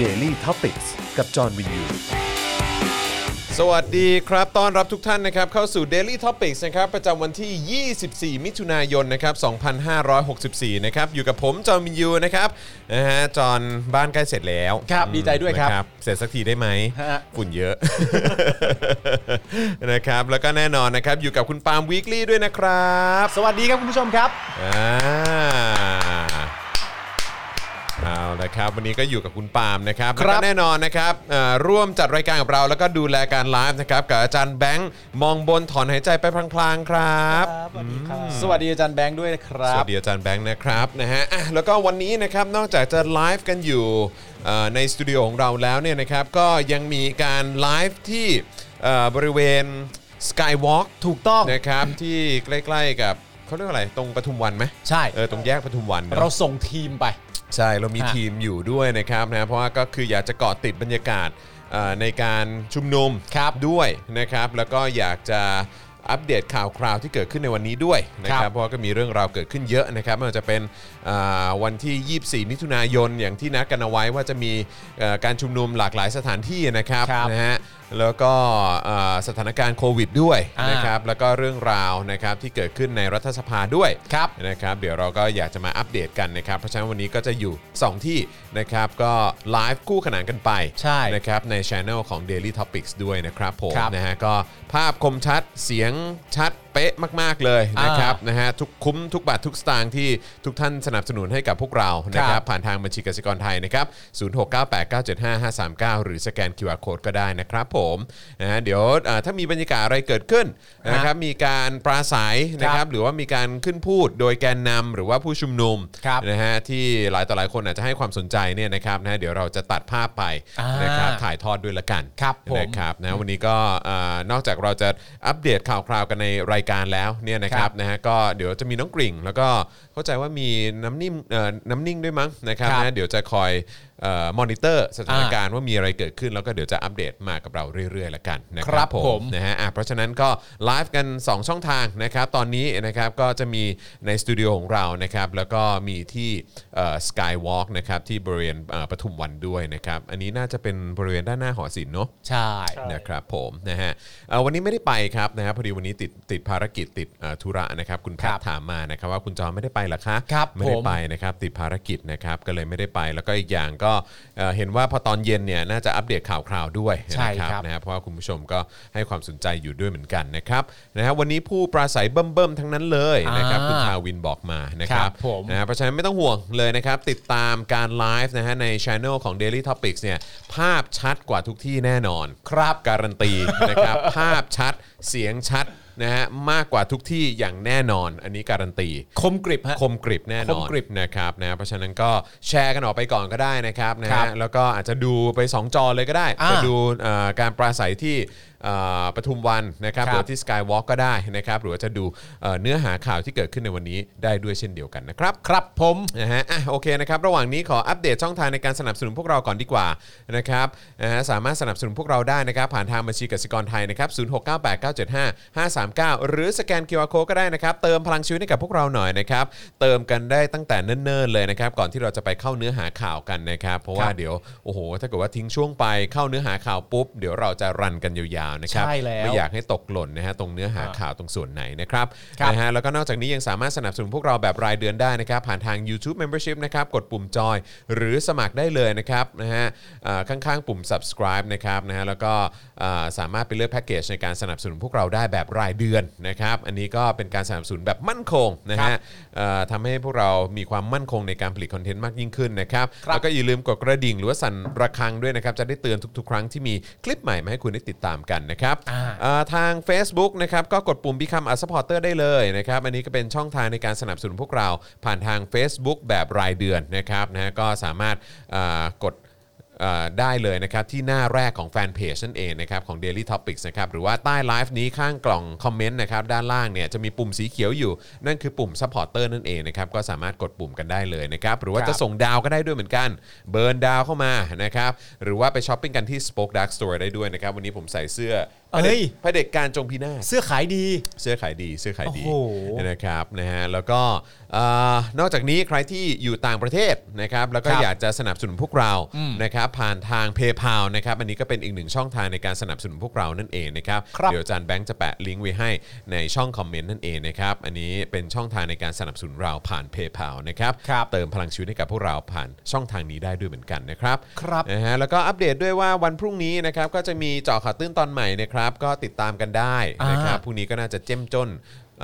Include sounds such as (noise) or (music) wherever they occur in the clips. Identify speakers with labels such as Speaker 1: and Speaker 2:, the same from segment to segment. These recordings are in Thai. Speaker 1: Daily t o p i c กกับจอห์นวินยู
Speaker 2: สวัสดีครับ ต้อนรับทุกท่านนะครับ เข้าสู่ Daily Topics นะครับ ประจำวันที่ 24 มิถุนายน นะครับ 2564 นะครับ อยู่กับผม จอห์นวินยู นะครับ นะฮะ จอห์นบ้านใกล้เสร็จแล้ว
Speaker 3: ครับ
Speaker 2: อืม
Speaker 3: ดีใจด้วยครับ
Speaker 2: นะเสร็จสักทีได้ไหม
Speaker 3: ฮะ
Speaker 2: ฝุ่นเยอะ (laughs) นะครับ แล้วก็แน่นอนนะครับ อยู่กับคุณปาล์มวีคลี่ด้วยนะครับ
Speaker 3: สวัสดีครับคุณผู้ชมครับ
Speaker 2: อ่าเอาละครับวันนี้ก็อยู่กับคุณปาล์มนะครับ
Speaker 3: ครับ
Speaker 2: แล้วก็แน่นอนนะครับเอ่อร่วมจัดรายการกับเราแล้วก็ดูแลการไลฟ์นะครับกับอาจารย์แบงค์มองบนถอนหายใจไปพลางๆครับ
Speaker 3: สวัสดีอาจารย์แบงค์ด้วยนะครั
Speaker 2: ส
Speaker 3: บ
Speaker 2: วัสดีอาจารย์แบงค์นะครับนะฮะอ่ะแล้วก็วันนี้นะครับนอกจากจะไลฟ์กันอยู่เอ่อในสตูดิโอของเราแล้วเนี่ยนะครับก็ยังมีการไลฟ์ที่เอ่อบริเวณ Skywalk
Speaker 3: ถูกต้อง
Speaker 2: นะครับที่ใกล้ๆกับเขาเรียกว่าอะไรตรงปทุมวันไหม
Speaker 3: ใช่
Speaker 2: เออตรงแยกปทุมวันนอะ
Speaker 3: เราส่งทีมไป
Speaker 2: ใช่เรามี
Speaker 3: ฮะ
Speaker 2: ทีมอยู่ด้วยนะครับนะเพราะว่าก็คืออยากจะเกาะติดบรรยากาศเอ่อในการชุมนุม
Speaker 3: ครับ
Speaker 2: ด้วยนะครับ แล้วก็อยากจะอัปเดตข่าวคราวที่เกิดขึ้นในวันนี้ด้วยนะค
Speaker 3: ครั
Speaker 2: รับบ เพราะว่าก็มีเรื่องราวเกิดขึ้นเยอะนะครับไม่ว่าจะเป็นเอ่อวันที่ 24 มิถุนายนอย่างที่นัดกันเอาไว้ว่าจะมีเอ่อการชุมนุมหลากหลายสถานที่นะครับ
Speaker 3: ครับ
Speaker 2: นะฮะแล้วก็เอ่อสถานการณ์โควิดด้วย
Speaker 3: อ่าน
Speaker 2: นะครับแล้วก็เรื่องราวนะครับที่เกิดขึ้นในรัฐสภาด้วย
Speaker 3: ครับ
Speaker 2: นะครับเดี๋ยวเราก็อยากจะมาอัปเดตกันนะครับ เพราะฉะนั้นวันนี้ก็จะอยู่ 2 ที่นะครับก็ไลฟ์คู่ขนานกันไป
Speaker 3: ใช่
Speaker 2: นะครับในช anel ของ Daily Topics ด้วยนะครับผม
Speaker 3: ครับ
Speaker 2: นะฮะก็ภาพคมชัดเสียงชัดเป๊ะมาก ๆ เลยนะครับนะฮะทุกคุ้มทุกบาททุกสตางค์ที่ทุกท่านสนับสนุนให้กับพวกเรานะค
Speaker 3: ครั
Speaker 2: รับบ ผ่านทางบัญชีกสิกรไทยนะครับ 0698975539 หรือสแกน QR Code ก็ได้นะครับผมนะฮะเดี๋ยวเอ่อถ้ามีบรรยากาศอะไรเกิดขึ้นนะครับมีการปราศัยนะค
Speaker 3: ครั
Speaker 2: รับ
Speaker 3: บ
Speaker 2: หรือว่ามีการขึ้นพูดโดยแกนนำหรือว่าผู้ชุมนุม
Speaker 3: ครับ
Speaker 2: นะฮะที่หลายต่อหลายคนอาจจะให้ความสนใจเนี่ยนะครับนะเดี๋ยวเราจะตัดภาพไป
Speaker 3: อ่าน
Speaker 2: นะครับถ่ายทอดด้วยละกัน
Speaker 3: ครับผม
Speaker 2: นะครับนะวันนี้ก็เอ่อนอกจากเราจะอัปเดตข่าวคราวกันในรายการแล้วเนี่ยนะครับ
Speaker 3: ครับ
Speaker 2: นะฮะก็เดี๋ยวจะมีน้องกริ่ง แล้วก็เข้าใจว่ามีน้ำนิ่มเอ่อน้ำนิ่งด้วยมั้งนะครับ
Speaker 3: ครับ
Speaker 2: นะเดี๋ยวจะคอยมอนิเตอร์สถาน
Speaker 3: อ่า
Speaker 2: การณ์ว่ามีอะไรเกิดขึ้นแล้วก็เดี๋ยวจะอัปเดตมากับเราเรื่อยๆละกันนะค
Speaker 3: ครั
Speaker 2: รับบ ผ
Speaker 3: ผม ม
Speaker 2: นะฮะอ่ะเพราะฉะนั้นก็ไลฟ์กัน 2 ช่องทางนะครับ ตอนนี้นะครับก็จะมีในสตูดิโอของเรานะครับ แล้วก็มีที่สกายวอล์กนะครับที่บริเวณเอ่อปทุมวันด้วยนะครับ อันนี้น่าจะเป็นบริเวณด้านหน้าหอศิลป์เนาะ
Speaker 3: ใช่
Speaker 2: นะครับผมนะฮะเอ่อวันนี้ไม่ได้ไปครับนะฮะพอดีวันนี้ติดติดภารกิจติดเอ่อธุระนะครับคุณแพท
Speaker 3: ครับ
Speaker 2: ย์ถามมานะครับว่าคุณจอมไม่ได้ไปเหรอคะ
Speaker 3: ครับ
Speaker 2: ไม่ได้
Speaker 3: ผม
Speaker 2: ไปนะครับติดภารกิจนะครับก็เลยไม่ได้ไปแล้วก็อีกอย่างก็เอ่อเห็นว่าพอตอนเย็นเนี่ยน่าจะอัปเดตข่าวคราวด้วย
Speaker 3: ใช่
Speaker 2: นะครับ นะฮะเพราะว่าคุณผู้ชมก็ให้ความสนใจอยู่ด้วยเหมือนกันนะครับนะฮะวันนี้ผู้ปราศัยเบิ่มๆทั้งนั้นเลยนะครับ
Speaker 3: อ่า
Speaker 2: คุณทาวินบอกมานะค
Speaker 3: ค
Speaker 2: รั
Speaker 3: รั
Speaker 2: บบ
Speaker 3: ผม
Speaker 2: นะฮะเพราะฉะนั้นไม่ต้องห่วงเลยนะครับติดตามการไลฟ์นะฮะในช anel ของ Daily Topics เนี่ยภาพชัดกว่าทุกที่แน่นอน
Speaker 3: ครับ
Speaker 2: การันตี นะครับ (laughs) ภาพชัดเสียงชัดนะฮะมากกว่าทุกที่อย่างแน่นอน อันนี้การันตี
Speaker 3: คมกริบฮะ
Speaker 2: คมกริบแน่นอน
Speaker 3: คมกริบ
Speaker 2: นะครับนะเพราะฉะนั้นก็แชร์กันออกไปก่อนก็ได้นะครับนะ
Speaker 3: ครั
Speaker 2: ฮะ
Speaker 3: บ
Speaker 2: แล้วก็อาจจะดูไป 2 จอเลยก็ได้
Speaker 3: อ่า
Speaker 2: จะดูเอ่อการปราศัยที่เอ่อปทุมวันนะครับ
Speaker 3: ค
Speaker 2: ห
Speaker 3: รับ
Speaker 2: รือที่ Skywalk ก็ได้นะครับหรือว่าจะดูเอ่อเนื้อหาข่าวที่เกิดขึ้นในวันนี้ได้ด้วยเช่นเดียวกันนะครับ
Speaker 3: ครับผม
Speaker 2: นะฮะอ่ะโอเคนะครับระหว่างนี้ขออัปเดตช่องทางในการสนับสนุนพวกเราก่อนดีกว่านะครับนะฮะสามารถสนับสนุนพวกเราได้นะครับผ่านทางบัญชีกสิกรไทยนะครับ0698975539 หรือสแกน QR Code ก็ได้นะครับเติมพลังชีวิตให้กับพวกเราหน่อยนะครับ เติมกันได้ตั้งแต่เนิ่นๆเลยนะครับ ก่อนที่เราจะไปเข้าเนื้อหาข่าวกันนะครับ เพราะว่า
Speaker 3: ครับ
Speaker 2: เดี๋ยวโอ้โห ถ้าเกิดว่าทิ้งช่วงไปเข้าเนื้อหาข่าวปุ๊บ เดี๋ยวเราจะรันกันยาวๆนะครับ
Speaker 3: ใช่แล้ว
Speaker 2: ไม่อยากให้ตกหล่นนะฮะตรงเนื้อหาข่าวตรงส่วนไหนนะครับ
Speaker 3: ครับ
Speaker 2: นะฮะแล้วก็นอกจากนี้ยังสามารถสนับสนุนพวกเราแบบรายเดือนได้นะครับ ผ่านทาง YouTube Membership นะครับกดปุ่มจอยหรือสมัครได้เลยนะครับนะฮะเอ่อข้างๆปุ่ม subscribe นะครับนะฮะแล้วก็เอ่อสามารถไปเลือกแพ็กเกจในการสนับสนุนพวกเราได้แบบรายเดือนนะครับอันนี้ก็เป็นการสนับสนุนแบบมั่นคงนะฮะ เอ่อทำให้พวกเรามีความมั่นคงในการผลิตคอนเทนต์มากยิ่งขึ้นนะครับ
Speaker 3: ครับ
Speaker 2: แล้วก็อย่าลืมกดกระดิ่งหรือว่าสั่นระฆังด้วยนะครับ จะได้เตือนทุก ๆ ครั้งที่มีคลิปใหม่มาให้คุณได้ติดตามกันนะครับ
Speaker 3: อ่า
Speaker 2: เอ่อทาง Facebook นะครับก็กดปุ่ม Become a supporter ได้เลยนะครับ อันนี้ก็เป็นช่องทางในการสนับสนุนพวกเราผ่านทาง Facebook แบบรายเดือนนะครับนะฮะก็สามารถเอ่อกด เอ่อได้เลยนะครับ ที่หน้าแรกของแฟนเพจนั่นเองนะครับ ของ Daily Topics นะครับ หรือว่าใต้ไลฟ์นี้ข้างกล่องคอมเมนต์นะครับ ด้านล่างเนี่ยจะมีปุ่มสีเขียวอยู่ นั่นคือปุ่ม Supporter นั่นเองนะครับ ก็สามารถกดปุ่มกันได้เลยนะครับ หรือว่า
Speaker 3: ครับ
Speaker 2: จะส่งดาวก็ได้ด้วยเหมือนกัน เบิร์นดาวเข้ามานะครับ หรือว่าไปช้อปปิ้งกันที่ Spoke Dark Store ได้ด้วยนะครับ วันนี้ผมใส่เสื้อ เผด็จ
Speaker 3: เฮ้ย
Speaker 2: เผด็จการจงพินาศ
Speaker 3: เสื้อขายดี
Speaker 2: เสื้อขายดีเสื้อขายดี
Speaker 3: โอ้โห
Speaker 2: นะครับนะฮะแล้วก็เอ่อนอกจากนี้ใครที่อยู่ต่างประเทศนะครับแล้วก็
Speaker 3: ครับ
Speaker 2: อยากจะสนับสนุนพวกเรานะครับผ่านทางเพย์พานะครับอันนี้ก็เป็นอีกหนึ่งช่องทางในการสนับสนุนพวกเรานั่นเองนะครับ
Speaker 3: ครับ
Speaker 2: เดี๋ยวอาจารย์แบงค์จะแปะลิงก์ไว้ให้ในช่องคอมเมนต์นั่นเองนะครับอันนี้เป็นช่องทางในการสนับสนุนเราผ่านเพย์พานะครับ
Speaker 3: ครับ
Speaker 2: เติมพลังชีวิตให้กับพวกเราผ่านช่องทางนี้ได้ด้วยเหมือนกันนะครับ
Speaker 3: ครับ
Speaker 2: นะฮะแล้วก็อัปเดตด้วยว่าวันพรุ่งนี้นะครับก็จะมีเจาะข่าวตื้นตอนใหม่นะครับก็ติดตามกันได้นะครับ
Speaker 3: อ่า
Speaker 2: พรุ่งนี้ก็น่าจะเจ้มจน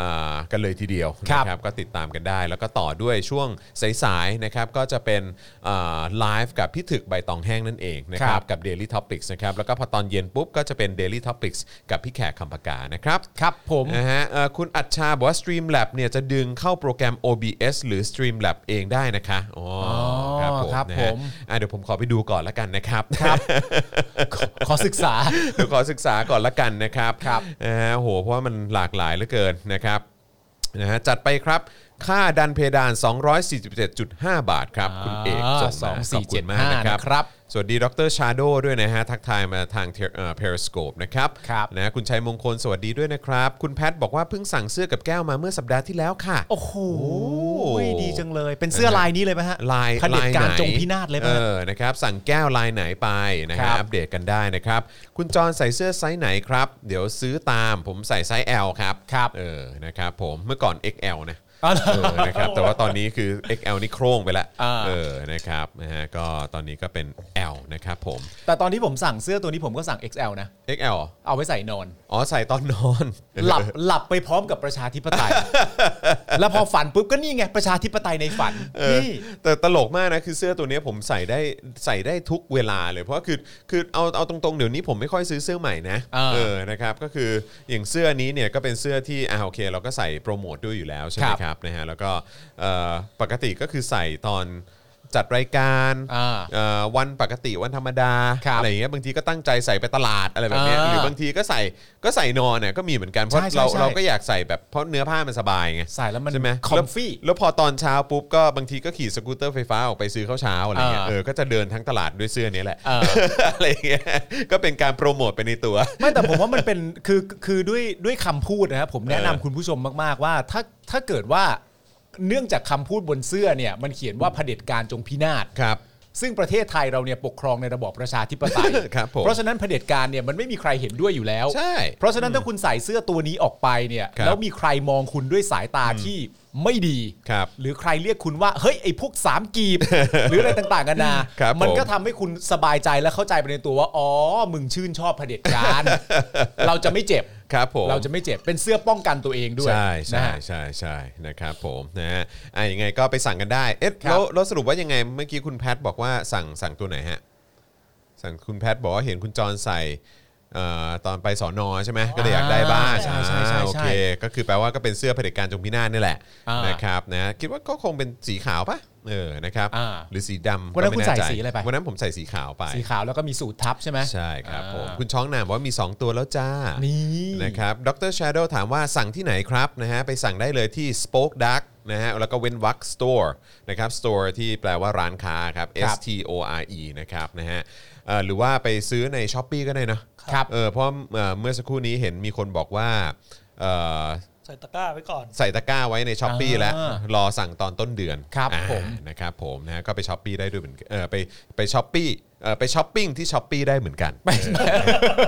Speaker 2: อ่ากันเลยทีเดียว
Speaker 3: ครับ
Speaker 2: นะครับก็ติดตามกันได้ แล้วก็ต่อด้วยช่วงสายๆนะครับก็จะเป็นไลฟ์กับพี่ถึกใบตองแห้งนั่นเองนะค
Speaker 3: ค
Speaker 2: รั
Speaker 3: รั
Speaker 2: บบ กับ Daily Topics นะครับแล้วก็พอตอนเย็นปุ๊บก็จะเป็น Daily Topics กับพี่แขกคำปากานะครับ
Speaker 3: ครับผม
Speaker 2: นะฮะเอ่อคุณอัจฉาบอกว่า Streamlab เนี่ยจะดึงเข้าโปรแกรม OBS หรือ Streamlab เองได้นะคะอ๋ออ
Speaker 3: อ
Speaker 2: ครับผม
Speaker 3: ครับ
Speaker 2: นะ
Speaker 3: ผ
Speaker 2: ฮะ
Speaker 3: ม
Speaker 2: อ่ะเดี๋ยวผมขอไปดูก่อนละกันนะครับ
Speaker 3: ขอขอศึกษา
Speaker 2: เดี๋ยวขอศึกษาก่อนละกันนะครับ
Speaker 3: ครับ
Speaker 2: นะฮะโหเพราะว่ามันหลากหลายเหลือเกินนะครับนะฮะจัดไปครับ ค่าดันเพดาน 247.5 บาทครับ คุณเอกส่งมา
Speaker 3: อ่า
Speaker 2: ขอบคุณมากนะครั
Speaker 3: 2475นะครับ
Speaker 2: บ สวัสดีดรชาโดด้วยนะฮะ ทักทายมาทางเพริสโคปนะครับ
Speaker 3: ครับ
Speaker 2: นะฮะคุณชัยมงคลสวัสดีด้วยนะครับ คุณแพทบอกว่าเพิ่งสั่งเสื้อกับแก้วมาเมื่อสัปดาห์ที่แล้วค่ะ
Speaker 3: โอ้โหดีจังเลย เป็นเสื้อลายนี้เลยไหมฮะ
Speaker 2: ลาย
Speaker 3: เผด็จ
Speaker 2: ลาย
Speaker 3: การ
Speaker 2: ไหน
Speaker 3: จงพินาศเลย
Speaker 2: เอ
Speaker 3: ป่ะ
Speaker 2: อนะครับสั่งแก้วลายไหนไปนะ
Speaker 3: ครั
Speaker 2: ฮะ
Speaker 3: บ
Speaker 2: อัปเดตกันได้นะครับ คุณจรใส่เสื้อไซส์ไหนครับ เดี๋ยวซื้อตามผมใส่ไซส์ L ครับ
Speaker 3: ครับ
Speaker 2: เออนะครับผมเมื่อก่อน XL นะเออนะครับแต่ว่าตอนนี้คือ XL นี่โครงไปละเออนะครับนะฮะก็ตอนนี้ก็เป็น L นะครับผม
Speaker 3: แต่ตอนที่ผมสั่งเสื้อตัวนี้ผมก็สั่ง XL นะ
Speaker 2: XL เหรอ
Speaker 3: เอาไว้ใส่นอน
Speaker 2: อ๋อใส่ตอนนอน
Speaker 3: หลับหลับไปพร้อมกับประชาธิป
Speaker 2: (laughs)
Speaker 3: ไตย แล้วพอฝันปุ๊บก็นี่ไงประชาธิปไตยในฝันนี่
Speaker 2: แต่ตลกมากนะ คือเสื้อตัวเนี้ยผมใส่ได้ใส่ได้ทุกเวลาเลย เพราะคือคือเอาเอาตรงๆ เดี๋ยวนี้ผมไม่ค่อยซื้อเสื้อใหม่นะ
Speaker 3: อ่า
Speaker 2: เออนะครับก็คืออย่างเสื้อนี้เนี่ยก็เป็นเสื้อที่อ่าโอเค เราก็ใส่โปรโมทด้วยอยู่แล้วใช่ไหม
Speaker 3: ครับ
Speaker 2: ครับนะฮะแล้วก็เอ่อปกติก็คือใส่ตอนจัดรายการ
Speaker 3: อ่า
Speaker 2: เอ่อวันปกติวันธรรมดา
Speaker 3: ครับ
Speaker 2: อะไรอย่างเงี้ยบางทีก็ตั้งใจใส่ไปตลาดอะไรแบบเนี้ย
Speaker 3: อ่า
Speaker 2: หรือบางทีก็ใส่ก็ใส่นอนเนี่ยก็มีเหมือนกันเพราะ
Speaker 3: ใช่ใช่
Speaker 2: เรา
Speaker 3: ใช่
Speaker 2: เราก็อยากใส่แบบเพราะเนื้อผ้ามันสบายไง
Speaker 3: ใส่แล้วมัน
Speaker 2: ใช่ไหม
Speaker 3: คอมฟี่
Speaker 2: แล้วแล้วพอตอนเช้าปุ๊บก็บางทีก็ขี่สกูตเตอร์ไฟฟ้าออกไปซื้อข้าวเช้าอะไรเงี้ย
Speaker 3: อ่า
Speaker 2: เออ ก็จะเดินทั้งตลาดด้วยเสื้อนี้แหละ (laughs)
Speaker 3: เออ
Speaker 2: อะไรเงี้ย (laughs) ก็เป็นการโปรโมทไปในตัว (laughs)
Speaker 3: ไม่แต่ผมว่ามันเป็นคือคือด้วยด้วยคำพูดนะครับผมแนะนำ
Speaker 2: เออ
Speaker 3: คุณผู้ชมมากๆว่า ถ้าถ้าเกิดว่าเนื่องจากคำพูดบนเสื้อเนี่ย มันเขียนว่าเผด็จการจงพินาศ
Speaker 2: ครับ
Speaker 3: ซึ่งประเทศไทยเราเนี่ยปกครองในระบอบประชาธิปไตย
Speaker 2: ครับผม
Speaker 3: เพราะฉะนั้นเผด็จการเนี่ยมันไม่มีใครเห็นด้วยอยู่แล้ว
Speaker 2: ใช่
Speaker 3: เพราะฉะนั้นถ้าคุณใส่เสื้อตัวนี้ออกไปเนี่ย
Speaker 2: ครับ
Speaker 3: แล้วมีใครมองคุณด้วยสายตาที่ไม่ดี
Speaker 2: ครับ
Speaker 3: หรือใครเรียกคุณว่า เฮ้ย ไอ้พวกสามกี
Speaker 2: (laughs)
Speaker 3: บ หรืออะไรต่างๆกันานา
Speaker 2: ครับ
Speaker 3: มันก็
Speaker 2: ผม
Speaker 3: ทำให้คุณสบายใจและเข้าใจไปในตัวว่า อ๋อ มึงชื่นชอบเผด็จการ
Speaker 2: (laughs)
Speaker 3: เราจะไม่เจ็บ
Speaker 2: ครับผม
Speaker 3: เราจะไม่เจ็บเป็นเสื้อป้องกันตัวเองด้วย
Speaker 2: ใช่ใช่
Speaker 3: นะฮะ
Speaker 2: ใช่ใช่นะครับผมนะฮะอ่ะยังไงก็ไปสั่งกันได้ เอ๊ะแล้วแล้วสรุปว่ายังไง เมื่อกี้คุณแพทบอกว่าสั่งสั่งตัวไหนฮะ สั่งคุณแพทบอกว่าเห็นคุณจรใส่เอ่อตอนไปสอนอใช่ไหมก็เลยอยากได้บ้าง
Speaker 3: ใช่ใช่ใช่
Speaker 2: อ่าโอ
Speaker 3: ใช่
Speaker 2: เค ก็คือแปลว่าก็เป็นเสื้อเผด็จการจงพินาศนี่แหละ
Speaker 3: อ่าน
Speaker 2: นะครับนะคิดว่าก็คงเป็นสีขาวปะเออนะครับ
Speaker 3: อ่า
Speaker 2: หรือสีดำ
Speaker 3: วันนั้
Speaker 2: ก็
Speaker 3: น
Speaker 2: ม่
Speaker 3: คุณใส่
Speaker 2: แจ
Speaker 3: สีอะไรไป
Speaker 2: วันนั้นผมใส่สีขาวไป
Speaker 3: สีขาวแล้วก็มีสูททับใช่ไหม
Speaker 2: ใช่ครับผม
Speaker 3: อ่า
Speaker 2: คุณช้องนามบอกว่ามี 2 ตัวแล้วจ้า
Speaker 3: นี่
Speaker 2: นี่นะครับดร Shadow ถามว่าสั่งที่ไหนครับนะฮะไปสั่งได้เลยที่ Spoke Dark นะฮะแล้วก็เว้นวัก Store นะครับ Store ที่แปลว่าร้านค้าครับ
Speaker 3: ครั
Speaker 2: S
Speaker 3: บ
Speaker 2: T O R E นะครับนะฮะเอ่อหรือว่าไปซื้อใน s h อ p e e ก็ได้นะครับ เออเพราะเอ่อเมื่อสักครู่นี้เห็นมีคนบอกว่าเอ่อ
Speaker 4: ใส่ตะกร้าไว้ก่อน
Speaker 2: ใส่ตะกร้าไว้ใน s h อ p e e
Speaker 3: อ่า
Speaker 2: แล้ว รอสั่งตอนต้นเดือน
Speaker 3: ครับ
Speaker 2: อ่า
Speaker 3: ผม
Speaker 2: นะครับผมนะฮะก็ไปช้อปปี้ได้ด้วยเหมือนกันเออไปไปช้อปปี้เออไปช้อปปิ้งที่ช้อปปี้ได้เหมือนกัน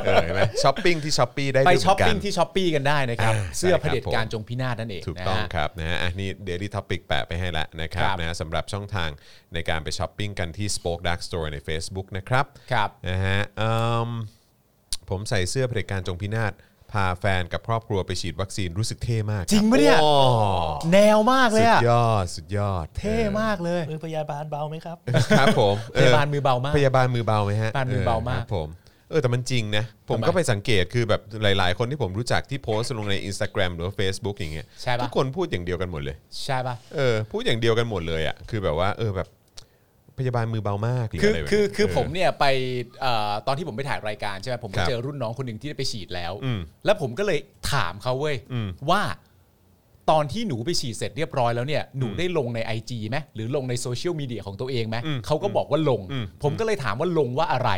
Speaker 2: เออเห็นไหมช้อปปิ้งที่ช้อปปี้ได้ด้
Speaker 3: ไป
Speaker 2: วยเหมืนกัน
Speaker 3: ช้อปปิ้งที่ช้อปปี้กันได้นะครับ
Speaker 2: อ่า
Speaker 3: เสื้อ
Speaker 2: ใช่ครับ
Speaker 3: เผด็จการจงพินาศนั่นเอง
Speaker 2: ถูก
Speaker 3: นะ
Speaker 2: ต้อง
Speaker 3: ฮะ
Speaker 2: ครับนะฮะอันนี้ Daily Topic แปะไปให้แล้วนะครับ
Speaker 3: ครับ
Speaker 2: นะฮะสำหรับช่องทางในการไปช้อปปิ้งกันที่ Spoke Dark Store ใน Facebook นะครับ
Speaker 3: ครับ
Speaker 2: นะฮะอืมผมใส่เสื้อเผด็จการจงพินาศพาแฟนกับครอบครัวไปฉีดวัคซีนรู้สึกเท่มากคบ
Speaker 3: จริงปะเนี่ย
Speaker 2: โอ้
Speaker 3: แนวมากเล
Speaker 2: สุ
Speaker 3: ย
Speaker 2: ด
Speaker 3: อะ
Speaker 2: ยอด สุดยอด
Speaker 3: เท่มากเลย
Speaker 4: มือพยาบาลเบาไหมครับ
Speaker 2: เออ (laughs) ครับผม
Speaker 3: (laughs) พยาบาลมือเบามาก
Speaker 2: พยาบาลมือเบาไหมฮะ
Speaker 3: พยาบาลมือเบามาก
Speaker 2: ครับผมเออแต่มันจริงนะ ผม
Speaker 3: ทำไม
Speaker 2: ก็ไปสังเกตคือแบบหลาย ๆ คนที่ผมรู้จักที่โพสต์ลงใน Instagram หรือว่า Facebook อย่างเงี้ย
Speaker 3: ใช่ปะ
Speaker 2: ทุกคนพูดอย่างเดียวกันหมดเลย
Speaker 3: ใช่ปะ
Speaker 2: เออพูดอย่างเดียวกันหมดเลยอ่ะคือแบบว่าเออแบบพยาบาลมือเบามากหรือ
Speaker 3: คือ
Speaker 2: อะไรแบบ
Speaker 3: คือ
Speaker 2: เนี้ย
Speaker 3: คือผม
Speaker 2: เ
Speaker 3: เนี่ยไปเอ่อตอนที่ผมไปถ่ายรายการใช่ไหมผม
Speaker 2: ค
Speaker 3: ก็
Speaker 2: รับ
Speaker 3: เจอรุ่นน้องคนหนึ่งที่ได้ไปฉีดแล้ว
Speaker 2: อืม
Speaker 3: แล้วผมก็เลยถามเขาเว้ย
Speaker 2: อืม
Speaker 3: ว่า ตอนที่หนูไปฉีดเสร็จเรียบร้อยแล้วเนี่ยหนูได้ลงใน IG ไหมหรือลงในโซเชียลมีเดียของตัวเองไหมเขาก็บอกว่าลง ผมก็เลยถามว่าลงว่า
Speaker 2: (laughs)
Speaker 3: อะไร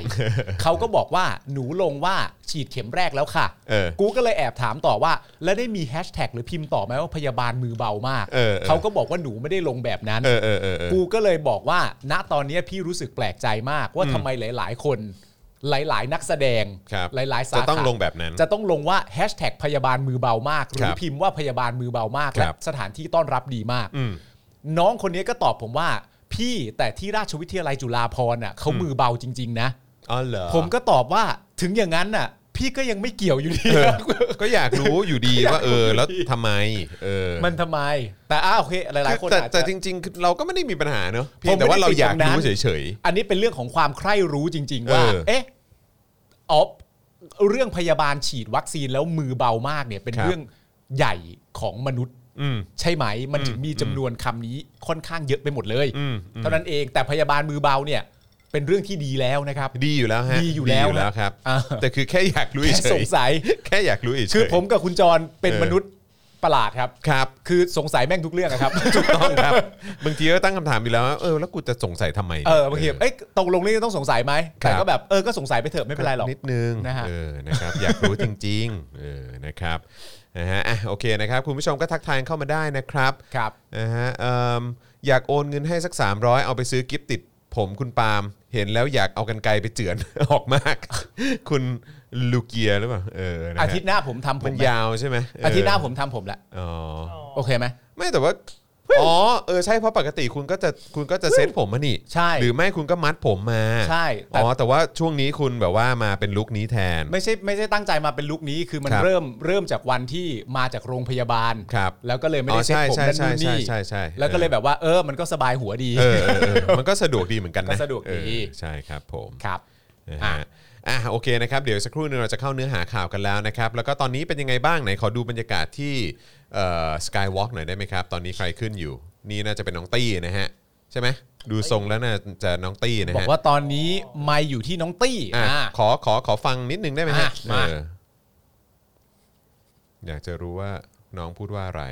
Speaker 3: เขาก็บอกว่าหนูลงว่าฉีดเข็มแรกแล้วค่ะ
Speaker 2: เออ
Speaker 3: กูก็เลยแอบถามต่อว่า แล้วได้มีแฮชแท็กหรือพิมพ์ต่อไหมว่าพยาบาลมือเบามาก
Speaker 2: เออเออ
Speaker 3: เขาก็บอกว่าหนูไม่ได้ลงแบบนั้น
Speaker 2: เออเออเออเออ
Speaker 3: กูก็เลยบอกว่า ณตอนเนี้ยพี่รู้สึกแปลกใจมากว่าทำไมหลาย ๆ คน หลาย ๆ นักแสดง
Speaker 2: ครับ
Speaker 3: หลาย ๆ สา
Speaker 2: จะ
Speaker 3: ขา
Speaker 2: ต้องลงแบบนั้น
Speaker 3: จะต้องลงว่าแฮชแท็กพยาบาลมือเบามาก หรื
Speaker 2: ค
Speaker 3: อ
Speaker 2: รับ
Speaker 3: พิมพ์ว่าพยาบาลมือเบามาก และ
Speaker 2: ครับ
Speaker 3: สถานที่ต้อนรับดีมาก
Speaker 2: อืม
Speaker 3: น้องคนนี้ก็ตอบผมว่า พี่แต่ที่ราชวิทยาลัยจุฬาภรณ์อ่ะเขามือเบาจริง ๆ นะ
Speaker 2: อ๋อเหรอ
Speaker 3: ผมก็ตอบว่าถึงอย่างนั้นน่ะ พี่ก็ยังไม่เกี่ยวอยู่ดี
Speaker 2: เออก็อยากรู้อยู่ดีว่าเออ แล้วทำไม เออ
Speaker 3: มันทำไม แต่อ้าโอเคหลายๆคน
Speaker 2: แต่
Speaker 3: อาจ
Speaker 2: แต่
Speaker 3: จะ
Speaker 2: จริงๆคือเราก็ไม่ได้มีปัญหาเนอะเพีย
Speaker 3: ผ
Speaker 2: ง
Speaker 3: มไม่
Speaker 2: แต่ว่า
Speaker 3: ได้
Speaker 2: เรา
Speaker 3: ติด
Speaker 2: อยาก
Speaker 3: ตรงนั้น
Speaker 2: รู้เฉย
Speaker 3: อันนี้เป็นเรื่องของความใคร่รู้จริง ๆ ว่า
Speaker 2: เออ
Speaker 3: เอ๊ะออฟเรื่องพยาบาลฉีดวัคซีนแล้วมือเบามากเนี่ยเป็น
Speaker 2: ครับ
Speaker 3: เรื่องใหญ่ของมนุษย์
Speaker 2: ๆ อืม
Speaker 3: ใช่ไหม มันถึงมีจำนวนคำนี้ค่อนข้างเยอะไปหมดเลย
Speaker 2: อืมอืม
Speaker 3: เท่านั้นเองแต่พยาบาลมือเบาเนี่ย เป็นเรื่องที่ดีแล้วนะครับ
Speaker 2: ดีอยู่แล้วฮะ
Speaker 3: ดีอยู่แล้วฮะ
Speaker 2: ครับ
Speaker 3: อ่า
Speaker 2: แต่คือแค่อยากรู้
Speaker 3: แค่
Speaker 2: เฉ
Speaker 3: ส
Speaker 2: ย
Speaker 3: งสัย
Speaker 2: ๆแค่อยากรู้เฉยๆ
Speaker 3: คือผมกับคุณจรเป็นมนุษย์ประหลาดครับ
Speaker 2: ครับ
Speaker 3: คือสงสัยแม่งทุกเรื่องอะครับ
Speaker 2: ถูกต้องครับ บางทีก็ตั้งคำถามอยู่แล้วว่าเออ แล้วกูจะสงสัยทำไมนี่ย
Speaker 3: เออบางทีแบบเอ้ยตกลงนี่ต้องสงสัยไหม
Speaker 2: ครับ
Speaker 3: แต่ก็แบบเออก็สงสัยไปเถอะไม่เป็นไรหรอก
Speaker 2: นิดนึง
Speaker 3: นะฮะ
Speaker 2: เออนะครับอยากรู้จริงๆเออนะครับนะฮะอ่ะโอเคนะครับ คุณผู้ชมก็ทักทายเข้ามาได้นะครับ
Speaker 3: ครับ
Speaker 2: นะฮะเอิ่มอยากโอนเงินให้สัก 300 เอาไปซื้อกิฟต์ติดผมคุณปาล์มเห็นแล้วอยากเอากันไกลไปเจือน (laughs) ออกมาก คุณลูเกียหรือเปล่าเออนะฮะ
Speaker 3: อาทิตย์หน้าผมทำผ
Speaker 2: มัน
Speaker 3: มไหม
Speaker 2: ยาวใช่ไหมเ
Speaker 3: อาทิตย์หน้าผมทำผมละ
Speaker 2: อ๋อ
Speaker 3: โอเคไหม
Speaker 2: ไม่แต่ว่าอ๋อเออใช่เพราะปกติคุณก็จะคุณก็จะเซ็ตผมมานี่
Speaker 3: ใช่
Speaker 2: หรือไม่คุณก็มัดผมมา
Speaker 3: ใช่แต่
Speaker 2: อ๋อแต่ว่าช่วงนี้คุณแบบว่ามาเป็นลุคนี้แทน
Speaker 3: ไม่ใช่ไม่ใช่ตั้งใจมาเป็นลุคนี้คือมัน
Speaker 2: ครับ
Speaker 3: เริ่มเริ่มจากวันที่มาจากโรงพยาบาล
Speaker 2: ครับ
Speaker 3: แล้วก็เลยไม่
Speaker 2: อ๋
Speaker 3: ได้
Speaker 2: อ
Speaker 3: เซ็ต
Speaker 2: ใช่
Speaker 3: ผม
Speaker 2: ใช่
Speaker 3: นั่น
Speaker 2: ใช่
Speaker 3: นู่น
Speaker 2: ใช่
Speaker 3: นี่
Speaker 2: ใช่ใช่
Speaker 3: แล้วก็เลยแบบว่าเออมันก็สบายหัวดี
Speaker 2: เออเออเออมันก็สะดวกดีเหมือนกันนะ
Speaker 3: ก็สะดวกดี
Speaker 2: เออใช่ครับผม
Speaker 3: ครับ
Speaker 2: นะฮะอ่ะโอเคนะครับเดี๋ยวสักครู่หนึงเราจะเข้าเนื้อหาข่าวกันแล้วนะครับ แล้วก็ตอนนี้เป็นยังไงบ้างไหนขอดูบรรยากาศที่เอ่อสกายวอล์กหน่อยได้ไหมครับ ตอนนี้ใครขึ้นอยู่ นี่น่าจะเป็นน้องตี้นะฮะใช่ไหมดูทรงแล้วน่าจะน้องตี้นะฮะ
Speaker 3: บอกว่าตอนนี้ไม่อยู่ที่น้องตี้
Speaker 2: อ่ะ
Speaker 3: อ่า
Speaker 2: ขอขอขอฟังนิดนึงได้ไหมฮะ
Speaker 3: อ่ะมา
Speaker 2: เอออยากจะรู้ว่าน้องพูดว่าอะไร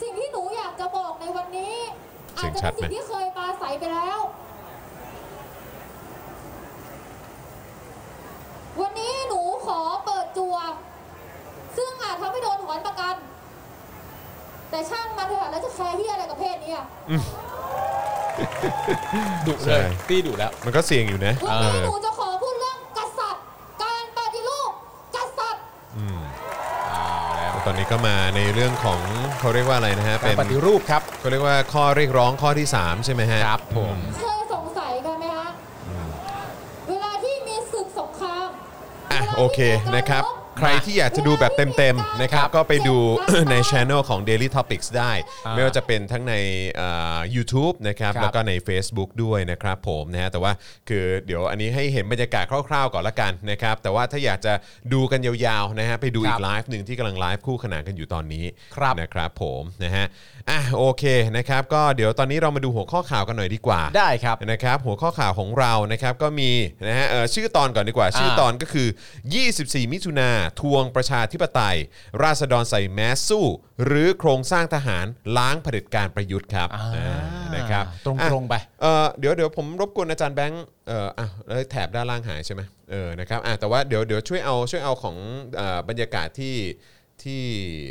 Speaker 5: สิ่งที่หนูอยากจะบอกในวันนี้
Speaker 2: เสี
Speaker 5: อาจ
Speaker 2: ยง
Speaker 5: จะ
Speaker 2: ชัด
Speaker 5: เป็
Speaker 2: ไหม
Speaker 5: นสิ่งที่เคยปราศัยไปแล้ว วันนี้หนูขอเปิดจัว ซึ่งอาจทำให้โดนถอนประกัน แต่ช่างมันเถอะแล้วจะแคร์ที่อะไรกับเพศเนี้ย
Speaker 3: ดุ
Speaker 2: ใช่
Speaker 3: เลยตี้ดุแล้ว
Speaker 2: มันก็เสี่ยงอยู่นะ
Speaker 5: วัน
Speaker 2: เอ
Speaker 5: นี้
Speaker 2: อ
Speaker 5: หนูจะขอพูดเรื่องกษัตริย์ การปฏิรูปกษัตริย์
Speaker 2: อืม ตอนนี้ก็มาในเรื่องของเขาเรียกว่าอะไรนะฮะ
Speaker 3: กา
Speaker 2: เป็
Speaker 3: ร
Speaker 2: น
Speaker 3: ปฏิรูปครับ
Speaker 2: เขาเรียกว่าข้อเรียกร้องข้อที่ 3 ใช่ไหมฮะ
Speaker 3: ครับผม
Speaker 5: เคยสงสัยกันไหมคะเวลาที่มีศึกสงคราม
Speaker 2: อ่ะ
Speaker 5: วลาที่
Speaker 2: โอเค
Speaker 5: มีกา
Speaker 2: นะครับ
Speaker 5: รบ
Speaker 2: ใครที่อยากจะดูแบบเต็มๆนะครับ ก็ไปดู (coughs) ในช anel ของ Daily Topics ได้
Speaker 3: อ่า
Speaker 2: ไม่ว่าจะเป็นทั้งในเอ่อ YouTube นะครับ
Speaker 3: ครับ
Speaker 2: แล้วก็ใน Facebook ด้วยนะครับผมนะฮะแต่ว่าคือเดี๋ยวอันนี้ให้เห็นบรรยากาศคร่าวๆก่อนละกันนะครับ แต่ว่าถ้าอยากจะดูกันยาวๆนะฮะไปดูอี
Speaker 3: ครั
Speaker 2: ก
Speaker 3: บ
Speaker 2: ไลฟ์หนึ่งที่กำลังไลฟ์คู่ขนานกันอยู่ตอนนี้
Speaker 3: ครับ
Speaker 2: นะครับผมนะฮะอ่ะโอเคนะครับก็เดี๋ยวตอนนี้เรามาดูหัวข้อข่าวกันหน่อยดีกว่า
Speaker 3: ได้ครับ
Speaker 2: นะครับหัวข้อข่าวของเรานะครับก็มีนะฮะเอ่อชื่อตอนก่อนดีกว่า
Speaker 3: อ่า
Speaker 2: ชื่อตอนก็คือ 24 มิถุนาทวงประชาธิปไตย ราษฎรใส่แมสสู้ หรือโครงสร้างทหารล้างเผด็จการประยุทธ์ครับ
Speaker 3: อ่า
Speaker 2: อ่านะครับ
Speaker 3: ตรง
Speaker 2: อ่ะ
Speaker 3: ตรงไป
Speaker 2: เอ่อเดี๋ยวเดี๋ยวผมรบกวนอาจารย์แบงค์เอ่ออ่ะแล้วแถบด้านล่างหายใช่ไหมเออนะครับอ่ะแต่ว่าเดี๋ยวเดี๋ยวช่วยเอาช่วยเอาของเอ่อบรรยากาศที่ที่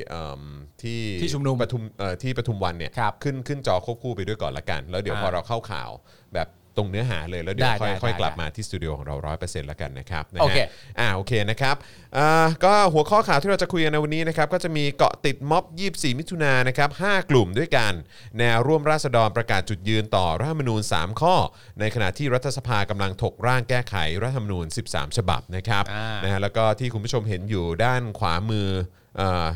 Speaker 2: เอิ่มที่
Speaker 3: ที่ชุมนุม
Speaker 2: ปทุมเอ่อที่ปทุมวันเนี่ย
Speaker 3: ครับ
Speaker 2: ขึ้นขึ้นจอควบคู่ไปด้วยก่อนละกัน แล้วเดี๋ยว
Speaker 3: อ่า
Speaker 2: พอเราเข้าข่าวแบบตรงเนื้อหาเลยแล้วเดี๋ยว
Speaker 3: ได้
Speaker 2: ค่อย
Speaker 3: ได้
Speaker 2: ค่อย
Speaker 3: ได้
Speaker 2: กลับมาที่สตูดิโอของเราร้อยเปอร์เซ็นต์ละกันนะครับนะฮะ
Speaker 3: โอเค
Speaker 2: อ่าโอเคนะครับอ่าก็หัวข้อข่าวที่เราจะคุยกันในวันนี้นะครับก็จะมีเกาะติดม็อบ 24 มิถุนายนนะครับ5กลุ่มด้วยกัน แนวร่วมราษฎรประกาศจุดยืนต่อรัฐธรรมนูญ 3 ข้อ ในขณะที่รัฐสภากำลังถกร่างแก้ไขรัฐธรรมนูญ 13 ฉบับนะครับ
Speaker 3: อ่าน
Speaker 2: ะฮะแล้วก็ที่คุณผู้ชมเห็นอยู่ด้านขวามือเอ่อ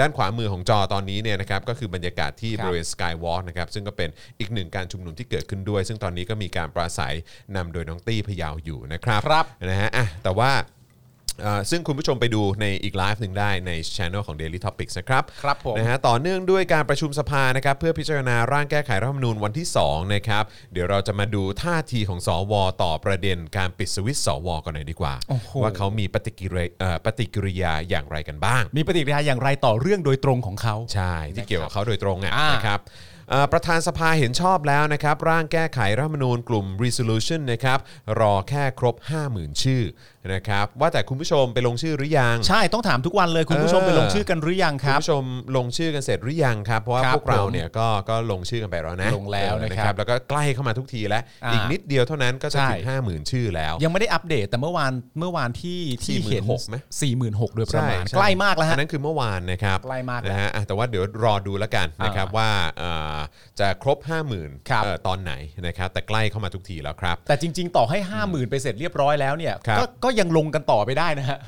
Speaker 2: ด้านขวามือของจอตอนนี้เนี่ยนะครับก็คือบรรยากาศที่ ที่
Speaker 3: ครั
Speaker 2: บ
Speaker 3: บ
Speaker 2: ริเวณสกายวอล์กนะครับซึ่งก็เป็นอีกหนึ่งการชุมนุมที่เกิดขึ้นด้วย ซึ่งตอนนี้ก็มีการปราศัยนำโดยน้องตี้พยาวอยู่นะครับ
Speaker 3: ครับ
Speaker 2: นะฮะอ่ะแต่ว่า เอ่อซึ่งคุณผู้ชมไปดูในอีกไลฟ์หนึ่งได้ในช anel ของ Daily Topics นะครับ
Speaker 3: ครับผม
Speaker 2: นะฮะต่อเนื่องด้วยการประชุมสภานะครับเพื่อพิจารณาร่างแก้ไขรัฐธรรมนูญวันที่2นะครับเดี๋ยวเราจะมาดูท่าทีของสว ต่อประเด็นการปิดสวิตช์สวกันหน่อยดีกว่า
Speaker 3: โอ้โห
Speaker 2: ว่าเขามีปฏิกิริเอ่อปฏิกิริยาอย่างไรกันบ้าง
Speaker 3: มีปฏิกิริยาอย่างไรต่อเรื่องโดยตรงของเขา
Speaker 2: ใช่ ที่เกี่ยวกับเขาโดยตรงอ่ะ
Speaker 3: อ่าน
Speaker 2: นะครับเอ่อประธานสภาเห็นชอบแล้วนะครับ ร่างแก้ไขรัฐธรรมนูญกลุ่ม resolution นะครับ รอแค่ครบ 50,000 ชื่อนะครับ ว่าแต่คุณผู้ชมไปลงชื่อหรือยัง
Speaker 3: ใช่ต้องถามทุกวันเลยคุณผู้ชม
Speaker 2: เออ
Speaker 3: ไปลงชื่อกันหรือยัง
Speaker 2: คุณ
Speaker 3: ครับ
Speaker 2: ผู้ชมลงชื่อกันเสร็จหรือยังครับ เพราะว่า
Speaker 3: ครับ
Speaker 2: พวกเรา
Speaker 3: ผม
Speaker 2: เนี่ยก็ก็ลงชื่อกันไปแล้วนะ
Speaker 3: ลงแล้วนะครับ
Speaker 2: เออแล้วก็ใกล้เข้ามาทุกทีแล้ว
Speaker 3: อ่า
Speaker 2: อีกนิดเดียวเท่านั้นก็จะถึง
Speaker 3: ใช่
Speaker 2: 50,000 ชื่อแล้ว
Speaker 3: ยังไม่ได้อัปเดตแต่เมื่อวานเมื่อวานที่ที่เห็น
Speaker 2: 46ไหม
Speaker 3: สี่หมื่นหกโดยประ
Speaker 2: ใช่
Speaker 3: มาณ
Speaker 2: ใช่
Speaker 3: ใกล้มากแล้ว
Speaker 2: อั
Speaker 3: ฮะ
Speaker 2: นนั้นคือเมื่อวานนะครับ
Speaker 3: ใกล้มากแล้ว
Speaker 2: นะฮะอ่ะแต่ว่าเดี๋ยวรอดูแล้วกันนะครับ
Speaker 3: อ่า
Speaker 2: ว่าเอ่อจะครบ 50,000
Speaker 3: ครับ
Speaker 2: เอ่อตอนไหนนะครับแต่ใกล้เข้ามาทุกทีแล้วครับ
Speaker 3: แต่จริง ๆ ต่อให้ 5 0,000 ไปเสร็จเรียบร้อยแล้วเนี่ย
Speaker 2: ครับ
Speaker 3: ก็ก็ยังลงกันต่อไปได้นะฮะ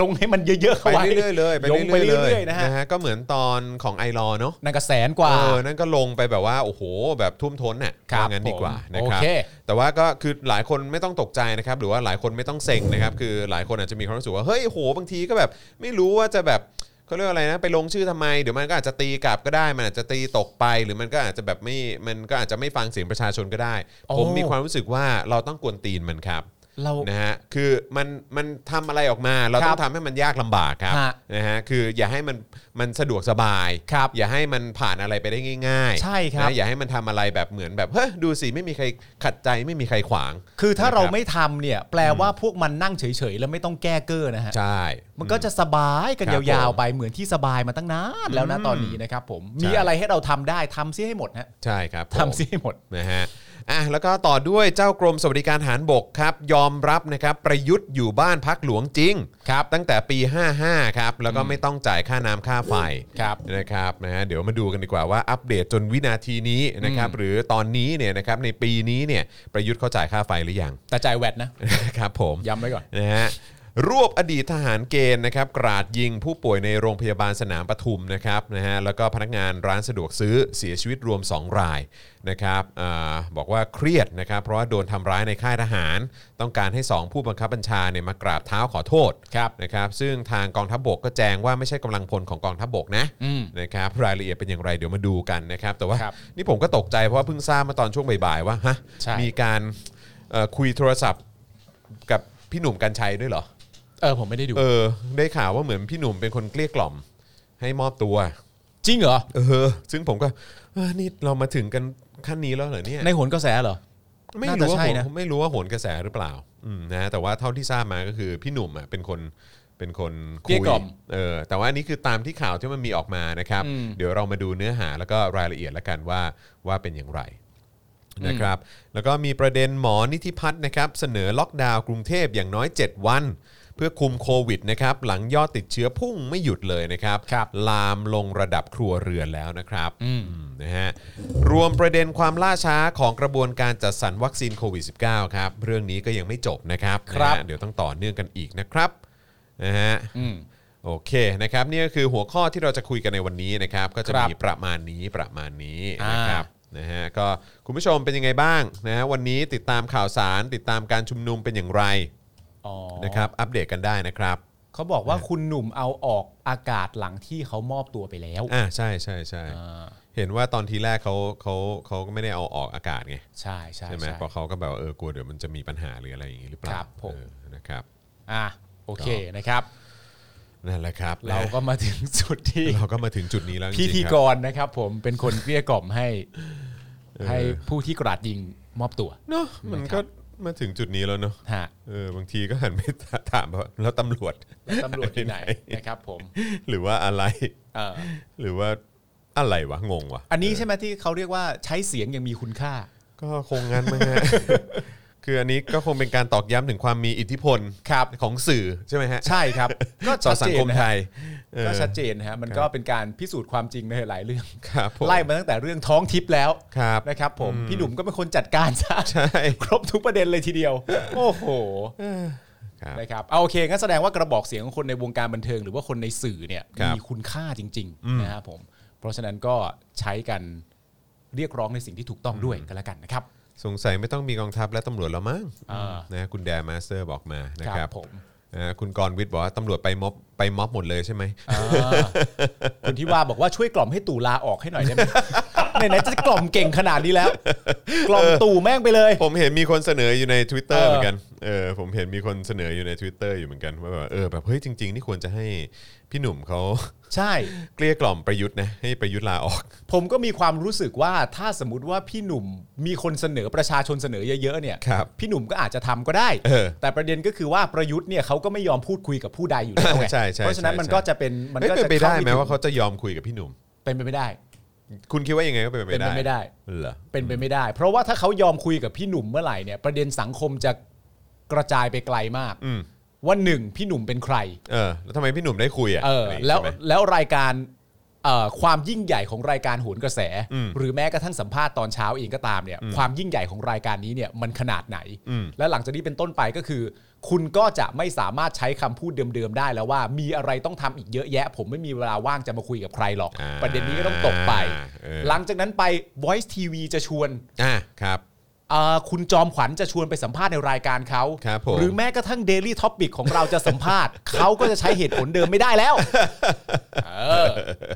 Speaker 3: ลงให้มันเยอะๆ
Speaker 2: ไป
Speaker 3: เข้าไว้
Speaker 2: เรื่อยๆเลยไป
Speaker 3: ลงไป
Speaker 2: เรื่
Speaker 3: เรื่
Speaker 2: อ
Speaker 3: อย ยๆ
Speaker 2: ๆ
Speaker 3: นะฮะ
Speaker 2: นะฮะก็เหมือนตอนของไอรอเนาะ
Speaker 3: นั่นก็แสนกว่า
Speaker 2: เออ นั่นก็ลงไปแบบว่า โอ้โห แบบทุ่วมท้นน่ะ
Speaker 3: ครับ
Speaker 2: ว่างั้นดีกว่า
Speaker 3: ผม
Speaker 2: นะครับ
Speaker 3: โอเค
Speaker 2: แต่ว่าก็คือหลายคนไม่ต้องตกใจนะครับ หรือว่าหลายคนไม่ต้องเซ็งนะครับ คือหลายคนอาจจะมีความรู้สึกว่า เฮ้ยโห บางทีก็แบบ ไม่รู้ว่าจะแบบเขาเรียกว่าอะไรนะ ไปลงชื่อทำไม เดี๋ยวมันก็อาจจะตีกลับก็ได้ มันอาจจะตีตกไป หรือมันก็อาจจะแบบไม่ มันก็อาจจะไม่ฟังเสียงประชาชนก็ได้
Speaker 3: โอ้
Speaker 2: ผมมีความรู้สึกว่าเราต้องกวนตีนมันครับ
Speaker 3: เรา
Speaker 2: นะฮะ คือมันมันทำอะไรออกมา เรา
Speaker 3: ครับ
Speaker 2: ต้องทำให้มันยากลำบากครับ
Speaker 3: ฮะ
Speaker 2: นะฮะ คืออย่าให้มันมันสะดวกสบาย
Speaker 3: ครับ
Speaker 2: อย่าให้มันผ่านอะไรไปได้ง่ายๆ
Speaker 3: ใช่ครับ
Speaker 2: นะอย่าให้มันทำอะไรแบบเหมือนแบบ เฮ้ย ดูสิ ไม่มีใครขัดใจ ไม่มีใครขวาง
Speaker 3: คือถ้า
Speaker 2: นะครับ
Speaker 3: เราไม่ทำเนี่ยแปลว่าพวกมันนั่งเฉยๆ แล้วไม่ต้องแก้เกอร์นะฮะ
Speaker 2: ใช่
Speaker 3: มันก็จะสบายกัน
Speaker 2: ครับ
Speaker 3: ยาวๆไปเหมือนที่สบายมาตั้งนานแล้วนะตอนนี้นะครับผม
Speaker 2: ใช่
Speaker 3: มีอะไรให้เราทำได้ทำซิให้หมดฮะ
Speaker 2: ใช่ครับผม
Speaker 3: ทำซิให้หมด
Speaker 2: นะฮะ อ่ะ แล้วก็ต่อด้วยเจ้ากรมสวัสดิการทหารบกครับ ยอมรับนะครับ ประยุทธ์อยู่บ้านพักหลวงจริง ครับ ตั้งแต่ปี 55 ครับ แล้วก็ไม่ต้องจ่ายค่าน้ำค่าไฟ
Speaker 3: ครับ
Speaker 2: นะครับนะฮะเดี๋ยวมาดูกันดีกว่าว่าอัปเดตจนวินาทีนี้นะครับ หรือตอนนี้เนี่ยนะครับ ในปีนี้เนี่ย ประยุทธ์เขาจ่ายค่าไฟหรือยัง (laughs)
Speaker 3: แต่จ่ายแวดนะ
Speaker 2: ครับผม
Speaker 3: ย้ำไว้ก่อน
Speaker 2: นะฮะรวบอดีตทหารเกณฑ์นะครับกราดยิงผู้ป่วยในโรงพยาบาลสนามปทุมนะครับนะฮะแล้วก็พนักงานร้านสะดวกซื้อเสียชีวิตรวม 2 รายนะครับอาบอกว่าเครียดนะครับเพราะว่าโดนทำร้ายในค่ายทหาร ต้องการให้ 2 ผู้บังคับบัญชาเนี่ยมากราบเท้าขอโทษ
Speaker 3: ครับ
Speaker 2: นะครับซึ่งทางกองทัพบกก็แจ้งว่าไม่ใช่กำลังพลของกองทัพบกนะ
Speaker 3: อืม
Speaker 2: นะครับรายละเอียดเป็นอย่างไรเดี๋ยวมาดูกันนะครับแต่ว่า
Speaker 3: ครับ
Speaker 2: นี่ผมก็ตกใจเพราะว่าเพิ่งทราบมาตอนช่วงบ่ายๆว่าฮะ
Speaker 3: ใช่
Speaker 2: มีการเอ่อคุยโทรศัพท์ กับพี่หนุ่มกัญชัยด้วยเหรอ
Speaker 3: เออผมไม่ได้ดู
Speaker 2: เออ ได้ข่าวว่าเหมือนพี่หนุ่มเป็นคนเกลี้ยกล่อม ให้มอบตัว
Speaker 3: จริงเหรอ
Speaker 2: เออ ซึ่งผมก็เอ้อนี่เรามาถึงกันขั้นนี้แล้วเหรอเนี่ย
Speaker 3: ในโหนกระแสเหรอ
Speaker 2: ไม่
Speaker 3: น่าจะ
Speaker 2: รู้ว่า
Speaker 3: ใช่
Speaker 2: โหน
Speaker 3: นะ
Speaker 2: ไม่รู้ว่าโหนกระแสหรือเปล่า อืมนะ แต่ว่าเท่าที่ทราบมาก็คือพี่หนุ่มอ่ะเป็นคนเป็นคน
Speaker 3: เกลี้ยกล่อม
Speaker 2: เออ แต่ว่าอันนี้คือตามที่ข่าวที่มันมีออกมานะครับ
Speaker 3: อืม
Speaker 2: เดี๋ยวเรามาดูเนื้อหาแล้วก็รายละเอียดละกันว่าว่าเป็นอย่างไรนะครับ แล้วก็มีประเด็นหมอนิธิพัฒน์นะครับ เสนอล็อกดาวน์กรุงเทพอย่างน้อย 7 วัน เพื่อคุมโควิดนะครับหลังยอดติดเชื้อพุ่งไม่หยุดเลยนะครับ
Speaker 3: ครับ
Speaker 2: ลามลงระดับครัวเรือนแล้วนะครับอืมนะฮะรวมประเด็นความล่าช้าของกระบวนการจัดสรรวัคซีนโควิด -19 ครับ เรื่องนี้ก็ยังไม่จบนะครับ
Speaker 3: ครับ
Speaker 2: นะฮะเดี๋ยวต้องต่อเนื่องกันอีกนะครับนะฮะ
Speaker 3: อืม
Speaker 2: โอเคนะครับนี่ก็คือหัวข้อที่เราจะคุยกันในวันนี้นะครับ ก็จะ
Speaker 3: ครับ
Speaker 2: มีประมาณนี้ประมาณนี้
Speaker 3: อ่าน
Speaker 2: นะครับนะฮะก็คุณผู้ชมเป็นยังไงบ้างนะฮะวันนี้ติดตามข่าวสาร ติดตามการชุมนุมเป็นอย่างไรนะครับ อัปเดตกันได้นะครับ
Speaker 3: เขาบอกว่าคุณหนุ่มเอาออกอากาศหลังที่เขามอบตัวไปแล้ว
Speaker 2: อ่าใช่ใช่ใช่
Speaker 3: อ่า
Speaker 2: เห็นว่าตอนทีแรกเขาเขาเขาก็ไม่ได้เอาออกอากาศไง
Speaker 3: ใช่ใช่
Speaker 2: ใช่ไหม
Speaker 3: ใช่
Speaker 2: เพราะเขาก็แบบว่าเออกลัวเดี๋ยวมันจะมีปัญหาหรืออะไรอย่างนี้หรือเปล่า
Speaker 3: ครับผม
Speaker 2: เออนะครับ
Speaker 3: อ่ะโอเคนะครับ
Speaker 2: นั่นแหละครับ
Speaker 3: เราก็มาถึงจุดที่
Speaker 2: เราก็มาถึงจุดนี้แล้วจ
Speaker 3: พิ
Speaker 2: งๆ
Speaker 3: ธี
Speaker 2: ครับ
Speaker 3: กรนะครับ ผมเป็นคนเกลี้ยกล่อมให้ ให้ผู้ที่กราดยิงมอบตัว
Speaker 2: เนอะมันก็มาถึงจุดนี้แล้วเนอะ
Speaker 3: ฮะ
Speaker 2: เออบางทีก็หันไปถามว่าแล้วตำรวจ (laughs)
Speaker 3: แล้วตำรวจที่ไหนนะครับ ผม
Speaker 2: หรือว่าอะไร
Speaker 3: เออ
Speaker 2: หรือว่าอะไรวะงงวะ
Speaker 3: อันนี้ใช่ไหมที่เขาเรียกว่าใช้เสียงยังมีคุณค่า
Speaker 2: ก็คงงั้นมั้งฮะ (laughs) คืออันนี้ก็คงเป็นการตอกย้ำถึงความมีอิทธิพลครับของสื่อใช่ไหมฮะ
Speaker 3: ใช่
Speaker 2: (laughs)
Speaker 3: ครับ ก็
Speaker 2: ต่
Speaker 3: ชั
Speaker 2: อ
Speaker 3: ด
Speaker 2: สั
Speaker 3: เจ
Speaker 2: ง
Speaker 3: น
Speaker 2: คม
Speaker 3: นะ
Speaker 2: ไท
Speaker 3: ฮะ
Speaker 2: ยเออ
Speaker 3: ก็ชัดเจนนะฮะมั
Speaker 2: ค
Speaker 3: น
Speaker 2: รับ
Speaker 3: ก็เป็นการพิสูจน์ความจริงในหลายเรื่อง
Speaker 2: ครับผม
Speaker 3: ไล่มาตั้งแต่เรื่องท้องทิพย์แล้ว
Speaker 2: ครับ
Speaker 3: นะครับ ผม
Speaker 2: อืม
Speaker 3: พี่หนุ่มก็เป็นคนจัดการ (laughs) ซะ
Speaker 2: ใช่
Speaker 3: ครบทุกประเด็นเลยทีเดียว โอ้โห
Speaker 2: ครับ
Speaker 3: นะครับเอาโอเคงั้นแสดงว่ากระบอกเสียงของคนในวงการบันเทิง หรือว่าคนในสื่อเนี่ย
Speaker 2: ครับ
Speaker 3: มีคุณค่าจริงๆนะครับผมเพราะฉะนั้นก็ใช้กันเรียกร้องในสิ่งที่ถูกต้องด้วยกันแล้วกันนะครับ
Speaker 2: (laughs) สงสัยไม่ต้องมีกองทัพและตำรวจแล้วมั้ง
Speaker 3: อ่าน
Speaker 2: นะคุณแดร์มาสเตอร์บอกมานะครับ
Speaker 3: ผม
Speaker 2: อ่าคุณกรณ์วิทย์บอกว่าตำรวจไปม็อบไปม็อบหมดเลยใช่ไหม
Speaker 3: อ่าคุณที่ว่าบอกว่าช่วยกล่อมให้ตู่ลาออกให้หน่อยได้ไหม ไหนๆจะกล่อมเก่งขนาดนี้แล้ว กล่อมตู่แม่งไปเลย
Speaker 2: ผมเห็นมีคนเสนออยู่ใน Twitter
Speaker 3: เออ
Speaker 2: เหมือนกัน เออ ผมเห็นมีคนเสนออยู่ใน Twitter อยู่เหมือนกันว่าแบบเออแบบเฮ้ยจริง ๆ นี่ควรจะให้พี่หนุ่มเขา
Speaker 3: ใช่
Speaker 2: เกลี้ยกล่อมประยุทธ์นะให้ประยุทธ์ลาออก
Speaker 3: ผมก็มีความรู้สึกว่าถ้าสมมติว่าพี่หนุ่มมีคนเสนอประชาชนเสนอเยอะๆเนี่ย
Speaker 2: ครับ
Speaker 3: พี่หนุ่มก็อาจจะทำก็ได้
Speaker 2: เออ
Speaker 3: แต่ประเด็นก็คือว่าประยุทธ์เนี่ยเขาก็ไม่ยอมพูดคุยกับผู้ใดอยู่แล้วไง
Speaker 2: ใช่ใช่
Speaker 3: เพราะฉะนั้น
Speaker 2: ใช่
Speaker 3: มัน
Speaker 2: ใช่
Speaker 3: ก็จะเป็นมัน
Speaker 2: เอ้ย
Speaker 3: ก็
Speaker 2: เป็น
Speaker 3: จะ
Speaker 2: ไปได้
Speaker 3: เข้า
Speaker 2: ไหมว่าเขาจะยอมคุยกับพี่หนุ่ม
Speaker 3: เป็นไปไม่ได้
Speaker 2: คุณคิดว่ายังไงก็เป็นไป
Speaker 3: เป็นไปไม่ได้
Speaker 2: เหรอ
Speaker 3: เป็นไปไม่ได้ เพราะว่าถ้าเขายอมคุยกับพี่หนุ่มเมื่อไหร่เนี่ยประเด็นสังคมจะกระจายไปไกลมาก
Speaker 2: อืม
Speaker 3: ว่าหนึ่งพี่หนุ่มเป็นใคร
Speaker 2: เออแล้วทำไมพี่หนุ่มได้คุยอ่ะ
Speaker 3: เออ
Speaker 2: ไรย่างงี้
Speaker 3: แล้ว
Speaker 2: ใช่ไหม
Speaker 3: แล้วรายการเอ่อความยิ่งใหญ่ของรายการโหนกระแส
Speaker 2: อืม
Speaker 3: หรือแม้กระทั่งสัมภาษณ์ตอนเช้าเองก็ตามเนี่ยความยิ่งใหญ่ของรายการนี้เนี่ยมันขนาดไหน
Speaker 2: อืม
Speaker 3: และหลังจากนี้เป็นต้นไปก็คือ คุณก็จะไม่สามารถใช้คำพูดเดิมๆได้แล้วว่ามีอะไรต้องทำอีกเยอะแยะ ผมไม่มีเวลาว่างจะมาคุยกับใครหรอก
Speaker 2: อ่า
Speaker 3: ประเด็นนี้ก็ต้องตกไป
Speaker 2: เออ
Speaker 3: หลังจากนั้นไป Voice TV จะชวน
Speaker 2: อ่ะครับ
Speaker 3: เอ่อคุณจอมขวัญจะชวนไปสัมภาษณ์ในรายการเขา
Speaker 2: ครับผม
Speaker 3: หรือแม้กระทั่ง Daily Topic ของเราจะสัมภาษณ์ (laughs) เขาก็จะใช้เหตุผลเดิมไม่ได้แล้วเออ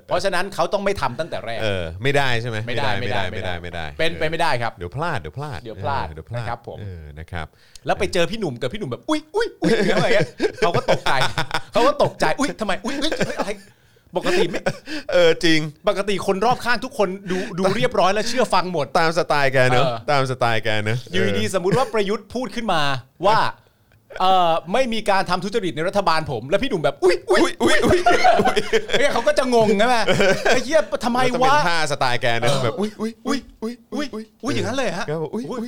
Speaker 3: เพราะฉะนั้นเขาต้องไม่ทำตั้งแต่แรก
Speaker 2: เออไม่ได้ใช่ไหม
Speaker 3: ไม่ได้
Speaker 2: ไม่ได้ไม่ได้ไม่ได้
Speaker 3: เป็นไปไม่ได้ครับ
Speaker 2: เดี๋ยวพลาดเดี๋ยวพลาด
Speaker 3: เดี๋ยวพลา
Speaker 2: อ
Speaker 3: ด
Speaker 2: อเดี๋ยวพลาด
Speaker 3: นะครับผม
Speaker 2: เออนะครับ
Speaker 3: แล้วไปเจอพี่หนุ่มกับพี่หนุ่มแบบอุ้ยอุ้ยอุ้ยอะไรเงี้ยเขาก็ต
Speaker 2: (laughs)
Speaker 3: กใจเขาก็ตกใจอุ้ยทำไมอุ้ยอุ๊ยอุ๊ยอะไรปกติไม่
Speaker 2: เออจริง
Speaker 3: ปกติคนรอบข้างทุกคนดูดูเรียบร้อยและเชื่อฟังหมด
Speaker 2: ตามสไตล์แกเนอะ
Speaker 3: เออ
Speaker 2: ตามสไตล์แกเนอะ
Speaker 3: อยู่ดีๆสมมุติว่าประยุทธ์พูดขึ้นมาว่าเอ่อไม่มีการทำทุจริตในรัฐบาลผม แล้วพี่หนุ่มแบบอุ้ยอุ้ย
Speaker 2: อุ้ยอุ้ยอุ้ย
Speaker 3: เนี่ยเขาก็จะงงใช่ไหมไอ้เหี้ยทำไม
Speaker 2: แล้วก็
Speaker 3: วะ
Speaker 2: เป็นท่าสไตล์แกเนอะแบบอุ้ยอุ้ยอุ้ยอุ้ย
Speaker 3: อุ้ยอุ้ยอย่างนั้นเลยฮะ
Speaker 2: แกบอกอุ้ยอุ้ย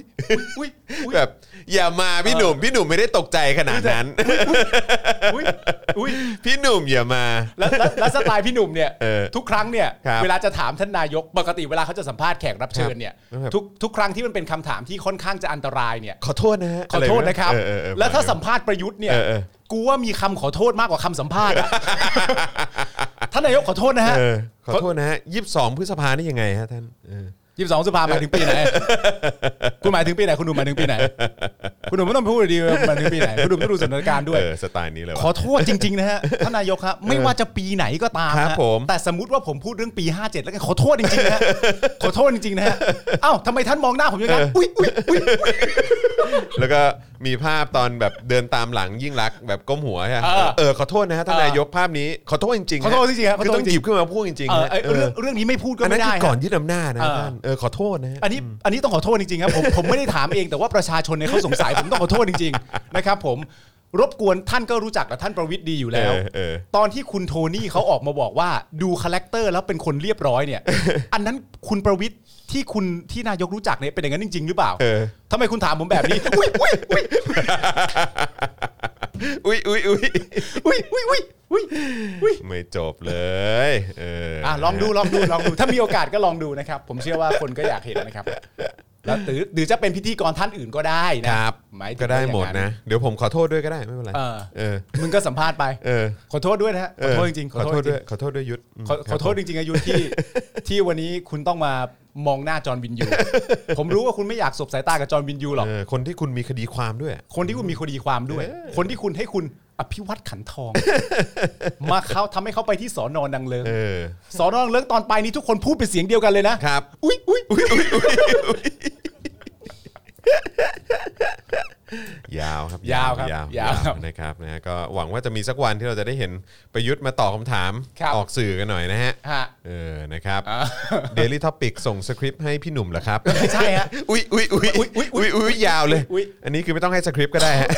Speaker 3: อุ้ยอุ้ย
Speaker 2: แบบอย่ามาพี่หนุ่มพี่หนุ่มไม่ได้ตกใจขนาดนั้น
Speaker 3: อุ้ยอุ้ย
Speaker 2: (laughs) พี่หนุ่มอย่ามา
Speaker 3: แล้วแล้วแล้วสไตล์พี่หนุ่มเนี่ย
Speaker 2: เออ
Speaker 3: ทุกครั้งเนี่ย
Speaker 2: ครับ
Speaker 3: เวลาจะถามท่านนายกปกติเวลาเขาจะสัมภาษณ์แขกรับเชิญเนี่ย
Speaker 2: ครับ
Speaker 3: ทุกทุกครั้งที่มันเป็นคำถามที่ค่อนข้างจะอันตรายเนี่ย
Speaker 2: ขอโทษนะฮะ
Speaker 3: ขอโทษนะครับ
Speaker 2: เออเออเออ
Speaker 3: แล้วถ้าสัมภาษณ์ประยุทธ์เนี่ย
Speaker 2: เออเออ
Speaker 3: กูว่ามีคำขอโทษมากกว่าคำสัมภาษณ์
Speaker 2: (laughs)
Speaker 3: อะท่านนายกขอโทษนะฮะ
Speaker 2: เออขอโทษนะฮะยี่สิบสองพฤษภานี่ยังไงฮะท่านเออ
Speaker 3: ยี่สิบสองสภาหมายถึงปีไหนคุณหมายถึงปีไหนคุณหนุ่มหมายถึงปีไหนคุณหนุ่มไม่ต้องพูดดีๆหมายถึงปีไหนคุณหนุ่มต้องดูสถานการณ์ด้วย
Speaker 2: เออสไตล์นี้เลยวะ
Speaker 3: ขอโทษจริง ๆ นะฮะ ท่านนายกครับไม่ว่าจะปีไหนก็ตาม
Speaker 2: ครับ
Speaker 3: ฮะ
Speaker 2: ผม
Speaker 3: แต่สมมติว่าผมพูดเรื่องปี 57 แล้วกันขอโทษจริง
Speaker 2: (laughs)
Speaker 3: ๆนะฮะ ขอโทษจริง ๆ นะฮะ เอ้าทำไมท่านมองหน้าผมอย่างนั้นอุ้ยอุ้ยอุ้ย
Speaker 2: แล้วก็มีภาพตอนแบบเดินตามหลังยิ่งรักษณ์แบบก้มหัวใช่ไหมเออขอโทษนะฮะท่านนายกภาพนี้ขอโทษจริงๆ
Speaker 3: ขอโทษจริงๆครับขอ
Speaker 2: คือ
Speaker 3: โทษ
Speaker 2: ต้องห
Speaker 3: จ
Speaker 2: ยิ
Speaker 3: ริ
Speaker 2: บ
Speaker 3: ง
Speaker 2: ขึ้นมาพูดจริง
Speaker 3: ๆเอ
Speaker 2: ๆ
Speaker 3: อ
Speaker 2: ฮะ
Speaker 3: ไอ้เรื่องเรื่องนี้ไม่พูดก็
Speaker 2: อันนั้น
Speaker 3: ไม่ได้
Speaker 2: คือ
Speaker 3: ฮะ
Speaker 2: ก่อนยึดอำนาจนะ
Speaker 3: เออ
Speaker 2: ท่านเออขอโทษนะฮะ
Speaker 3: อันนี้อันนี้ต้องขอโทษจริงๆครับผมผมไม่ได้ถามเองแต่ว่าประชาชนเนี่ยเขาสง
Speaker 2: (laughs)
Speaker 3: สัยผมต้องขอโทษจริง ๆ นะครับผมรบกวนท่านก็รู้จักกับท่านประวิทย์ดีอยู่แล้ว
Speaker 2: เออเออ
Speaker 3: ตอนที่คุณโทนี่เขาออกมาบอกว่าดูคาแรคเตอร์แล้วเป็นคนเรียบร้อยเนี่ย
Speaker 2: (laughs)
Speaker 3: อันนั้นคุณประวิทย์ที่คุณที่นายกรู้จักเนี่ยเป็นอย่างนั้นจริง ๆ หรือเปล่า
Speaker 2: เออ
Speaker 3: ทำไมคุณถามผมแบบนี้
Speaker 2: (laughs)
Speaker 3: อุ้ยอุ้ยอุ้ย
Speaker 2: อุ้ยอุ้ยอุ้ย
Speaker 3: อุ้ยอุ้ยอุ้ยอุ้ยอุ้ย
Speaker 2: ไม่จบเลยเออ
Speaker 3: อ่ะลองดูลองดูลองดูถ้ามีโอกาสก็ลองดูนะครับ ผมเชื่อว่าคนก็อยากเห็นนะครับแล้วหรือหรือจะเป็นพิธีกรท่านอื่นก็ได้นะครับ หมายถึง
Speaker 2: ก็ได้
Speaker 3: ว่าอย่าง
Speaker 2: หมด
Speaker 3: นั้น
Speaker 2: นะ เดี๋ยวผมขอโทษด้วยก็ได้ไม่เป็นไร
Speaker 3: เออ
Speaker 2: เออ
Speaker 3: มึงก็สัมภาษณ์ไป
Speaker 2: เออ
Speaker 3: ขอโทษด้วยนะฮะ ขอโทษจริงๆ
Speaker 2: ขอโทษด้วยขอโทษด้วยยุทธ
Speaker 3: ขอขอโทษจริงๆอายุที่ ที่วันนี้คุณต้องมามองหน้าจอห์นวินยู ผมรู้ว่าคุณไม่อยากสบสายตากับจอห์นวินยูหรอก
Speaker 2: เออคนที่คุณมีคดีความด้วย
Speaker 3: คนที่คุณมีคดีความด้วย คนที่คุณให้คุณอภิวัตขันทอง มาเขาทำให้เขาไปที่สอนอนังเลิง
Speaker 2: เออ
Speaker 3: สอนอนังเลิงตอนไปนี้ทุกคนพูดเป็นเสียงเดียวกันเลยนะครับ อุ้ยอุ้ยอุ๊ย
Speaker 2: ยาวครับ
Speaker 3: ยาวครับ
Speaker 2: ยาวย
Speaker 3: าวครับ
Speaker 2: นะครับนะฮะก็หวังว่าจะมีสักวันที่เราจะได้เห็นประยุทธ์มาตอบคำถาม
Speaker 3: ครับ
Speaker 2: ออกสื่อกันหน่อยนะฮะ
Speaker 3: ฮะ
Speaker 2: เออนะครับ
Speaker 3: อ่า
Speaker 2: เดลี่ท็อปิกส่งสคริปต์ให้พี่หนุ่มเหรอครับ
Speaker 3: (laughs) ไม่ใช่ฮะ
Speaker 2: อุ้ยอุ้ยอุ้ย
Speaker 3: อุ๊
Speaker 2: อุ้ย
Speaker 3: ยอุ๊ยอุ๊
Speaker 2: อุ้ย
Speaker 3: ย
Speaker 2: อุ้ยยาวเลย
Speaker 3: อุ๊ย
Speaker 2: อันนี้คือไม่ต้องให้สคริปต์ก็ได้ฮะ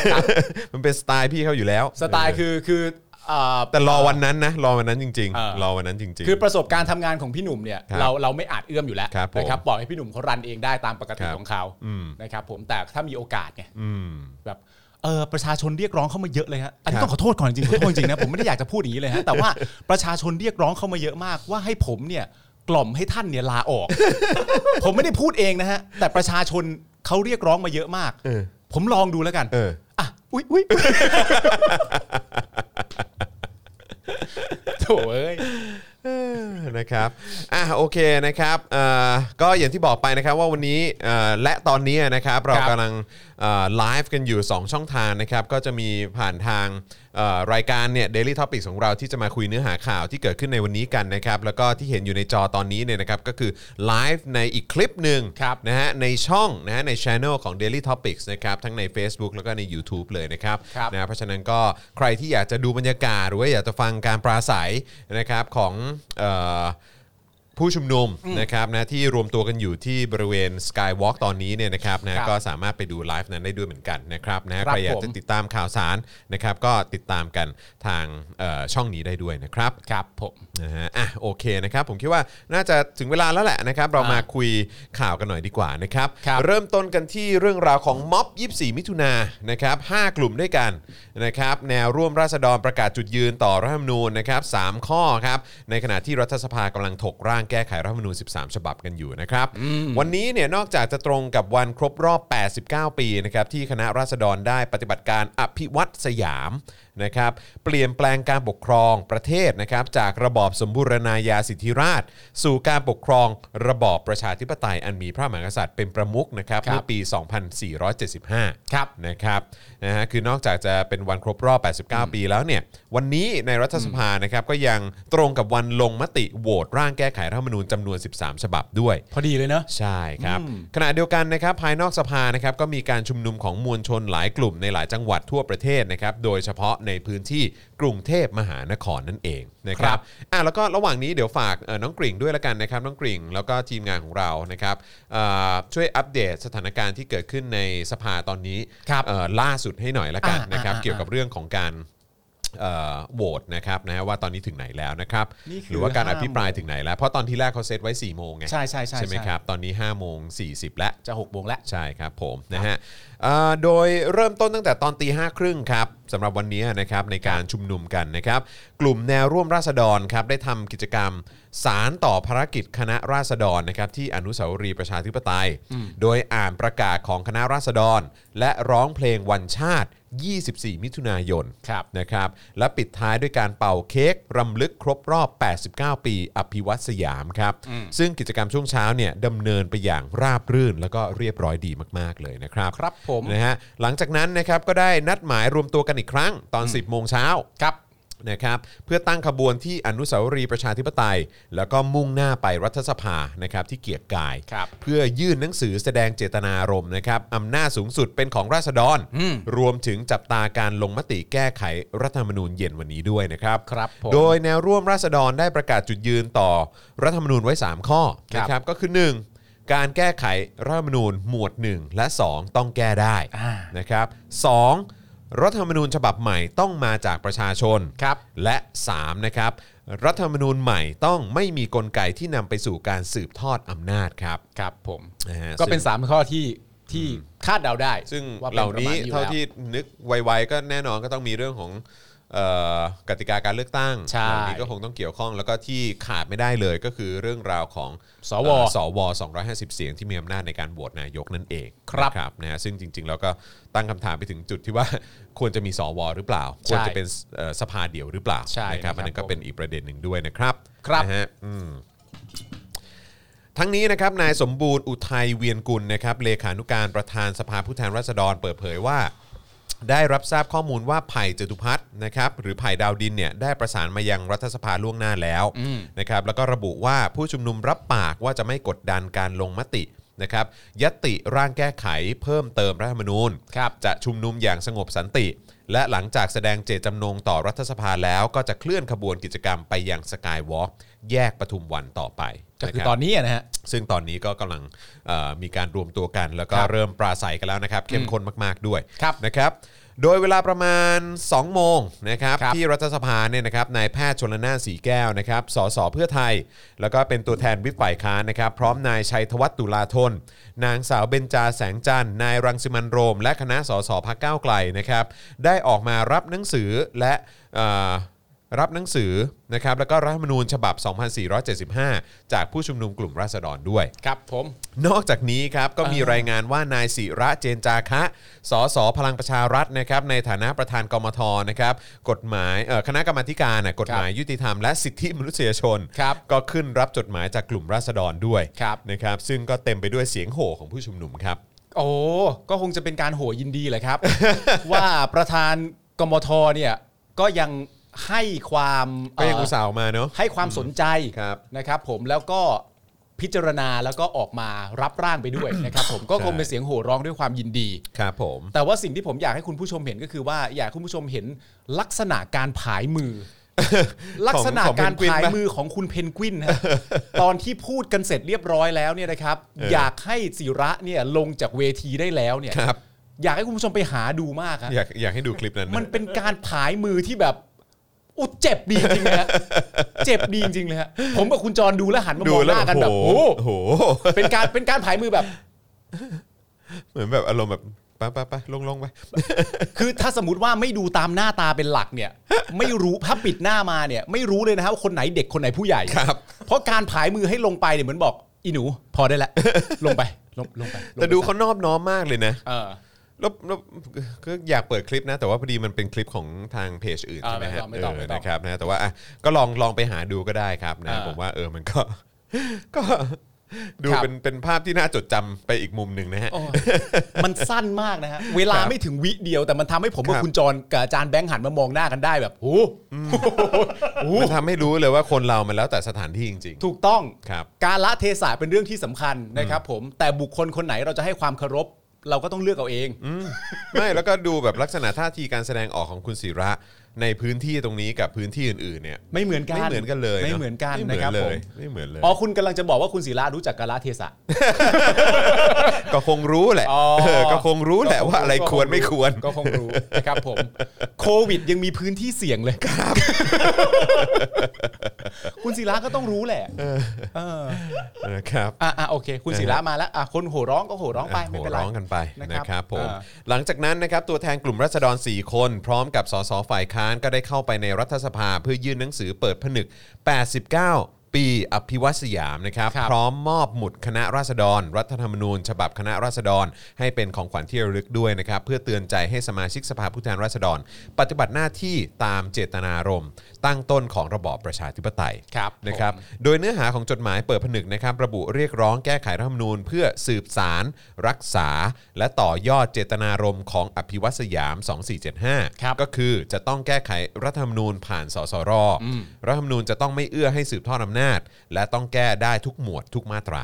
Speaker 2: มันเป็นสไตล์พี่เขาอยู่แล้ว
Speaker 3: สไตล์คือคืออ่า
Speaker 2: แต่รอวันนั้นนะ รอวันนั้นจริง
Speaker 3: เออ
Speaker 2: ๆ รอวันนั้นจริง
Speaker 3: คือประสบการณ์ทำงานของพี่หนุ่มเนี่ย
Speaker 2: ครับ
Speaker 3: เราเราไม่อาจเอื้อมอยู่แล้ว
Speaker 2: ครับผม
Speaker 3: นะครับปล่อยให้พี่หนุ่มเขารันเองได้ตามปกติ
Speaker 2: ครับ
Speaker 3: ของเขา
Speaker 2: อืม
Speaker 3: นะครับผมแต่ถ้ามีโอกาสไง
Speaker 2: ๆอืม
Speaker 3: แบบเออประชาชนเรียกร้องเข้ามาเยอะเลยฮะอันนี้
Speaker 2: ครับ
Speaker 3: ต้องขอโทษก่อนจริ
Speaker 2: (laughs)
Speaker 3: งขอโทษจริงนะ ผมไม่ได้อยากจะพูดอย่างนี้เลยฮะแต่ว่าประชาชนเรียกร้องเข้ามาเยอะมาก ว่าให้ผมเนี่ยกล่อมให้ท่านเนี่ยลาออก (laughs) ผมไม่ได้พูดเองนะฮะแต่ประชาชนเขาเรียกร้องมาเยอะมาก
Speaker 2: เออ
Speaker 3: ผมลองดูแล้วกัน
Speaker 2: เออ
Speaker 3: อ่ะอุ้ยอุ้ย (laughs) โถเอ้ย
Speaker 2: เออนะครับอ่ะโอเคนะครับเอ่อก็อย่างที่บอกไปนะครับว่าวันนี้เอ่อและตอนนี้นะครับเรากำลังเอ่อไลฟ์กันอยู่ 2 ช่องทางนะครับก็จะมีผ่านทางเอ่อรายการเนี่ย Daily Topics ของเราที่จะมาคุยเนื้อหาข่าวที่เกิดขึ้นในวันนี้กันนะครับแล้วก็ที่เห็นอยู่ในจอตอนนี้เนี่ยนะครับก็คือไลฟ์ในอีกคลิปหนึ่งนะฮะในช่องนะฮะในช anel ของ Daily Topics นะครับทั้งใน Facebook แล้วก็ใน YouTube เลยนะครับ
Speaker 3: ครับ
Speaker 2: นะเพราะฉะนั้นก็ใครที่อยากจะดูบรรยากาศ หรือว่าอยากจะฟังการปราศัยนะครับของเอ่อผู้ชุมนุมนะครับนะที่รวมตัวกันอยู่ที่บริเวณ Skywalk ตอนนี้เนี่ยนะครับนะครับ ก็สามารถไปดูไลฟ์นั้นได้ด้วยเหมือนกันนะครับนะ
Speaker 3: ค
Speaker 2: ฮะ
Speaker 3: รับ
Speaker 2: ใครอยากจะ
Speaker 3: ผม
Speaker 2: ติดตามข่าวสารนะครับก็ติดตามกันทางเอ่อช่องนี้ได้ด้วยนะครับ
Speaker 3: ครับผม
Speaker 2: นะฮะอ่ะโอเคนะครับ ผมคิดว่าน่าจะถึงเวลาแล้วแหละนะครับ เรามาคุยข่าวกันหน่อยดีกว่านะครับ
Speaker 3: ครับ
Speaker 2: เริ่มต้นกันที่เรื่องราวของม็อบ 24 มิถุนายนนะครับ5กลุ่มด้วยกันนะครับ แนวร่วมราษฎรประกาศจุดยืนต่อรัฐธรรมนูญนะครับ3ข้อครับ ในขณะที่รัฐสภากำลังถกร่างแก้ไขรัฐธรรมนูญ 13 ฉบับกันอยู่นะครับ วันนี้เนี่ยนอกจากจะตรงกับวันครบรอบ 89 ปีนะครับที่คณะราษฎรได้ปฏิบัติการอภิวัตสยาม นะครับเปลี่ยนแปลงการปกครองประเทศนะครับจากระบอบสมบูรณาญาสิทธิราชย์สู่การปกครองระบอบประชาธิปไตยอันมีพระมหากษัตริย์เป็นประมุขนะครับ
Speaker 3: ครับ
Speaker 2: เมื่อปี 2475 ครับนะครับนะฮะคือนอกจากจะเป็นวันครบรอบ 89 ปีแล้วเนี่ยวันนี้ในรัฐสภานะครับก็ยังตรงกับวันลงมติโหวตร่างแก้ไขรัฐธรรมนูญจำนวน 13 ฉบับด้วย
Speaker 3: พอดีเลยเนอะ
Speaker 2: ใช่ครับขณะเดียวกันนะครับภายนอกสภานะครับก็มีการชุมนุมของมวลชนหลายกลุ่มในหลายจังหวัดทั่วประเทศนะครับโดยเฉพาะในพื้นที่กรุงเทพมหานครนั่นเองนะค
Speaker 3: ครั
Speaker 2: รับบ อ่ะแล้วก็ระหว่างนี้เดี๋ยวฝากเอ่อน้องกริ่งด้วยละกันนะครับน้องกริ่งแล้วก็ทีมงานของเรานะครับเอ่อช่วยอัปเดตสถานการณ์ที่เกิดขึ้นในสภาตอนนี้เอ่อล่าสุดให้หน่อยละกันนะครับเกี่ยวกับเรื่องของการเอ่อโหวตนะครับนะฮะว่าตอนนี้ถึงไหนแล้วนะครับหรือว่าการอภิปรายถึงไหนแล้วเพราะตอนที่แรกเขาเซตไว้4ี่โมงไง
Speaker 3: ใช่ใช่ใช่
Speaker 2: ใช่ไหมครับ ตอนนี้5้าโมงสีแล้ว
Speaker 3: จะหกโมงแล้ว
Speaker 2: ใช่ครับผมนะฮะเอ่อโดยเริ่มต้นตั้งแต่ตอนตีห้าครึ่งครับสำหรับวันนี้นะครับในการชุมนุมกันนะครับ กลุ่มแนวร่วมราษฎรครับได้ทำกิจกรรมสารต่อภารกิจคณะราษฎรนะครับที่อนุสาวรีย์ประชาธิปไตย โดยอ่านประกาศของคณะราษฎร และร้องเพลงวันชาติ 24 มิถุนายน
Speaker 3: ครับ
Speaker 2: นะครับและปิดท้ายด้วยการเป่าเค้กรำลึกครบรอบ 89 ปี อภิวัตสยามครับ ซึ่งกิจกรรมช่วงเช้าเนี่ยดำเนินไปอย่างราบรื่น แล้วก็เรียบร้อยดีมากๆเลยนะครับ
Speaker 3: ครับผม
Speaker 2: นะฮะหลังจากนั้นนะครับก็ได้นัดหมายรวมตัวกันอีกครั้งตอน 10 โมงเช้า
Speaker 3: ครับ
Speaker 2: นะครับเพื่อตั้งขบวนที่อนุสาวรีย์ประชาธิปไตย แล้วก็มุ่งหน้าไปรัฐสภานะครับที่เกียรติกาย
Speaker 3: ครับ
Speaker 2: เพื่อยื่นหนังสือแสดงเจตนารมณ์นะครับอำนาจสูงสุดเป็นของราษฎร
Speaker 3: อืม
Speaker 2: รวมถึงจับตาการลงมติแก้ไขรัฐธรรมนูญเย็นวันนี้ด้วยนะครับ
Speaker 3: ครับผม
Speaker 2: โดยแนวร่วมราษฎรได้ประกาศจุดยืนต่อรัฐธรรมนูญไว้ 3 ข้อ
Speaker 3: ครับ
Speaker 2: นะครับก็คือ 1. การแก้ไขรัฐธรรมนูญหมวด 1 และ 2 ต้องแก้ได้นะครับ 2. รัฐธรรมนูญฉบับใหม่ต้องมาจากประชาชน
Speaker 3: ครับ
Speaker 2: และ3นะครับรัฐธรรมนูญใหม่ต้องไม่มีกลไกที่นำไปสู่การสืบทอดอำนาจครับ
Speaker 3: ครับผม
Speaker 2: นะฮะ
Speaker 3: ก็เป็น
Speaker 2: ซึ่ง
Speaker 3: สามข้อที่ที่คาดเดาได้
Speaker 2: ซึ่ง
Speaker 3: ว่ป็
Speaker 2: เหล่านี้
Speaker 3: ประมณอยู่
Speaker 2: เท่า
Speaker 3: แล้ว
Speaker 2: ที่นึกไวๆก็แน่นอนก็ต้องมีเรื่องของเอ่อกติกาการเลือกตั้ง
Speaker 3: ใช่
Speaker 2: เหล่านี้ก็คงต้องเกี่ยวข้องแล้วก็ที่ขาดไม่ได้เลยก็คือเรื่องราวของ
Speaker 3: สว
Speaker 2: เอ่อสว 250 เสียงที่มีอำนาจในการโหวตนายกนั่นเอง
Speaker 3: ครับ
Speaker 2: นะนะฮะซึ่งจริง ๆ แล้วก็ตั้งคำถามไปถึงจุดที่ว่า ควรจะมีสว หรือเปล่า ควรจะเป็นเอ่อสภาเดียวหรือเปล่า
Speaker 3: ใช่
Speaker 2: นะครับ
Speaker 3: นะครับ
Speaker 2: อันนั้นก็
Speaker 3: ผม
Speaker 2: เป็นอีกประเด็นหนึ่งด้วยนะครับ
Speaker 3: ครับ
Speaker 2: นะฮะอืมทั้งนี้นะครับนายสมบูรณ์อุทัยเวียนกุลนะครับเลขานุการประธานสภาผู้แทนราษฎรเปิดเผยว่า ได้รับทราบข้อมูลว่าไผ่จตุพัฒน์นะครับหรือไผ่ดาวดินเนี่ยได้ประสานมายังรัฐสภาล่วงหน้าแล้วนะครับแล้วก็ระบุว่าผู้ชุมนุมรับปากว่าจะไม่กดดันการลงมตินะครับยตติร่างแก้ไขเพิ่มเติมรัฐธรรมนูญ
Speaker 3: ครับ
Speaker 2: จะชุมนุมอย่างสงบสันติ และหลังจากแสดงเจตจำนงต่อรัฐสภาแล้วก็จะเคลื่อนขบวนกิจกรรมไปยังสกายวอล์กแยกปทุมวันต่อไป
Speaker 3: ก็คือะ
Speaker 2: รับ
Speaker 3: ตอนนี้อะนะฮะ
Speaker 2: ซึ่งตอนนี้ก็กำลังเอ่อมีการรวมตัวกัน แล้วก็
Speaker 3: ครับ
Speaker 2: เริ่มปราศัยกันแล้วนะครับ เข้มข้นมาก ๆ ด้วย
Speaker 3: ครับ
Speaker 2: นะครับโดยเวลาประมาณ 2 โมงนะครับ
Speaker 3: ครับ
Speaker 2: ที่รัฐสภาเนี่ยนะครับนายแพทย์ชนละนานสีแก้วนะครับสสเพื่อไทย แล้วก็เป็นตัวแทนวิปฝ่ายค้านนะครับพร้อมนายชัยธวัฒน์ตุลาธน นางสาวเบญจาแสงจันทร์นายรังสิมันต์โรม และคณะสสพักก้าวไกลนะครับได้ออกมารับหนังสือและเอ่อ รับหนังสือนะครับแล้วก็รัฐธรรมนูญฉบับ 2475 จากผู้ชุมนุมกลุ่มราษฎรด้วย
Speaker 3: ครับผม
Speaker 2: นอกจากนี้ครับก็มีรายงานว่านายศิระเจนจาคะ สสพลังประชารัฐนะครับในฐานะประธานกมทนะครับกฎหมายเอ่อคณะกรรมาธิการน่ะกฎหมายยุติธรรมและสิทธิมนุษยชน
Speaker 3: ครับ
Speaker 2: ก็ขึ้นรับจดหมายจากกลุ่มราษฎรด้วย
Speaker 3: ครับ
Speaker 2: นะครับซึ่งก็เต็มไปด้วยเสียงโห่ของผู้ชุมนุมครับ
Speaker 3: โอ้ก็คงจะเป็นการโหยินดีแหละครับ (laughs) ว่าประธานกมทเนี่ยก็ยังให้ความ
Speaker 2: ก็ยัง
Speaker 3: เอ่อ
Speaker 2: อุตส่าห์ออกมาเนอะ
Speaker 3: ให้ความสนใจ
Speaker 2: ครับ
Speaker 3: นะครับ ผมแล้วก็พิจารณาแล้วก็ออกมารับร่างไปด้วย นะครับผมก็คงเป็นเสียงโห่ร้องด้วยความยินดี
Speaker 2: ครับผม
Speaker 3: แต่ว่าสิ่งที่ผมอยากให้คุณผู้ชมเห็นก็คือว่าอยากให้คุณผู้ชมเห็นลักษณะการผายมื (laughs) อ ลักษณะการผายมือของคุณเพนกวินฮะตอน (laughs) ที่พูดกันเสร็จเรียบร้อยแล้วเนี่ยนะครับ อยากให้ศิระเนี่ยลงจากเวทีได้แล้วเนี่ย
Speaker 2: ครับ
Speaker 3: อยากให้คุณผู้ชมไปหาดูมากครับ
Speaker 2: อยากอยากให้ดูคลิปนั้นนะ
Speaker 3: มันเป็นการผายมือที่แบบอุยเจ็บดีจริง (laughs) เลยฮะเจ็บดีจริงเลยฮะผมกับคุณจรดูแล้วหันมาม
Speaker 2: ดู
Speaker 3: องห
Speaker 2: แล้ว
Speaker 3: น้ากันแบบ
Speaker 2: โอ้
Speaker 3: โอ้โห
Speaker 2: โหโอ้โห
Speaker 3: เป็นการเป็นการผายมือแบบ
Speaker 2: เหมือนแบบอารมณ์แบบไปไปไปลงลงไป
Speaker 3: คือถ้าสมมติว่าไม่ดูตามหน้าตาเป็นหลักเนี่ย (laughs) ไม่รู้ถ้าปิดหน้ามาเนี่ยไม่รู้เลยนะครับว่าคนไหนเด็กคนไหนผู้ใหญ่
Speaker 2: ครับ
Speaker 3: เพราะการผายมือให้ลงไปเนี่ยเหมือนบอกอีหนู พอได้ละ (laughs) ลงไปลงลงไปลงไป
Speaker 2: แต่ดูเขานอบน้อมมากเลยนะ
Speaker 3: เออ
Speaker 2: แล้วแล้วก็อยากเปิดคลิปนะ แต่ว่าพอดีมันเป็นคลิปของทางเพจอื่น
Speaker 3: อ่า
Speaker 2: ใช่ไหมฮะ
Speaker 3: ไม่ต้องไม่ต้องไม่ต้อง
Speaker 2: เนะครับนะแต่ว่าอ่ะก็ลองลองไปหาดูก็ได้ครับนะ
Speaker 3: อ่า
Speaker 2: ผมว่าเออมันก็ (laughs) ก็ดู
Speaker 3: ครับ
Speaker 2: เป็นเป็นภาพที่น่าจดจำไปอีกมุมหนึ่งนะฮะ
Speaker 3: โอ้ยมันสั้นมากนะฮะเวลาไม่ถึงวิเดียวแต่มันทำให้ผมกับ
Speaker 2: ครับ
Speaker 3: คุณจรกับอาจารย์แบงค์หันมามองหน้ากันได้แบบโอ้โหโอ้โห
Speaker 2: มันทำให้รู้เลยว่าคนเรามันแล้วแต่สถานที่จริง
Speaker 3: ถูกต้อง
Speaker 2: ครับ
Speaker 3: การละเทศะเป็นเรื่องที่สำคัญนะครับผมแต่บุคคลคนไหนเราจะให้ความเคารพเราก็ต้องเลือกเอาเอง
Speaker 2: ๆ ไม่แล้วก็ดูแบบลักษณะท่าทีการแสดงออกของคุณศิระ ในพื้นที่ตรงนี้กับพื้นที่อื่นๆเนี่ย
Speaker 3: ไม่เหมือนกัน
Speaker 2: ไม่เหมือนกันเลยะ
Speaker 3: ไม่เหมือนกัน
Speaker 2: ไม่เหมือ
Speaker 3: นะครับ
Speaker 2: เล
Speaker 3: ผ
Speaker 2: ย
Speaker 3: ม
Speaker 2: ไม่เหมือนเลย
Speaker 3: อ๋อคุณกำลังจะบอกว่าคุณศิระรู้จักกาลเทศะ
Speaker 2: ก็คงรู้แหละ
Speaker 3: อ๋อ
Speaker 2: เออก็คงรู้แหละว่าอะไรควรไม่ควร
Speaker 3: ก็คงรู้ (laughs) นะครับผมโควิดยังมีพื้นที่เสี่ยงเลยครับ (laughs) คุณศิระก็ต้องรู้แหละเออ
Speaker 2: นะครับ
Speaker 3: อ่ะอ่ะโอเค คุณศิระมาแล้วอ่ะคนโห่ร้องก็โห่ร้องไปไม่เป็นไร
Speaker 2: โหร้องกันไป
Speaker 3: นะครับ
Speaker 2: นะครับผม
Speaker 3: อ่า
Speaker 2: หลังจากนั้นนะครับตัวแทนกลุ่มราษฎร 4 คน พร้อมกับสสฝ่ายค้านก็ได้เข้าไปในรัฐสภาเพื่อยื่นหนังสือเปิดผนึก 89 ปีอภิวัตสยามนะครับ
Speaker 3: ครับ
Speaker 2: พร้อมมอบหมุดคณะราษฎร รัฐธรรมนูญ ฉบับคณะราษฎร ให้เป็นของขวัญที่ระลึกด้วยนะครับเพื่อเตือนใจให้สมาชิกสภาผู้แทนราษฎร ปฏิบัติหน้าที่ตามเจตนารมณ์ตั้งต้นของระบอบประชาธิปไตย
Speaker 3: ครับ
Speaker 2: นะครับ
Speaker 3: ผม
Speaker 2: โดยเนื้อหาของจดหมายเปิดผนึกนะครับ ระบุเรียกร้องแก้ไขรัฐธรรมนูญ เพื่อสืบสาร รักษา และต่อยอดเจตนารมณ์ของอภิวัตสยาม 2475
Speaker 3: ครับ
Speaker 2: ก็คือจะต้องแก้ไขรัฐธรรมนูญผ่านสสร รัฐธรรมนูญจะต้องไม่เอื้อให้สืบทอดอำนาจ และต้องแก้ได้ทุกหมวดทุกมาตรา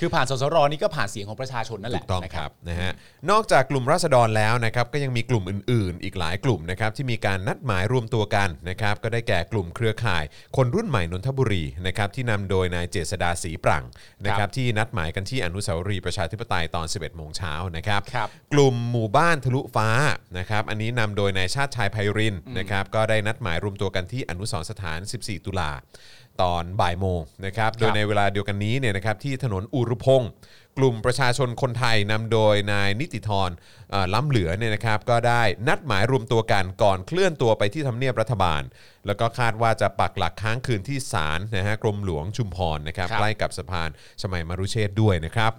Speaker 3: คือผ่านสสรนี่ก็ผ่านเสียงของประชาชนนั่นแห
Speaker 2: ถู
Speaker 3: ละ
Speaker 2: กต้อง
Speaker 3: นะ
Speaker 2: ครับนะฮะนอกจากกลุ่มราษฎรแล้วนะครับก็ยังมีกลุ่มอื่นๆ อีกหลายกลุ่มนะครับที่มีการนัดหมายรวมตัวกันนะครับก็ได้แก่กลุ่มเครือข่าย คนรุ่นใหม่นนทบุรีนะครับที่นำโดยนายเจษดาศรีปรังนะค
Speaker 3: ครั
Speaker 2: รับบ ที่นัดหมายกันที่อนุสาวรีย์ประชาธิปไตยตอน 11 โมงเช้านะครับ
Speaker 3: ครับ
Speaker 2: กลุ่มหมู่บ้านทะลุฟ้านะครับอันนี้นำโดยนายชาติชายไพรินนะครับก็ได้นัดหมายรวมตัวกันที่อนุสรณ์สถาน 14 ตุลาตอนบ่ายโมงนะครับโดยในเวลาเดียวกันนี้เนี่ยนะครับที่ถนนอุรุพงศ์กลุ่มประชาชนคนไทยนำโดยนายนิติธรเอ่อล้ำเหลือเนี่ยนะครับก็ได้นัดหมายรวมตัวกันก่อนเคลื่อนตัวไปที่ทำเนียบรัฐบาล แล้วก็คาดว่าจะปักหลักค้างคืนที่ศาลนะฮะกรมหลวงชุมพรนะครับ
Speaker 3: ครับ
Speaker 2: ใกล้กับสะพานชมัยมรุเชษฐ์ด้วยนะครับ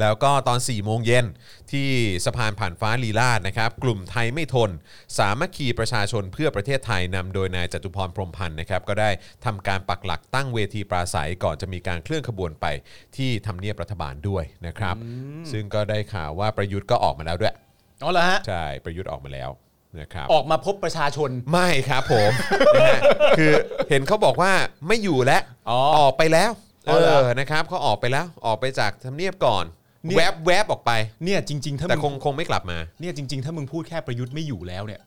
Speaker 2: แล้วก็ตอน 4 โมงเย็นที่สะพานผ่านฟ้าลีลาดนะครับ กลุ่มไทยไม่ทน สามัคคีประชาชนเพื่อประเทศไทยนำโดยนายจตุพรพรหมพันธ์นะครับ ก็ได้ทำการปักหลักตั้งเวทีปราศัยก่อนจะมีการเคลื่อนขบวนไปที่ทำเนียบรัฐบาลด้วยนะครับ ซึ่งก็ได้ข่าวว่าประยุทธ์ก็ออกมาแล้วด้วย
Speaker 3: อ๋อเหรอฮะ
Speaker 2: ใช่ ประยุทธ์ออกมาแล้วนะครับ
Speaker 3: ออกมาพบประชาชน
Speaker 2: ไม่ครับผม (laughs) นะฮะคือเห็นเขาบอกว่าไม่อยู่แล้ว
Speaker 3: อ๋อ
Speaker 2: ออกไปแล้ว
Speaker 3: อ๋อเหรอ
Speaker 2: อนะครับเขาออกไปแล้วออกไปจากทำเนียบก่อน
Speaker 3: เนี่ย
Speaker 2: แวบแวบออกไป
Speaker 3: เนี่ยจริง ๆ ถ้า
Speaker 2: แต่
Speaker 3: มึง
Speaker 2: คงคงไม่กลับมา
Speaker 3: เนี่ยจริง ๆ ถ้ามึงพูดแค่ประยุทธ์ไม่อยู่แล้วเนี่ย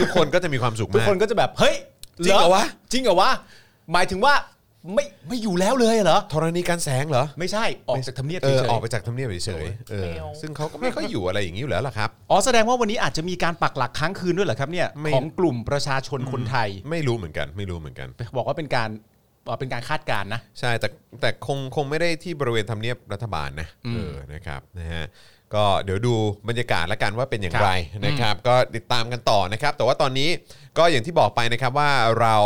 Speaker 2: ทุกคนก็จะมีความสุข
Speaker 3: ทุก
Speaker 2: มาก
Speaker 3: คนก็จะแบบเฮ้ย
Speaker 2: จริงเหรอวะ
Speaker 3: จริงเหรอวะหมายถึงว่าไม่ไม่อยู่แล้วเลยเหรอ
Speaker 2: ธรณีการแสงเหรอ
Speaker 3: ไม่ใช่ออกจากทำเนียบ
Speaker 2: เอ
Speaker 3: เฉ
Speaker 2: อยอ
Speaker 3: ๆ
Speaker 2: อกไปจากทำเนียบเฉยๆเออ
Speaker 4: แมว
Speaker 2: ซึ่งเขาก็ไม่ค่อยอยู่อะไรอย่างนี้อยู่แล้วล่ะครับ
Speaker 3: อ๋อแสดงว่าวันนี้อาจจะมีการปักหลักค้างคืนด้วยเหรอครับเนี่ย
Speaker 2: ไม่
Speaker 3: ของกลุ่มประชาชนคนไทย
Speaker 2: ไม่รู้เหมือนกันไม่รู้เหมือนกัน
Speaker 3: บอกว่าเป็นการเอ่อเป็นการคาดการณ์นะ
Speaker 2: ใช่แต่แต่คงคงไม่ได้ที่บริเวณทำเนียบรัฐบาลนะเออนะครับนะฮะ ก็เดี๋ยวดูบรรยากาศละกันว่าเป็นอย่าง
Speaker 3: ครับ
Speaker 2: ไรนะครับก็ติดตามกันต่อนะครับ แต่ว่าตอนนี้ก็อย่างที่บอกไปนะครับว่าเรา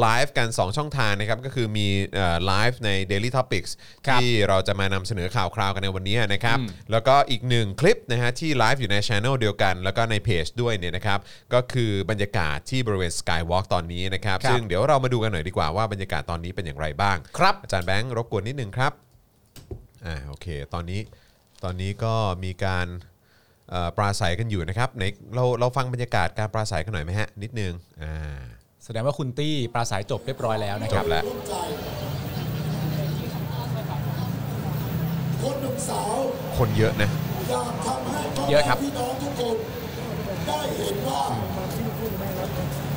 Speaker 2: ไลฟ์กัน 2 ช่องทางนะครับ ก็คือมีเอ่อไลฟ์ใน Daily Topics
Speaker 3: ครับ
Speaker 2: ที่เราจะมานำเสนอข่าวคราวกันในวันนี้นะครับ
Speaker 3: อืม
Speaker 2: แล้วก็อีกหนึ่งคลิปนะฮะที่ไลฟ์อยู่ในช anel เดียวกัน แล้วก็ในเพจด้วยเนี่ยนะครับ ก็คือบรรยากาศที่บริเวณ Skywalk ตอนนี้นะครับ
Speaker 3: ครับ
Speaker 2: ซึ่งเดี๋ยวเรามาดูกันหน่อยดีกว่าว่าบรรยากาศตอนนี้เป็นอย่างไรบ้าง
Speaker 3: ครับ
Speaker 2: อาจารย์แบงค์รบกวนนิดนึงครับ อ่าโอเค ตอนนี้ตอนนี้ก็มีการเอ่อปราศัยกันอยู่นะครับในเราเราฟังบรรยากาศการปราศัยกันหน่อยไหมฮะ นิดนึง อ่า
Speaker 3: แสดงว่าคุณตี้ปราศัยจบเรียบร้อยแล้วนะ
Speaker 2: จ
Speaker 3: ครับ
Speaker 2: บแล้ว
Speaker 6: คนหนุ่มสาว
Speaker 2: คนเยอะนะ
Speaker 6: อยากทำให้พ่อ
Speaker 3: เยอะครับ
Speaker 6: แม่พี่น้องทุกคนได้เห็นว่า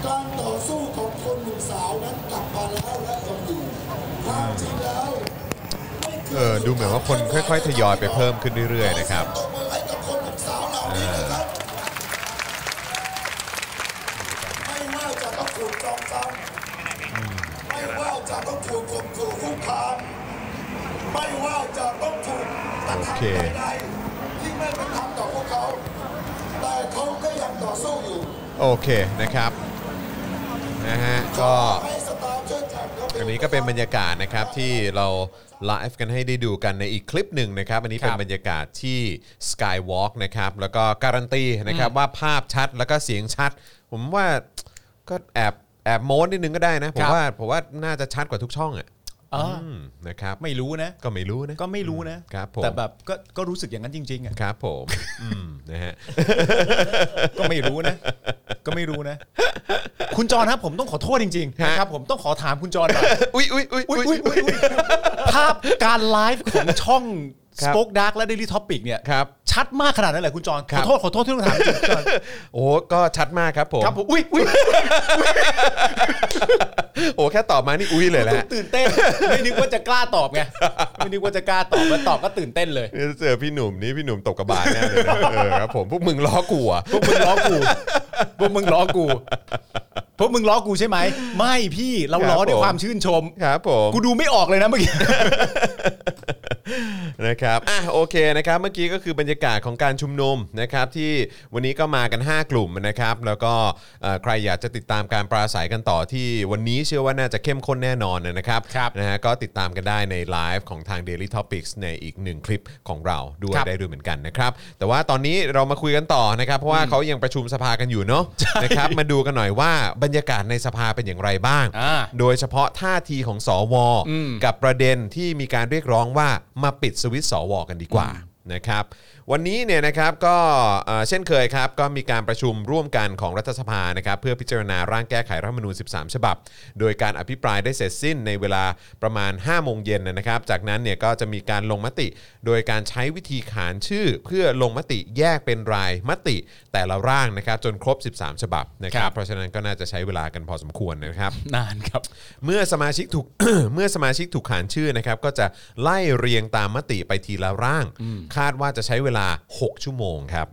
Speaker 6: การต่อสู้ของคนหนุ่มสาวนั้นกลับมาแล้วและยังอยู่ความจริงแล้วไม่คย
Speaker 2: เออดูเหมือนว่าคนค่อยๆทยอยไปเพิ่มขึ้นเรื่อยๆนะครับ
Speaker 6: ตบมือให้กับคนหนุ่มสาวเหล่านี้นะครับไม่ว่าจะต้องถูกจองจำไม่ว่าจะต้องถูกข่มขู่คุกคามไม่ว่าจะต้องถูกกระ
Speaker 2: โอเค
Speaker 6: ทำใดๆที่ไม่เป็นธรรมต่อพวกเขา แต่เขาก็ยังต่อสู้อยู่
Speaker 2: โอเคนะครับ นะฮะ ก็ อันนี้ก็เป็นบรรยากาศนะครับที่เราไลฟ์กันให้ได้ดูกันในอีกคลิปหนึ่งนะครับ อันนี้เป็น
Speaker 3: ครับ
Speaker 2: บรรยากาศที่ Skywalk นะครับ แล้วก็การันตีนะครับว่าภาพชัดแล้วก็เสียงชัด ผมว่าก็แอบแอบโม้นิดนึงก็ได้นะ ผม
Speaker 3: ครับ
Speaker 2: ว่าผมว่าน่าจะชัดกว่าทุกช่องอ่ะ
Speaker 3: เออ
Speaker 2: อืมนะครับ
Speaker 3: ไม่รู้นะ
Speaker 2: ก็ไม่รู้นะ
Speaker 3: ก็ไม่รู้นะครับ
Speaker 2: ผม
Speaker 3: แต่แบบก็ก็รู้สึกอย่างนั้นจริงๆอ่ะ
Speaker 2: ครับผม (laughs) อืมนะฮะ
Speaker 3: ก็ไม่รู้นะ ก็ไม่รู้นะ คุณจรครับผมต้องขอโทษจริงๆ
Speaker 2: ฮะ
Speaker 3: นะครับผมต้องขอถามคุณจรหน่อย
Speaker 2: อุ๊ยอุ๊ยอุ๊ย
Speaker 3: อุ๊
Speaker 2: อุ๊
Speaker 3: ย
Speaker 2: ย
Speaker 3: อุ๊ยอุ๊ยอุ๊ยภาพการไลฟ์ของช่อง
Speaker 2: ค
Speaker 3: ส
Speaker 2: รับ
Speaker 3: ป็อคดักและเดลี่ท็อปิกเนี่ย
Speaker 2: ครับ
Speaker 3: ชัดมากขนาดนั้นเลยคุณจอน
Speaker 2: ค
Speaker 3: ข
Speaker 2: รั
Speaker 3: อบ โทษ ขอโทษที่ต้องถามจริงคุณจอน
Speaker 2: โอ้ก็ชัดมากครับผม
Speaker 3: ครับผมอุ้ยอุ้ย
Speaker 2: โอ้แค่ตอบมานี่อุ๊ยเลยแหละ
Speaker 3: ตื่นเต้น ไม่นึกว่าจะกล้าตอบไงไม่นึกว่าจะกล้าตอบมาตอบก็ตื่นเต้นเลย
Speaker 2: เนี่ยเจอพี่หนุ่มนี่พี่หนุ่มตกกระบาลแน่เลยนะเออครับผมพวกมึงล้อกูอ่ะ
Speaker 3: พวกมึงล้อกูพวกมึงล้อกูพวกมึงล้อกูใช่ไหมไม่พี่เราล้อด้วยความชื่นชม
Speaker 2: ครับผม
Speaker 3: กูดูไม่ออกเลยนะเมื่อกี้
Speaker 2: นะครับอ่ะโอเคนะครับเมื่อกี้ก็คือบรรยากาศของการชุมนุมนะครับที่วันนี้ก็มากัน 5 กลุ่มนะครับ แล้วก็เอ่อใครอยากจะติดตามการปราศัยกันต่อที่วันนี้เชื่อว่าน่าจะเข้มข้นแน่นอนนะครับ
Speaker 3: ครับ
Speaker 2: นะฮะก็ติดตามกันได้ในไลฟ์ของทาง Daily Topics ในอีกหนึ่งคลิปของเราด้วย
Speaker 3: ครับ
Speaker 2: ได้ด้วยเหมือนกันนะครับแต่ว่าตอนนี้เรามาคุยกันต่อนะครับ เพราะว่าเขายังประชุมสภากันอยู่
Speaker 3: (laughs)
Speaker 2: เนาะนะครับมาดูกันหน่อยว่าบรรยากาศในสภาเป็นอย่างไรบ้าง
Speaker 3: อ่า
Speaker 2: โดยเฉพาะท่าทีของสว
Speaker 3: อืม
Speaker 2: กับประเด็นที่มีการเรียกร้องว่ามาปิดสวิตช์สว กันดีกว่านะครับ วันนี้เนี่ยนะครับก็เอ่อเช่นเคยครับ ก็มีการประชุมร่วมกันของรัฐสภานะครับเพื่อพิจารณาร่างแก้ไขรัฐธรรมนูญ 13 ฉบับ โดยการอภิปรายได้เสร็จสิ้นในเวลาประมาณ 5 โมงเย็นนะครับ จากนั้นเนี่ยก็จะมีการลงมติ โดยการใช้วิธีขานชื่อ เพื่อลงมติแยกเป็นรายมติแต่ละร่างนะครับจนครบ 13 ฉบับนะค
Speaker 3: ค
Speaker 2: รั
Speaker 3: รับ บ
Speaker 2: เพราะฉะนั้นก็น่าจะใช้เวลากันพอสมควร (laughs) นะครับ
Speaker 3: นานครับ
Speaker 2: เมื่อสมาชิกถูก (coughs) เมื่อสมาชิกถูกขานชื่อนะครับ ก็จะไล่เรียงตามมติไปทีละร่าง คาดว่าจะใช้เวลา 6 ชั่วโมงครับ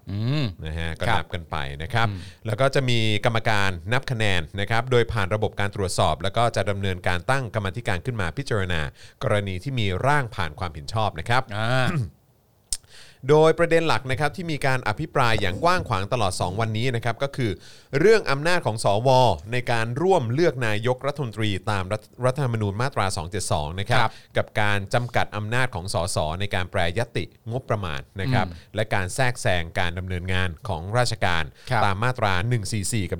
Speaker 2: นะฮะก็
Speaker 3: ครับ
Speaker 2: นับกันไปนะครับ แล้วก็จะมีกรรมการนับคะแนนนะครับ โดยผ่านระบบการตรวจสอบ แล้วก็จะดำเนินการตั้งกรรมาธิการขึ้นมาพิจารณา กรณีที่มีร่างผ่านความเห็นชอบนะครับ
Speaker 3: อ่า
Speaker 2: โดยประเด็นหลักนะครับที่มีการอภิปรายอย่างกว้างขวางตลอด 2 วันนี้นะครับก็คือเรื่องอำนาจของสว ในการร่วมเลือกนายกรัฐมนตรีตามรัฐรัฐธรรมนูญมาตรา 272 นะครับ
Speaker 3: ครับ
Speaker 2: กับการจำกัดอำนาจของสสในการแปรยติงบประมาณนะครับและการแทรกแซงการดำเนินงานของราชการ
Speaker 3: ครับ
Speaker 2: ตามมาตรา 144 กับ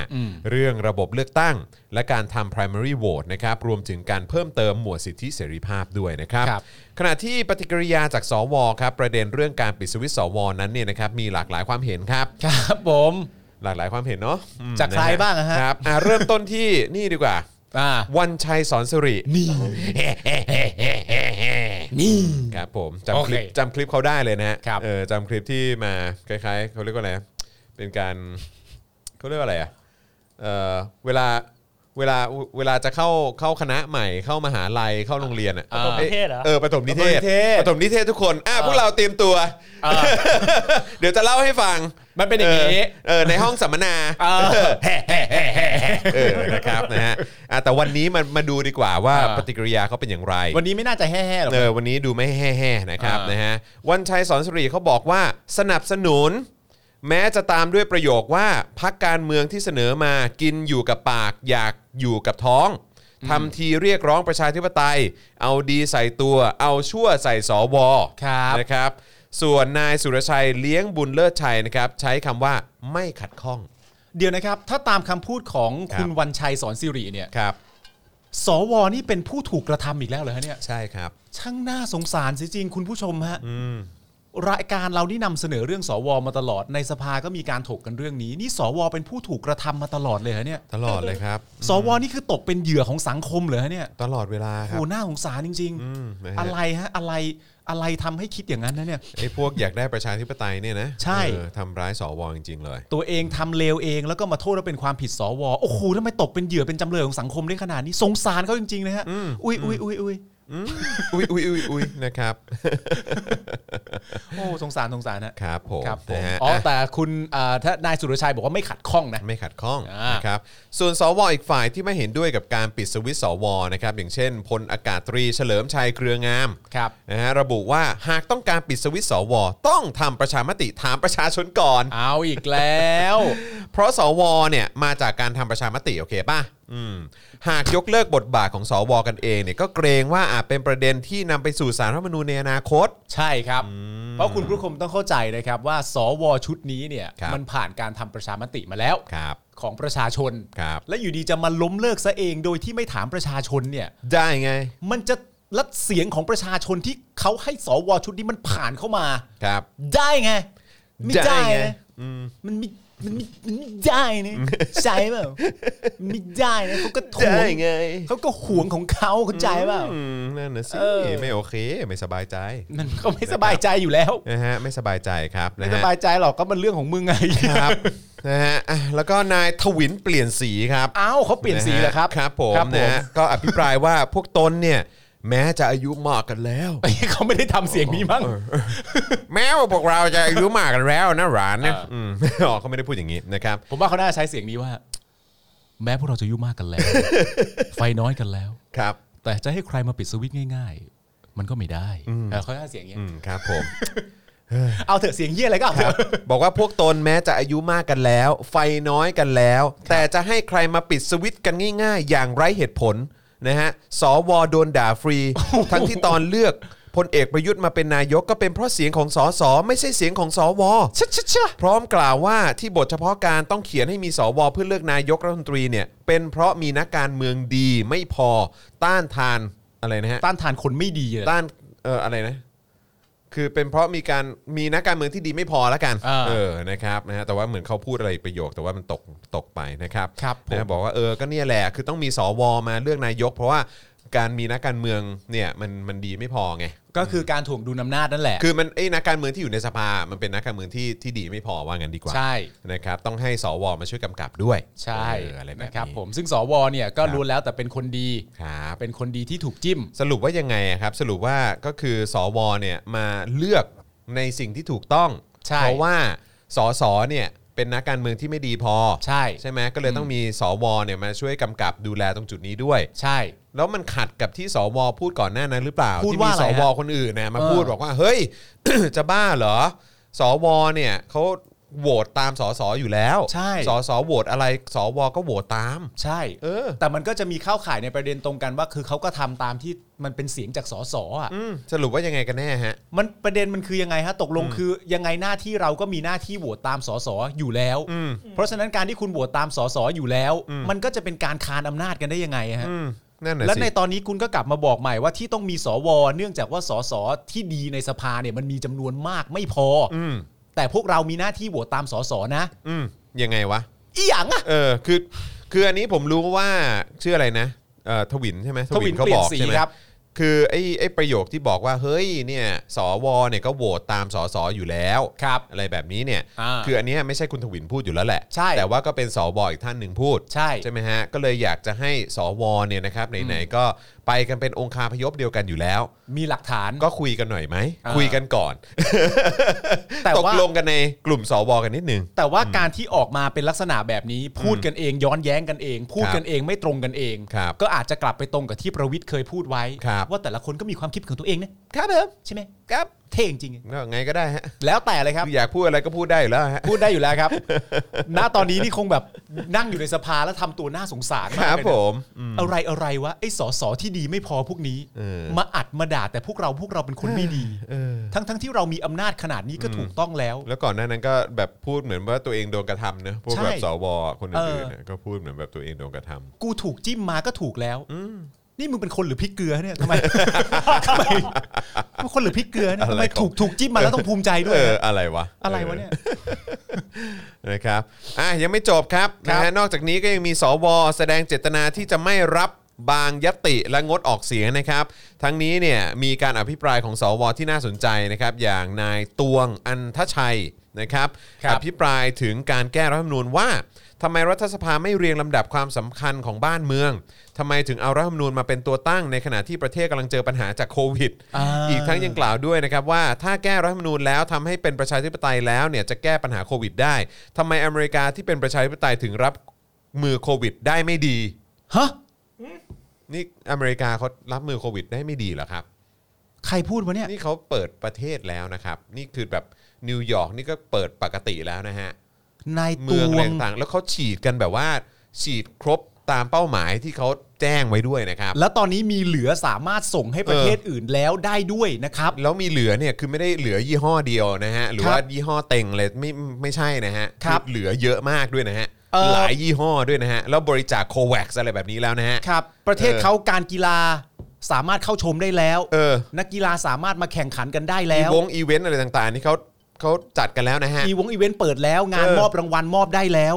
Speaker 2: 185 เรื่องระบบเลือกตั้ง และการทำ primary vote นะครับรวมถึงการเพิ่มเติมหมวดสิทธิเสรีภาพด้วยนะครับ
Speaker 3: ครับ
Speaker 2: ขณะที่ปฏิกิริยาจากสวครับประเด็นเรื่องการปิดสวิตช์สวนั้นเนี่ยนะครับมีหลากหลายความเห็นครับ
Speaker 3: (coughs) ครับผม
Speaker 2: หลากหลายความเห็นเนาะอืม
Speaker 3: จากใคร
Speaker 2: นฮ
Speaker 3: บ้างอะฮะ
Speaker 2: ครับอ่ะเริ่มต้นที่ นี่ดีกว่า
Speaker 3: อ่า
Speaker 2: วันชัยสอนสิรินี่
Speaker 3: นี่
Speaker 2: ครับผม
Speaker 3: โอ
Speaker 2: จำค
Speaker 3: เค
Speaker 2: ลิปจำคลิปเขาได้เลยนะฮะ
Speaker 3: ครับ
Speaker 2: เออจำคลิปที่มาคล้ายๆเขาเรียกว่าอะไรนะเป็นการเขาเรียกว่าอะไรอ่ะเออเวลาเว เวลาเวลาจะเข้าเข้าคณะใหม่เข้ามหาลัยเข้าโรงเรียนอ่ะ
Speaker 3: อ่า
Speaker 4: ประถมนิเทศเหรอ
Speaker 2: เออประถมนิเทศประถมนิเทศทุกคนอ่ะพวกเราเตรียมตัว
Speaker 3: เออ
Speaker 2: (laughs) เดี๋ยวจะเล่าให้ฟัง
Speaker 3: มันเป็นอย่างนี้
Speaker 2: นี้เออในห้องสัมมนา
Speaker 3: เออแฮ่แฮ่แฮ่แฮ่แฮ่
Speaker 2: เออนะครับนะฮะอ่ะแต่วันนี้มันมาดูดีกว่าว่า
Speaker 3: อ่า
Speaker 2: ปฏิกิริยาเขาเป็นอย่างไร
Speaker 3: วันนี้ไม่น่าจะแห่ๆหรอก
Speaker 2: เออวันนี้ดูไม่แห่ๆนะครับ
Speaker 3: อ่าน
Speaker 2: นะฮะวันชัยสอนสุริเขาบอกว่าสนับสนุน แม้จะตามด้วยประโยคว่าพักการเมืองที่เสนอมากินอยู่กับปากอยากอยู่กับท้องทำทีเรียกร้องประชาธิปไตย เอาดีใส่ตัว เอาชั่วใส่สว
Speaker 3: ครับ
Speaker 2: นะครับ ส่วนนายสุรชัยเลี้ยงบุญเลิศชัยนะครับ ใช้คำว่าไม่ขัดข้อง
Speaker 3: เดี๋ยวนะครับ ถ้าตามคำพูดของ
Speaker 2: ครับ
Speaker 3: คุณวันชัยสอนสิริเนี่ย
Speaker 2: ครับ
Speaker 3: สวนี่เป็นผู้ถูกกระทำอีกแล้วเหรอฮะเนี่ย
Speaker 2: ใช่ครับ
Speaker 3: ช่างน่าสงสารเสิจริงคุณผู้ชมฮะรายการเรานี่นำเสนอเรื่องสวมาตลอดในสภาก็มีการถกกันเรื่องนี้ นี่สวเป็นผู้ถูกกระทำมาตลอดเลยเหรอเนี่ย
Speaker 2: ตลอดเลยครับ
Speaker 3: สวนี่คือตกเป็นเหยื่อของสังคมเหรอฮะเนี่ย
Speaker 2: ตลอดเวลาค
Speaker 3: โห
Speaker 2: รับ
Speaker 3: น่าสงสารจริง
Speaker 2: อืมนะ
Speaker 3: ๆ
Speaker 2: ฮะ
Speaker 3: อะไรฮะอะไรอะไรทำให้คิดอย่างนั้นนะเนี่ย
Speaker 2: ไอ้พวกอยากได้ประชาธิปไตยเนี่ยนะ
Speaker 3: ใช่
Speaker 2: เออทำร้ายสวจริงๆเลย
Speaker 3: ตัวเองทำเลวเองแล้วก็มาโทษว่าเป็นความผิดสวโอ้โหทำไมตกเป็นเหยื่อเป็นจำเลยของสังคมได้ขนาดนี้สงสารเขาจริงๆนะฮะอุ้ยอุ้ยอุ้ยอุ้ย
Speaker 2: อุ้ยอุ้ยอุ้ยอุ้ยนะครับ
Speaker 3: โอ้สงสารสงสารฮะ
Speaker 2: ครับผม
Speaker 3: ครับผม
Speaker 2: นะฮะ
Speaker 3: อ๋อ
Speaker 2: อ่ะ
Speaker 3: แต่คุณอ่าถ้านายสุรชัยบอกว่าไม่ขัดข้องนะ
Speaker 2: ไม่ขัดข้อง
Speaker 3: อ่าน
Speaker 2: นะครับส่วนสวอีกฝ่ายที่ไม่เห็นด้วยกับการปิดสวิตช์สวนะครับอย่างเช่นพลอากาศตรีเฉลิมชัยเครืองาม
Speaker 3: ครับ
Speaker 2: นะฮะระบุว่าหากต้องการปิดสวิตช์สวต้องทำประชามติถามประชาชนก่อน
Speaker 3: เอาอีกแล้ว
Speaker 2: เพราะสวเนี่ยมาจากการทำประชามติโอเคป่ะอืมหากยกเลิกบทบาทของสวกันเองเนี่ยก็เกรงว่าอาจเป็นประเด็นที่นำไปสู่สารรัฐธรรมนูญในอนาคต
Speaker 3: ใช่ครับ เพราะคุณผู้ชมต้องเข้าใจนะครับว่า สวชุดนี้เนี่ย
Speaker 2: ครับ
Speaker 3: มันผ่านการทำประชามติมาแล้ว
Speaker 2: ครับ
Speaker 3: ของประชาชน
Speaker 2: ครับ
Speaker 3: และอยู่ดีจะมาล้มเลิกซะเองโดยที่ไม่ถามประชาชนเนี่ย
Speaker 2: ได้ไง
Speaker 3: มันจะลัดเสียงของประชาชนที่เขาให้สวชุดนี้มันผ่านเข้ามา
Speaker 2: ครับ
Speaker 3: ได้ไง ไม่ได้
Speaker 2: ได้ไง
Speaker 3: นะมันไม่มันไม่มันไม่ได้นะใช่เปล่ามันไม่ได้นะเขาก็หวงเขาก็หวงของเขาเข้าใจเปล่า
Speaker 2: อืมนั่นนะสิ
Speaker 3: เออ
Speaker 2: ไม่โอเค ไม่สบายใจ
Speaker 3: มันก็ไม่สบายใจอยู่แล้ว
Speaker 2: นะฮะไม่สบายใจครับ
Speaker 3: ไม่
Speaker 2: นะ
Speaker 3: ส
Speaker 2: ฮะ
Speaker 3: บายใจหรอกก็มันเรื่องของมึงไง
Speaker 2: ครับนะฮะอ่ะแล้วก็นายทวินเปลี่ยนสีครับ
Speaker 3: อ้าวเขาเปลี่ยนสีแล้วครับ
Speaker 2: นะฮะครับผมนะฮะก็อภิปรายว่าพวกตนเนี่ย แม้จะอายุมากกันแล้ว
Speaker 3: เอ้ยเขาไม่ได้ทำเสียงนี้มั้ง
Speaker 2: แม้ว่าพวกเราจะอายุมากกันแล้วนะหลานนะ
Speaker 3: เอออื
Speaker 2: ม (laughs) อ๋อเขาไม่ได้พูดอย่างนี้นะครับ
Speaker 3: ผมว่าเขาน่าจะใช้เสียงนี้ว่า แม้พวกเราจะอายุ่มากกัน
Speaker 2: (laughs)
Speaker 3: แล้ว ไฟน้อยกันแล้ว
Speaker 2: ครับ
Speaker 3: แต่จะให้ใครมาปิดสวิตช์ง่าย ๆ มันก็ไม่ได้เออเขาน่าจะเสียงอย่างเงี้ย
Speaker 2: อืมครับผม
Speaker 3: เอาเถอะเสียงเยี่ยอะไรก็เอาเถอะ
Speaker 2: บอกว่าพวกตนแม้จะอายุมากกันแล้ว ไฟน้อยกันแล้ว แต่จะให้ใครมาปิดสวิตช์กันง่าย ๆ อย่างไร้เหตุผลนะฮะสวโดนด่าฟรี ทั้งที่ตอนเลือกพลเอกประยุทธ์มาเป็นนายกก็เป็นเพราะเสียงของสสไม่ใช่เสียงของสว
Speaker 3: ชะชะชะ
Speaker 2: พร้อมกล่าวว่าที่บทเฉพาะการต้องเขียนให้มีสวเพื่อเลือกนายกรัฐมนตรีเนี่ย เป็นเพราะมีนักการเมืองดีไม่พอต้านทานอะไรนะฮะ
Speaker 3: ต้านทานคนไม่ดีเลย
Speaker 2: ต้านเอออะไรนะ คือเป็นเพราะมีการมีนักการเมืองที่ดีไม่พอแล้วกัน
Speaker 3: อ่า
Speaker 2: เออนะครับนะฮะแต่ว่าเหมือนเขาพูดอะไรประโยค แต่ว่ามันตกตกไปนะครับ
Speaker 3: ครับผม
Speaker 2: นะฮะบอกว่าเออก็เนี่ยแหละคือต้องมีสวมาเลือกนายก เพราะว่าการมีนักการเมืองเนี่ยมันมันดีไม่พอไง
Speaker 3: ก็คือการถ่วงดุลอำนาจนั่นแหละ
Speaker 2: คือมันไอ้นักการเมืองที่อยู่ในสภา มันเป็นนักการเมืองที่ที่ดีไม่พอว่างั้นดีกว่า
Speaker 3: ใช่
Speaker 2: นะครับ ต้องให้สวมาช่วยกำกับด้วย
Speaker 3: ใช่
Speaker 2: เอออะไรแบบ
Speaker 3: นะครับ
Speaker 2: นี้
Speaker 3: ผมซึ่งสวเนี่ยก็
Speaker 2: ครับ
Speaker 3: รู้แล้วแต่เป็นคนดี
Speaker 2: ครับ
Speaker 3: เป็นคนดีที่ถูกจิ้ม
Speaker 2: สรุปว่ายังไงอะครับ สรุปว่าก็คือสวเนี่ยมาเลือกในสิ่งที่ถูกต้อง
Speaker 3: ใช่
Speaker 2: เพราะว่าสสเนี่ยเป็นนักการเมืองที่ไม่ดีพอ
Speaker 3: ใช่
Speaker 2: ใช่ไหมก็เลยต้องมีสวเนี่ยมาช่วยกำกับดูแลตรงจุดนี้ด้วย
Speaker 3: ใช่
Speaker 2: แล้วมันขัดกับที่สวพูดก่อนหน้านั้นหรือเปล่า
Speaker 3: พูด
Speaker 2: ที่
Speaker 3: ว่า
Speaker 2: มี
Speaker 3: อะไร
Speaker 2: ส
Speaker 3: ฮะ
Speaker 2: วคนอื่นนะมา
Speaker 3: เออ
Speaker 2: พูดบอกว่าเฮ้ย (coughs) จะบ้าเหรอสวเนี่ยเขาโหวตตามสสอยู่แล้ว
Speaker 3: ใช่
Speaker 2: สสโหวตอะไรสวก็โหวตตาม
Speaker 3: ใช่
Speaker 2: เออ
Speaker 3: แต่มันก็จะมีเข้าข่ายในประเด็นตรงกันว่า คือเขาก็ทำตามที่มันเป็นเสียงจากสสอ่ะ
Speaker 2: อืมสรุปว่ายังไงกันแน่ฮะ
Speaker 3: มันประเด็นมันคือยังไงฮะตกลงคือยังไงหน้าที่เราก็มีหน้าที่โหวตตามสสอยู่แล้ว
Speaker 2: อืม
Speaker 3: เพราะฉะนั้นการที่คุณโหวตตามสสอยู่แล้ว มันก็จะเป็นการคานอำนาจกันได้ยังไงฮะ
Speaker 2: อืมนั่นน่ะ
Speaker 3: และใน
Speaker 2: สิ
Speaker 3: ตอนนี้คุณก็กลับมาบอกใหม่ว่าที่ต้องมีสว เนื่องจากว่าสสที่ดีในสภาเนี่ยมันมีจำนวนมากไม่พออ
Speaker 2: อืม
Speaker 3: แต่พวกเรามีหน้าที่โหวตตามสสนะ
Speaker 2: อืมยังไงวะ
Speaker 3: อีหยังอะ
Speaker 2: เออคือคืออันนี้ผมรู้ว่าชื่ออะไรนะเอ่อทวินใช่ไหม
Speaker 3: ทวินเปลี่ยนสีครับ
Speaker 2: คือไอ้ไอ้ประโยคที่บอกว่าเฮ้ยเนี่ยสวเนี่ยก็โหวตตามสสอยู่แล้ว
Speaker 3: ครับ
Speaker 2: อะไรแบบนี้เนี่ย
Speaker 3: อ่า
Speaker 2: คืออันเนี้ยไม่ใช่คุณถวินพูดอยู่แล้วแหละ
Speaker 3: ใช่
Speaker 2: แต่ว่าก็เป็นสวอีกท่านหนึ่งพูด
Speaker 3: ใช่
Speaker 2: ไหมฮะก็เลยอยากจะให้สวเนี่ยนะครับไหนๆก็ไปกันเป็นองคาพยพเดียวกันอยู่แล้ว
Speaker 3: มีหลักฐาน
Speaker 2: ก็คุยกันหน่อยไหม
Speaker 3: อ่า
Speaker 2: คุยกันก่อน
Speaker 3: แต่
Speaker 2: ตก
Speaker 3: ว่า
Speaker 2: ลงกันในกลุ่มสวกันนิดนึง
Speaker 3: แต่ว่าการที่ออกมาเป็นลักษณะแบบนี้ พูดกันเองย้อนแย้งกันเอง พูดกันเองไม่ตรงกันเอง
Speaker 2: ครับ
Speaker 3: ก็อาจจะกลับไปตรงกับที่ประวิทย์เคยพูดไว้
Speaker 2: ครับ
Speaker 3: ว่าแต่ละคนก็มีความคิดของตัวเองนะครับ
Speaker 2: ผม
Speaker 3: ใช่ไหม
Speaker 2: ครับ
Speaker 3: เท่จริงๆ
Speaker 2: ก็ไงก็ได้ฮะ
Speaker 3: แล้วแต่เลยครับ
Speaker 2: อยากพูดอะไรก็พูดได้อยู่แล้วฮะ
Speaker 3: พูดได้อยู่แล้ว
Speaker 2: (laughs)
Speaker 3: ครับ ณ ตอนนี้นี่คงแบบนั่งอยู่ในสภาแล้วทำตัวน่าสงสาร
Speaker 2: ค
Speaker 3: มาก
Speaker 2: รับ
Speaker 3: เลย
Speaker 2: ผ
Speaker 3: นะ
Speaker 2: มอืม
Speaker 3: อะไรอะไรวะไอ้สอสอที่ดีไม่พอพวกนี้
Speaker 2: เออ
Speaker 3: มาอัดมาด่าแต่พวกเราพวกเราเป็นคนไม่ดี ทั้งทั้งที่เรามีอำนาจขนาดนี้ก็ถูกต้องแล้ว
Speaker 2: แล้วก่อนหน้านั้นก็แบบพูดเหมือนว่าตัวเองโดนกระทำเนอะพวกแบบ
Speaker 3: ใช่
Speaker 2: สวคนอื่น
Speaker 3: เออ
Speaker 2: ๆเนี่ยก็พูดเหมือนแบบตัวเองโดนกระทำ
Speaker 3: กูถูกจิ้มมาก็ถูกแล้วนี่มึงเป็นคนหรือพริกเกลือเนี่ย
Speaker 2: (laughs)
Speaker 3: ทำไม ทำไมมึงคนหรือพริกเกลือเนี่ยทำไมถูกถูกจิ้มมาแล้วต้องภูมิใจด้ว
Speaker 2: เอย อ
Speaker 3: อะ
Speaker 2: อะไรวะ
Speaker 3: อะไรวะเนี่ย
Speaker 2: เออนะครับอ่ะยังไม่จบครับ
Speaker 3: ครั
Speaker 2: นะ
Speaker 3: บ
Speaker 2: ฮะนอกจากนี้ก็ยังมีสวแสดงเจตนาที่จะไม่รับบางยติและงดออกเสียงนะครับ ทั้งนี้เนี่ยมีการอภิปรายของสวที่น่าสนใจนะครับ อย่างนายตวงอันทชัยนะครับ
Speaker 3: ครับ
Speaker 2: อภิปรายถึงการแก้รัฐธรรมนูญว่าทำไมรัฐสภาไม่เรียงลำดับความสำคัญของบ้านเมืองทำไมถึงเอารัฐธรรมนูญมาเป็นตัวตั้ง ในขณะที่ประเทศกำลังเจอปัญหาจากโควิด
Speaker 3: อ่า
Speaker 2: อีกทั้งยังกล่าวด้วยนะครับว่าถ้าแก้รัฐธรรมนูญแล้วทำให้เป็นประชาธิปไตยแล้วเนี่ยจะแก้ปัญหาโควิดได้ทำไมอเมริกาที่เป็นประชาธิปไตยถึงรับมือโควิดได้ไม่ดี
Speaker 3: ฮะ
Speaker 2: นี่อเมริกาเขารับมือโควิดได้ไม่ดีเหรอครับ
Speaker 3: ใครพูดวะเนี่ย
Speaker 2: นี่เขาเปิดประเทศแล้วนะครับ นี่คือแบบนิวยอร์กนี่ก็เปิดปกติแล้วนะฮะ
Speaker 3: นายต
Speaker 2: เมือง
Speaker 3: ว
Speaker 2: อะไร
Speaker 3: ง
Speaker 2: ต่างๆ แล้วเขาฉีดกันแบบว่า ฉีดครบตามเป้าหมายที่เขาแจ้งไว้ด้วยนะครับ
Speaker 3: แล้วตอนนี้มีเหลือสามารถส่งให้ประเทศอื่นแล้วได้ด้วยนะครับ
Speaker 2: แล้วมีเหลือเนี่ยคือไม่ได้เหลือยี่ห้อเดียวนะฮะหรือ
Speaker 3: ครับ
Speaker 2: ว่ายี่ห้อเต็งเลยไม่ไม่ใช่นะฮะ
Speaker 3: ครับ
Speaker 2: เหลือเยอะมากด้วยนะฮะ
Speaker 3: เอ่อ
Speaker 2: หลายยี่ห้อด้วยนะฮะแล้วบริจาคโควัคอะไรแบบนี้แล้วนะฮะ
Speaker 3: ครับ ประเทศ
Speaker 2: เออ
Speaker 3: เขาการกีฬาสามารถเข้าชมได้แล้ว
Speaker 2: เออ
Speaker 3: นักกีฬาสามารถมาแข่งขันกันได้
Speaker 2: อี
Speaker 3: แล้ว
Speaker 2: วงอีเวนต์อะไรต่างๆนี่เขาเขาจัดกันแล้วนะฮะ
Speaker 3: อีวงอีเวนต์เปิดแล้ว งาน
Speaker 2: เออ
Speaker 3: มอบรางวัลมอบได้แล้ว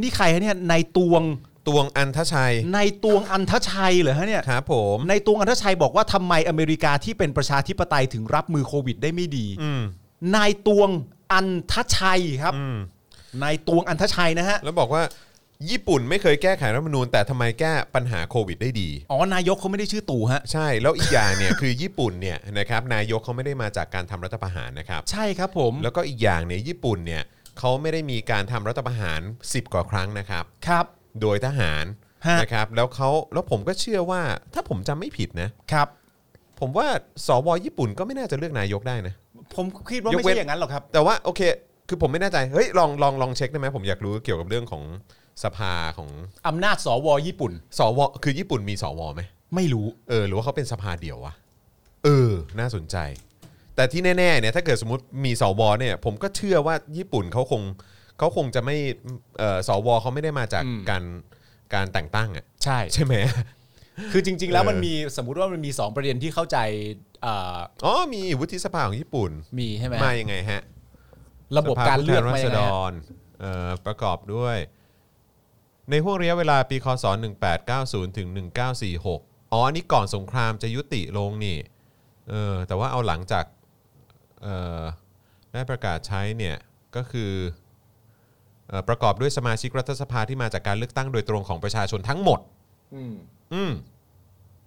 Speaker 3: นี่ใครฮะเนี่ยนายตวง
Speaker 2: ตวงอันทชัย
Speaker 3: นายตวงอันทชัยเหรอฮะเนี่ย
Speaker 2: ครับผม
Speaker 3: ในตวงอันทชัยบอกว่าทำไมอเมริกาที่เป็นประชาธิปไตยถึงรับมือโควิดได้ไม่ดี
Speaker 2: อืม
Speaker 3: นายตวงอันทชัยครับ
Speaker 2: อืม
Speaker 3: นายตวงอันทชัยนะฮะ
Speaker 2: แล้วบอกว่าญี่ปุ่นไม่เคยแก้ไขรัฐธรรมนูญแต่ทำไมแก้ปัญหาโควิดได้ดี
Speaker 3: อ๋อ นายกเขาไม่ได้ชื่อตู่ฮะ
Speaker 2: ใช่แล้วอีกอย่าง (laughs) เนี่ย คือญี่ปุ่นเนี่ยนะครับนายกเขาไม่ได้มาจากการทำรัฐประหารนะครับ
Speaker 3: ใช่ครับผม
Speaker 2: แล้วก็อีกอย่างเนี่ยญี่ปุ่นเนี่ยเขาไม่ได้มีการทำรัฐประหาร 10 กว่าครั้งนะครับ
Speaker 3: ครับ
Speaker 2: โดยทหาร
Speaker 3: ฮะ
Speaker 2: นะครับแล้วเขาแล้วผมก็เชื่อว่าถ้าผมจำไม่ผิดนะครับ ผมว่าสวญี่ปุ่นก็ไม่น่าจะเลือกนายกได้นะ
Speaker 3: ผมคิดว่าย
Speaker 2: ก
Speaker 3: ไม่
Speaker 2: เว้น
Speaker 3: ใช่อย่างนั้นหรอกครับ
Speaker 2: แต่ว่าโอเค คือผมไม่แน่ใจเฮ้ยลองลองลองเช็คได้ไหมผมอยากรู้เกี่ยวกับเรื่องของสภาของ
Speaker 3: อำนาจสวญี่ปุ่น
Speaker 2: สวคือญี่ปุ่นมีสวไหม
Speaker 3: ไม่รู้
Speaker 2: เออหรือว่าเขาเป็นสภาเดียววะเออ น่าสนใจ แต่ที่แน่ๆเนี่ยถ้าเกิดสมมติมีสวเนี่ยผมก็เชื่อว่าญี่ปุ่นเขาคงเขาคงจะไม่เอ่อสวเขาไม่ได้มาจาก
Speaker 3: อืม
Speaker 2: การการแต่งตั้งอ่ะ
Speaker 3: ใช่
Speaker 2: ใช่ไหม
Speaker 3: คือจริง ๆ แล้วมัน
Speaker 2: เออ
Speaker 3: มีสมมุติว่ามันมี 2 ประเด็นที่เข้าใจเอ่อ
Speaker 2: อ๋อมีวุฒิสภาของญี่ปุ่น
Speaker 3: มีใช่ไหม
Speaker 2: มายังไงฮะ
Speaker 3: ระบบการเลือก
Speaker 2: สภ
Speaker 3: มา
Speaker 2: ผู้แทน
Speaker 3: ยั
Speaker 2: ราษ
Speaker 3: งไง
Speaker 2: ฎ
Speaker 3: ฮะ
Speaker 2: รเอ่อประกอบด้วย ในห่วงระยะเวลาปีคศ 1890 ถึง 1946 อ๋ออันนี้ก่อนสงครามจะยุติลงนี่เออแต่ว่าเอาหลังจากเอ่อได้ประกาศใช้เนี่ยก็คือเอ่อประกอบด้วยสมาชิกรัฐสภาที่มาจากการเลือกตั้งโดยตรงของประชาชนทั้งหมด
Speaker 3: อืม
Speaker 2: อืม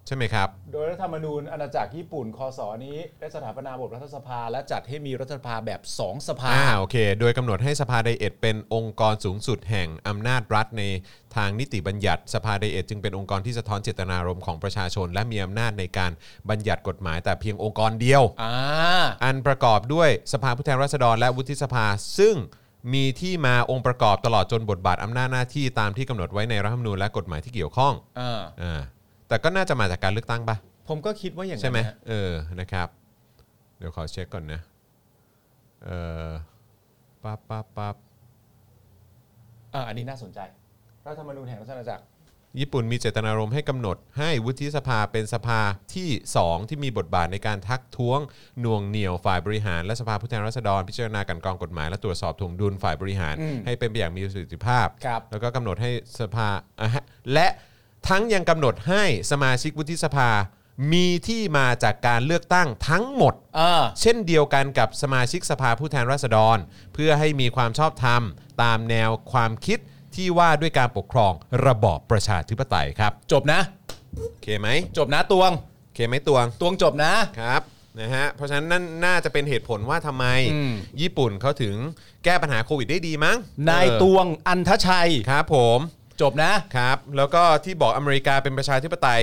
Speaker 2: ใช่ไหมครับ
Speaker 3: โดยรัฐธรรมนูญอาณาจักรญี่ปุ่นคศนี้ได้สถาปนาระบบรัฐสภา และจัดให้มีรัฐสภาแบบ 2 สภา
Speaker 2: อ่าโอเค โดยกำหนดให้สภาไดเอทเป็นองค์กรสูงสุดแห่งอำนาจรัฐในทางนิติบัญญัติ สภาไดเอทจึงเป็นองค์กรที่สะท้อนเจตนารมณ์ของประชาชน และมีอำนาจในการบัญญัติกฎหมายแต่เพียงองค์กรเดียว
Speaker 3: อ่า
Speaker 2: อันประกอบด้วยสภาผู้แทนราษฎรและวุฒิสภา ซึ่งมีที่มาองค์ประกอบตลอดจนบทบาทอำนาจหน้าที่ตามที่กำหนดไว้ในรัฐธรรมนูญและกฎหมายที่เกี่ยวข้อง
Speaker 3: อ่า
Speaker 2: อ่าแต่ก็น่าจะมาจากการเลือกตั้งปะ
Speaker 3: ผมก็คิดว่าอย่างนั้น
Speaker 2: ใช่ไหม
Speaker 3: นะฮะ
Speaker 2: เออ นะครับ เดี๋ยวขอเช็คก่อนนะ เออปั๊บปั๊บปั๊บ
Speaker 3: อ่าอันนี้น่าสนใจ รัฐธรรมนูญแห่งราชอาณาจักร
Speaker 2: ญี่ปุ่นมีเจตนารมณ์ให้กำหนด ให้วุฒิสภาเป็นสภาที่ 2 ที่มีบทบาทในการทักท้วงหน่วงเหนี่ยวฝ่ายบริหาร และสภาผู้แทนราษฎร พิจารณากลันกรองกฎหมายและตรวจสอบถวงดุลฝ่ายบริหาร
Speaker 3: อืม
Speaker 2: ให้เป็นไปอย่างมีประสิทธิภาพ
Speaker 3: ครับ
Speaker 2: แล้วก็กำหนดให้สภาอ่ะฮะและทั้งยังกำหนดให้สมาชิกวุฒิสภา มีที่มาจากการเลือกตั้งทั้งหมด
Speaker 3: เออ
Speaker 2: เช่นเดียวกันกับสมาชิกสภาผู้แทนราษฎร เพื่อให้มีความชอบธรรม ตามแนวความคิดที่ว่าด้วยการปกครองระบอบประชาธิปไตยครับ
Speaker 3: จบนะ
Speaker 2: โอเคไหม
Speaker 3: จบนะตวง
Speaker 2: โอเคไหมตวง
Speaker 3: ตวงจบนะ
Speaker 2: ครับนะฮะเพราะฉะนั้นนั่นน่าจะเป็นเหตุผลว่าทำไม
Speaker 3: อืม
Speaker 2: ญี่ปุ่นเขาถึงแก้ปัญหาโควิดได้ดีมั้ง
Speaker 3: นาย
Speaker 2: เออ
Speaker 3: ตวงอันทชัย
Speaker 2: ครับผม
Speaker 3: จบนะ (laughs)
Speaker 2: ครับ แล้วก็ที่บอกอเมริกาเป็นประชาธิปไตย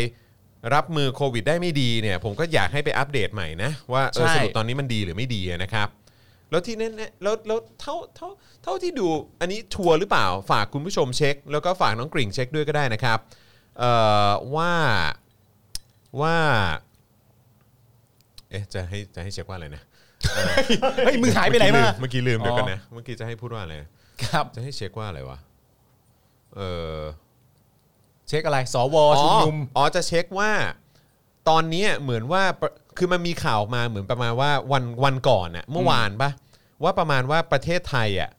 Speaker 2: รับมือโควิดได้ไม่ดีเนี่ยผมก็อยากให้ไปอัปเดตใหม่นะ ว่าเออ
Speaker 3: ใช่
Speaker 2: สรุปตอนนี้มันดีหรือไม่ดีอะนะครับ แล้วที่แน่ๆแล้วแล้วเท่าเท่าเท่าที่ดูอันนี้ชัวร์หรือเปล่าฝากคุณผู้ชมเช็ค แล้วก็ฝากน้องกริ่งเช็คด้วยก็ได้นะครับเอ่อว่าว่าเอ๊ะจะให้จะให้เช็คว่าอะไรนะ
Speaker 3: เฮ้ยมึงหายไปไหนมา
Speaker 2: เมื่อกี้ลืมเมื่อกี้ลืมเดี๋ยวกัน
Speaker 3: อ๋อ
Speaker 2: นะ เมื่อกี้จะให้พูดว่าอะไร
Speaker 3: ครับ
Speaker 2: จะให้เช็คว่าอะไรวะ เออ
Speaker 3: เช็คอะไร สว
Speaker 2: อ๋
Speaker 3: ชุม
Speaker 2: อ
Speaker 3: นุม
Speaker 2: อ๋อ จะเช็คว่า ตอนเนี้ยเหมือนว่าประคือมันมีข่าวมาเหมือนประมาณว่าวันวันก่อนอะเมื่อวานปะว่าประมาณว่าประเทศไทยอะ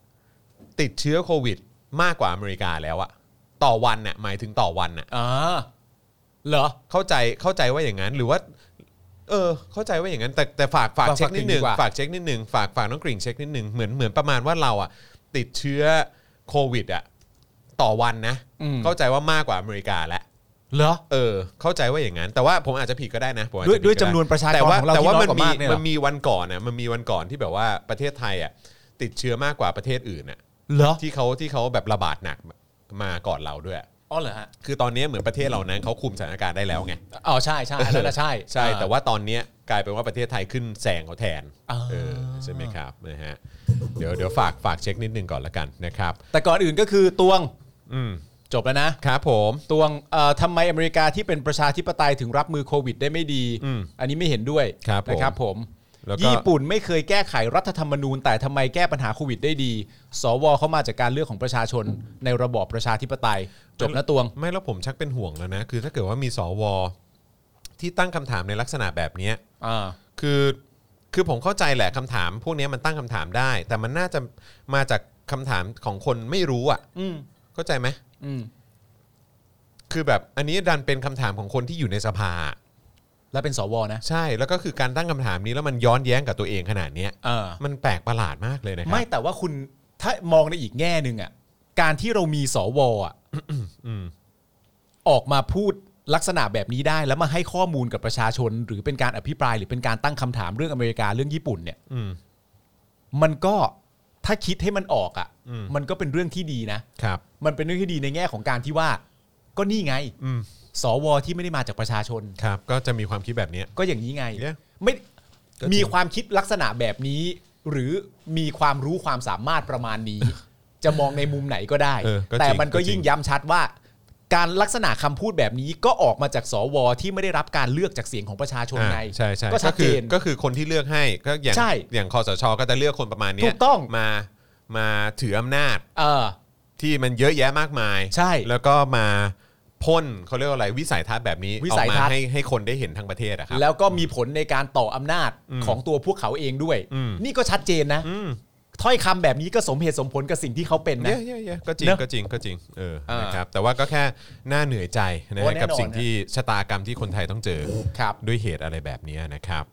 Speaker 2: ติดเชื้อโควิด มากกว่าอเมริกาแล้วอะต่อวันน่ะหมายถึงต่อวันน่ะ
Speaker 3: อ่า เหรอ
Speaker 2: เข้าใจเข้าใจว่าอย่างนั้นหรือว่า เออ เข้าใจว่าอย่างนั้น แต่แต่ฝากฝาก
Speaker 3: ฝาก
Speaker 2: เช็คนิดหนึ่ง
Speaker 3: ฝากดีกว่า
Speaker 2: ฝากเช็คนิดหนึ่งฝากฝากน้องกริ่งเช็คนิดหนึ่งเหมือนเหมือนประมาณว่าเราอ่ะ ติดเชื้อโควิดอ่ะต่อวันนะ
Speaker 3: อืม
Speaker 2: เข้าใจว่ามากกว่าอเมริกาแล้ว
Speaker 3: เหรอ
Speaker 2: เออ เข้าใจว่าอย่างนั้น แต่ว่าผมอาจจะผิดก็ได้นะผมอาจจะ
Speaker 3: ด้วย
Speaker 2: ผิก็ไ
Speaker 3: ด้วยจำนวนประชากร
Speaker 2: แต่ว่า
Speaker 3: ของเรา
Speaker 2: แต่ว่า
Speaker 3: ที่น้
Speaker 2: มั
Speaker 3: อยกว่ามากเนี่ยเหรอ
Speaker 2: มันมีวันก่อนนะมันมีวันก่อนที่แบบว่าประเทศไทยอ่ะติดเชื้อมากกว่าประเทศอื่นอ่ะ
Speaker 3: เหรอ
Speaker 2: ที่เขาที่เขาแบบระบาดหนักมาก่อนเราด้วยอะ
Speaker 3: อ๋อเหรอฮะ
Speaker 2: คือตอนนี้เหมือนประเทศเหล่านั้นเขาคุมสถานการณ์ได้แล้วไง
Speaker 3: อ๋อ ใช่ใช่อันนั่นแหละใช่
Speaker 2: ใช่
Speaker 3: อ่
Speaker 2: แต่ว่าตอนเนี้ยกลายเป็นว่าประเทศไทยขึ้นแซงเขาแทน
Speaker 3: อ่า
Speaker 2: เออใช่ไหมครับนะฮะเดี๋ยวเดี๋ยวฝากฝากเช็คนิดนึงก่อนละกันนะครับ
Speaker 3: แต่ก่อนอื่นก็คือตวง
Speaker 2: อืม
Speaker 3: จบแล้วนะ
Speaker 2: ครับผม
Speaker 3: ตวงเอ่อทำไมอเมริกาที่เป็นประชาธิปไตยถึงรับมือโควิดได้ไม่ดี
Speaker 2: อืม
Speaker 3: อันนี้ไม่เห็นด้วย
Speaker 2: ครับผม
Speaker 3: นะครับผม
Speaker 2: แล้วก็
Speaker 3: ญี่ปุ่นไม่เคยแก้ไขรัฐธรรมนูญ แต่ทำไมแก้ปัญหาโควิดได้ดี สวเขามาจากการเลือกของประชาชนในระบอบประชาธิปไตย จบนะตวง
Speaker 2: ไม่แล้วผมชักเป็นห่วงแล้วนะ คือถ้าเกิดว่ามีสวที่ตั้งคำถามในลักษณะแบบเนี้ย
Speaker 3: อ่า
Speaker 2: คือคือผมเข้าใจแหละคำถาม พวกเนี้ยมันตั้งคำถามได้ แต่มันน่าจะมาจากคำถามของคนไม่รู้อ่ะ
Speaker 3: อืม
Speaker 2: เข้าใจไหม
Speaker 3: อืม
Speaker 2: คือแบบอันนี้ดันเป็นคำถามของคนที่อยู่ในสภา
Speaker 3: แล้วเป็นสวนะ
Speaker 2: ใช่แล้วก็คือการตั้งคำถามนี้แล้วมันย้อนแย้งกับตัวเองขนาดเนี้ย
Speaker 3: เออ
Speaker 2: มันแปลกประหลาดมากเลยนะครับ
Speaker 3: ไม่แต่ว่าคุณถ้ามองในอีกแง่หนึ่งอ่ะการที่เรามีสวอ่ะออกมาพูดลักษณะแบบนี้ได้ แล้วมาให้ข้อมูลกับประชาชน หรือเป็นการอภิปรายหรือเป็นการตั้งคำถามเรื่องอเมริกาเรื่องญี่ปุ่นเนี่ย
Speaker 2: อืม
Speaker 3: มันก็ถ้าคิดให้มันออกอ่ะ
Speaker 2: อืม
Speaker 3: มันก็เป็นเรื่องที่ดีนะ
Speaker 2: ครับ
Speaker 3: มันเป็นเรื่องที่ดีในแง่ของการที่ว่า ก็นี่ไง
Speaker 2: อืม
Speaker 3: สวที่ไม่ได้มาจากประชาชน
Speaker 2: ครับ ก็จะมีความคิดแบบเนี้ย
Speaker 3: ก็อย่างนี้ไง
Speaker 2: เนี่ย
Speaker 3: ไม่
Speaker 2: ก็จริง
Speaker 3: มีความคิดลักษณะแบบนี้ หรือมีความรู้ความสามารถประมาณ
Speaker 2: (laughs)
Speaker 3: นี้ จะมองในมุมไหนก็ได้
Speaker 2: เออก็จริง
Speaker 3: แต่มันก็
Speaker 2: ก็จริง
Speaker 3: ยิ่งย้ำชัดว่า การลักษณะคำพูดแบบนี้ก็ออกมาจากสวที่ไม่ได้รับการเลือกจากเสียงของประชาชน
Speaker 2: อ่า
Speaker 3: ไง
Speaker 2: ใช่ใช่
Speaker 3: ก็ชัด
Speaker 2: คื
Speaker 3: เจ
Speaker 2: อน ก็คือคนที่เลือกให้ก็อย่าง
Speaker 3: ใช่
Speaker 2: อย่างคอสชก็จะเลือกคนประมาณเนี้ย
Speaker 3: ถูกต้อง
Speaker 2: มามาถืออำนาจ
Speaker 3: เออ
Speaker 2: ที่มันเยอะแยะมากมาย
Speaker 3: ใช่
Speaker 2: แล้วก็มาพ่นเขาเรียกว่าอะไรวิสัยทัศน์แบบนี้
Speaker 3: วิ
Speaker 2: ออ
Speaker 3: สั
Speaker 2: ก
Speaker 3: ย
Speaker 2: มา
Speaker 3: ทัศน์
Speaker 2: ให้ให้คนได้เห็นทั้งประเทศอะครับ
Speaker 3: แล้วก็มีผลในการต่ออำนาจของตัวพวกเขาเองด้วย
Speaker 2: อืม
Speaker 3: นี่ก็ชัดเจนนะ
Speaker 2: อืม
Speaker 3: ถ้อยคำแบบนี้ก็สมเหตุสมผลกับสิ่งที่เขาเป็น
Speaker 2: เย
Speaker 3: นะ
Speaker 2: อะเยอะเยอะก็จริง
Speaker 3: เนอะ
Speaker 2: ก็จริงก็จริงเออ
Speaker 3: อ่าน
Speaker 2: นะครับ แต่ว่าก็แค่น่าเหนื่อยใจนะ
Speaker 3: โอ้
Speaker 2: ฮะ
Speaker 3: แน่นอน
Speaker 2: กับสิ่ง
Speaker 3: นะ
Speaker 2: ที่ชะตากรรมที่คนไทยต้องเจอ
Speaker 3: ครับ
Speaker 2: ด้วยเหตุอะไรแบบนี้นะครับ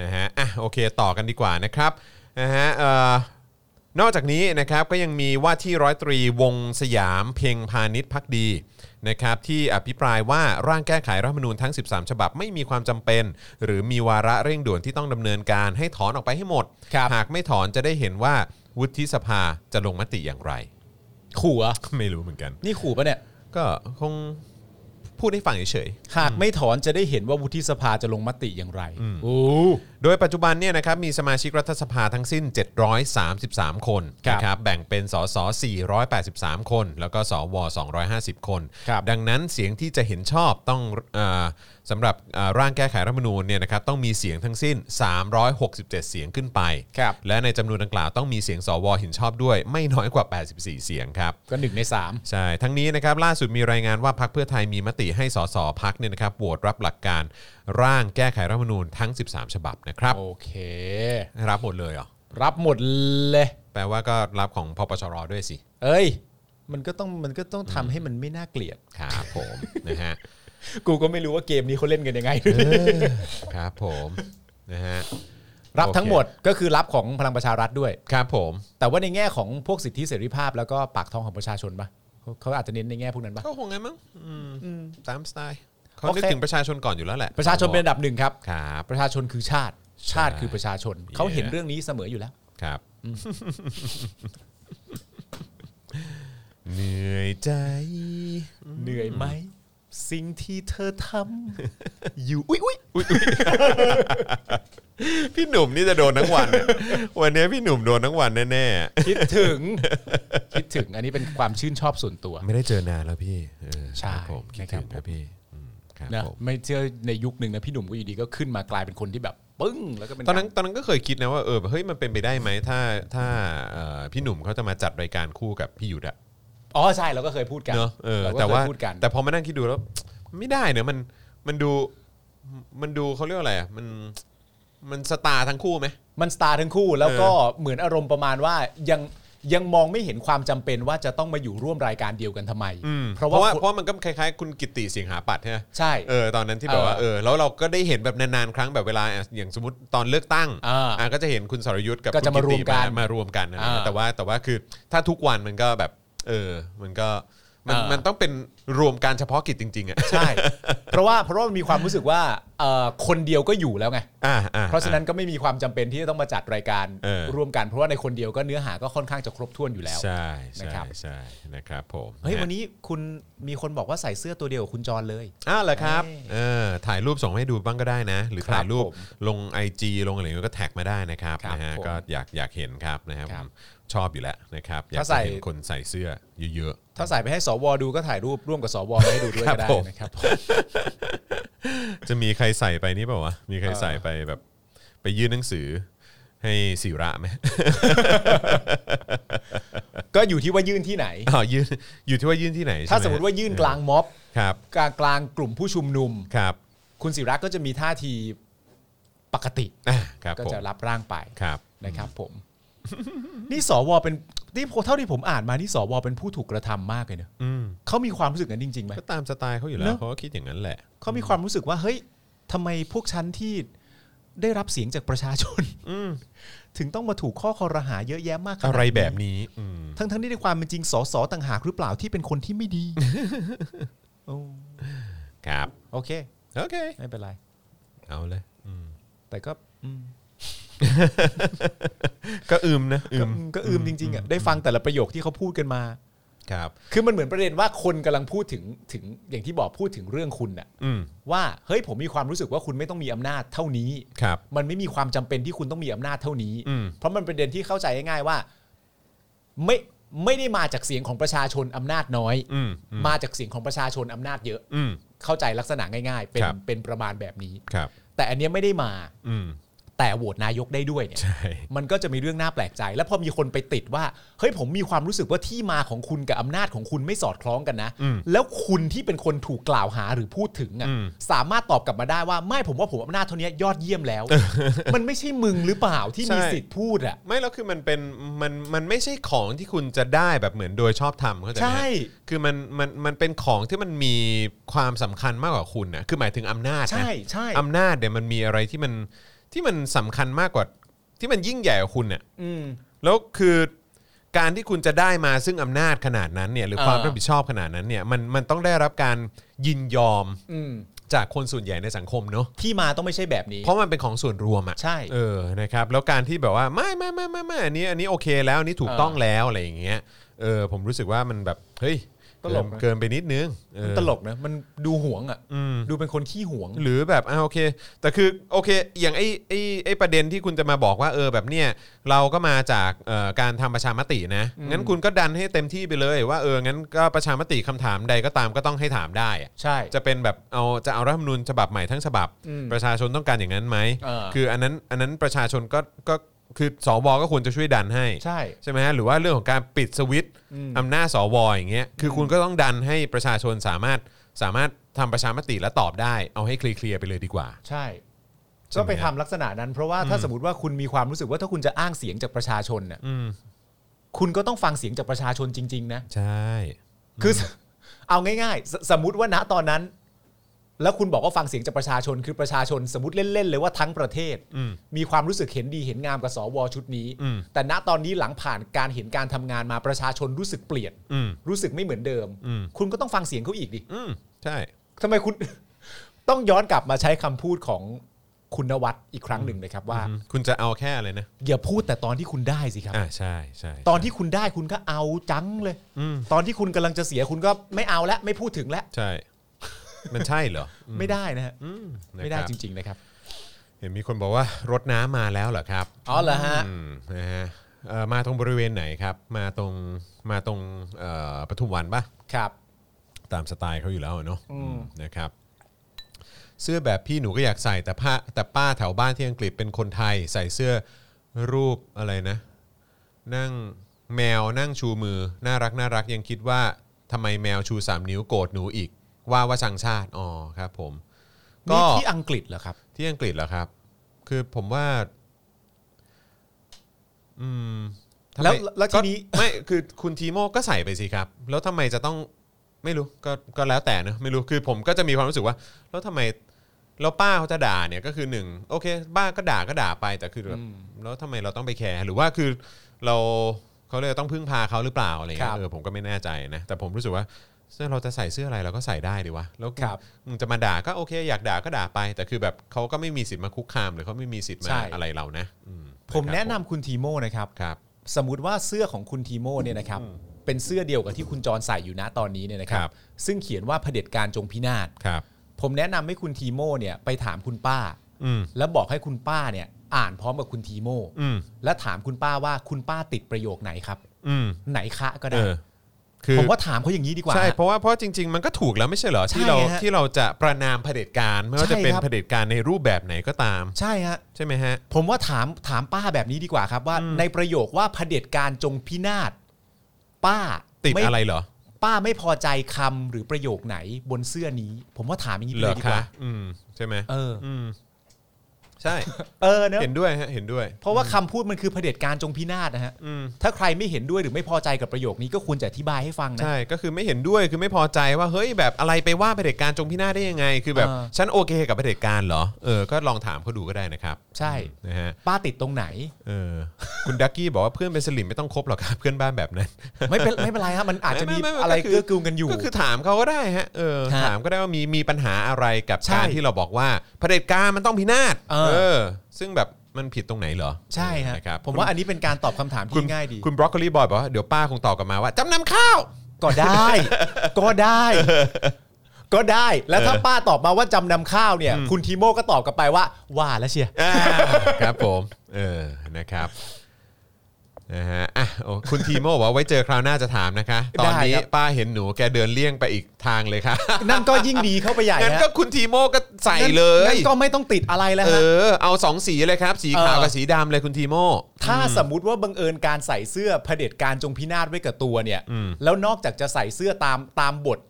Speaker 2: นะฮะอ่ะโอเคต่อกันดีกว่านะครับนะฮะเอ่อนอกจากนี้นะครับก็ยังมีว่าที่ร้อยตรีวงสยามเพ็งพาณิชย์พักดีนะครับที่อภิปรายว่าร่างแก้ไขรัฐธรรมนูญทั้ง 13 ฉบับไม่มีความจำเป็น หรือมีวาระเร่งด่วนที่ต้องดำเนินการให้ถอนออกไปให้หมด
Speaker 3: ครับ
Speaker 2: หากไม่ถอนจะได้เห็นว่าวุฒิสภาจะลงมติอย่างไร
Speaker 3: ขู่เหรอ
Speaker 2: ไม่รู้เหมือนกัน
Speaker 3: นี่ขู่ปะเนี่ย
Speaker 2: ก็คงพูดให้ฟังเฉยๆ
Speaker 3: หากไม่ถอนจะได้เห็นว่าวุฒิสภาจะลงมติอย่างไรโอ้
Speaker 2: โดยปัจจุบันเนี่ยนะครับมีสมาชิกรัฐสภาทั้งสิ้น 733 คน
Speaker 3: ครับ
Speaker 2: นะครับแบ่งเป็นสส483 คน แล้วก็สว250 คน
Speaker 3: ครับ
Speaker 2: ดังนั้นเสียงที่จะเห็นชอบต้องเออสำหรับเอ่อร่างแก้ไขรัฐธรรมนูญเนี่ยนะครับต้องมีเสียงทั้งสิ้น 367 เสียงขึ้นไป
Speaker 3: ครับ
Speaker 2: และในจำนวนดังกล่าวต้องมีเสียงสวเห็นชอบด้วย ไม่น้อยกว่า 84 เสียงครับ
Speaker 3: ก็หนึ่งในสาม
Speaker 2: ใช่ ทั้งนี้นะครับล่าสุดมีรายงานว่าพักเพื่อไทยมีมติให้สสพักเนี่ยนะครับโหวตรับหลักการร่างแก้ไขรัฐธรรมนูญทั้ง 13 ฉบับนะครับ
Speaker 3: โอเค
Speaker 2: รับหมดเลยเหรอ
Speaker 3: รับหมดเลย
Speaker 2: แปลว่าก็รับของพปชรด้วยสิ
Speaker 3: เอ้ย มันก็ต้องมันก็ต้องทำให้มันไม่น่าเกลียด
Speaker 2: ครับผม (laughs) นะฮะ
Speaker 3: กูก็ไม่รู้ว่าเกมนี้เขาเล่นกันยังไง
Speaker 2: ครับผมนะฮะ
Speaker 3: (laughs) รับ
Speaker 2: โอเค
Speaker 3: ทั้งหมดก็คือรับของพลังประชารัฐด้วย
Speaker 2: ครับผม
Speaker 3: แต่ว่าในแง่ของพวกสิทธิเสรีภาพแล้วก็ปากท้องของประชาชนปะเขาเขาอาจจะเน้นในแง่พวกนั้นปะ
Speaker 2: ก็คงไงมั้งอืมตามสไตล์เขา
Speaker 3: โอเค
Speaker 2: นึกถึงประชาชนก่อนอยู่แล้วแหละ
Speaker 3: ประชาชนเป็นอันดับหนึ่งครับ
Speaker 2: ครับ
Speaker 3: ประชาชนคือชาติ ชาติคือประชาชน เขาเห็นเรื่องนี้เสมออยู่แล้ว
Speaker 2: ครับ (laughs) เหนื่อยใจ
Speaker 3: เหนื่อยไหม สิ่งที่เธอทำ อยู่ อุ้ยอุ้ย
Speaker 2: (laughs) พี่หนุ่มนี่จะโดนทั้งวัน (laughs) เนี่ยวันนี้พี่หนุ่มโดนทั้งวันแน่
Speaker 3: (laughs) คิดถึง คิดถึงอันนี้เป็นความชื่นชอบส่วนตัว
Speaker 2: ๆ ไม่ได้เจอนานแล้วพี่เออ
Speaker 3: ใช่
Speaker 2: ครับผมคิดถึง
Speaker 3: นะครั
Speaker 2: นะ
Speaker 3: บ
Speaker 2: พี่อืมครับ
Speaker 3: นะ
Speaker 2: ผม
Speaker 3: ไม่เชื่อในยุคหนึ่งนะพี่หนุ่มก็อยู่ดีก็ขึ้นมากลายเป็นคนที่แบบปึ้งแล้วก็เป็น
Speaker 2: ตอนนั้น
Speaker 3: การ
Speaker 2: ตอนนั้นก็เคยคิดนะว่าเออแบบเฮ้ยมันเป็นไปได้ไหมถ้าถ้าเอ่อพี่หนุ่มเขาจะมาจัดรายการคู่กับพี่หยุทธอะ
Speaker 3: อ๋อใช่เราก็เคยพูดกัน
Speaker 2: เนอะเออ
Speaker 3: รก็
Speaker 2: แต่ว่า
Speaker 3: เคยพูดกัน
Speaker 2: แต่พอมานั่งคิดดูแล้ว ไม่ได้เนอะมันมันดูมันดูเขาเรียกว่าอะไรอะมันมันสตาร์ทั้งคู่ไหม
Speaker 3: มันสตาร์ทั้งคู่แล้วก็เหมือนอารมณ์ประมาณว่ายังยังมองไม่เห็นความจำเป็นว่าจะต้องมาอยู่ร่วมรายการเดียวกันทำไม
Speaker 2: อืม
Speaker 3: เพ
Speaker 2: เพ
Speaker 3: ราะ
Speaker 2: ราะ
Speaker 3: ว่า
Speaker 2: ว่า
Speaker 3: คน
Speaker 2: เพราะมันก็คล้ายๆ คุณกิตติเสียงหาปัดใช่ไหม
Speaker 3: ใช่
Speaker 2: เออตอนนั้นที่แบบว่าเออแล้วเราก็ได้เห็นแบบนานๆครั้งแบบเวลาอ่ะอย่างสมมติตอนเลือกตั้ง
Speaker 3: อ่า
Speaker 2: ะก็จะเห็นคุณสรยุทธ์กับ
Speaker 3: ก็จะ
Speaker 2: คุณ
Speaker 3: มารวมกัน
Speaker 2: มารวมกันนะ
Speaker 3: อ่า
Speaker 2: แต่ว่าแต่ว่าคือถ้าทุกวันมันก็แบบเออมันก็มัน
Speaker 3: อ่ามั
Speaker 2: มันต้องเป็นรวมการเฉพาะกิจจริง ๆอ่ะ
Speaker 3: ใช่
Speaker 2: (laughs)
Speaker 3: เพราะว่าเพราะว่ามันมีความรู้สึกว่าเอ่อคนเดียวก็อยู่แล้วไง
Speaker 2: อ่าอ่า
Speaker 3: เพราะฉะนั้นก็ไม่มีความจำเป็นที่จะต้องมาจัดรายการ
Speaker 2: เออ
Speaker 3: ร่วมกัน เพราะว่าในคนเดียวก็เนื้อหาก็ค่อนข้างจะครบถ้วนอยู่แล้ว
Speaker 2: ใช่
Speaker 3: นะ
Speaker 2: ใช่
Speaker 3: ครับ
Speaker 2: ใช่นะครับผม
Speaker 3: เฮ้ย
Speaker 2: ะ
Speaker 3: วันนี้คุณมีคนบอกว่าใส่เสื้อตัวเดียวกับคุณจรเลย
Speaker 2: อ้าวเหรอครับเออถ่ายรูปส่งมาให้ดูบ้างก็ได้นะ หรือ
Speaker 3: ครับ
Speaker 2: ถ่ายรูป
Speaker 3: ผม
Speaker 2: ลง IG ลงอะไรอย่างเงี้ยก็แท็กมาได้นะครับ
Speaker 3: ครับ
Speaker 2: นะฮะ
Speaker 3: ผม
Speaker 2: ก็อยากอยากเห็นครับนะครับ
Speaker 3: ครับ
Speaker 2: ผมชอบอยู่แล้วนะครับอยาก
Speaker 3: ถ้าใส่
Speaker 2: จะเห็นคนใส่เสื้อเยอะ
Speaker 3: ถ้าใส่ไปให้สวดูก็ถ่ายรูปร่วมกับสวมาให้ดูด้วย
Speaker 2: ครั
Speaker 3: ก็
Speaker 2: บ
Speaker 3: ได้
Speaker 2: ผม
Speaker 3: นะครับ
Speaker 2: ๆ จะมีใครใส่ไปนี่เปล่าวะมีใคร
Speaker 3: เออ
Speaker 2: ใส่ไปแบบไปยื่นหนังสือให้ศิระไหม (laughs)
Speaker 3: ก็อยู่ที่ว่ายื่นที่ไหน
Speaker 2: อ๋อยื่นอยู่ที่ว่ายื่นที่ไหนใช่ไห
Speaker 3: ถ้าสมมติว่ายื่นกลางม็อบ
Speaker 2: ครับ
Speaker 3: กลางกลางกลุ่มผู้ชุมนุม
Speaker 2: ครับ
Speaker 3: คุณศิระก็จะมีท่าทีปกติ
Speaker 2: อ่ะครับ
Speaker 3: ก็
Speaker 2: ผม
Speaker 3: จะรับร่างไป
Speaker 2: ครับ
Speaker 3: นะครับผม นี่สวเป็นนี่เท่าที่ผมอ่านมานี่สวเป็นผู้ถูกกระทำมากเลยเนอะ
Speaker 2: อืม
Speaker 3: เขามีความรู้สึกนั้นจริงๆไหม
Speaker 2: ก็ตามสไตล์เขาอยู่แล้
Speaker 3: เน
Speaker 2: ว
Speaker 3: อะ
Speaker 2: เขาก็คิดอย่างนั้นแหละ
Speaker 3: เขามีความรู้สึกว่าเฮ้ยทำไมพวกฉันที่ได้รับเสียงจากประชาชนถึงต้องมาถูกข้อคอรหาเยอะแยะมากขนาด
Speaker 2: อะไรแบบนี้อืม
Speaker 3: ทั้งทั้งๆที่ในความเป็นจริงสสต่างหากหรือเปล่าที่เป็นคนที่ไม่ (laughs) ดี โอ้
Speaker 2: ครับ
Speaker 3: โอเค
Speaker 2: โอเค
Speaker 3: ไม่เป็นไร
Speaker 2: เอาเลยอืม
Speaker 3: แต่ก็อืม
Speaker 2: ก็อึมนะอึ
Speaker 3: ก็
Speaker 2: ม
Speaker 3: อืมก็อืมจริงๆอ่ะได้ฟังแต่ละประโยคที่เขาพูดกันมา
Speaker 2: ครับ
Speaker 3: คือมันเหมือนประเด็นว่าคนกำลังพูดถึงถึงอย่างที่บอกพูดถึงเรื่องคุณน่ะ
Speaker 2: อืม
Speaker 3: ว่าเฮ้ยผมมีความรู้สึกว่าคุณไม่ต้องมีอำนาจเท่านี้
Speaker 2: ครับ
Speaker 3: มันไม่มีความจำเป็นที่คุณต้องมีอำนาจเท่านี้
Speaker 2: อืม
Speaker 3: เพราะมันเป็นประเด็นที่เข้าใจง่ายๆว่า ไม่ไม่ได้มาจากเสียงของประชาชนอำนาจน้อย
Speaker 2: อืมอืม
Speaker 3: มาจากเสียงของประชาชนอำนาจเยอะ
Speaker 2: อืม
Speaker 3: เข้าใจลักษณะง่าย ๆ เป็น
Speaker 2: ครับ
Speaker 3: เป็นประมาณแบบนี้
Speaker 2: ครับ
Speaker 3: แต่อันเนี้ยไม่ได้มา
Speaker 2: อืม
Speaker 3: แต่โหวตนายกได้ด้วยเนี่ย
Speaker 2: ใช่
Speaker 3: มันก็จะมีเรื่องน่าแปลกใจ แล้วพอมีคนไปติดว่า เฮ้ยผมมีความรู้สึกว่าที่มาของคุณกับอำนาจของคุณไม่สอดคล้องกันนะ
Speaker 2: อืม
Speaker 3: แล้วคุณที่เป็นคนถูกกล่าวหาหรือพูดถึงอ่ะ
Speaker 2: อืม
Speaker 3: สามารถตอบกลับมาได้ว่าไม่ผมว่าผมอำนาจเท่านี้ยอดเยี่ยม
Speaker 2: (laughs)
Speaker 3: แล้ว มันไม่ใช่มึงหรือเปล่าที่มีสิทธิ์พูดอ่ะ
Speaker 2: ไม่แล้วคือมันเป็นมันมันไม่ใช่ของที่คุณจะได้แบบเหมือนโดยชอบทำเข้าใจไหม
Speaker 3: ใช่
Speaker 2: คือมันมันมันเป็นของที่มันมีความสำคัญมากกว่าคุณนะคือหมายถึงอำนาจนะ
Speaker 3: ใช่ใช่
Speaker 2: อำนาจเนี่ยมันมีอะไรที่มันที่มันสำคัญมากกว่าที่มันยิ่งใหญ่กว่าคุณเนี่ย
Speaker 3: อืม
Speaker 2: แล้วคือการที่คุณจะได้มาซึ่งอำนาจขนาดนั้นเนี่ยหรือความ
Speaker 3: เออ
Speaker 2: รับผิดชอบขนาดนั้นเนี่ยมันมันต้องได้รับการยินยอม
Speaker 3: อืม
Speaker 2: จากคนส่วนใหญ่ในสังคมเนอะ
Speaker 3: ที่มาต้องไม่ใช่แบบนี้
Speaker 2: เพราะมันเป็นของส่วนรวมอะ
Speaker 3: ใช่
Speaker 2: เออนะครับแล้วการที่แบบว่าไม่ไม่ไม่ไม่ไม่อันนี้อันนี้โอเคแล้วอันนี้ถูก
Speaker 3: เออ
Speaker 2: ต้องแล้วอะไรอย่างเงี้ยเออผมรู้สึกว่ามันแบบเฮ้ย
Speaker 3: ตลกนะ
Speaker 2: เกินไปนิดนึงเออ
Speaker 3: มันตลกนะมันดูหวงอ่ะ
Speaker 2: อืม
Speaker 3: ดูเป็นคนขี้หวง
Speaker 2: หรือแบบอ่าโอเค แต่คือโอเค อย่างไอ้ไอ้ไอ้ประเด็นที่คุณจะมาบอกว่าเออแบบเนี้ยเราก็มาจากเอ่อการทำประชามตินะ งั้นคุณก็ดันให้เต็มที่ไปเลยว่าเอองั้นก็ประชามติคำถามใดก็ตามก็ต้องให้ถามได้อะ
Speaker 3: ใช่
Speaker 2: จะเป็นแบบเอาจะเอารัฐธรรมนูญฉบับใหม่ทั้งฉบับ
Speaker 3: อืม
Speaker 2: ประชาชนต้องการอย่างนั้นไหม
Speaker 3: เออ
Speaker 2: คืออันนั้นอันนั้นประชาชนก็ก็คือสวก็ควรจะช่วยดันให้
Speaker 3: ใช่
Speaker 2: ใช่ไหมฮะหรือว่าเรื่องของการปิดสวิตช์
Speaker 3: อืม
Speaker 2: อำนาจสวอย่างเงี้ยคือคุณก็ต้องดันให้ประชาชนสามารถสามารถทำประชามติและตอบได้ เอาให้เคลียร์ๆไปเลยดีกว่า
Speaker 3: ใช่
Speaker 2: ใช่ไหม
Speaker 3: ก็ไปทำลักษณะนั้น เพราะว่าถ้าสมมติว่าคุณมีความรู้สึกว่าถ้าคุณจะอ้างเสียงจากประชาชนน่ะ
Speaker 2: อืม
Speaker 3: คุณก็ต้องฟังเสียงจากประชาชนจริง ๆ นะ
Speaker 2: ใช่
Speaker 3: (laughs) คือ เอาง่ายๆสสมมติว่าณตอนนั้น แล้วคุณบอกว่าฟังเสียงจากประชาชนคือประชาชนสมมติเล่นๆเลยว่าทั้งประเทศ
Speaker 2: อืม
Speaker 3: มีความรู้สึกเห็นดีเห็นงามกับสวชุดนี้
Speaker 2: อืม
Speaker 3: แต่ณตอนนี้หลังผ่านการเห็นการทำงานมาประชาชนรู้สึกเปลี่ยน
Speaker 2: อืม
Speaker 3: รู้สึกไม่เหมือนเดิม
Speaker 2: อืม
Speaker 3: คุณก็ต้องฟังเสียงเขาอีกดิ
Speaker 2: อืมใช่
Speaker 3: ทำไมคุณ (laughs) ต้องย้อนกลับมาใช้คำพูดของคุณนวัดอีกครั้งหนึ่งนะครับว่า
Speaker 2: คุณจะเอาแค่อะไรนะ
Speaker 3: อย่าพูดแต่ตอนที่คุณได้สิครับ
Speaker 2: อ่าใช่ใช่
Speaker 3: ตอนที่คุณได้คุณก็เอาจังเลย
Speaker 2: อืม
Speaker 3: ตอนที่คุณกำลังจะเสียคุณก็ไม่เอาแล้วไม่พูดถึงแล้ว
Speaker 2: ใช่ มันใช่เหรออื
Speaker 3: ไม่ได้นะฮะ
Speaker 2: อื
Speaker 3: ไม่ได้
Speaker 2: นะครับ
Speaker 3: จริง ๆ นะครับ
Speaker 2: เห็นมีคนบอกว่ารถน้ำมาแล้วเหรอครับ
Speaker 3: อ๋อเหรอฮะ
Speaker 2: อืมนะฮะเอ่อมาตรงบริเวณไหนครับ มาตรงมาตรงเอ่อปทุมวันปะ
Speaker 3: ครับ
Speaker 2: ตามสไตล์เขาอยู่แล้วอะเนาะอืมนะครับ เสื้อแบบพี่หนูก็อยากใส่แต่ผ้าแต่ป้าแถวบ้านที่อังกฤษเป็นคนไทย ใส่เสื้อรูปอะไรนะ นั่งแมวนั่งชูมือ น่ารักน่ารักยังคิดว่าทำไมแมวชู 3 นิ้วโกรธหนูอีก ว่าว่าชังชาติอ๋อครับผม
Speaker 3: นี่ที่อังกฤษเหรอครับ
Speaker 2: ที่อังกฤษเหรอครับ คือผมว่า อืมทำไม
Speaker 3: แล้วแล้วทีนี้
Speaker 2: ก็ไม่คือคุณทีโมก็ใส่ไปสิครับ แล้วทำไมจะต้องไม่รู้ก็ก็แล้วแต่เนอะไม่รู้คือผมก็จะมีความรู้สึกว่า แล้วทำไมแล้วป้าเขาจะด่าเนี่ยก็คือหนึ่งโอเคป้าก็ด่าก็ด่าไปแต่คือแบบแล้วทำไมเราต้องไปแคร์หรือว่าคือเราเขาเลยกต้องพึ่งพาเขาหรือเปล่าอะไร
Speaker 3: ค
Speaker 2: เงี้
Speaker 3: รั
Speaker 2: ย
Speaker 3: บ
Speaker 2: เออผมก็ไม่แน่ใจนะ แต่ผมรู้สึกว่าเสื้อเราจะใส่เสื้ออะไรเราก็ใส่ได้ดีวะแล้ว
Speaker 3: ครับ
Speaker 2: มึงจะมาด่าก็โอเค อยากด่าก็ด่าไป แต่คือแบบเขาก็ไม่มีสิทธิ์มาคุกคาม หรือเขาไม่มีสิทธิ์มา
Speaker 3: ใช่
Speaker 2: อะไรเรานะอื
Speaker 3: ผม
Speaker 2: ครับ
Speaker 3: แนะนำคุณทีโมนะครับ
Speaker 2: ครับ
Speaker 3: สมมติว่าเสื้อของคุณทีโมเนี่ยนะครับ เป็นเสื้อเดียวกับที่คุณจรใส่อยู่นะตอนนี้เนี่ยนะค
Speaker 2: ค
Speaker 3: รั
Speaker 2: รับ บ
Speaker 3: ซึ่งเขียนว่าเผด็จการจงพินาศ
Speaker 2: ครับ
Speaker 3: ผมแนะนำให้คุณทีโมเนี่ยไปถามคุณป้า
Speaker 2: อืม
Speaker 3: แล้วบอกให้คุณป้าเนี่ย อ่านพร้อมกับคุณทีโม
Speaker 2: อืม
Speaker 3: และถามคุณป้าว่าคุณป้าติดประโยคไหนครับ
Speaker 2: อืม
Speaker 3: ไหนคะก็
Speaker 2: เอ
Speaker 3: ได้
Speaker 2: อคือ
Speaker 3: ผมว่าถามเขาอย่างนี้ดีกว่า
Speaker 2: ใช่เพราะว่าเพราะจริง ๆ มันก็ถูกแล้วไม่ใช่เหรอ
Speaker 3: ใช่
Speaker 2: ที่เรา
Speaker 3: ฮะ
Speaker 2: ที่เราจะประนามเผด็จการไม่ว่าจะ
Speaker 3: ใช่
Speaker 2: เป็น
Speaker 3: ครับ
Speaker 2: เผด็จการในรูปแบบไหนก็ตาม
Speaker 3: ใช่ฮะ
Speaker 2: ใช่ไหมฮะ
Speaker 3: ผมว่าถามถามป้าแบบนี้ดีกว่าครับว่า ในประโยคว่าเผด็จการจงพินาศป้า
Speaker 2: ติด
Speaker 3: ม่
Speaker 2: อะไรเหรอ
Speaker 3: ป้าไม่พอใจคำหรือประโยคไหนบนเสื้อนี้ ผมว่าถามอย่างนี้ไป
Speaker 2: เหร
Speaker 3: เล
Speaker 2: อย
Speaker 3: ดีก
Speaker 2: คะ
Speaker 3: ว่า
Speaker 2: อืมใช่ไหม
Speaker 3: เออ
Speaker 2: อืมใช่
Speaker 3: เออเนอะ
Speaker 2: เห็นด้วยฮะเห็นด้วย
Speaker 3: เพราะว่าคำพูดมันคือเผด็จการจงพินาศนะฮะ
Speaker 2: อืม
Speaker 3: ถ้าใครไม่เห็นด้วยหรือไม่พอใจกับประโยคนี้ก็ควรจะอธิบายให้ฟังนะ
Speaker 2: ใช่ก็คือไม่เห็นด้วยคือไม่พอใจว่าเฮ้ยแบบอะไรไปว่าเผด็จการจงพินาศได้ยังไง คือแบบ
Speaker 3: เออ
Speaker 2: ฉันโอเคกับเผด็จการเหรอเออก็ลองถามเขาดูก็ได้นะครับ
Speaker 3: ใช่
Speaker 2: นะฮะ
Speaker 3: ป้าติดตรงไหน
Speaker 2: เออคุณดักกี้บอกว่าเพื่อนเป็นสลิมไม่ต้องคบหรอกครับเพื่อนบ้านแบบนั้น
Speaker 3: ไม่เป็นไม่เป็นไรฮะมันอาจจะมี
Speaker 2: ไม่ไม่ไม่
Speaker 3: อะไร
Speaker 2: ก็คือ
Speaker 3: เกื้อกูลกันอยู่
Speaker 2: ก็คือถามเขาก็ได้ฮะ เออ
Speaker 3: ฮะ
Speaker 2: ถามก็ได้ว่ามีมีปัญหาอะไรกับ
Speaker 3: ใช่
Speaker 2: การที่เราบอกว่าเผด็จการมันต้องพินาศ
Speaker 3: เออ
Speaker 2: เออ ซึ่งแบบมันผิดตรงไหนเหรอ
Speaker 3: ใช่ฮะ
Speaker 2: นะครับ
Speaker 3: ผมว่าอันนี้เป็นการตอบคำถาม
Speaker 2: คุ
Speaker 3: ที่
Speaker 2: ณ
Speaker 3: ง่ายดี
Speaker 2: คุณบรอกโคลีบอยบอกว่าเดี๋ยวป้าคงตอบกลับมาว่าจำนำข้าว
Speaker 3: ก็ได้ ก็ได้
Speaker 2: (laughs)
Speaker 3: ก็ได้แล้วถ้าป้าตอบมาว่าจำนำข้าวเนี่ย คุณทีโมก็ตอบกลับไปว่า ว่าแล้วเชียร์
Speaker 2: อ่า (laughs) ครับผม เออ นะครับ นะฮะ อ่ะโอ้คุณทีโมบอกว่าไว้เจอคราวหน้าจะถามนะคะ ตอนนี้
Speaker 3: ได้ครับ
Speaker 2: ป้าเห็นหนูแกเดินเลี่ยงไปอีกทางเลยค่ะ
Speaker 3: นั่นก็ยิ่งดีเข้าไปใหญ่
Speaker 2: งั้น
Speaker 3: ฮะ
Speaker 2: ก็คุณทีโมก็ใส่
Speaker 3: นั่น
Speaker 2: เลย
Speaker 3: นั่นก็ไม่ต้องติดอะไรแล้ว
Speaker 2: เอ
Speaker 3: ฮะ
Speaker 2: อ เอาสองสีเลยครับ สีขาว
Speaker 3: เออ
Speaker 2: กับสีดำเลยคุณทีโม
Speaker 3: ถ้าสมมุติว่าบังเอิญการใส่เสื้อเผด็จการจงพินาศไว้กับตัวเนี่ย
Speaker 2: อืม
Speaker 3: แล้วนอกจากจะใส่เสื้อตามตามบท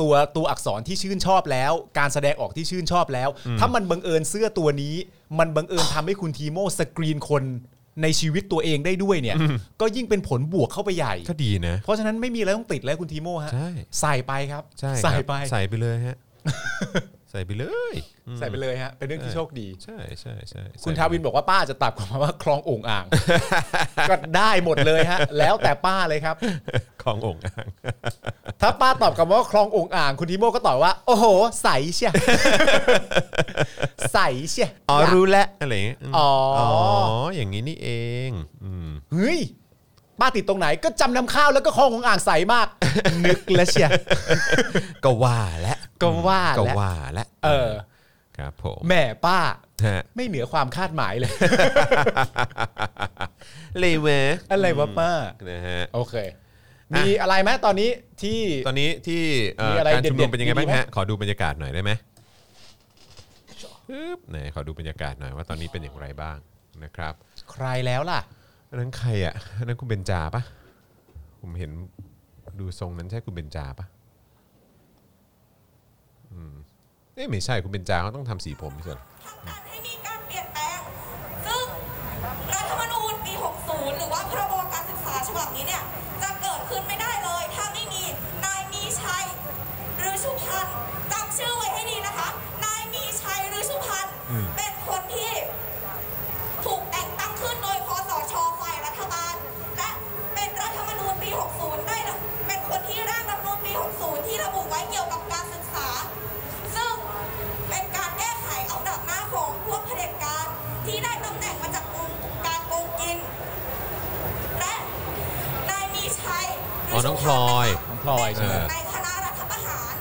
Speaker 3: ตัวตัวอักษรที่ชื่นชอบแล้ว การแสดงออกที่ชื่นชอบแล้ว ถ้ามันบังเอิญเสื้อตัวนี้ มันบังเอิญทำให้คุณทีโมสกรีนคนในชีวิตตัวเองได้ด้วยเนี่ย ก็ยิ่งเป็นผลบวกเข้าไปใหญ่
Speaker 2: ก็ดีนะ
Speaker 3: เพราะฉะนั้นไม่มีอะไรต้องติดแล้วคุณทีโมฮะ
Speaker 2: ใช่
Speaker 3: ใส่ไปครับ
Speaker 2: ใช่ครับ
Speaker 3: ใส่ไป
Speaker 2: ใส่ไปเลย
Speaker 3: (laughs)
Speaker 2: ฮะ ใส่ไปเลยอืม
Speaker 3: ใส่ไปเลยฮะเป็นเรื่องที่โชคดี
Speaker 2: ใช่ใช่ใช่ใส่
Speaker 3: คุณทาวินบอกว่าป้าจะตับกลับมาว่าคลองโอ่งอ่าง ก็ได้หมดเลยฮะ แล้วแต่ป้าเลยครับ
Speaker 2: ขององค์อ่าง
Speaker 3: ถ้าป้าตอบกลับมาว่าคลองโอ่งอ่าง คุณทิโมก็ตอบว่า โอ้โห ใสเชีย ใสเชีย
Speaker 2: อ๋อ
Speaker 3: ยาก
Speaker 2: รู้แล้วอะไรอย่างเงี้ยม
Speaker 3: อ๋ออ๋
Speaker 2: อย่างนี้นี่เอง อืม
Speaker 3: เฮ้ยป้าติดตรงไหนก็จำนำข้าวแล้วก็คลองโอ่งอ่างใสมาก นึกแล้วเชีย
Speaker 2: ก็ว่าและ
Speaker 3: ก็ว่าและ
Speaker 2: ก็ว่าและ
Speaker 3: เออ
Speaker 2: ครับผม
Speaker 3: แหม่ป้า
Speaker 2: ฮะ
Speaker 3: ไม่เหนือความคาดหมายเลย
Speaker 2: เลยเวะ
Speaker 3: อะไรวะป้า
Speaker 2: นะฮะ
Speaker 3: โอเค
Speaker 2: อ่ะ
Speaker 3: มีอะไรไหมตอนนี้ที่
Speaker 2: ตอนนี้ที่เอ่อ
Speaker 3: มีอะไร
Speaker 2: การชุมนุมเป็นยังไง
Speaker 3: เด็ดๆ
Speaker 2: บ้าง
Speaker 3: ดีๆไหม
Speaker 2: ฮะ ขอดูบรรยากาศหน่อยได้ไหมปึ๊บไหนขอดูบรรยากาศหน่อยว่าตอนนี้เป็นอย่างไรบ้างนะครับ
Speaker 3: ใครแล้วล่ะ
Speaker 2: อันนั้นใครอ่ะอันนั้นคุณเบนจาปะผมเห็นดูทรงนั้นใช่คุณเบนจาปะอืมเอ๊ะไม่ใช่คุณเบนจาเขาต้องทำสีผมไม่ใช่เหรอ
Speaker 7: การให้มีการเปลี่ยนแปลง ซึ่งรัฐธรรมนูญปี 60 หรือว่าพรบการศึกษาฉบับนี้เนี่ย จะเกิดขึ้นไม่ได้เลย ถ้าไม่มีนายมีชัย หรือชุพันธ์จำชื่อไว้ให้ดีนะคะ
Speaker 2: อน้องพลอย
Speaker 3: น้องพลอยใช่ไหม
Speaker 2: เออ
Speaker 7: ในคณะรัฐประหาร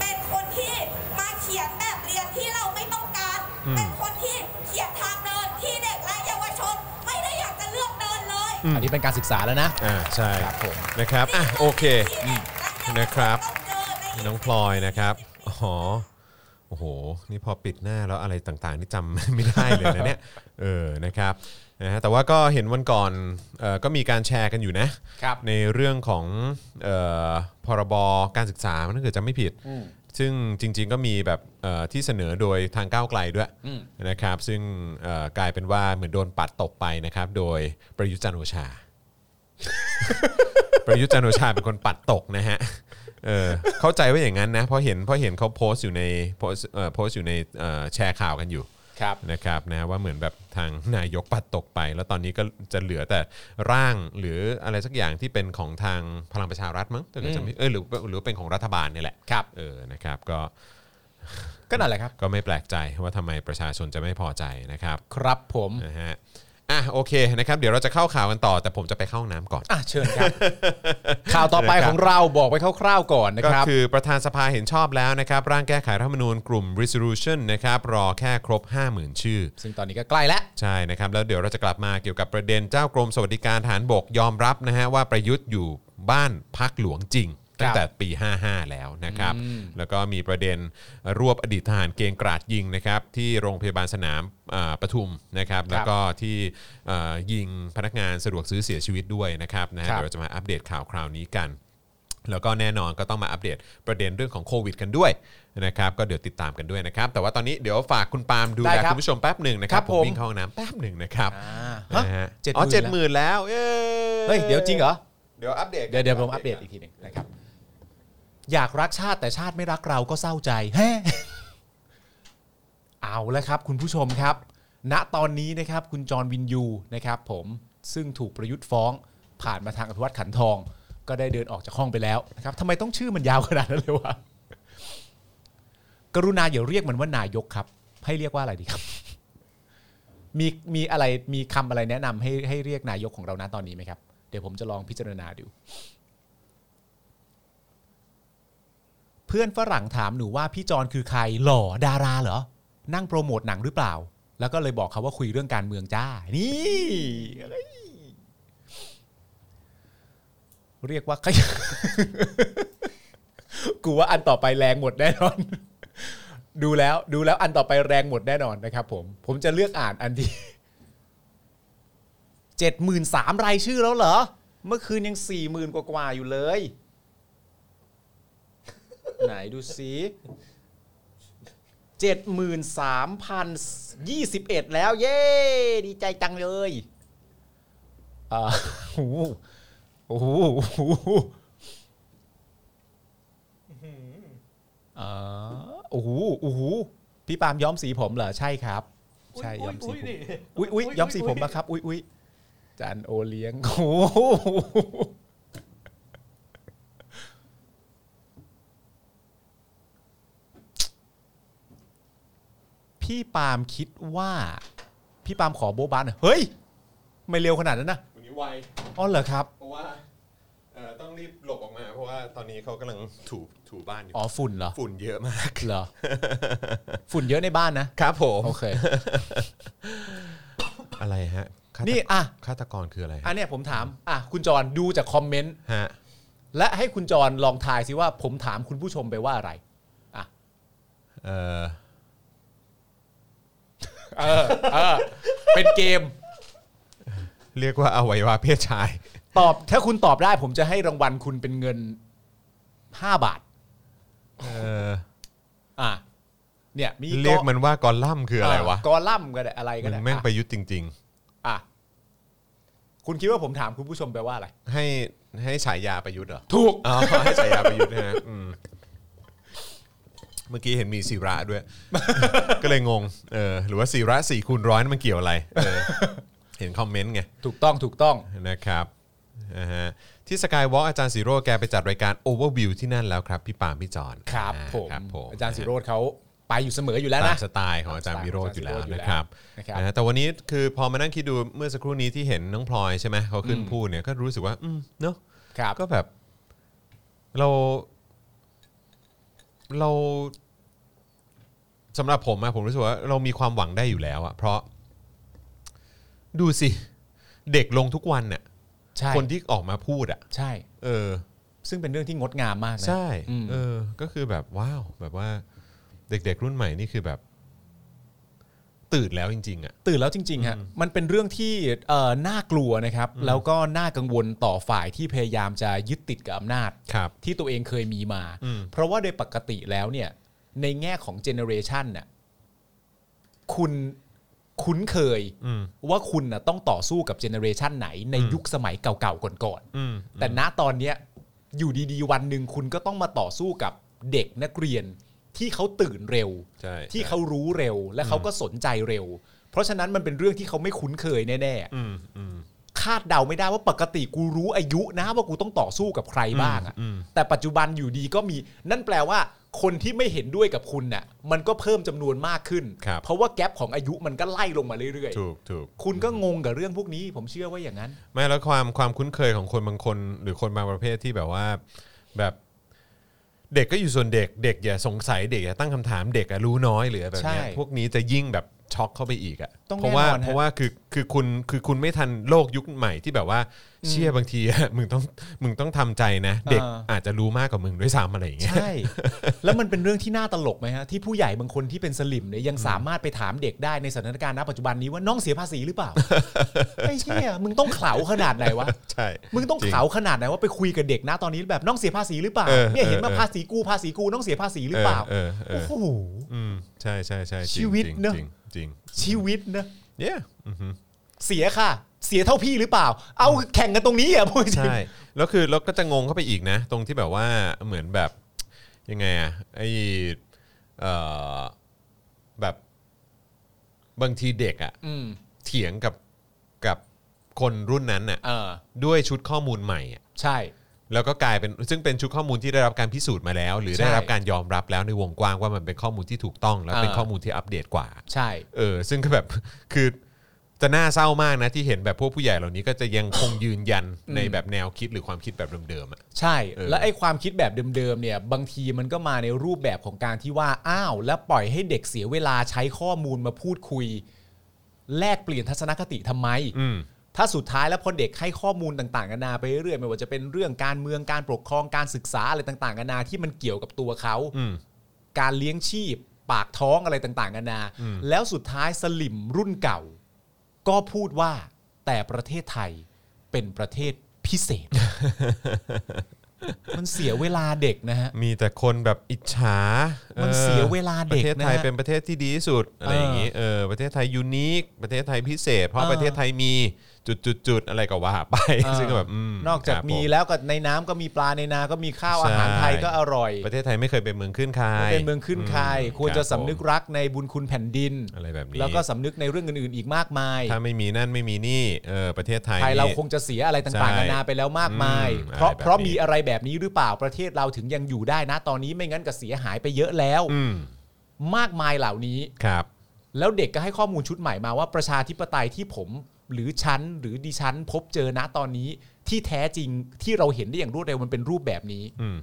Speaker 7: เป็นคนที่มาเขียนแบบเรียนที่เราไม่ต้องการ
Speaker 2: อืม
Speaker 7: เป็นคนที่เขียนทางเดินที่เด็กและเยาวชน ไม่ได้อยากจะเลือกเดินเลย
Speaker 2: อืม
Speaker 3: อันนี้เป็นการศึกษาแล้วนะ
Speaker 2: อ่าใช่
Speaker 3: ครับผม
Speaker 2: นะครับอ่ะโอเค
Speaker 7: ที่เด็กและเยาวชน
Speaker 2: นะครับ
Speaker 7: ต้องเดินใน
Speaker 2: น้องพลอยนะครับอ๋อโอ้โห นี่พอปิดหน้าแล้วอะไรต่างๆ นี่จำ (laughs) ไม่ได้เลยนะ
Speaker 3: (laughs)
Speaker 2: เนี่ย เออ นะครับ นะฮะ แต่ว่าก็เห็นวันก่อนเอ่อก็มีการแชร์กันอยู่นะ
Speaker 3: ครับ
Speaker 2: ในเรื่องของเออพรบการศึกษามันถ้าเกิดจะไม่ผิด ซึ่งจริงๆก็มีแบบเอ่อที่เสนอโดยทางก้าวไกลด้วย
Speaker 3: อืม
Speaker 2: นะครับ ซึ่งเอ่อกลายเป็นว่าเหมือนโดนปัดตกไปนะครับ โดยประยุทธ์จันทร์โอชา ประยุทธ์จันทร์โอชาเป็นคนปัดตกนะฮะ เออเข้าใจว่าอย่างนั้นนะเพราะเห็นเพราะเห็นเขาโพสต์อยู่ในโพสต์เอ่อโพสต์อยู่ในเอ่อแชร์ข่าวกันอยู่
Speaker 3: ครับ
Speaker 2: นะครับนะว่าเหมือนแบบทางนายกปัดตกไป แล้วตอนนี้ก็จะเหลือแต่ร่างหรืออะไรสักอย่างที่เป็นของทางพลังประชารัฐมั้งถ้าเกิดจะไม่เออหรือหรือเป็นของรัฐบาลเนี่ยแหละ
Speaker 3: ครับ
Speaker 2: เออนะครับก็
Speaker 3: ก็นั่นแหละครับ
Speaker 2: ก็ไม่แปลกใจว่าทำไมประชาชนจะไม่พอใจนะครับ
Speaker 3: ครับผม
Speaker 2: นะฮะอ่ะโอเคนะครับเดี๋ยวเราจะเข้าข่าวกันต่อ แต่ผมจะไปเข้าห้องน้ำก่อน
Speaker 3: อ่ะเชิญ
Speaker 2: (laughs)
Speaker 3: ครับ ข่าวต่อไปของเราบอกไปคร่าวๆก่อนนะ
Speaker 2: ก็
Speaker 3: ครับ
Speaker 2: คือประธานสภาเห็นชอบแล้วนะครับ ร่างแก้ไขรัฐธรรมนูญกลุ่ม resolution นะครับรอแค่ครบ 50,000 ชื่อ
Speaker 3: ซึ่งตอนนี้ก็ใกล้แล้ว
Speaker 2: ใช่นะครับ แล้วเดี๋ยวเราจะกลับมาเกี่ยวกับประเด็นเจ้ากรมสวัสดิการฐานบกยอมรับนะฮะว่าประยุทธ์อยู่บ้านพักหลวงจริง ตั้งแต่ปี 55 แล้วนะครับ แล้วก็มีประเด็นรวบอดีตทหารเกณฑ์กราดยิงนะครับ ที่โรงพยาบาลสนามอ่าปทุมนะครับ แล้วก็ที่เอ่อยิงพนักงานสะดวกซื้อเสียชีวิตด้วยนะครับนะฮะ
Speaker 3: ครับ
Speaker 2: เดี๋ยวเราจะมาอัปเดตข่าวคราวนี้กัน แล้วก็แน่นอนก็ต้องมาอัปเดตประเด็นเรื่องของโควิดกันด้วยนะครับก็เดี๋ยวติดตามกันด้วยนะครับ แต่ว่าตอนนี้เดี๋ยวฝากคุณปาล์มดู
Speaker 3: ได้
Speaker 2: แล
Speaker 3: ครับ
Speaker 2: คุณผู้ชมแป๊บหนึ่งนะครับ
Speaker 3: ครับ
Speaker 2: ผ
Speaker 3: ผม ม
Speaker 2: วิ่งเข้าห้องน้ำแป๊บหนึ่งนะครับ
Speaker 3: อ่า
Speaker 2: นะฮะ
Speaker 3: เจ็ด
Speaker 2: อ๋อ
Speaker 3: หมื่น
Speaker 2: เจ็ดหมื่นแล้วเอ้
Speaker 3: เฮ้ยเดี๋ยวจริงเหรอ
Speaker 2: เดี๋ยวอัปเดต
Speaker 3: เดี๋ยวเดี๋ยวผมอัปเดตอีกทีหนึ่งนะครับ อยากรักชาติแต่ชาติไม่รักเราก็เศร้าใจแฮะ เอาแล้วครับ คุณผู้ชมครับ ณตอนนี้นะครับ คุณจอห์นวินยูนะครับผมซึ่งถูกประยุทธ์ฟ้องผ่านมาทางอภิวัตขันทอง ก็ได้เดินออกจากห้องไปแล้วนะครับทำไมต้องชื่อมันยาวขนาดนั้นเลยวะกรุณาอย่าเรียกมันว่านายกครับ ให้เรียกว่าอะไรดีครับ มีมีอะไรมีคำอะไรแนะนำให้ให้เรียกนายกของเราณตอนนี้ไหมครับเดี๋ยวผมจะลองพิจารณาดู เพื่อนฝรั่งถามหนูว่าพี่จอนคือใครหล่อดาราเหรอ นั่งโปรโมทหนังหรือเปล่า แล้วก็เลยบอกเขาว่าคุยเรื่องการเมืองจ้า นี่เอ้ยเรียกว่าขยะ (laughs) กูว่าอันต่อไปแรงหมดแน่นอน (laughs) ดูแล้วดูแล้วอันต่อไปแรงหมดแน่นอนนะครับผม ผมจะเลือกอ่านอันที่ (laughs) เจ็ดหมื่นสามรายชื่อแล้วเหรอ เมื่อคืนยังสี่หมื่นกว่าๆอยู่เลย ไหนดูสิเจ็ดหมื่นสามพันยี่สิบเอ็ดแล้ว เย้ ดีใจจังเลยอ่าโอ้โหโอ้โหโอ้โหอ่าโอ้โหโอ้โหพี่ปาล์มย้อมสีผมเหรอ ใช่ครับ ใช่ย้อมสีผม อุ้ยอุ้ยย้อมสีผมมาครับ อุ้ยอุ้ยจานโอเลี้ยงโอ้โหพี่ปาล์มคิดว่า พี่ปาล์มขอโบะบานหน่อยเฮ้ย ไม่เร็วขนาดนั้นนะ
Speaker 2: วันนี้ไว
Speaker 3: อ๋อเหรอครับ
Speaker 2: เพราะว่าเอ่อต้องรีบหลบออกมา เพราะว่าตอนนี้เขากำลังถูถูบ้านอยู่
Speaker 3: อ๋อฝุ่น
Speaker 2: (laughs)
Speaker 3: เหรอ
Speaker 2: ฝุ่นเยอะมาก
Speaker 3: เหรอ ฝุ่นเยอะในบ้านนะครับ
Speaker 2: ผม
Speaker 3: โอเค
Speaker 2: อะไรฮะฆาต
Speaker 3: นี่อ่ะ
Speaker 2: ฆาตกรคืออะไร
Speaker 3: อั
Speaker 2: ฮะ
Speaker 3: นเนี้ยผมถามอ่ะคุณจรดูจากคอมเมนต์
Speaker 2: ฮะ
Speaker 3: และให้คุณจรลองทายสิว่าผมถามคุณผู้ชมไปว่าอะไร อ่ะ
Speaker 2: เอ่อ
Speaker 3: เออ เออ เป็นเกม
Speaker 2: เรียกว่าอวัยวะเพศชาย
Speaker 3: ตอบ ถ้าคุณตอบได้ผมจะให้รางวัลคุณเป็นเงิน 5 บาท
Speaker 2: เอ่อ
Speaker 3: อ่ะ เนี่ย มี
Speaker 2: เรียกมันว่ากอลลัมน์คืออะไรวะ
Speaker 3: กอลัมน์ก็ได้ อะไรก็
Speaker 2: มัน
Speaker 3: ได้
Speaker 2: แม่ง
Speaker 3: อ่ะ
Speaker 2: ประยุทธ์จริง ๆ
Speaker 3: อ่ะ คุณคิดว่าผมถามคุณผู้ชมไปว่าอะไร
Speaker 2: ให้ให้ฉายาประยุทธ์เหรอ
Speaker 3: ถูก
Speaker 2: อ๋อ (laughs) ให้ฉายาประยุทธ์นะฮะอืมเมื่อกี้เห็นมีศิระด้วย (laughs) ก็เลยงง เออ หรือว่าศิระสี่คูณร้อยนั่นมันเกี่ยวอะไร เออ (laughs) เห็นคอมเมนต์ไง
Speaker 3: ถูกต้อง ถูกต้อง
Speaker 2: นะครับนะฮะที่สกายวอล์กอาจารย์สีโร่แกไปจัดรายการ Overview ที่นั่นแล้วครับ พี่ปาล์มพี่จอน
Speaker 3: ครับ
Speaker 2: อ่า
Speaker 3: ผม
Speaker 2: ครับผม
Speaker 3: อาจารย์สิโรธเขา ไปอยู่เสมออยู่แล้ว
Speaker 2: ตา
Speaker 3: นะ
Speaker 2: มสไตล์ของอาจารย์วิโรจน์อยู่แล้วนะครับ
Speaker 3: นะครับ
Speaker 2: นะฮะแต่วันนี้คือพอมานั่งคิดดูเมื่อสักครู่นี้ที่เห็นน้องพลอยใช่ไหมเขาขึ้น
Speaker 3: อืม
Speaker 2: พูดเนี่ยก็รู้สึกว่า อืมเนอะ
Speaker 3: ครับ
Speaker 2: ก็แบบเราเราสำหรับผมอะผมรู้สึกว่าเรามีความหวังได้อยู่แล้วอะเพราะ ดูสิ เด็กลงทุกวันเนี่ย
Speaker 3: ใช่
Speaker 2: คนที่ออกมาพูดอะ
Speaker 3: ใช่
Speaker 2: เออ
Speaker 3: ซึ่งเป็นเรื่องที่งดงามมากนะ
Speaker 2: ใช่
Speaker 3: อืม
Speaker 2: เออ ก็คือแบบว้าวแบบว่า เด็กๆรุ่นใหม่นี่คือแบบ ตื่นแล้วจริง ๆอะ
Speaker 3: ตื่นแล้วจริงๆฮะมันเป็นเรื่องที่เอ่อน่ากลัวนะครับ แล้วก็น่ากังวลต่อฝ่ายที่พยายามจะยึดติดกับอำนาจ
Speaker 2: ครับ
Speaker 3: ที่ตัวเองเคยมีมา
Speaker 2: อืม
Speaker 3: เพราะว่าโดยปกติแล้วเนี่ย ในแง่ของเจเนอเรชันน่ะคุณคุ้นเคย
Speaker 2: อืม
Speaker 3: ว่าคุณน่ะต้องต่อสู้กับเจเนอเรชันไหนใน
Speaker 2: อืม
Speaker 3: ยุคสมัยเก่าๆก่อน
Speaker 2: อืม
Speaker 3: ๆแต่ณตอนเนี้ยอยู่ดีๆ วันหนึ่งคุณก็ต้องมาต่อสู้กับเด็กนักเรียนที่เขาตื่นเร็ว
Speaker 2: ใช่
Speaker 3: ที่เขารู้เร็วและเขาก็สนใจเร็ว เพราะฉะนั้นมันเป็นเรื่องที่เขาไม่คุ้นเคยแน่
Speaker 2: อืมอืม
Speaker 3: ๆ คาดเดาไม่ได้ว่าปกติกูรู้อายุนะว่ากูต้องต่อสู้กับใครบ้างอะ
Speaker 2: อืมอืม
Speaker 3: แต่ปัจจุบันอยู่ดีก็มี นั่นแปลว่า คนที่ไม่เห็นด้วยกับคุณน่ะ มันก็เพิ่มจำนวนมากขึ้น เพราะว่าแกลบของอายุมันก็ไล่ลงมาเรื่อย
Speaker 2: ถูกถูก
Speaker 3: ๆ คุณก็งงกับเรื่องพวกนี้ ผมเชื่อว่าอย่างนั้น
Speaker 2: ไม่แล้วความความคุ้นเคยของคนบางคน หรือคนบางประเภทที่แบบว่า แบบเด็กก็อยู่ส่วนเด็ก เด็กอย่าสงสัยเด็กอย่าตั้งคำถามเด็กอะรู้น้อยหรืออะไรแบบเนี้ย
Speaker 3: ใช่
Speaker 2: พวกนี้จะยิ่งแบบช็อกเข้าไปอีกอะ
Speaker 3: ต้อง
Speaker 2: เพราะว่า
Speaker 3: แน่นอนฮะ
Speaker 2: เพราะว่าคือคือคุณคือคุณไม่ทันโลกยุคใหม่ที่แบบว่าเชื่อบางทีอะ มึงต้องมึงต้องทำใจนะ เด็ก
Speaker 3: อ่า
Speaker 2: อาจจะรู้มากกว่ามึงด้วยซ้ำอะไรอย่างเงี้ย
Speaker 3: ใช่ แล้วมันเป็นเรื่องที่น่าตลกไหมฮะที่ผู้ใหญ่บางคนที่เป็นสลิมเนี่ยยังสามารถไปถามเด็กได้ในสถานการณ์ณปัจจุบันนี้ว่าน้องเสียภาษีหรื
Speaker 2: (laughs)
Speaker 3: อเปล่า ไอ้เหี้ยมึงต้องเขลาขนาดไหนวะ
Speaker 2: ใช่
Speaker 3: มึงต้อง
Speaker 2: จริ
Speaker 3: เขลาขนาดไหนว่าไปคุยกับเด็กนะตอนนี้แบบน้องเสียภาษีหรือเปล่า
Speaker 2: เออ
Speaker 3: เนี่ยเห็นมา
Speaker 2: เออ
Speaker 3: ภาษีกูภาษีกูน้องเสียภาษีหรือเปล่า
Speaker 2: เออเออเอ
Speaker 3: โอ้
Speaker 2: อ
Speaker 3: โห
Speaker 2: อืมใช่ใช่ใช่จริง
Speaker 3: ชีวิต
Speaker 2: จริง
Speaker 3: เนอะ
Speaker 2: จริงจริง
Speaker 3: ชีวิตนะ
Speaker 2: เนี่ยอือฮึ
Speaker 3: เสียค่ะ เสียเท่าพี่หรือเปล่า เอาแข่งกันตรงนี้อ่ะพูดจริง
Speaker 2: ใช่แล้วคือเราก็จะงงเข้าไปอีกนะ ตรงที่แบบว่าเหมือนแบบยังไงอะไอเอ่อแบบบางทีเด็กอะ
Speaker 3: อืม
Speaker 2: เถียงกับกับคนรุ่นนั้นน่ะ
Speaker 3: เออ
Speaker 2: ด้วยชุดข้อมูลใหม่อะ
Speaker 3: ใช่
Speaker 2: แล้วก็กลายเป็นซึ่งเป็นชุดข้อมูลที่ได้รับการพิสูจน์มาแล้ว หรือ
Speaker 3: ใช่
Speaker 2: ได้รับการยอมรับแล้วในวงกว้างว่ามันเป็นข้อมูลที่ถูกต้อง และเป็น
Speaker 3: เออ
Speaker 2: ข้อมูลที่อัปเดตกว่า
Speaker 3: ใช่
Speaker 2: เออซึ่งก็แบบ (laughs) คือจะน่าเศร้ามากนะที่เห็นแบบพวกผู้ใหญ่เหล่านี้ก็จะยังคงยืนยันในแบบแนวคิดหรือความคิดแบบเดิมๆอะ
Speaker 3: ใช่
Speaker 2: เออ
Speaker 3: และไอ้ความคิดแบบเดิมๆเนี่ย บางทีมันก็มาในรูปแบบของการที่ว่าอ้าว แล้วปล่อยให้เด็กเสียเวลาใช้ข้อมูลมาพูดคุย แลกเปลี่ยนทัศนคติทำไม
Speaker 2: อืม
Speaker 3: ถ้าสุดท้ายแล้วพอเด็กให้ข้อมูลต่างๆกันานาไปเรื่อยๆไม่ว่าจะเป็นเรื่องการเมืองการปกครองการศึกษาอะไรต่างๆกันานาที่มันเกี่ยวกับตัวเขา
Speaker 2: อืม
Speaker 3: การเลี้ยงชีพ ปากท้องอะไรต่างๆกันานา แล้วสุดท้ายสลิมรุ่นเก่า ก็พูดว่าแต่ประเทศไทยเป็นประเทศพิเศ
Speaker 2: (laughs)
Speaker 3: ษ มันเสียเวลาเด็กนะฮะ
Speaker 2: มีแต่คนแบบอิจฉา
Speaker 3: มั
Speaker 2: มัน
Speaker 3: เสียเวลาเด็ก
Speaker 2: ป
Speaker 3: นะ
Speaker 2: ระเทศไทยเป็นประเทศที่ดีที่สุดอะไรอย่างนี้เออประเทศไทยยูนิคประเทศไทยพิเศษ เพราะ
Speaker 3: เออ
Speaker 2: ประเทศไทยมีจุดจุดจุดๆๆอะไรก็ว่าไป ซึ่งก็แบบม
Speaker 3: นอกจาก
Speaker 2: ครับ
Speaker 3: มี
Speaker 2: ผ
Speaker 3: แล้วก็ในน้ำก็มีปลาในนาก็มีข้าว
Speaker 2: ใช่
Speaker 3: อาหารไทยก็อร่อย
Speaker 2: ประเทศไทยไม่เคยเป็นเมืองขึ้นคา
Speaker 3: ไม่
Speaker 2: ย
Speaker 3: เป็นเมืองขึ้นคาย
Speaker 2: อืม
Speaker 3: ควรจะ
Speaker 2: บ
Speaker 3: สำนึกรักในบุญคุณแผ่นดิน
Speaker 2: ผมอะไรแบบนี้
Speaker 3: แล้วก็สำนึกในเรื่องอื่นๆอีกมากมาย
Speaker 2: ถ้าไม่มีนั่นไม่มีนี่เออประเทศไทย
Speaker 3: ไทยเรา
Speaker 2: นี่
Speaker 3: คงจะเสียอะไรต่างๆ
Speaker 2: ใช่
Speaker 3: นานาไปแล้วมากมาย
Speaker 2: อืม
Speaker 3: เพราะ
Speaker 2: อะไรแบบนี้
Speaker 3: เพราะมีอะไรแบบนี้หรือเปล่าประเทศเราถึงยังอยู่ได้นะตอนนี้ไม่งั้นก็เสียหายไปเยอะแล้ว
Speaker 2: อืม
Speaker 3: มากมายเหล่านี้
Speaker 2: ครับ
Speaker 3: แล้วเด็กก็ให้ข้อมูลชุดใหม่มาว่าประชาธิปไตยที่ผม หรือชั้นหรือดิฉันพบเจอนะตอนนี้ที่แท้จริงที่เราเห็นได้อย่างรวดเร็วมันเป็นรูปแบบนี้
Speaker 2: อืม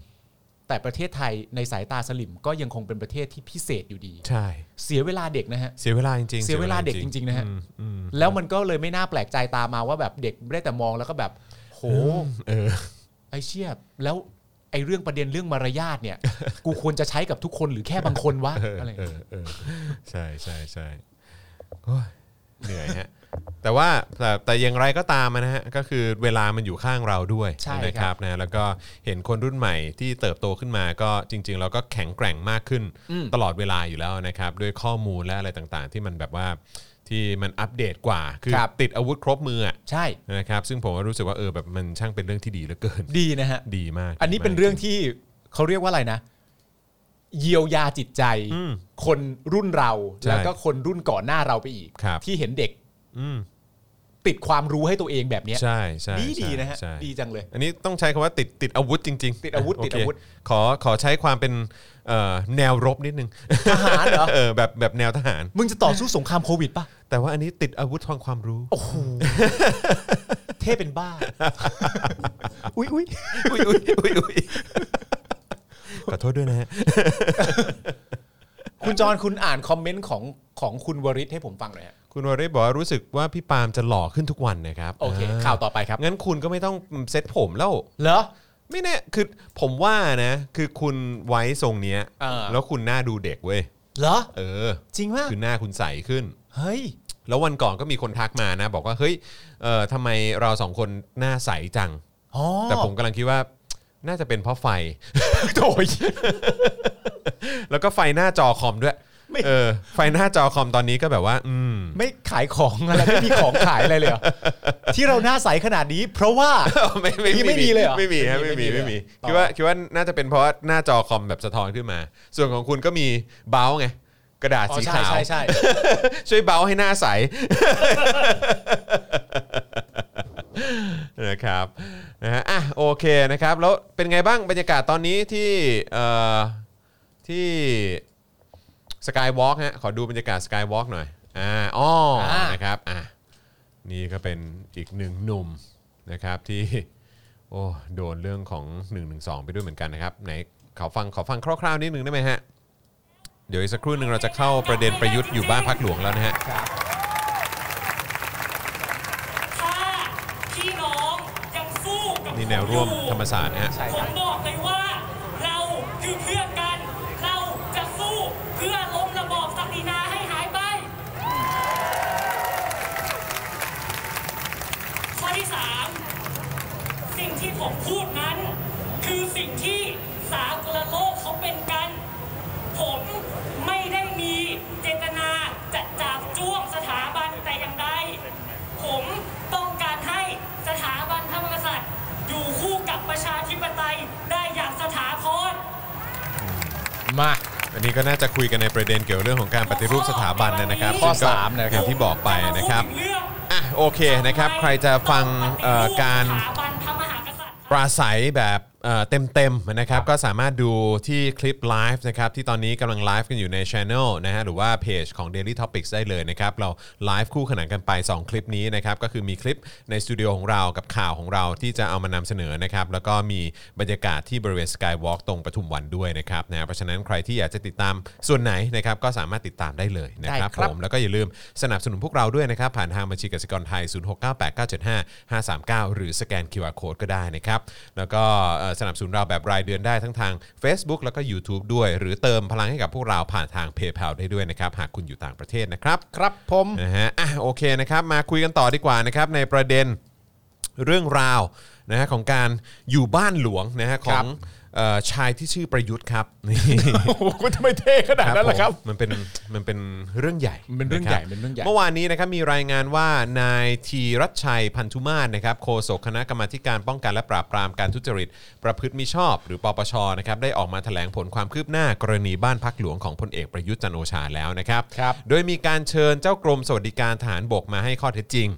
Speaker 3: แต่ประเทศไทยในสายตาสลิมก็ยังคงเป็นประเทศที่พิเศษอยู่ดี
Speaker 2: ใช่
Speaker 3: เสียเวลาเด็กนะฮะ
Speaker 2: เสียเวลาจริงๆ
Speaker 3: เสียเวลาเด็กจริงๆนะฮะ
Speaker 2: อืมอืม
Speaker 3: แล้วมันก็เลยไม่น่าแปลกใจตามมาว่าแบบเด็กได้แต่มองแล้วก็แบบโห
Speaker 2: เออ
Speaker 3: ไอ้เชี่ยแล้วไอ้เรื่องประเด็นเรื่องมารยาทเนี่ย (laughs) กูควรจะใช้กับทุกคนหรือแค่บางคนวะ
Speaker 2: เออ
Speaker 3: อะไร
Speaker 2: เออเออใช่ใช่ใช่โอ้ยเหนื่อยฮะ แต่ว่าแต่แต่อย่างไรก็ตามนะฮะ ก็คือเวลามันอยู่ข้างเราด้วย
Speaker 3: ใช่
Speaker 2: นะ
Speaker 3: ค
Speaker 2: ค
Speaker 3: รั
Speaker 2: รับ บนะแล้วก็เห็นคนรุ่นใหม่ที่เติบโตขึ้นมาก็จริง ๆ เราก็แข็งแกร่งมากขึ้น
Speaker 3: อืม
Speaker 2: ตลอดเวลาอยู่แล้วนะครับ ด้วยข้อมูลและอะไรต่างๆ ที่มันแบบว่าที่มันอัปเดตกว่า คือ
Speaker 3: ครับ
Speaker 2: ติดอาวุธครบมืออะ
Speaker 3: ใช่
Speaker 2: นะครับ ซึ่งผมก็รู้สึกว่าเออแบบมันช่างเป็นเรื่องที่ดีเหลือเกิน
Speaker 3: ดีนะฮะ
Speaker 2: ดีมาก
Speaker 3: อันนี้
Speaker 2: ดีมาก
Speaker 3: เป็นเรื่องที่เขาเรียกว่าอะไรนะ เยียวยาจิตใจ
Speaker 2: อืม
Speaker 3: คนรุ่นเรา
Speaker 2: ใช่
Speaker 3: แล้วก็คนรุ่นก่อนหน้าเราไปอีก
Speaker 2: ครับ
Speaker 3: ที่เห็นเด็ก
Speaker 2: อืม
Speaker 3: ติดความรู้ให้ตัวเองแบบเนี้ย
Speaker 2: ใช่ใช่
Speaker 3: ดี
Speaker 2: ใช่
Speaker 3: ดีนะฮะ
Speaker 2: ใช่
Speaker 3: ดีจังเลย
Speaker 2: อันนี้ต้องใช้คำว่าติดติดอาวุธจริงๆ
Speaker 3: ติดอาวุธ
Speaker 2: โเค
Speaker 3: ติดอาวุธ
Speaker 2: ขอขอใช้ความเป็นเอ่อแนวรบนิดนึง
Speaker 3: ทหารเหรอ
Speaker 2: (laughs) เออแบบแบบแนวทหาร
Speaker 3: มึงจะต่อสู้สงครามโควิดปะ
Speaker 2: แต่ว่าอันนี้ติดอาวุธทางความรู้
Speaker 3: โอ้โหเท่เป็นบ้า อุ้ยอุ้ย
Speaker 2: อุ๊ยอุ๊ยอุ๊ยอุ๊ย (laughs) ขอโทษด้วยนะฮะ
Speaker 3: คุณจอนคุณอ่านคอมเมนต์ของของคุณวริศให้ผมฟังหน่อยฮะ
Speaker 2: คุณวริศบอกว่ารู้สึกว่าพี่ปาล์มจะหล่อขึ้นทุกวันนะครับ
Speaker 3: โอเค ข่าวต่อไปครับ
Speaker 2: งั้นคุณก็ไม่ต้องเซ็ตผมแล้ว
Speaker 3: เหรอ
Speaker 2: ไม่แน่คือผมว่านะ คือคุณไว้ทรงเนี้ย
Speaker 3: เออ
Speaker 2: แล้วคุณหน้าดูเด็กเว้ย
Speaker 3: เหรอ
Speaker 2: เออ
Speaker 3: จริงป่ะ
Speaker 2: คือหน้าคุณใสขึ้น
Speaker 3: เฮ้ย
Speaker 2: แล้ววันก่อนก็มีคนทักมานะ บอกว่า เฮ้ยเอ่อทำไมเราสองคนหน้าใสจัง
Speaker 3: อ๋อ
Speaker 2: แต่ผมกำลังคิดว่าน่าจะเป็นเพราะไฟ (laughs)
Speaker 3: โดย
Speaker 2: แล้วก็ไฟหน้าจอคอมด้วย
Speaker 3: ไม่
Speaker 2: เออไฟหน้าจอคอมตอนนี้ก็แบบว่า อืม
Speaker 3: ไม่ขายของอะไรไม่มีของขายอะไร
Speaker 2: (laughs)
Speaker 3: เลยเหรอที่เราหน้าใสขนาดนี้ เพราะว่า
Speaker 2: ไม่ไม่
Speaker 3: (laughs) นี่ไม่มีเลยเหรอ
Speaker 2: ไม่มีฮะไม่มี
Speaker 3: ไม่มี
Speaker 2: ไม่มี
Speaker 3: ต่อ
Speaker 2: คิดว่าคิดว่าน่าจะเป็นเพราะหน้าจอคอมแบบสะท้อนขึ้นมา ส่วนของคุณก็มีเบ้าไงกระดาษ
Speaker 3: อ๋อ
Speaker 2: สี
Speaker 3: ใช่
Speaker 2: ขาว
Speaker 3: ใช่ใช่
Speaker 2: (laughs) ช่วยเบ้าให้หน้าใส นะครับนะฮะอ่ะโอเคนะครับ แล้วเป็นไงบ้างบรรยากาศตอนนี้ที่เอ่อที่สกายวอล์กฮะขอดูบรรยากาศสกายวอล์กหน่อยอ่าอ๋ออา นะครับอ่ะนี่ก็เป็นอีกหนึ่งหนุ่มนะครับที่ โอ้โดนเรื่องของ1นึไปด้วยเหมือนกันนะครับไหนขอฟังขอฟังคร่าวๆนิดนึงได้ไหมฮะ เดี๋ยวอีกสักครู่หนึ่งเราจะเข้าประเด็นประยุทธ์อยู่บ้านพักหลวงแล้วนะฮะ
Speaker 8: ถ้าพี่น้องยังสู้กับ
Speaker 2: นี่แนวร่วมธรรมศาสตร์นะฮะ
Speaker 3: ใช่
Speaker 8: ผ
Speaker 3: ครั
Speaker 8: ม
Speaker 3: บ
Speaker 8: บอกเลยว่าเราคือเพื่อนกัน เราจะสู้เพื่อล้มระบอบศักดินาให้หายไป ข้อที่สามสิ่งที่ผมพูดนั้น คือสิ่งที่สากลโลกเขาเป็นกัน ผมไม่ได้มีเจตนาจะจับจ้วงสถาบันแต่อย่างใด ผมต้องการให้สถาบันพระมหากษัตริย์ อยู่คู่กับประชาธิปไตยได้อย่างสถาพร
Speaker 3: มา
Speaker 2: อันนี้ก็น่าจะคุยกันในประเด็นเกี่ยวเรื่องของการปฏิรูปสถาบันนะครับ
Speaker 3: ข้อ
Speaker 2: ซึ่งก็
Speaker 3: สามนะครับ
Speaker 2: อย่างที่บอกไปนะครับ
Speaker 8: จมาพูดถึงเรื่อง
Speaker 2: อ่ะโอเคนะครับ ใครจะฟังเอ่อการ
Speaker 8: สถาบันพระมหากษัตริย์
Speaker 2: ปราศัยแบบเต็มเต็มๆนะครับ ก็สามารถดูที่คลิปไลฟ์นะครับ ที่ตอนนี้กำลังไลฟ์กันอยู่ในช anel นะฮะหรือว่าเพจของ Daily Topics ได้เลยนะครับ เราไลฟ์คู่ขนานกันไป 2 คลิปนี้นะครับ ก็คือมีคลิปในสตูดิโอของเรากับข่าวของเราที่จะเอามานำเสนอนะครับ แล้วก็มีบรรยากาศที่บริเวณ Skywalk ตรงปทุมวันด้วยนะครับนะเพราะฉะนั้นใครที่อยากจะติดตามส่วนไหนนะครับก็สามารถติดตามได้เลยนะครับ
Speaker 3: ได้
Speaker 2: ผ
Speaker 3: ครับ
Speaker 2: ม แล้วก็อย่าลืมสนับสนุนพวกเราด้วยนะครับ ผ่านทางบัญชีกสิกรไทย 0698975539 หรือสแกน QR Code ก็ได้นะครับ แล้วก็เอ่อสนับสนุนเราแบบรายเดือนได้ทั้งทาง Facebook แล้วก็ YouTube ด้วย หรือเติมพลังให้กับพวกเราผ่านทาง PayPal ได้ด้วยนะครับ หากคุณอยู่ต่างประเทศนะครับ
Speaker 3: ครับผม
Speaker 2: นะฮะอ่ะโอเคนะครับ มาคุยกันต่อดีกว่านะครับ ในประเด็นเรื่องราวนะฮะของการอยู่บ้านหลวงนะฮะข
Speaker 3: ค
Speaker 2: อ
Speaker 3: รั
Speaker 2: ง
Speaker 3: บ
Speaker 2: เอ่อชายที่ชื่อประยุทธ์ครับนี่
Speaker 3: โอ้โหคุณทำไมเท่ขนาดนั้นล่ะครับ
Speaker 2: ผมมันเป็นมันเป็นเรื่องใหญ่
Speaker 3: มันเป็นเรื่องใหญ่
Speaker 2: ะคบ
Speaker 3: เป็นเรื่องใหญ่
Speaker 2: เมื่อวานนี้นะครับมีรายงานว่านายธีรัชชัยพันธุมาศนะครับโฆษกคณะกรรมาธิการป้องกันและปราบปรามการทุจริต ประพฤติมิชอบ หรือปปชนะครับได้ออกมาแถลงผลความคืบหน้ากรณีบ้านพักหลวงของพลเอกประยุทธ์จันทร์โอชาแล้วนะครับ
Speaker 3: ครับ
Speaker 2: โดยมีการเชิญเจ้ากรมสวัสดิการทหารบกมาให้ข้อเท็จจริง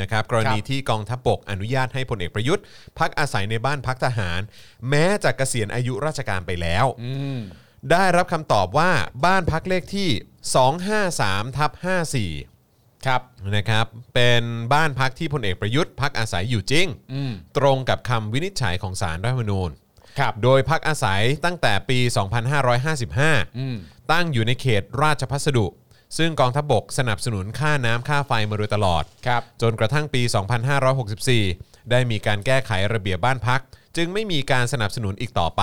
Speaker 2: นะครับกรณีที่กองทัพบกอนุญาตให้พลเอกประยุทธ์ พักอาศัยในบ้านพักทหาร แม้จะเกษียณอายุราชการไปแล้ว ได้รับคำตอบว่าบ้านพักเลขที่ 253ทับ54 ครับนะครับเป็นบ้านพักที่พลเอกประยุทธ์ พักอาศัยอยู่จริง ตรงกับคำวินิจฉัยของสารรัฐธรรมนูญ
Speaker 3: ครับ
Speaker 2: โดยพักอาศัยตั้งแต่ปี 2555 ตั้งอยู่ในเขตราชพัสดุ ซึ่งกองทัพบกสนับสนุนค่าน้ำค่าไฟมาโดยตลอด
Speaker 3: ครับ
Speaker 2: จนกระทั่งปี 2564 ได้มีการแก้ไขระเบียบบ้านพัก จึงไม่มีการสนับสนุนอีกต่อไป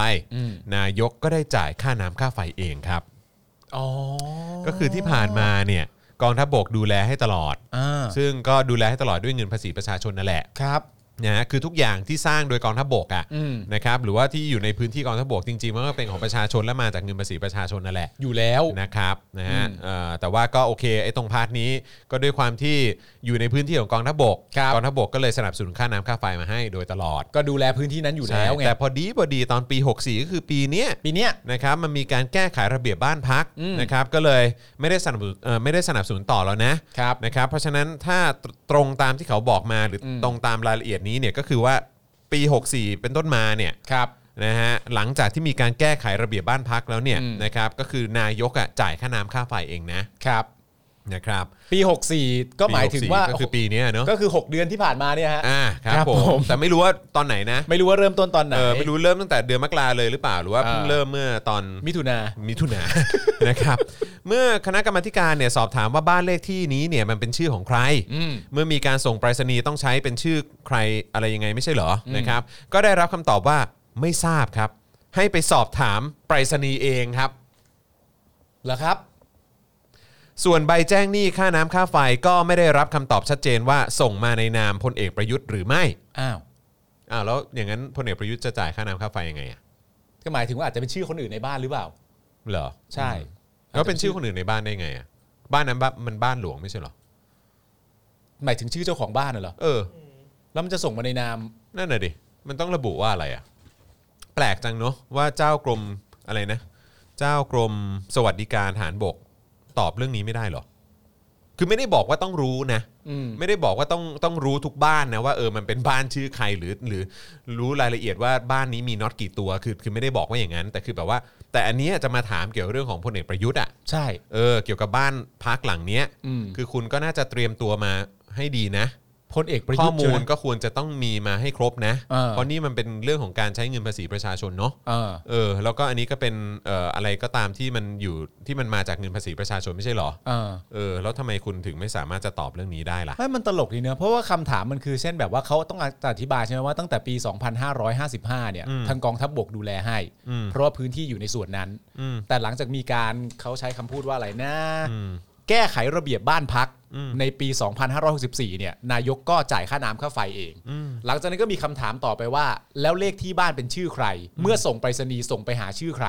Speaker 2: นายกก็ได้จ่ายค่าน้ำค่าไฟเองครับ
Speaker 3: อ๋อ
Speaker 2: ก็คือที่ผ่านมาเนี่ยกองทัพบกดูแลให้ตลอด
Speaker 3: อ่า
Speaker 2: ซึ่งก็ดูแลให้ตลอดด้วยเงินภาษีประชาชนนั่นแหละ
Speaker 3: ครับ
Speaker 2: นะฮะคือทุกอย่างที่สร้างโดยกองทัพบกอ่ะ
Speaker 3: อืม
Speaker 2: นะครับหรือว่าที่อยู่ในพื้นที่กองทัพบกจริงๆมันก็เป็นของประชาชนและมาจากเงินภาษีประชาชนนั่นแหละ
Speaker 3: อยู่แล้ว
Speaker 2: นะครับนะฮะ
Speaker 3: อืม
Speaker 2: เอ่อแต่ว่าก็โอเคไอ้ตรงพาร์ทนี้ก็ด้วยความที่อยู่ในพื้นที่ของกองทัพบก
Speaker 3: ครับ
Speaker 2: กองทัพบกก็เลยสนับสนุนค่าน้ำค่าไฟมาให้โดยตลอด
Speaker 3: ก็ดูแลพื้นที่นั้นอยู่แล้วไง
Speaker 2: ใช่แต่พอดีพอดีตอนปี 64 ก็คือปีเนี้ย
Speaker 3: ปีเนี้ย
Speaker 2: นะครับมันมีการแก้ไขระเบียบบ้านพัก
Speaker 3: อืม
Speaker 2: นะครับก็เลยไม่ได้สนับสนุนเอ่อไม่ได้สนับสนุนต่อแล้วนะครับ นะครับเพราะฉะนั้นถ้าตรงตามที่เขาบอกมาหรืออ
Speaker 3: ม
Speaker 2: ตรงตามรายละเอียดนี้เนี่ยก็คือว่าปี 64 เป็นต้นมาเนี่ย
Speaker 3: ครับ
Speaker 2: นะฮะหลังจากที่มีการแก้ไขระเบียบบ้านพักแล้วเนี่ย
Speaker 3: อืม
Speaker 2: นะครับก็คือนายกอ่ะจ่ายค่าน้ำค่าไฟเองนะครับ นะครับ
Speaker 3: ปี 64 ก็หมายถึง
Speaker 2: ปี64
Speaker 3: ว่า
Speaker 2: ก็คือปีเนี้ยเนาะ
Speaker 3: ก็คือ 6 เดือนที่ผ่านมาเนี่ยฮะ
Speaker 2: อ่าครับ
Speaker 3: ครับ
Speaker 2: ผ
Speaker 3: ผม ม
Speaker 2: แต่ไม่รู้ว่าตอนไหนนะ
Speaker 3: ไม่รู้ว่าเริ่มต้นตอนไหน
Speaker 2: เออไม่รู้เริ่มตั้งแต่เดือนมกราเลยหรือเปล่าหรือว่าเพิ่ง
Speaker 3: อ่า
Speaker 2: เริ่มเมื่อตอน
Speaker 3: มิถุนา
Speaker 2: มิถุนา (laughs) นะครับเมื่อคณะกรรมาธิการเนี่ยสอบถามว่าบ้านเลขที่นี้เนี่ยมันเป็นชื่อของใคร
Speaker 3: อืม
Speaker 2: เมื่อมีการส่งไปรษณีย์ต้องใช้เป็นชื่อใครอะไรยังไงไม่ใช่เหรอนะครับ ก็ได้รับคำตอบว่าไม่ทราบครับ ให้ไปสอบถามไปรษณีย์เองครับ
Speaker 3: เหรอครับ
Speaker 2: ส่วนใบแจ้งหนี้ค่าน้ำค่าไฟก็ไม่ได้รับคำตอบชัดเจนว่าส่งมาในนามพลเอกประยุทธ์หรือไม่
Speaker 3: อ้าว
Speaker 2: อ้าวแล้วอย่างนั้นพลเอกประยุทธ์จะจ่ายค่าน้ำค่าไฟยังไงอะ
Speaker 3: ก็หมายถึงว่าอาจจะเป็นชื่อคนอื่นในบ้านหรือเปล่า
Speaker 2: เหรอ
Speaker 3: ใช่
Speaker 2: แล้วเป็นชื่อคนอื่นในบ้านได้ไงอะบ้านนั้นบ้านมันบ้านหลวงไม่ใช่เหรอ
Speaker 3: หมายถึงชื่อเจ้าของบ้านน่ะเหรอ
Speaker 2: เออ
Speaker 3: แล้วมันจะส่งมาในนาม
Speaker 2: นั่นน่ะดิมันต้องระบุว่าอะไรอะแปลกจังเนอะว่าเจ้ากรมอะไรนะ เจ้ากรมสวัสดิการทหารบกตอบเรื่องนี้ไม่ได้เหรอคือไม่ได้บอกว่าต้องรู้นะ
Speaker 3: อืม
Speaker 2: ไม่ได้บอกว่าต้องต้องรู้ทุกบ้านนะว่าเออมันเป็นบ้านชื่อใครหรือหรือรู้รายละเอียดว่าบ้านนี้มีน็อตกี่ตัวคือคือไม่ได้บอกว่าอย่างนั้น แต่คือแบบว่า แต่อันเนี้ยจะมาถามเกี่ยวเรื่องของพลเอกประยุทธ์อ่ะ
Speaker 3: ใช่
Speaker 2: เออเกี่ยวกับบ้านพักหลังเนี้ย
Speaker 3: อืม
Speaker 2: คือคุณก็น่าจะเตรียมตัวมาให้ดีนะ
Speaker 3: พลเอกประ
Speaker 2: ข้
Speaker 3: ยุ
Speaker 2: อ
Speaker 3: ทธ์
Speaker 2: มูล
Speaker 3: ใช่ไห
Speaker 2: ก็ควรจะต้องมีมาให้ครบนะ
Speaker 3: เออ
Speaker 2: เพราะนี่มันเป็นเรื่องของการใช้เงินภาษีประชาชนเนาะ
Speaker 3: เออ
Speaker 2: เออแล้วก็อันนี้ก็เป็นเอ่ออะไรก็ตามที่มันอยู่ที่มันมาจากเงินภาษีประชาชนไม่ใช่เหรอ
Speaker 3: เออ
Speaker 2: เออแล้วทำไมคุณถึงไม่สามารถจะตอบเรื่องนี้ได้ล่ะ
Speaker 3: ไม่มันตลกดีเนอะเพราะว่าคำถามมันคือเช่นแบบว่าเขาต้องอธิบายใช่ไหมว่าตั้งแต่ปี 2555 เนี่ย
Speaker 2: อืม
Speaker 3: ทางกองทัพบบกดูแลให้
Speaker 2: อืม
Speaker 3: เพราะว่าพื้นที่อยู่ในส่วนนั้น
Speaker 2: อืม
Speaker 3: แต่หลังจากมีการเขาใช้คำพูดว่าอะไรนะ
Speaker 2: อืม
Speaker 3: แก้ไขระเบียบบ้านพัก
Speaker 2: อืม
Speaker 3: ในปี 2564 เนี่ย นายกก็จ่ายค่าน้ำค่าไฟเอง
Speaker 2: อืม
Speaker 3: หลังจากนั้นก็มีคำถามต่อไปว่า แล้วเลขที่บ้านเป็นชื่อใคร เมื่อส่งไปรษณีย์ส่งไปหาชื่อใคร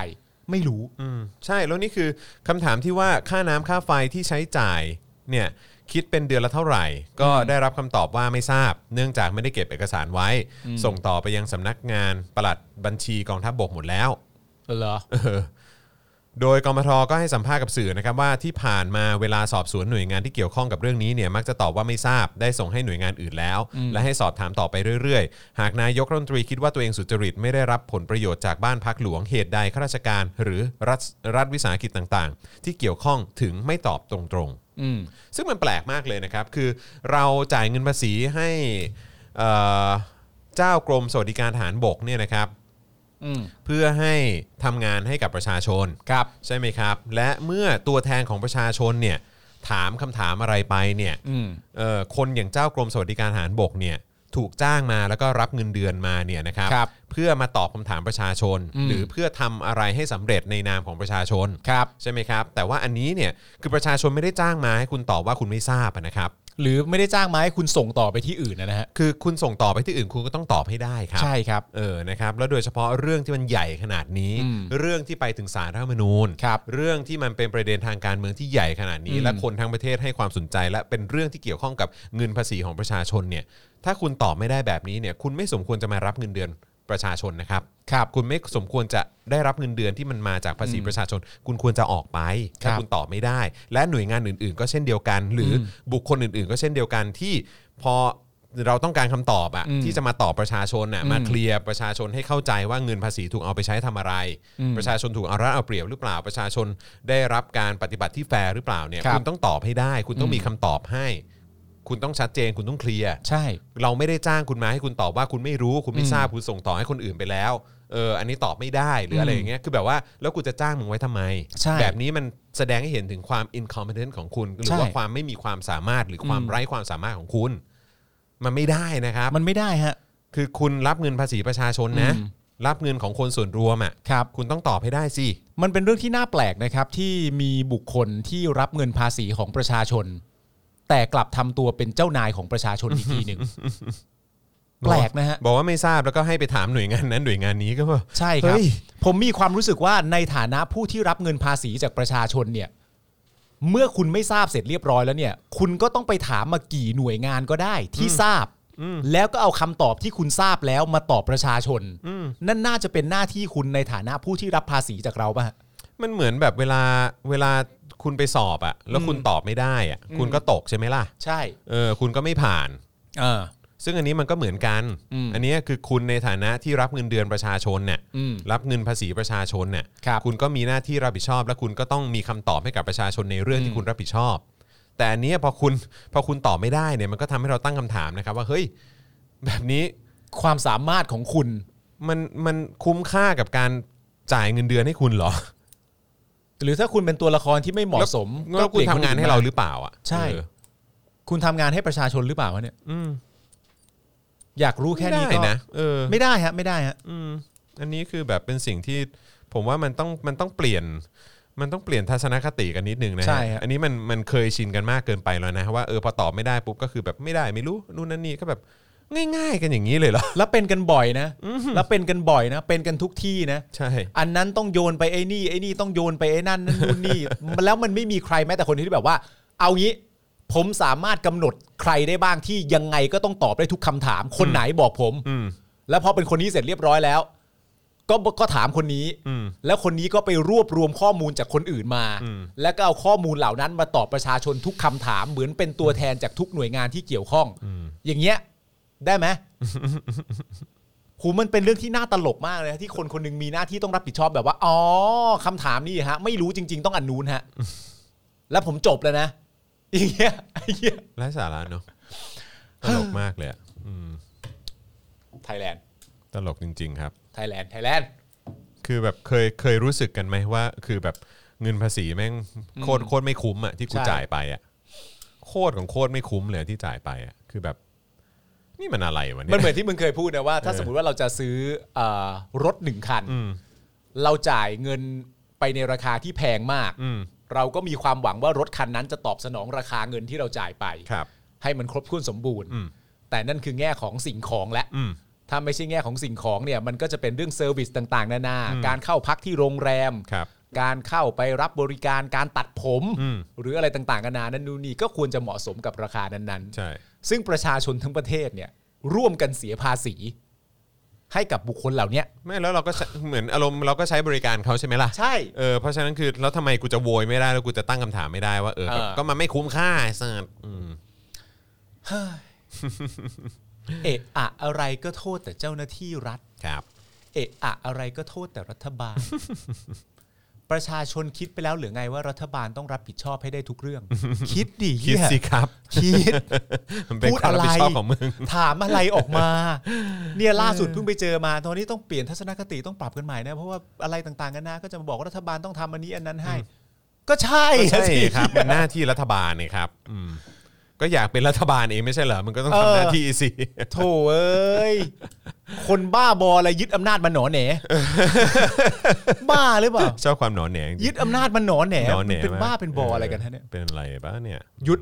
Speaker 3: ไม่รู้
Speaker 2: อืมใช่แล้วนี่คือคำถามที่ว่าค่าน้ำค่าไฟที่ใช้จ่ายเนี่ยคิดเป็นเดือนละเท่าไหร่ ก็ได้รับคำตอบว่าไม่ทราบ เนื่องจากไม่ได้เก็บเอกสารไว้ ส่งต่อไปยังสำนักงานปลัดบัญชีกองทัพบบกหมดแล้ว
Speaker 3: เหรอ
Speaker 2: เออ (laughs) โดยกมทก็ให้สัมภาษณ์กับสื่อนะครับว่าที่ผ่านมาเวลาสอบสวนหน่วยงานที่เกี่ยวข้องกับเรื่องนี้เนี่ยมักจะตอบว่าไม่ทราบได้ส่งให้หน่วยงานอื่นแล้ว และให้สอบถามต่อไปเรื่อยๆ หากนายกรัฐมนตรีคิดว่าตัวเองสุจริตไม่ได้รับผลประโยชน์จากบ้านพักหลวงเหตุใดข้าราชการ หรือรัฐรัฐวิสาหกิจต่างๆ ที่เกี่ยวข้องถึงไม่ตอบตรงๆ
Speaker 3: อืม
Speaker 2: ซึ่งมันแปลกมากเลยนะครับ คือเราจ่ายเงินภาษีให้เอ่อเจ้ากรมสวัสดิการทหารบกเนี่ยนะครับ
Speaker 3: อืม
Speaker 2: เพื่อให้ทำงานให้กับประชาชน
Speaker 3: ครับ
Speaker 2: ใช่ไหมครับ และเมื่อตัวแทนของประชาชนเนี่ยถามคำถามอะไรไปเนี่ย
Speaker 3: อืม
Speaker 2: เอ่อคนอย่างเจ้ากรมสวัสดิการทหารบกเนี่ยถูกจ้างมาแล้วก็รับเงินเดือนมาเนี่ยนะครับ
Speaker 3: ครับ
Speaker 2: เพื่อมาตอบคำถามประชาชน
Speaker 3: อืม
Speaker 2: หรือเพื่อทำอะไรให้สำเร็จในนามของประชาชน
Speaker 3: ครับ
Speaker 2: ใช่ไหมครับ แต่ว่าอันนี้เนี่ยคือประชาชนไม่ได้จ้างมาให้คุณตอบว่าคุณไม่ทราบอะนะครับ
Speaker 3: หรือไม่ได้จ้างมาให้คุณส่งต่อไปที่อื่นนะฮะ
Speaker 2: คือคุณส่งต่อไปที่อื่นคุณก็ต้องตอบให้ได้ครั
Speaker 3: ใช่ครับ
Speaker 2: เออ นะครับ แล้วโดยเฉพาะเรื่องที่มันใหญ่ขนาดนี้
Speaker 3: อืม
Speaker 2: เรื่องที่ไปถึงสารรัฐธรรมนูญ
Speaker 3: ครับ
Speaker 2: เรื่องที่มันเป็นประเด็นทางการเมืองที่ใหญ่ขนาดนี้
Speaker 3: อืม
Speaker 2: และคนทั้งประเทศให้ความสนใจ และเป็นเรื่องที่เกี่ยวข้องกับเงินภาษีของประชาชนเนี่ย ถ้าคุณตอบไม่ได้แบบนี้เนี่ย คุณไม่สมควรจะมารับเงินเดือนประชาชนนะครับ
Speaker 3: ครับ
Speaker 2: คุณไม่สมควรจะได้รับเงินเดือนที่มันมาจากภาษี
Speaker 3: อืม
Speaker 2: ประชาชน คุณควรจะออกไป
Speaker 3: ครั
Speaker 2: ถ้า
Speaker 3: บ
Speaker 2: คุณตอบไม่ได้ และหน่วยงานอื่น ๆ ก็เช่นเดียวกัน หรืออ
Speaker 3: ม
Speaker 2: บุคคลอื่น ๆ ก็เช่นเดียวกันที่พอเราต้องการคำตอบอะ
Speaker 3: อืม
Speaker 2: ที่จะมาตอบประชาชนน่ะ
Speaker 3: อืม
Speaker 2: มาเคลียร์ประชาชนให้เข้าใจว่าเงินภาษีถูกเอาไปใช้ทำอะไร
Speaker 3: อืม
Speaker 2: ประชาชนถูกเอารัดเอาเปรียบหรือเปล่าประชาชนได้รับการปฏิบัติที่แฟร์หรือเปล่าเนี่ย
Speaker 3: ครับ
Speaker 2: คุณต้องตอบให้ได้ คุณต้อง
Speaker 3: อืม
Speaker 2: มีคำตอบให้ คุณต้องชัดเจนคุณต้องเคลียร์
Speaker 3: ใช่
Speaker 2: เราไม่ได้จ้างคุณมาให้คุณตอบว่าคุณไม่รู้คุณไม่
Speaker 3: อืม
Speaker 2: ทราบคุณส่งต่อให้คนอื่นไปแล้วเอออันนี้ตอบไม่ได้หรืออะไร
Speaker 3: อืม
Speaker 2: อย่างเงี้ยคือแบบว่าแล้วกูจะจ้างมึงไว้ทำไม
Speaker 3: ใช่
Speaker 2: แบบนี้มันแสดงให้เห็นถึงความ incompetent ของคุณ หรือว่า
Speaker 3: ใช่
Speaker 2: ความไม่มีความสามารถหรือความ
Speaker 3: อืม
Speaker 2: ไร้ความสามารถของคุณ มันไม่ได้นะครับ
Speaker 3: มันไม่ได้ฮะ
Speaker 2: คือคุณรับเงินภาษีประชาชนนะ
Speaker 3: อืม
Speaker 2: รับเงินของคนส่วนรวมอ่ะ
Speaker 3: ครับ
Speaker 2: คุณต้องตอบให้ได้สิ
Speaker 3: มันเป็นเรื่องที่น่าแปลกนะครับ ที่มีบุคคลที่รับเงินภาษีของประชาชน แต่กลับทำตัวเป็นเจ้านายของประชาชนอีกทีหนึ่ง แปลกนะฮะ
Speaker 2: บอกว่าไม่ทราบแล้วก็ให้ไปถามหน่วยงานนั้นหน่วยงานนี้ก็แบบ
Speaker 3: ใช่ครับ
Speaker 2: เฮ้ย
Speaker 3: ผมมีความรู้สึกว่าในฐานะผู้ที่รับเงินภาษีจากประชาชนเนี่ย เมื่อคุณไม่ทราบเสร็จเรียบร้อยแล้วเนี่ย คุณก็ต้องไปถามมากี่หน่วยงานก็ได้ที่ทราบ แล้วก็เอาคำตอบที่คุณทราบแล้วมาตอบประชาชน นั่นน่าจะเป็นหน้าที่คุณในฐานะผู้ที่รับภาษีจากเราป่ะฮะ
Speaker 2: มันเหมือนแบบเวลาเวลาคุณไปสอบอะแล้วคุณตอบไม่ได้อะคุณก็ตกใช่ไหมล่ะ
Speaker 3: ใช่
Speaker 2: เออคุณก็ไม่ผ่าน
Speaker 3: เออ
Speaker 2: ซึ่งอันนี้มันก็เหมือนกัน
Speaker 3: อืม
Speaker 2: อันนี้คือคุณในฐานะที่รับเงินเดือนประชาชนเนี่ย
Speaker 3: อืม
Speaker 2: รับเงินภาษีประชาชนเนี่ย
Speaker 3: ครับ
Speaker 2: ณก็มีหน้าที่รับผิดชอบ และคุณก็ต้องมีคำตอบให้กับประชาชนในเรื่องที่คุณรับผิดชอบ แต่อันเนี้ยพอคุณพอคุณตอบไม่ได้เนี่ยมันก็ทำให้เราตั้งคำถามนะครับว่าเฮ้ยแบบนี้
Speaker 3: ความสามารถของคุณ
Speaker 2: มันมันคุ้มค่ากับการจ่ายเงินเดือนให้คุณเหรอ
Speaker 3: หรือถ้าคุณเป็นตัวละครที่ไม่เหมาะสม
Speaker 2: แล้วแล้วคุณ
Speaker 3: ก็ปลี่ย
Speaker 2: ทำ
Speaker 3: นน
Speaker 2: งาน
Speaker 3: อื่
Speaker 2: ให้
Speaker 3: ม
Speaker 2: เราหรือเปล่าอ่ะ
Speaker 3: ใช่
Speaker 2: เออ
Speaker 3: คุณทำงานให้ประชาชนหรือเปล่าวะเนี่ย
Speaker 2: อืม
Speaker 3: อยากรู้แค่นี้
Speaker 2: ไม่
Speaker 3: ก็
Speaker 2: ได้นะเออ
Speaker 3: ไม่ได้ฮะไม่ได้ฮะ
Speaker 2: อืมอันนี้คือแบบเป็นสิ่งที่ผมว่ามันต้องมันต้องเปลี่ยน มันต้องเปลี่ยนทัศนคติกันนิดนึงนะฮะ
Speaker 3: ใช่ฮะ
Speaker 2: อันนี้มันมันเคยชินกันมากเกินไปแล้วนะว่าเออพอตอบไม่ได้ปุ๊บก็คือแบบไม่ได้ไม่รู้นู่นนั่นนี่ก็แบบง่ายๆ กันอย่างนี้เลยเหรอ (laughs)
Speaker 3: แล้วเป็นกันบ่อยนะ แล้วเป็นกันบ่อยนะ เป็นกันทุกที่นะ
Speaker 2: ใช่
Speaker 3: อันนั้นต้องโยนไปไอ้นี่ ไอ้นี่ต้องโยนไปไอ้นั่นนั่นนู่น (laughs) นี่ แล้วมันไม่มีใครแม้แต่คนที่แบบว่า เอางี้ ผมสามารถกำหนดใครได้บ้างที่ยังไงก็ต้องตอบได้ทุกคำถาม คนไหนบอกผม
Speaker 2: อืม
Speaker 3: แล้วพอเป็นคนนี้เสร็จเรียบร้อยแล้ว ก็ก็ถามคนนี้
Speaker 2: อืม
Speaker 3: แล้วคนนี้ก็ไปรวบรวมข้อมูลจากคนอื่นมา
Speaker 2: อืม
Speaker 3: แล้วก็เอาข้อมูลเหล่านั้นมาตอบประชาชนทุกคำถาม เหมือนเป็นตัวแทนจากทุกหน่วยงานที่เกี่ยวข้อง อย่างเงี้ย ได้
Speaker 2: (laughs)
Speaker 3: ไหม หูมันเป็นเรื่องที่น่าตลกมากเลยนะที่คนคนหนึงมีหน้าที่ต้องรับผิดชอบแบบว่า อ๋อคำถามนี่ฮะ ไม่รู้จริง ๆ ต้องอันนู้นฮะ แล้วผมจบแล้วนะอย่างเงี้ยไอ้เงี้ย
Speaker 2: ไร้สาระเนาะตลกมากเลยอะอืม
Speaker 3: ไทยแลนด์
Speaker 2: ตลกจริง ๆ ครับ
Speaker 3: ไทยแลนด์ไทยแลนด์
Speaker 2: คือแบบเคยเคยรู้สึกกันไหมว่า คือแบบเงินภาษีแม่งโคตรโคตรไม่คุ้มอ่ะที่กู
Speaker 3: ใช่
Speaker 2: จ่ายไปอ่ะโคตรของโคตรไม่คุ้มเลยที่จ่ายไปอ่ะคือแบบ นี่มันอะไรวะเนี่ย
Speaker 3: มันเหมือนที่มึงเคยพูดนะว่า ถ้าสมมติว่าเราจะซื้อเอ่อรถหนึ่งคัน
Speaker 2: อืม
Speaker 3: เราจ่ายเงินไปในราคาที่แพงมาก
Speaker 2: อืม
Speaker 3: เราก็มีความหวังว่ารถคันนั้นจะตอบสนองราคาเงินที่เราจ่ายไป
Speaker 2: ครับ
Speaker 3: ให้มันครบถ้วนสมบูรณ์
Speaker 2: อืม
Speaker 3: แต่นั่นคือแง่ของสิ่งของและ
Speaker 2: อืม
Speaker 3: ถ้าไม่ใช่แง่ของสิ่งของเนี่ยมันก็จะเป็นเรื่องเซอร์วิสต่างๆ นานา การเข้าพักที่โรงแรม
Speaker 2: ครับ
Speaker 3: การเข้าไปรับบริการการตัดผม
Speaker 2: อืม
Speaker 3: หรืออะไรต่างๆนานานั่นนู่นนี่ก็ควรจะเหมาะสมกับราคานั้นๆ
Speaker 2: ใช่
Speaker 3: ซึ่งประชาชนทั้งประเทศเนี่ยร่วมกันเสียภาษี ให้กับบุคคลเหล่า
Speaker 2: (laughs)
Speaker 3: เนี้ย
Speaker 2: ไม่แล้วเราก็ใช้เหมือนอารมณ์เราก็ใช้บริการเขาใช่ไหมล่ะ
Speaker 3: ใช่
Speaker 2: เออเพราะฉะนั้นคือแล้วทำไมกูจะโวยไม่ได้แล้วกูจะตั้งคำถามไม่ได้ว่าเออแบบ
Speaker 3: เออ
Speaker 2: ก็มันไม่คุ้มค่าไอ้สัตว์อืม
Speaker 3: เอะอะอะไรก็โทษแต่เจ้าหน้าที่รัฐ
Speaker 2: ครับ
Speaker 3: เอะอะอะไรก็โทษแต่รัฐบาล ประชาชนคิดไปแล้วหรือไงว่ารัฐบาลต้องรับผิดชอบให้ได้ทุกเรื่อง
Speaker 2: (laughs)
Speaker 3: คิดดิ
Speaker 2: คิด
Speaker 3: เหี้ย
Speaker 2: สิครับ
Speaker 3: คิด
Speaker 2: มันเป็น
Speaker 3: พูด
Speaker 2: ความรับผิดชอบ
Speaker 3: อะไร
Speaker 2: ของมึง
Speaker 3: ถามอะไรออกมา เนี่ยล่าสุดเพิ่งไปเจอมา ตอนนี้ต้องเปลี่ยนทัศนคติต้องปรับกันใหม่นะ เพราะว่าอะไรต่างๆกันนะก็จะมาบอกว่ารัฐบาลต้องทำอันนี้อันนั้นให้ ก็ใช่
Speaker 2: ใช่
Speaker 3: สิ
Speaker 2: ครับมันหน้าที่รัฐบาลนี่ครับอืมก็อยากเป็นรัฐบาลเองไม่ใช่เหรอมันก็ต้อง
Speaker 3: เออ
Speaker 2: ทำหน้าที่สิ (laughs)
Speaker 3: โถเอ้ย คนบ้าบออะไรยึดอำนาจมาหนอแหน บ้าหรือเปล่า
Speaker 2: ชอบความหนอนแหนง
Speaker 3: ยึดอำนาจมันหนอแหน
Speaker 2: หนอนแหน
Speaker 3: มันเป็น
Speaker 2: มก
Speaker 3: บ้าเป็นบออะไรกันฮะเนี่ย
Speaker 2: เป็นอะไรบ้าเนี่ย
Speaker 3: ยุด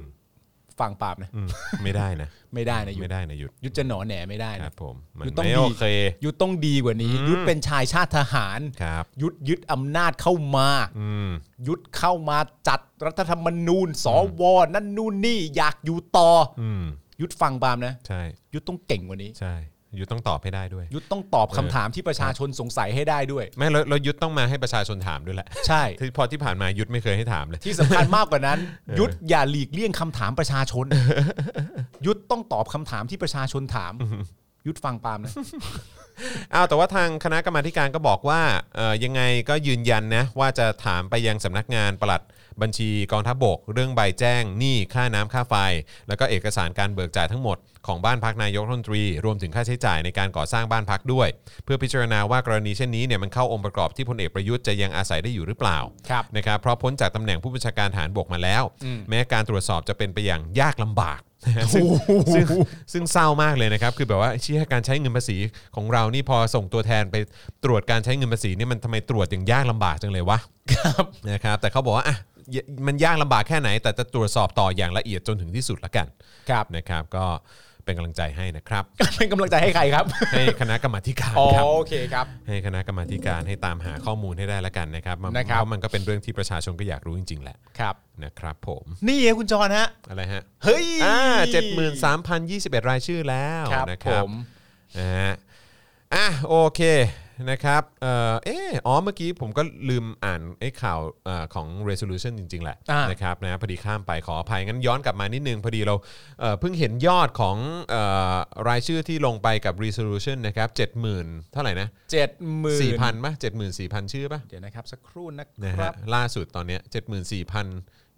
Speaker 3: ฟังปราบนะ
Speaker 2: อืมไม่ได้นะ
Speaker 3: ไม่ได้นะยุท
Speaker 2: ไม่
Speaker 3: ธ
Speaker 2: ได้นะหยุด
Speaker 3: ยุทธจะหนอแหนไม่ได้
Speaker 2: ครั
Speaker 3: นะ
Speaker 2: บผมมัน
Speaker 3: ยุทธต้อง
Speaker 2: ไม่
Speaker 3: ดี
Speaker 2: โอเค
Speaker 3: ยุทธต้องดีกว่านี้
Speaker 2: อืม
Speaker 3: ยุทธเป็นชายชาติทหาร
Speaker 2: ครับ
Speaker 3: ยุทธยึดอำนาจเข้ามา
Speaker 2: อืม
Speaker 3: ยุทธเข้ามาจัดรัฐธรรมนูญสวนั่นนู่นนี่อยากอยู่ต่ออ
Speaker 2: อืม
Speaker 3: ยุทธฟังปาล์มนะ
Speaker 2: ใช่
Speaker 3: ยุทธต้องเก่งกว่านี้
Speaker 2: ใช่ยุทธต้องตอบให้ได้ด้วย
Speaker 3: ยุทธต้องตอบคำถามที่ประชาชนสงสัยให้ได้ด้วย
Speaker 2: ไม่แล้วแล้วยุทธต้องมาให้ประชาชนถามด้วยแหละ (laughs)
Speaker 3: ใช่
Speaker 2: ที่พอที่ผ่านมายุทธไม่เคยให้ถามเลย
Speaker 3: ที่สำคัญมากกว่านั้น ยุทธอย่าหลีกเลี่ยงคำถามประชาชน ยุทธต้องตอบคำถามที่ประชาชนถาม ยุทธฟังปาล์มนะ
Speaker 2: อ้าวแต่ว่าทางคณะกรรมาธิการก็บอกว่าเอ่อยังไงก็ยืนยันนะว่าจะถามไปยังสำนักงานปลัดบัญชีกองทัพบก เรื่องใบแจ้งหนี้ค่าน้ำค่าไฟ แล้วก็เอกสารการเบิกจ่ายทั้งหมดของบ้านพักนายกรัฐมนตรี รวมถึงค่าใช้จ่ายในการก่อสร้างบ้านพักด้วย เพื่อพิจารณาว่ากรณีเช่นนี้เนี่ยมันเข้าองค์ประกอบที่พลเอกประยุทธ์จะยังอาศัยได้อยู่หรือเปล่า
Speaker 3: ครับ
Speaker 2: นะครับเพราะพ้นจากตำแหน่งผู้บัญชาการฐานบกมาแล้ว แม้การตรวจสอบจะเป็นไปอย่างยากลำบาก (laughs)
Speaker 3: (laughs)
Speaker 2: ซึ่งซึ่งซึ่งเศร้ามากเลยนะครับ คือแบบว่าเชี่ยการใช้เงินภาษีของเรานี่พอส่งตัวแทนไปตรวจการใช้เงินภาษีเนี่ยมันทำไมตรวจอย่างยากลำบากจังเลยวะครับนะครับ แต่เขาบอกว่าอ่ะยมันยากลำบากแค่ไหน แต่จะตรวจสอบต่ออย่างละเอียดจนถึงที่สุดละกัน
Speaker 3: ครับ
Speaker 2: นะครับ ก็ เป็นกำลังใจให้นะครับ
Speaker 3: เป็นกำลังใจให้ใครครับ
Speaker 2: ให้คณะกรรมาธิการ
Speaker 3: อ๋อ
Speaker 2: ครับ
Speaker 3: โอเคครับ
Speaker 2: ให้คณะกรรมาธิการให้ตามหาข้อมูลให้ได้ละกันนะครับมัน
Speaker 3: นะครับ
Speaker 2: เพามันก็เป็นเรื่องที่ประชาชนก็อยากรู้จริง ๆ แหละ
Speaker 3: ครับ
Speaker 2: นะครับผม
Speaker 3: นี่ไงคุณจรฮะ
Speaker 2: อะไรฮะ
Speaker 3: เฮ้ย
Speaker 2: อ่าเจ็ดหมื่นสามพันยี่สิบเอ็ดรายชื่อแล้ว
Speaker 3: ครับ
Speaker 2: นะครับ
Speaker 3: ผม
Speaker 2: นะฮะอ่ะโอเคนะครับเอ่อเอออ๋อเมื่อกี้ผมก็ลืมอ่านไอ้ข่าวเอ่อของ resolution จริง ๆ แหละ
Speaker 3: อ่าน
Speaker 2: นะครับนะพอดีข้ามไปขออภัยงั้นย้อนกลับมานิดนึง พอดีเราเอ่อเพิ่งเห็นยอดของเอ่อรายชื่อที่ลงไปกับ resolution นะครับ70,000 เท่าไหร่นะ
Speaker 3: เจ็ดหมื่น
Speaker 2: สี่พันป่ะเจ็ดหมื่นสี่พันชื่อป่ะ
Speaker 3: เดี๋ยวนะครับ สักครู่นะ
Speaker 2: นะ
Speaker 3: ค
Speaker 2: ฮะ
Speaker 3: รับ
Speaker 2: ล่าสุดตอนเนี้ยเจ็ดหมื่นสี่พัน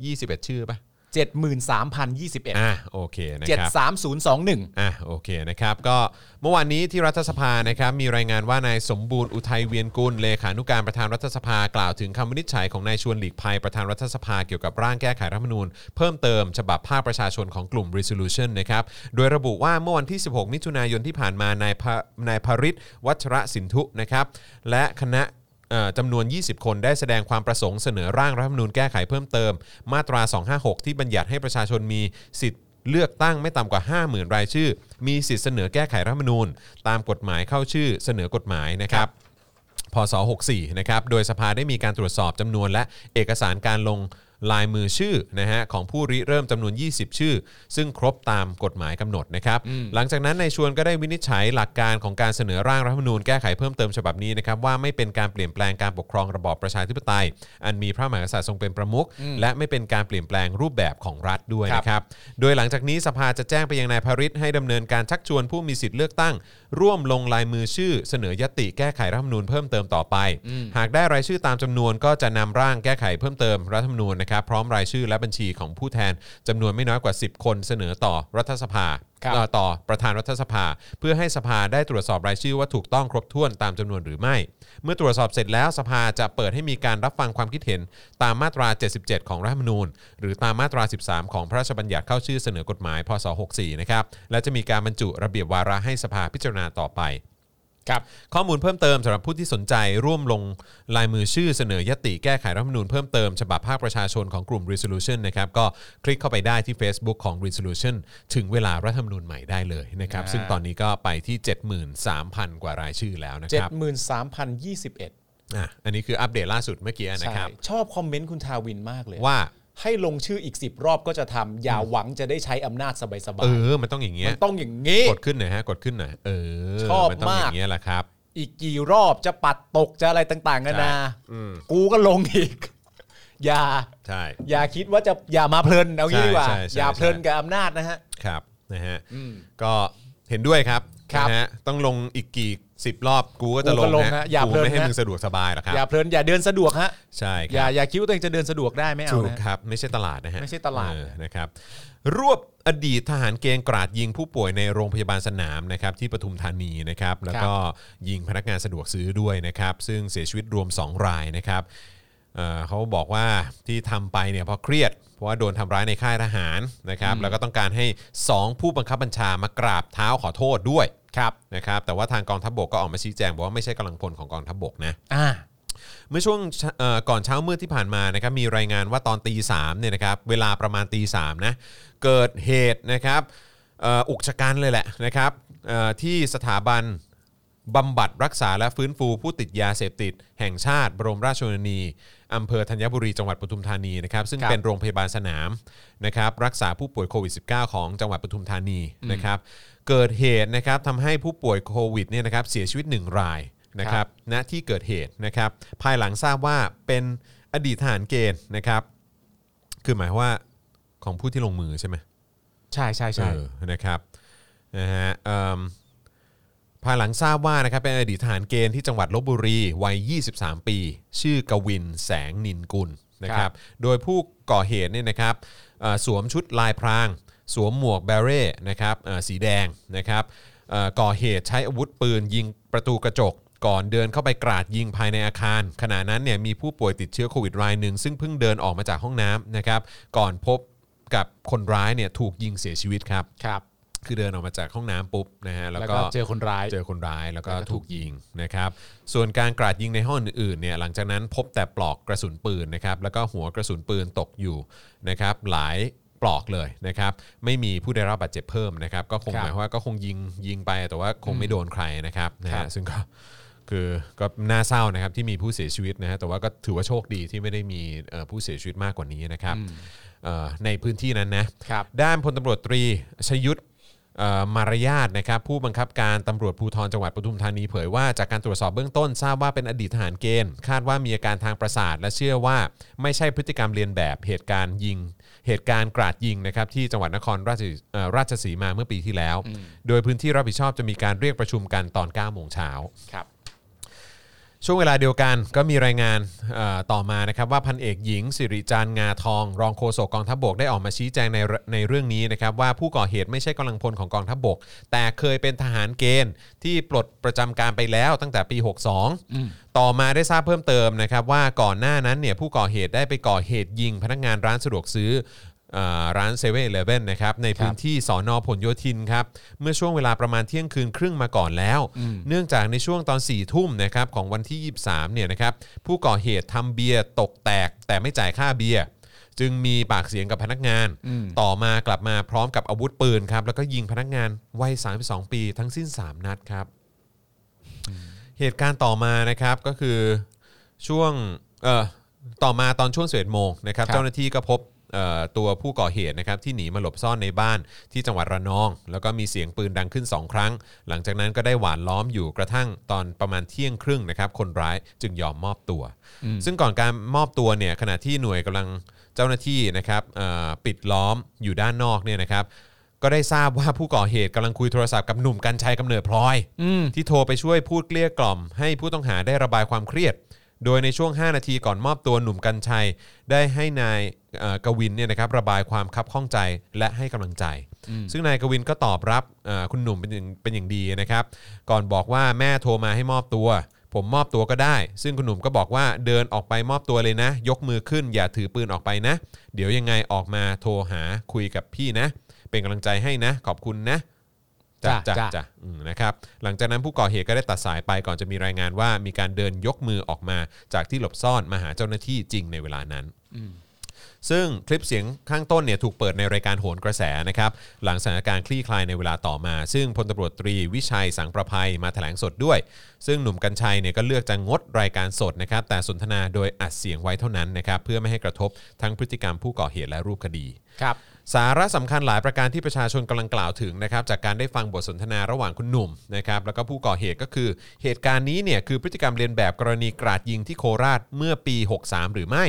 Speaker 2: ยี่สิบเอ็ดชื่อป่ะ
Speaker 3: เจ็ดหมื่นสามพันยี่สิบเอ็ด
Speaker 2: อ่ะโอเคนะ
Speaker 3: เจ็ด
Speaker 2: ครับ
Speaker 3: สามศูนย์สองหนึ่ง
Speaker 2: อ่ะโอเคนะครับก็เมื่อวานนี้ที่รัฐสภานะครับมีรายงานว่านายสมบูรณ์อุทัยเวียนกุลเลขานุการประธานรัฐสภากล่าวถึงคำวินิจฉัยของนายชวนหลีกภัยประธานรัฐสภาเกี่ยวกับร่างแก้ไขรัฐธรรมนูญ เพิ่มเติมฉบับภาคประชาชนของกลุ่ม resolution นะครับโดยระบุว่าเมื่อวันที่ 16 มิถุนายนที่ผ่านมานายพะนายพริศวัชระสินธุนะครับและคณะ เอ่อจำนวน 20 คนได้แสดงความประสงค์เสนอร่างรัฐธรรมนูญแก้ไขเพิ่มเติม มาตรา 256 ที่บัญญัติให้ประชาชนมีสิทธิ์เลือกตั้งไม่ต่ำกว่า 50,000 รายชื่อ มีสิทธิ์เสนอแก้ไขรัฐธรรมนูญ ตามกฎหมายเข้าชื่อเสนอกฎหมายนะครับ พศ 64 นะครับ โดยสภาได้มีการตรวจสอบจำนวนและเอกสารการลงลายมือชื่อนะฮะของผู้ริเริ่มจำนวน 20 ชื่อ ซึ่งครบตามกฎหมายกำหนดนะครับ หลังจากนั้นในายชวนก็ได้วินิจฉัยหลักการของการเสนอร่างรัฐธรรมนูญแก้ไขเพิ่มเติมฉบับนี้นะครับว่าไม่เป็นการเปลี่ยนแปลงการปกครองระบอบประชาธิปไตย อันมีพระมหากษัตริย์ทรงเป็นประมุขและไม่เป็นการเปลี่ยนแปลงรูปแบบของรัฐด้วย
Speaker 3: ครับ
Speaker 2: นะครับ โดยหลังจากนี้สภาจะแจ้งไปยังนายพริศให้ดำเนินการชักชวนผู้มีสิทธิ์เลือกตั้ง ร่วมลงลายมือชื่อเสนอยติแก้ไขรัฐธรรมนูญเพิ่มเติมต่อไป หากได้รายชื่อตามจำนวนก็จะนำร่างแก้ไขเพิ่มเติมรัฐธรรมนูญนะครับพร้อมรายชื่อและบัญชีของผู้แทนจำนวนไม่น้อยกว่า 10 คนเสนอต่อรัฐสภา
Speaker 3: ครับ
Speaker 2: เอ่อต่อประธานรัฐสภา เพื่อให้สภาได้ตรวจสอบรายชื่อว่าถูกต้องครบถ้วนตามจำนวนหรือไม่ เมื่อตรวจสอบเสร็จแล้วสภาจะเปิดให้มีการรับฟังความคิดเห็นตามมาตรา 77 ของรัฐธรรมนูญ หรือตามมาตรา 13 ของพระราชบัญญัติเข้าชื่อเสนอกฎหมายพศ 64 นะครับ และจะมีการบรรจุระเบียบวาระให้สภาพิจารณาต่อไป
Speaker 3: ครับ
Speaker 2: ข้อมูลเพิ่มเติมสำหรับผู้ที่สนใจร่วมลงลายมือชื่อเสนอยติแก้ไขรัฐธรรมนูญเพิ่มเติมฉบับภาคประชาชนของกลุ่ม resolution นะครับก็คลิกเข้าไปได้ที่ Facebook ของ resolution ถึงเวลารัฐธรรมนูญใหม่ได้เลยนะครับ
Speaker 3: อ่า
Speaker 2: ซึ่งตอนนี้ก็ไปที่ 73,000 กว่ารายชื่อแล้วนะค
Speaker 3: เจ็ด
Speaker 2: รับ
Speaker 3: หมื่นสามพันยี่สิบเอ็ด
Speaker 2: อ่ะอันนี้คืออัปเดตล่าสุดเมื่อกี้นะครับ
Speaker 3: ชอบคอมเมนต์คุณทาวินมากเลย
Speaker 2: ว่า
Speaker 3: ให้ลงชื่ออีก 10 รอบก็จะทำอย่าหวังจะได้ใช้อำนาจสบาย
Speaker 2: เอ
Speaker 3: ๆ
Speaker 2: อ มันต้องอย่างเงี้
Speaker 3: มั
Speaker 2: ย
Speaker 3: นต้องอย่างงี้
Speaker 2: กดขึ้นหน่อยฮะกดขึ้นหน่อยเออ
Speaker 3: ชอบ
Speaker 2: มันต้องอ
Speaker 3: มาก
Speaker 2: ย่างเงี้ยแหละครับ
Speaker 3: อีกกี่รอบจะปัดตกจะอะไรต่างๆกันานา
Speaker 2: ใช่อืม
Speaker 3: กูก็ลงอีก (laughs) อย่า
Speaker 2: ใช่
Speaker 3: อย่าคิดว่าจะอย่ามาเพลินเอา
Speaker 2: ใช่
Speaker 3: งี้ดีกว่า
Speaker 2: ใช่ใช่
Speaker 3: อย่าเพลิน
Speaker 2: ใช่
Speaker 3: กับอำนาจนะฮะ
Speaker 2: ครับนะฮะ
Speaker 3: อืม
Speaker 2: ก็เห็นด้วยครับ
Speaker 3: ครับ
Speaker 2: นะฮะต้องลงอีกกี่สิบรอบกูก็จะ
Speaker 3: กู
Speaker 2: ล
Speaker 3: ก็
Speaker 2: ง
Speaker 3: ลง
Speaker 2: นะ
Speaker 3: นะอย่า
Speaker 2: กู
Speaker 3: เพลิน
Speaker 2: ไม่ให้
Speaker 3: นะ
Speaker 2: มึงสะดวกสบายหรอกครับ
Speaker 3: อย่าเพลินอย่าเดินสะดวกฮะ
Speaker 2: ใช่ค
Speaker 3: อ
Speaker 2: รั
Speaker 3: ย่า
Speaker 2: บ
Speaker 3: อย่าคิดว่าตัวเองจะเดินสะดวกได้ไม่เอา
Speaker 2: ถูก
Speaker 3: นะ
Speaker 2: ครับ ไม่ใช่ตลาดนะฮะ
Speaker 3: ไม่ใช่ตลาด
Speaker 2: เออนะครับ รวบอดีตทหารเกณฑ์กราดยิงผู้ป่วยในโรงพยาบาลสนามนะครับที่ปทุมธานีนะครับ แล้วก็ยิงพนักงานสะดวกซื้อด้วยนะครับ ซึ่งเสียชีวิตรวม 2 รายนะครับเอ่อเขาบอกว่าที่ทำไปเนี่ยเพราะเครียด เพราะว่าโดนทำร้ายในค่ายทหารนะครับ แล้วก็ต้องการให้ 2 ผู้บังคับบัญชามากราบเท้าขอโทษด้วยครับนะครับ แต่ว่าทางกองทัพบกก็ออกมาชี้แจงบอกว่าไม่ใช่กำลังพลของกองทัพบกนะ
Speaker 3: อ่า
Speaker 2: เมื่อช่วงเชเอ่อก่อนเช้ามืดที่ผ่านมานะครับมีรายงานว่าตอนตีสามเนี่ยนะครับเวลาประมาณตีสามนะเกิดเหตุนะครับเอ่ออุกชะกันเลยแหละนะครับเอ่อที่สถาบันบำบัดรักษาและฟื้นฟูผู้ติดยาเสพติด แห่งชาติบรมราชชนนีอำเภอธัญบุรีจังหวัดปทุมธานีนะครับซึ่ง
Speaker 3: ครับ
Speaker 2: เป็นโรงพยาบาลสนามนะครับรักษาผู้ป่วยโควิด -19 ของจังหวัดปทุมธานีนะครับเกิดเหตุนะครับทำให้ผู้ป่วยโควิดเนี่ยนะครับเสียชีวิตหนึ่งราย นะครับณที่เกิดเหตุนะครับ ภายหลังทราบว่าเป็นอดีตทหารเกณฑ์นะครับ คือหมายความว่าของผู้ที่ลงมือใช่ไหม
Speaker 3: ใช่ใช่ใช่
Speaker 2: เออนะครับนะฮะเอิ่มภายหลังทราบว่านะครับเป็นอดีตทหารเกณฑ์ที่จังหวัดลบบุรีวัย 23 ปี ชื่อกวินแสงนินกุลนะค
Speaker 3: ครั
Speaker 2: รับบ โดยผู้ก่อเหตุเนี่ยนะครับเอ่อสวมชุดลายพราง สวมหมวกแบเร่นะครับเอ่อสีแดงนะครับเอ่อก่อเหตุใช้อาวุธปืนยิงประตูกระจก ก่อนเดินเข้าไปกราดยิงภายในอาคาร ขณะนั้นเนี่ยมีผู้ป่วยติดเชื้อโควิดรายหนึ่งซึ่งเพิ่งเดินออกมาจากห้องน้ำนะครับก่อนพบกับคนร้ายเนี่ยถูกยิงเสียชีวิตครับ
Speaker 3: ครับ
Speaker 2: คือเดินออกมาจากห้องน้ำปุ๊บนะฮะแล้ว
Speaker 3: แล้ว
Speaker 2: ก็
Speaker 3: ก็เจอคนร้าย
Speaker 2: เจอคนร้ายแล้วก็
Speaker 3: แล้วก็ถู
Speaker 2: ถูก
Speaker 3: กยิ
Speaker 2: ยิง
Speaker 3: ง
Speaker 2: นะครับ ส่วนการกราดยิงในห้องอื่นๆเนี่ยหลังจากนั้นพบแต่ปลอกกระสุนปืนนะครับแล้วก็หัวกระสุนปืนตกอยู่นะครับหลาย ปลอกเลยนะครับไม่มีผู้ได้รับบาดเจ็บเพิ่มนะครับก็คง
Speaker 3: ครับ
Speaker 2: หมายความว่าก็คงยิงยิงไปแต่ว่าคงไม่โดนใครนะครับนะ
Speaker 3: ครั
Speaker 2: ฮะ
Speaker 3: บ
Speaker 2: ซึ่งก็ คือก็น่าเศร้านะครับที่มีผู้เสียชีวิตนะฮะแต่ว่าก็ถือว่าโชคดีที่ไม่ได้มีเอ่อผู้เสียชีวิตมากกว่านี้นะครับเอ่อในพื้นที่นั้นนะครับ ด้านพลตำรวจตรีชยุทธเอ่อมารยาทนะครับผู้บังคับการตำรวจภูธรจังหวัดปทุมธานีเผยว่าจากการตรวจสอบเบื้องต้นทราบว่าเป็นอดีตทหารเกณฑ์คาดว่ามีอาการทางประสาท และเชื่อว่าไม่ใช่พฤติกรรมเลียนแบบเหตุการณ์ยิง เหตุการณ์กราดยิงนะครับที่จังหวัดนครราชเอ่อราชสีมาเมื่อปีที่แล้ว โดยพื้นที่รับผิดชอบจะมีการเรียกประชุมกันตอน9โมงเช้า
Speaker 3: ครับ
Speaker 2: ช่วงเวลาเดียวกันก็มีรายงานเอ่อต่อมานะครับว่าพันเอกหญิง สิริจันทร์งาทอง รองโฆษกกองทัพบกได้ออกมาชี้แจงในในเรื่องนี้นะครับว่าผู้ก่อเหตุไม่ใช่กำลังพลของกองทัพบก แต่เคยเป็นทหารเกณฑ์ ที่ปลดประจำการไปแล้วตั้งแต่ปี 62 ต่อมาได้ทราบเพิ่มเติมนะครับว่าก่อนหน้านั้นเนี่ยผู้ก่อเหตุได้ไปก่อเหตุยิงพนักงานร้านสะดวกซื้อ อ่าร้านเซเว่นเลเว่นนะครับในพื้นที่สอนอผลโยธินครับเมื่อช่วงเวลาประมาณเที่ยงคืนครึ่งมาก่อนแล้ว เนื่องจากในช่วงตอน4ี่ทุ่มนะครับของวันที่ 23เนี่ยนะครับผู้ก่อเหตุทำเบียร์ตกแตกแต่ไม่จ่ายค่าเบียร์จึงมีปากเสียงกับพนักงาน ต่อมากลับมาพร้อมกับอาวุธปืนครับแล้วก็ยิงพนักงานวัย 32 ปีทั้งสิ้น 3 นัดครับ เหตุการณ์ต่อมานะครับก็คือช่วงเอ่อต่อมาตอนช่วงสิบเอ็ดโมงนะครับ
Speaker 3: ครับ
Speaker 2: เจ้าหน้าที่ก็พบเอ่อตัวผู้ก่อเหตุนะครับที่หนีมาหลบซ่อนในบ้านที่จังหวัดระนอง แล้วก็มีเสียงปืนดังขึ้น 2 ครั้ง หลังจากนั้นก็ได้หวานล้อมอยู่กระทั่งตอนประมาณเที่ยงครึ่งนะครับคนร้ายจึงยอมมอบตัว ซึ่งก่อนการมอบตัวเนี่ยขณะที่หน่วยกำลังเจ้าหน้าที่นะครับเอ่อปิดล้อมอยู่ด้านนอกเนี่ยนะครับก็ได้ทราบว่าผู้ก่อเหตุกำลังคุยโทรศัพท์กับหนุ่มกัญชัยกำเนิดพลอย
Speaker 3: อืม
Speaker 2: ที่โทรไปช่วยพูดเกลี้ยกล่อมให้ผู้ต้องหาได้ระบายความเครียด โดยในช่วง 5 นาทีก่อนมอบตัวหนุ่มกัญชัย ได้ให้นายเอ่อกวินเนี่ยนะครับระบายความคับข้องใจและให้กำลังใจ ซึ่งนายกวินก็ตอบรับเอ่อคุณหนุ่มเป็นอย่างเป็นอย่างดีนะครับ ก่อนบอกว่าแม่โทรมาให้มอบตัว ผมมอบตัวก็ได้ ซึ่งคุณหนุ่มก็บอกว่าเดินออกไปมอบตัวเลยนะ ยกมือขึ้นอย่าถือปืนออกไปนะ เดี๋ยวยังไงออกมาโทรหาคุยกับพี่นะ เป็นกำลังใจให้นะ ขอบคุณนะ จ้ะ
Speaker 3: จ้ะ
Speaker 2: จ้ะ
Speaker 3: จ้ะ
Speaker 2: จ้ะอืมนะครับหลังจากนั้นผู้ก่อเหตุก็ได้ตัดสายไปก่อนจะมีรายงานว่ามีการเดินยกมือออกมาจากที่หลบซ่อนมาหาเจ้าหน้าที่จริงในเวลานั้น ซึ่งคลิปเสียงข้างต้นเนี่ยถูกเปิดในรายการโหนกระแสนะครับหลังสถานการณ์คลี่คลายในเวลาต่อมา ซึ่งพลตำรวจตรีวิชัยสังประภัยมาแถลงสดด้วย ซึ่งหนุ่มกัญชัยเนี่ยก็เลือกจะงดรายการสดนะครับแต่สนทนาโดยอัดเสียงไว้เท่านั้นนะครับเพื่อไม่ให้กระทบทั้งพฤติกรรมผู้ก่อเหตุและรูปคดี
Speaker 3: ครับ
Speaker 2: สาระสำคัญหลายประการที่ประชาชนกำลังกล่าวถึงนะครับจากการได้ฟังบทสนทนาระหว่างคุณหนุ่มนะครับแล้วก็ผู้ก่อเหตุก็คือ เหตุการณ์นี้เนี่ยคือพฤติกรรมเรียนแบบกรณีกราดยิงที่โคราชเมื่อปี 63 หรือไม่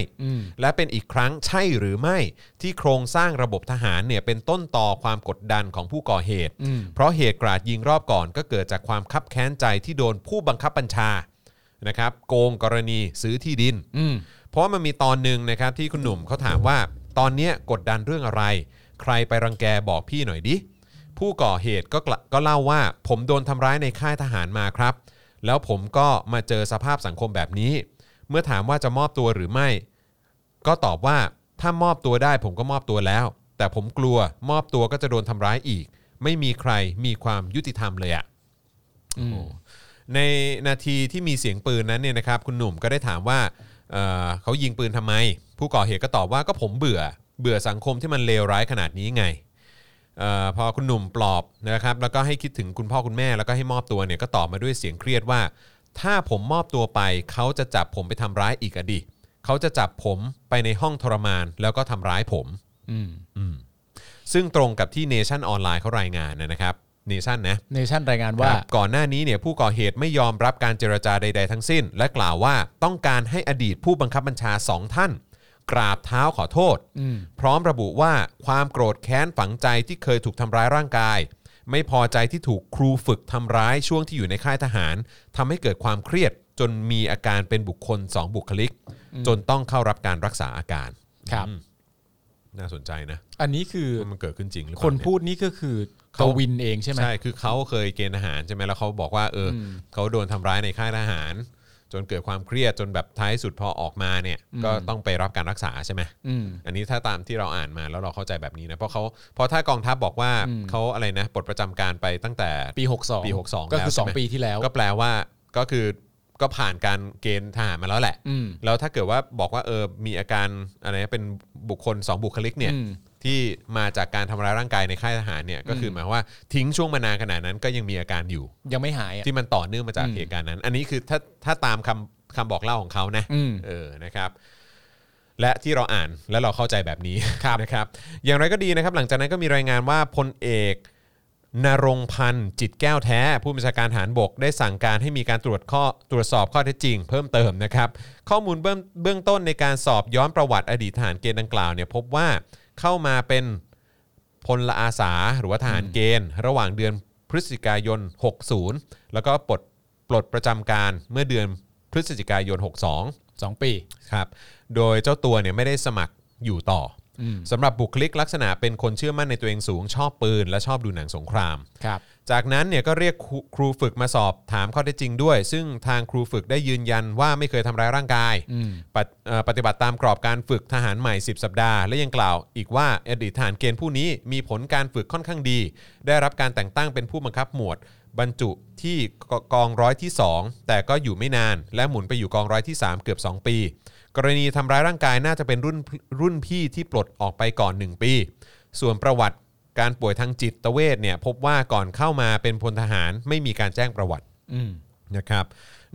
Speaker 2: และเป็นอีกครั้งใช่หรือไม่ ที่โครงสร้างระบบทหารเนี่ยเป็นต้นต่อความกดดันของผู้ก่อเหตุ เพราะเหตุกราดยิงรอบก่อนก็เกิดจากความคับแค้นใจที่โดนผู้บังคับบัญชานะครับโกงกรณีซื้อที่ดิน
Speaker 3: อืม
Speaker 2: เพราะว่ามันมีตอนหนึ่งนะครับที่คุณหนุ่มเขาถามว่า ตอนเนี้ยกดดันเรื่องอะไร ใครไปรังแกบอกพี่หน่อยดิ ผู้ก่อเหตุก็กล่าก็เล่าว่า ผมโดนทำร้ายในค่ายทหารมาครับ แล้วผมก็มาเจอสภาพสังคมแบบนี้ เมื่อถามว่าจะมอบตัวหรือไม่ ก็ตอบว่าถ้ามอบตัวได้ผมก็มอบตัวแล้ว แต่ผมกลัวมอบตัวก็จะโดนทำร้ายอีก ไม่มีใครมีความยุติธรรมเลยอะ โอ้ในนาทีที่มีเสียงปืนนั้นเนี่ยนะครับคุณหนุ่มก็ได้ถามว่าเอ่อเขายิงปืนทำไม ผู้ก่อเหตุก็ตอบว่าก็ผมเบื่อ เบื่อสังคมที่มันเลวร้ายขนาดนี้ไงเออพอคุณหนุ่มปลอบนะครับแล้วก็ให้คิดถึงคุณพ่อคุณแม่แล้วก็ให้มอบตัวเนี่ยก็ตอบมาด้วยเสียงเครียดว่า ถ้าผมมอบตัวไปเขาจะจับผมไปทำร้ายอีกอะดิเขาจะจับผมไปในห้องทรมานแล้วก็ทำร้ายผม
Speaker 3: อืม
Speaker 2: ซึ่งตรงกับที่เนชั่นออนไลน์เขารายงานนะครับเนชั่นนะ
Speaker 3: เนชั่นรายงาน
Speaker 2: ค
Speaker 3: ว่า
Speaker 2: รับก่อนหน้านี้เนี่ยผู้ก่อเหตุไม่ยอมรับการเจรจาใด ๆ ทั้งสิ้น และกล่าวว่าต้องการให้อดีตผู้บังคับบัญชาสองท่าน กราบเท้าขอโทษ
Speaker 3: อืม
Speaker 2: พร้อมระบุว่าความโกรธแค้นฝังใจที่เคยถูกทำร้ายร่างกาย ไม่พอใจที่ถูกครูฝึกทำร้ายช่วงที่อยู่ในค่ายทหารทำให้เกิดความเครียด จนมีอาการเป็นบุคคลสองบุคลิก จนต้องเข้ารับการรักษาอาการ
Speaker 3: ครับ
Speaker 2: อืมน่าสนใจนะ
Speaker 3: อันนี้คือ
Speaker 2: ว่ามันเกิดขึ้นจริงหรือเป
Speaker 3: ค
Speaker 2: ล่าน เย
Speaker 3: พูดนี่ก็คือ
Speaker 2: เขา
Speaker 3: กวินเองใช่ไหม
Speaker 2: ใช่ คือเขาเคยเกณฑ์ทหารใช่ไหมแล้วเขาบอกว่าเอออเขาโดนทำร้ายในค่ายทหาร จนเกิดความเครียดจนแบบท้ายสุดพอออกมาเนี่ย ก็ต้องไปรับการรักษาใช่ไหม
Speaker 3: อืม
Speaker 2: อันนี้ถ้าตามที่เราอ่านมาแล้วเราเข้าใจแบบนี้นะ เพราะเขาเพราะถ้ากองทัพบอกว่า
Speaker 3: อืม
Speaker 2: เขาอะไรนะปลดประจำการไปตั้งแต่
Speaker 3: ปี 62
Speaker 2: ปี62
Speaker 3: ก็คือ
Speaker 2: แล้วใช่ไหม
Speaker 3: 2 ปีที่แล้ว
Speaker 2: ก็แปลว่าก็คือก็ผ่านการเกณฑ์ทหารมาแล้วแหละ
Speaker 3: อืม
Speaker 2: แล้วถ้าเกิดว่าบอกว่าเออมีอาการอะไรนะเป็นบุคคลสองบุคลิกเนี่ย
Speaker 3: อืม
Speaker 2: ที่มาจากการทำร้ายร่างกายในค่ายทหารเนี่ยก็คือหมายความว่าทิ้งช่วงมานานขนาดนั้นก็ยังมีอาการอยู่
Speaker 3: ยังไม่หายอ่ะ
Speaker 2: ที่มันต่อเนื่องมาจาก
Speaker 3: อืม
Speaker 2: เหตุการณ์นั้น อันนี้คือถ้าถ้าตามคำคำบอกเล่าของเขานะ
Speaker 3: อืม
Speaker 2: เออนะครับ และที่เราอ่านและเราเข้าใจแบบนี้ นะครับ อย่างไรก็ดีนะครับ หลังจากนั้นก็มีรายงานว่าพลเอกนรงพันธ์จิตแก้วแท้ ผู้บัญชาการทหารบกได้สั่งการให้มีการตรวจข้อตรวจสอบข้อเท็จจริง เพิ่มเติมนะครับ ข้อมูลเบื้องเบื้องต้นในการสอบย้อนประวัติอดีตทหารเกณฑ์ดังกล่าวเนี่ยพบว่าเข้ามาเป็น พลอาสาหรือว่าทหารเกณฑ์ ระหว่างเดือนพฤศจิกายน 60 แล้วก็ปลดปลดประจำการเมื่อเดือนพฤศจิกายน
Speaker 3: สองปี
Speaker 2: 62ครับโดยเจ้าตัวเนี่ยไม่ได้สมัครอยู่ต่ออสำหรับบุคลิกลักษณะเป็นคนเชื่อมั่นในตัวเองสูง ชอบปืน และชอบดูหนังสงคราม
Speaker 3: ครับ
Speaker 2: จากนั้นเนี่ยก็เรียกครูครูฝึกมาสอบถามข้อเท็จจริงด้วย ซึ่งทางครูฝึกได้ยืนยันว่าไม่เคยทำร้ายร่างกาย
Speaker 3: อืม
Speaker 2: ปฏิเอ่อปฏิบัติตามกรอบการฝึกทหารใหม่ 10 สัปดาห์ และยังกล่าวอีกว่าอดีตทหารเกณฑ์ผู้นี้มีผลการฝึกค่อนข้างดี ได้รับการแต่งตั้งเป็นผู้บังคับหมวด บรรจุที่กกองร้อยที่ 2 แต่ก็อยู่ไม่นาน และหมุนไปอยู่กองร้อยที่ 3 เกือบ 2 ปี กรณีทำร้ายร่างกายน่าจะเป็นรุ่นรุ่นพี่ที่ปลดออกไปก่อน 1 ปี ส่วนประวัติ การป่วยทางจิตเวชเนี่ยพบว่าก่อนเข้ามาเป็นพลทหารไม่มีการแจ้งประวัติ
Speaker 3: อืม
Speaker 2: นะครับ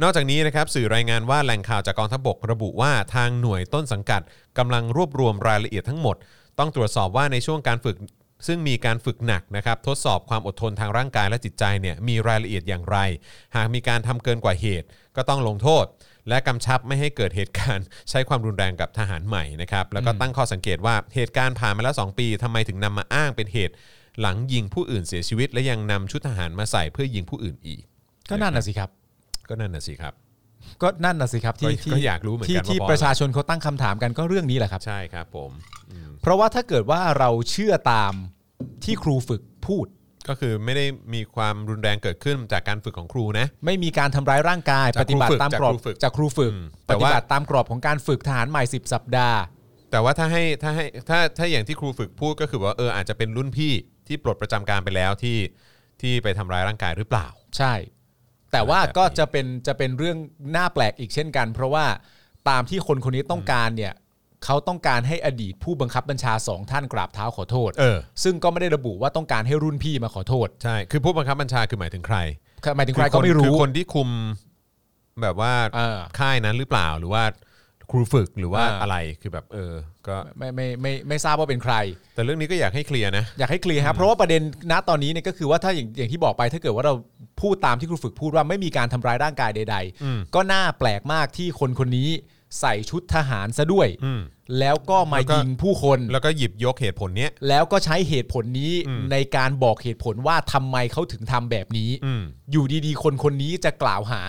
Speaker 2: นอกจากนี้นะครับสื่อรายงานว่าแหล่งข่าวจากกองทัพบกระบุว่าทางหน่วยต้นสังกัดกำลังรวบรวมรายละเอียดทั้งหมด ต้องตรวจสอบว่าในช่วงการฝึก ซึ่งมีการฝึกหนักนะครับทดสอบความอดทนทางร่างกายและจิตใจเนี่ยมีรายละเอียดอย่างไร หากมีการทำเกินกว่าเหตุ ก็ต้องลงโทษ และกำชับไม่ให้เกิดเหตุการณ์ (laughs) ใช้ความรุนแรงกับทหารใหม่นะครับแล้วก็ตั้งข้อสังเกตว่าเหตุการณ์ผ่านมาแล้ว 2 ปีทำไมถึงนำมาอ้างเป็นเหตุ หลังยิงผู้อื่นเสียชีวิต และยังนำชุดทหารมาใส่เพื่อยิงผู้อื่นอีก
Speaker 3: ก็นั่นน่ะสิครับ
Speaker 2: ก็นั่นน่ะสิครับ
Speaker 3: ก็นั่นน่ะสิครับที่
Speaker 2: ก็
Speaker 3: ที่
Speaker 2: ก็อยากรู้เหมือนกัน
Speaker 3: ที่
Speaker 2: ว่า
Speaker 3: ที่
Speaker 2: เพราะ
Speaker 3: ประชาชนเขาตั้งคำถามกันก็เรื่องนี้แหละครับ
Speaker 2: ใช่ครับผมอืม
Speaker 3: เพราะว่าถ้าเกิดว่าเราเชื่อตามที่ครูฝึกพูด
Speaker 2: ก็คือไม่ได้มีความรุนแรงเกิดขึ้นจากการฝึกของครูนะ
Speaker 3: ไม่มีการทำร้ายร่างกาย
Speaker 2: จาก
Speaker 3: ปฏิบัติตามกรอบ
Speaker 2: ครูฝึก
Speaker 3: จากครูฝึก
Speaker 2: อืมแต่
Speaker 3: ปฏิ
Speaker 2: ว่า
Speaker 3: บัติตามกรอบของการฝึกทหารใหม่ 10 สัปดาห์
Speaker 2: แต่ว่าถ้าให้ถ้าให้ถ้าถ้าอย่างที่ครูฝึกพูดก็คือว่าเอออาจจะเป็นรุ่นพี่ที่ปลดประจำการไปแล้วที่ที่ไปทำร้ายร่างกายหรือเปล่า
Speaker 3: ใช่ แต่ว่า
Speaker 2: แบบนี้
Speaker 3: ก็จะเป็นจะเป็นเรื่องน่าแปลกอีกเช่นกัน เพราะว่าตามที่คนคนนี้ต้องการเนี่ยเขาต้องการให้อดีตผู้บังคับบัญชาสองท่านกราบเท้าขอโทษ
Speaker 2: เออ
Speaker 3: ซึ่งก็ไม่ได้ระบุว่าต้องการให้รุ่นพี่มาขอโทษ
Speaker 2: ใช่ คือผู้บังคับบัญชาคือหมายถึงใคร
Speaker 3: หมายถึงใครก็ไม่
Speaker 2: อ
Speaker 3: รู้
Speaker 2: คนที่คุมแบบว่า
Speaker 3: เออ
Speaker 2: ค่ายนั้นหรือเปล่าหรือว่าครูฝึกหรือว่า
Speaker 3: เอออ
Speaker 2: อะไรคือแบบเออ ก็
Speaker 3: ไม่ไม่ไม่ไม่ทราบว่าเป็นใคร
Speaker 2: แต่เรื่องนี้ก็อยากให้เคลียร์นะ
Speaker 3: อยากให้เคลียร์ครับเพราะว่าประเด็นณตอนนี้เนี่ยก็คือว่าถ้าอย่างอย่างที่บอกไปถ้าเกิดว่าเราพูดตามที่ครูฝึกพูดว่าไม่มีการทำร้ายร่างกายใด
Speaker 2: อืม
Speaker 3: ๆ ก็น่าแปลกมากที่คนคนนี้ใส่ชุดทหารซะด้วย
Speaker 2: อืม
Speaker 3: แล้วก็มา
Speaker 2: แล้วก็
Speaker 3: ยิงผู้คน
Speaker 2: แล้วก็หยิบยกเหตุผลเนี้ย
Speaker 3: แล้วก็ใช้เหตุผลนี้
Speaker 2: อืม
Speaker 3: ในการบอกเหตุผลว่าทำไมเขาถึงทำแบบนี้
Speaker 2: อืม
Speaker 3: อยู่ดีๆ คนคนนี้จะกล่าวหา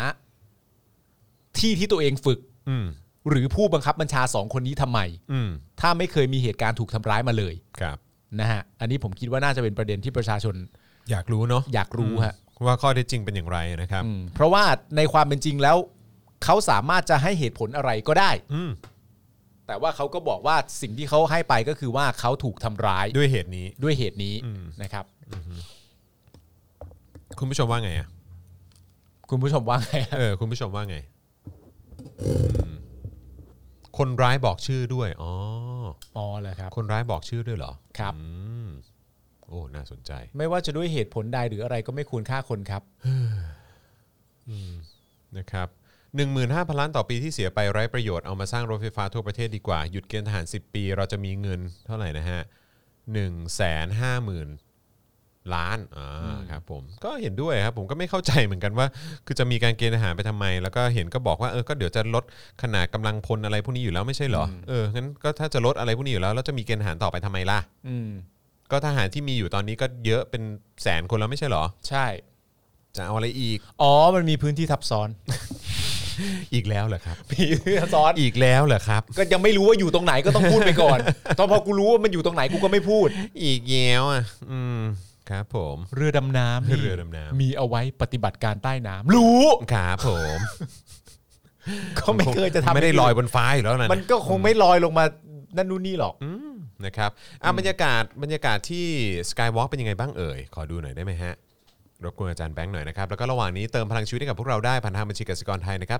Speaker 3: ที่ที่ตัวเองฝึก
Speaker 2: อืม
Speaker 3: หรือผู้บังคับบัญชาสองคนนี้ทำไม
Speaker 2: อืม
Speaker 3: ถ้าไม่เคยมีเหตุการณ์ถูกทำร้ายมาเลย
Speaker 2: ครับ
Speaker 3: นะฮะอันนี้ผมคิดว่าน่าจะเป็นประเด็นที่ประชาชน
Speaker 2: อยากรู้เนาะ
Speaker 3: อยากรู้ฮะ
Speaker 2: ว่าข้อเท็จจริงเป็นอย่างไรนะครับ
Speaker 3: อืมเพราะว่าในความเป็นจริงแล้ว เขาสามารถจะให้เหตุผลอะไรก็ได้
Speaker 2: อืม
Speaker 3: แต่ว่าเขาก็บอกว่าสิ่งที่เขาให้ไปก็คือว่าเขาถูกทำร้าย
Speaker 2: ด้วยเหตุนี้
Speaker 3: ด้วยเหตุนี้
Speaker 2: อืม
Speaker 3: นะครับ
Speaker 2: คุณผู้ชมว่าไงอะ
Speaker 3: คุณผู้ชมว่าไง
Speaker 2: เออคุณผู้ชมว่าไงอืมคนร้ายบอกชื่อด้วย อ๋อ
Speaker 3: อ๋อเลยครับ
Speaker 2: คนร้ายบอกชื่อด้วยเหรอ
Speaker 3: ครับ
Speaker 2: อืมโอ้ น่าสนใจ
Speaker 3: ไม่ว่าจะด้วยเหตุผลใดหรืออะไรก็ไม่ควรฆ่าคนครับ
Speaker 2: นะครับ15,000 ล้านต่อปีที่เสียไปไร้ประโยชน์ เอามาสร้างรถไฟฟ้าทั่วประเทศดีกว่า หยุดเกณฑ์ทหาร 10 ปี เราจะมีเงินเท่าไหร่นะฮะ 1 5 0 0 0 0 ล้านอ่าครับผมก็เห็นด้วยครับ ผมก็ไม่เข้าใจเหมือนกันว่า คือจะมีการเกณฑ์ทหารไปทำไม แล้วก็เห็นก็บอกว่าเออก็เดี๋ยวจะลดขนาดกำลังพลอะไรพวกนี้อยู่แล้วไม่ใช่เหรออเอองั้นก็ถ้าจะลดอะไรพวกนี้อยู่แล้วแล้วจะมีเกณฑ์ทหารต่อไปทำไมล่ะ
Speaker 3: อืม
Speaker 2: ก็ทหารที่มีอยู่ตอนนี้ก็เยอะเป็นแสนคนแล้วไม่ใช่เหรอ
Speaker 3: ใช่
Speaker 2: จะเอาอะไรอีก
Speaker 3: อ๋อมันมีพื้นที่ทับซ้อน (laughs)
Speaker 2: อีกแล้วเหรอครับ
Speaker 3: มีพื้นที่ทับซ้อน
Speaker 2: อีกแล้วเหรอครับ
Speaker 3: ก็ยังไม่รู้ว่าอยู่ตรงไหนก็ต้องพูดไป (laughs) ก่อน ตอนพอกูรู้ว่ามันอยู่ตรงไหนกูก็ไม่พูด
Speaker 2: อีกแล้วอ่ะ อืม ครับผม
Speaker 3: เรือดำน้ำนี่
Speaker 2: เรือดำน้ำ
Speaker 3: มีเอาไว้ปฏิบัติการใต้น้ำรู้
Speaker 2: ครับผม
Speaker 3: ก็ไม่เคยจะทำ
Speaker 2: ไม่ได้ลอยบนฟ้าอยู่แล้วนะ
Speaker 3: มันก็คงไม่ลอยลงมานั่นนู่นนี่หรอก
Speaker 2: อืมนะครับอ่ะบรรยากาศบรรยากาศที่ Skywalk เป็นยังไงบ้างเอ่ย ขอดูหน่อยได้ไหมฮะ รบกวนอาจารย์แบงค์หน่อยนะครับ แล้วก็ระหว่างนี้เติมพลังชีวิตให้กับพวกเราได้ผ่านทางบัญชีกสิกรไทยนะครับ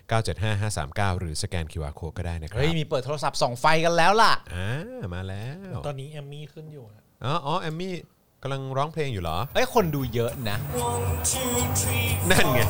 Speaker 2: 0698 975 539 หรือสแกน QR Code ก็ได้นะครั
Speaker 3: เฮ้ย มีเปิดโทรศัพท์ส่องไฟกันแล้วล่ะ
Speaker 2: อ่ามาแล้ว
Speaker 4: ตอนนี้แอมมี่ขึ้นอยู่นะ
Speaker 2: อ๋ออ๋อแอมมี่กำลังร้องเพลงอยู่เหรอ
Speaker 3: เอ้ย คนดูเยอะนะ
Speaker 2: นั่นไง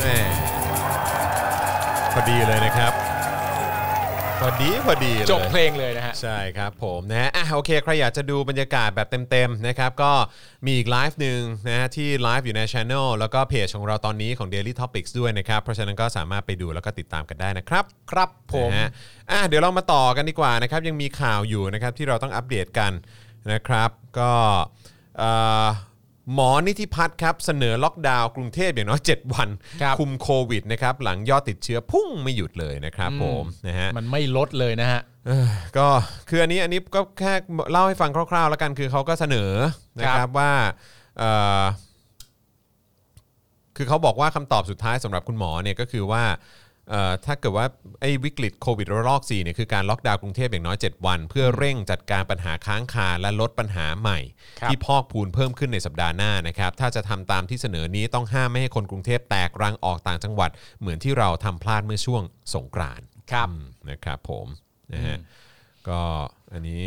Speaker 2: แหม่พอดีเลยนะครับ พอดีพอดีเลย
Speaker 3: จบเพลงเลยนะฮะ
Speaker 2: ใช่ครับผมนะฮะอ่ะโอเค ใครอยากจะดูบรรยากาศแบบเต็ม ๆ นะครับ ก็มีอีกไลฟ์หนึ่งนะฮะที่ไลฟ์อยู่ในช anel แล้วก็เพจของเราตอนนี้ของ Daily Topics ด้วยนะครับ เพราะฉะนั้นก็สามารถไปดูแล้วก็ติดตามกันได้นะครับ
Speaker 3: ครับผม
Speaker 2: นะฮะอ่ะเดี๋ยวเรามาต่อกันดีกว่านะครับยังมีข่าวอยู่นะครับที่เราต้องอัปเดตกันนะครับก็เอ่อหมอนิธิพัฒน์ครับเสนอล็อกดาวน์กรุงเทพอย่างน้อย7 วัน
Speaker 3: ครับ
Speaker 2: มโควิดนะครับหลังยอดติดเชื้อพุ่งไม่หยุดเลยนะครับผมนะฮะ
Speaker 3: มันไม่ลดเลยนะฮะ
Speaker 2: เอ้ยก็คืออันนี้อันนี้ก็แค่เล่าให้ฟังคร่าวๆ แล้วกันคือเขาก็เสนอนะค
Speaker 3: ครั
Speaker 2: รับบ ว่าเอ่อคือเขาบอกว่าคำตอบสุดท้ายสำหรับคุณหมอเนี่ยก็คือว่าเอ่อถ้าเกิดว่าไอ้วิกฤตโควิดระลอก4เนี่ยคือการล็อกดาวน์กรุงเทพอย่างน้อย 7 วัน เพื่อเร่งจัดการปัญหาค้างคาและลดปัญหาใหม่ ที่พอกพูนเพิ่มขึ้นในสัปดาห์หน้านะครับถ้าจะทำตามที่เสนอนี้ต้องห้ามไม่ให้คนกรุงเทพแตกรังออกต่างจังหวัด เหมือนที่เราทำพลาดเมื่อช่วงสงกรานต์
Speaker 3: ครับ
Speaker 2: อืมนะครับผมนะฮะก็อันนี้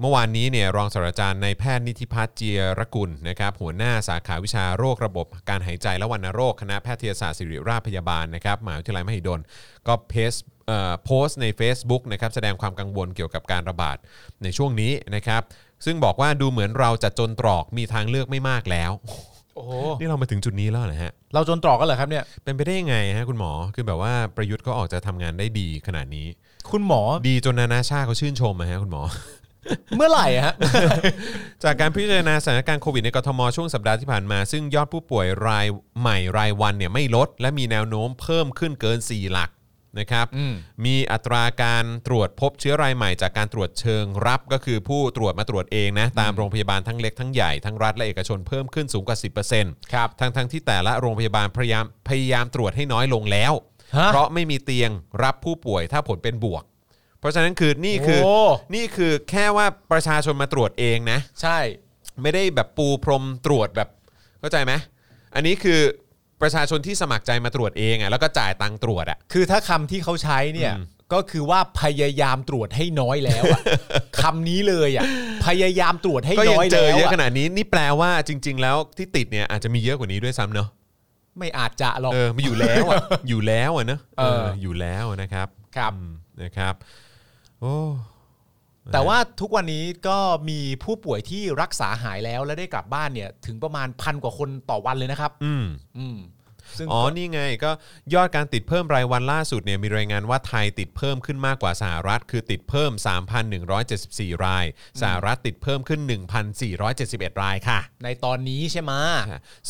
Speaker 2: เมื่อวานนี้เนี่ยรองศาสตราจารย์นายแพทย์นิติพัฒน์เจียรกุลนะครับหัวหน้าสาขาวิชาโรคระบบการหายใจและวัณโรค คณะแพทยศาสตร์ศิริราชพยาบาลนะครับมหาวิทยาลัยมหิดล ก็เพสเอ่อโพสต์ใน Facebook นะครับแสดงความกังวลเกี่ยวกับการระบาดในช่วงนี้นะครับซึ่งบอกว่าดูเหมือนเราจะจนตรอกมีทางเลือกไม่มากแล้ว (laughs)
Speaker 3: โอ้โห
Speaker 2: นี่เรามาถึงจุดนี้แล้วนะฮะ
Speaker 3: เราจนตรอกกันเหรอครับเนี่ย
Speaker 2: เป็นไปได้ยังไงฮะคุณหมอคือแบบว่าประยุทธ์ก็ออกจะทำงานได้ดีขนาดนี้
Speaker 3: คุณหมอ
Speaker 2: ดีจนนานาชาติเขาชื่นชมอะฮะคุณหมอ
Speaker 3: เมื่อไหร่อะฮะ
Speaker 2: จากการพิจารณาสถานการณ์โควิดในกทมช่วงสัปดาห์ที่ผ่านมา ซึ่งยอดผู้ป่วยรายใหม่รายวันเนี่ยไม่ลด และมีแนวโน้มเพิ่มขึ้นเกิน 4 หลักนะครับ
Speaker 3: อืม
Speaker 2: มีอัตราการตรวจพบเชื้อรายใหม่จากการตรวจเชิงรับก็คือผู้ตรวจมาตรวจเองนะตามโรงพยาบาลทั้งเล็กทั้งใหญ่ทั้งรัฐและเอกชนเพิ่มขึ้นสูงกว่า 10%
Speaker 3: ครับ
Speaker 2: ทั้งทั้งๆที่แต่ละโรงพยาบาลพยายามพยายามตรวจให้น้อยลงแล้ว
Speaker 3: ฮะ
Speaker 2: เพราะไม่มีเตียงรับผู้ป่วยถ้าผลเป็นบวก เพราะฉะนั้นคือนี่คือ
Speaker 3: โอ้
Speaker 2: นี่คือแค่ว่าประชาชนมาตรวจเองนะ
Speaker 3: (laughs) ใช่
Speaker 2: ไม่ได้แบบปูพรมตรวจแบบเข้าใจไหมอันนี้คือประชาชนที่สมัครใจมาตรวจเองอ่ะแล้วก็จ่ายตังค์ตรวจอ่ะ
Speaker 3: คือถ้าคำที่เขาใช้เนี่ย ก็คือว่าพยายามตรวจให้น้อยแล้ว (laughs) อะ คำนี้เลยอะพยายามตรวจให้
Speaker 2: ก็ยั
Speaker 3: น้อย
Speaker 2: เจ
Speaker 3: แล้
Speaker 2: อ
Speaker 3: ว
Speaker 2: เยอะข
Speaker 3: อะ
Speaker 2: นาดนี้นี่แปลว่าจริง ๆ แล้วที่ติดเนี่ยอาจจะมีเยอะกว่านี้ด้วยซ้ำเนาะ
Speaker 3: ไม่อาจจะหรอก
Speaker 2: เออมาอยู่แล้ว
Speaker 3: (laughs)
Speaker 2: อ่ะ อยู่แล้วอ่ะเนอะ
Speaker 3: เออ
Speaker 2: อยู่แล้วนะครับ
Speaker 3: ครับ
Speaker 2: อืมนะครับโอ้
Speaker 3: แต่ว่าทุกวันนี้ก็มีผู้ป่วยที่รักษาหายแล้วและได้กลับบ้านเนี่ย ถึงประมาณพันกว่าคนต่อวันเลยนะครับ
Speaker 2: อืม
Speaker 3: อืม ซึ่ง
Speaker 2: อ๋อ นี่ไงก็ยอดการติดเพิ่มรายวันล่าสุดเนี่ยมีรายงานว่าไทยติดเพิ่มขึ้นมากกว่าสหรัฐ คือติดเพิ่ม 3,174 ราย สหรัฐติดเพิ่มขึ้น 1,471 รายค่ะ
Speaker 3: ในตอนนี้ใช่ไหม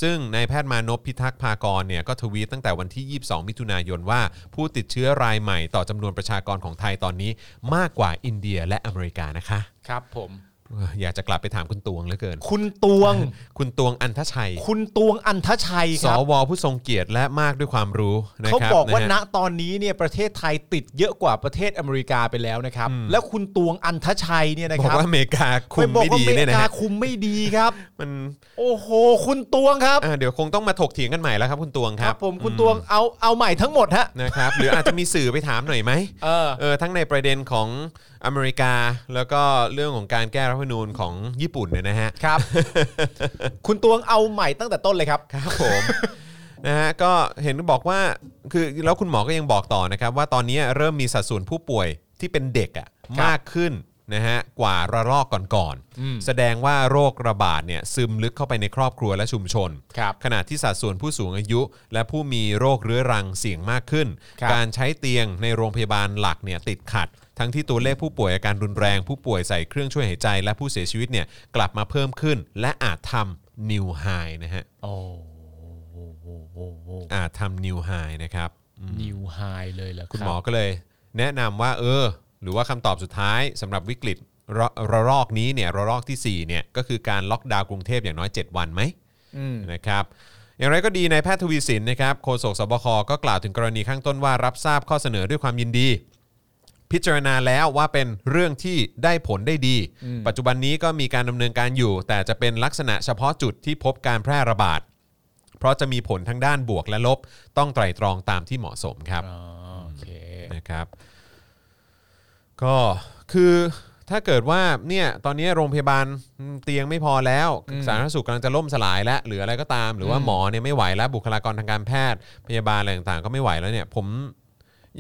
Speaker 2: ซึ่งนายแพทย์มานพพิทักษ์ภากรเนี่ยก็ทวีตตั้งแต่วันที่ 22 มิถุนายนว่าผู้ติดเชื้อรายใหม่ต่อจำนวนประชากรของไทยตอนนี้มากกว่าอินเดียและอเมริกานะคะ
Speaker 3: ครับผม
Speaker 2: เอ่ออยากจะกลับไปถามคุณตวงเหลือเกิน
Speaker 3: คุณตวง
Speaker 2: (laughs) คุณตวงอันทชัย
Speaker 3: คุณตวงอันทชัย
Speaker 2: ส
Speaker 3: ครับ
Speaker 2: วผู้ทรงเกียรติและมากด้วยความรู้นะ
Speaker 3: เขา
Speaker 2: ครับ
Speaker 3: บอกว่า
Speaker 2: นะ
Speaker 3: ณ
Speaker 2: ฮะ
Speaker 3: ตอนนี้เนี่ยประเทศไทยติดเยอะกว่าประเทศอเมริกาไปแล้วนะครับ แล้วคุณตวงอันทชัยเนี่ยนะ
Speaker 2: บอ
Speaker 3: ค
Speaker 2: ก
Speaker 3: รับ
Speaker 2: ว่าอเมริกาคุ
Speaker 3: ไป
Speaker 2: ม
Speaker 3: บอก
Speaker 2: ไม่
Speaker 3: ว่า
Speaker 2: ดี
Speaker 3: อเม
Speaker 2: เนี่ย
Speaker 3: ริ
Speaker 2: นะ
Speaker 3: กา
Speaker 2: ฮะ
Speaker 3: คุมไม่ดีครับ
Speaker 2: มัน
Speaker 3: โอ้โห คุณตวงครับ
Speaker 2: อ่าเดี๋ยวคงต้องมาถกเถียงกันใหม่แล้วครับ คุณตวง
Speaker 3: ค
Speaker 2: ค
Speaker 3: รั
Speaker 2: รั
Speaker 3: บบ ผมคุณตวงเอาเอาใหม่ทั้งหมดฮะ
Speaker 2: นะครับหรืออาจจะมีสื่อไปถามหน่อยไหม
Speaker 3: เออ
Speaker 2: เออทั้งในประเด็นของอเมริกา แล้วก็เรื่องของการแก้รัฐธรรมนูญของญี่ปุ่นเนี่ยนะฮะ
Speaker 3: ครับ คุณตวงเอาใหม่ตั้งแต่ต้นเลยครับ
Speaker 2: ครับผม นะฮะก็เห็นบอกว่าคือแล้วคุณหมอก็ยังบอกต่อนะครับ ว่าตอนนี้เริ่มมีสัดส่วนผู้ป่วยที่เป็นเด็กอะ
Speaker 3: ครับ
Speaker 2: มากขึ้น นะฮะกว่าระลอกก่อนๆแสดงว่าโรคระบาดเนี่ยซึมลึกเข้าไปในครอบครัวและชุมชน
Speaker 3: ครับ
Speaker 2: ขณะที่สัดส่วนผู้สูงอายุ และผู้มีโรคเรื้อรังเสี่ยงมากขึ้น
Speaker 3: ครับ
Speaker 2: การใช้เตียงในโรงพยาบาลหลักเนี่ยติดขัด ทั้งที่ตัวเลขผู้ป่วยอาการรุนแรง ผู้ป่วยใส่เครื่องช่วยหายใจ และผู้เสียชีวิตเนี่ยกลับมาเพิ่มขึ้น และอาจทำนิวไฮนะฮะ
Speaker 3: โอ้
Speaker 2: อาจทำนิวไฮนะครับ
Speaker 3: นิวไฮเลยเหรอ
Speaker 2: คุณ
Speaker 3: รับ
Speaker 2: หมอก็เลยแนะนำว่าเออ หรือว่าคำตอบสุดท้ายสำหรับวิกฤตระระลอกนี้เนี่ยระลอกทีสี่4เนี่ยก็คือการล็อกดาวน์กรุงเทพอย่างน้อย 7 วันไหม
Speaker 3: อืม
Speaker 2: นะครับอย่างไรก็ดีนายแพทย์ทวีสินนะครับโฆษกสบคก็กล่าวถึงกรณีข้างต้นว่ารับทราบข้อเสนอด้วยความยินดี พิจารณาแล้วว่าเป็นเรื่องที่ได้ผลได้ดี ปัจจุบันนี้ก็มีการดำเนินการอยู่ แต่จะเป็นลักษณะเฉพาะจุดที่พบการแพร่ระบาด เพราะจะมีผลทั้งด้านบวกและลบ ต้องไตร่ตรองตามที่เหมาะสมครับ
Speaker 3: อ๋อโอเค
Speaker 2: นะครับก็คือถ้าเกิดว่าเนี่ยตอนนี้โรงพยาบาลเตียงไม่พอแล้ว สาธารณสุขกำลังจะล่มสลายแล้วหรืออะไรก็ตาม หรือว่าหมอเนี่ยไม่ไหวแล้วบุคลากรทางการแพทย์พยาบาลอะไรต่างๆ ก็ไม่ไหวแล้วเนี่ยผม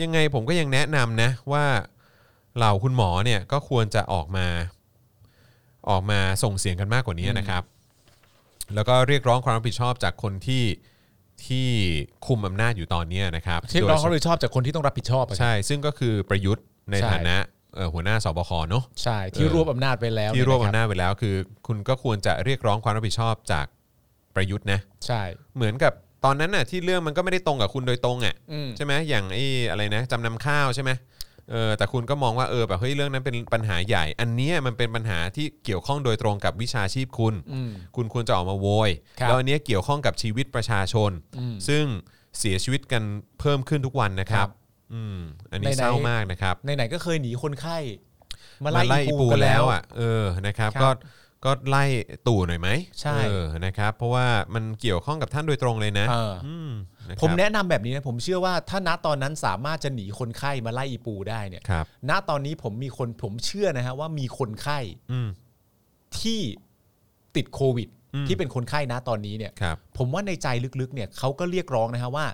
Speaker 2: ยังไงผมก็ยังแนะนำนะว่าเหล่าคุณหมอเนี่ยก็ควรจะออกมาออกมาส่งเสียงกันมากกว่านี้นะครับ แล้วก็เรียกร้องความรับผิดชอบจากคนที่ที่คุมอำนาจอยู่ตอนเนี้ยนะครับ
Speaker 3: ที่
Speaker 2: โดย
Speaker 3: น้อง
Speaker 2: เฉ
Speaker 3: เขาเลยชอบจากคนที่ต้องรับผิดชอบอะครับ
Speaker 2: ใช่ ซึ่งก็คือประยุทธ์ใน
Speaker 3: ใช่
Speaker 2: ฐานะเอ่อหัวหน้าสบคเนาะ
Speaker 3: ใช่ ที่
Speaker 2: เออ
Speaker 3: รวบอำนาจไปแล้ว
Speaker 2: ที่รวบ
Speaker 3: เยะค
Speaker 2: อำนาจไปแล้วคือ คุณก็ควรจะเรียกร้องความรับผิดชอบจากประยุทธ์นะ
Speaker 3: ใช่
Speaker 2: เหมือนกับตอนนั้นน่ะที่เรื่องมันก็ไม่ได้ตรงกับคุณโดยตรงอ่ะ
Speaker 3: อืม
Speaker 2: ใช่ไหมอย่างไอ้อะไรนะจำนำข้าวใช่ไหมเออแต่คุณก็มองว่าเออแบบเฮ้ยเรื่องนั้นเป็นปัญหาใหญ่ อันเนี้ยมันเป็นปัญหาที่เกี่ยวข้องโดยตรงกับวิชาชีพคุณ
Speaker 3: อืม
Speaker 2: คุณควรจะออกมาโวย
Speaker 3: ครับ
Speaker 2: แล้วอันเนี้ยเกี่ยวข้องกับชีวิตประชาชน ซึ่งเสียชีวิตกันเพิ่มขึ้นทุกวันนะครับ อืมอันนี้เศร้ามากนะครับ
Speaker 3: ไหนๆก็เคยหนีคนไข้
Speaker 2: มา
Speaker 3: มา
Speaker 2: ไล่
Speaker 3: ไล่
Speaker 2: อี
Speaker 3: อี
Speaker 2: ปู
Speaker 3: ปู
Speaker 2: กั
Speaker 3: กัน น
Speaker 2: แล้
Speaker 3: แล้ว ว
Speaker 2: อ่ะ
Speaker 3: อ่ะ
Speaker 2: เออนะครับ
Speaker 3: ครับ
Speaker 2: ก็ก็ไล่ตู่หน่อยไหม
Speaker 3: ใช่
Speaker 2: เออนะครับ เพราะว่ามันเกี่ยวข้องกับท่านโดยตรงเลยนะ
Speaker 3: เอออ
Speaker 2: มนครับ
Speaker 3: ผมแนะนำแบบนี้นะ ผมเชื่อว่าถ้าณตอนนั้นสามารถจะหนีคนไข้มาไล่อีปูได้เนี่ย
Speaker 2: ครับ
Speaker 3: ณตอนนี้ผมมีคนผมเชื่อนะฮะว่ามีคนไข้
Speaker 2: อืม
Speaker 3: ที่ติดโควิด
Speaker 2: อืม
Speaker 3: ที่เป็นคนไข้ณตอนนี้เนี่ย
Speaker 2: ครับ
Speaker 3: ผมว่าในใจลึกๆเนี่ยเขาก็เรียกร้องนะฮะว่า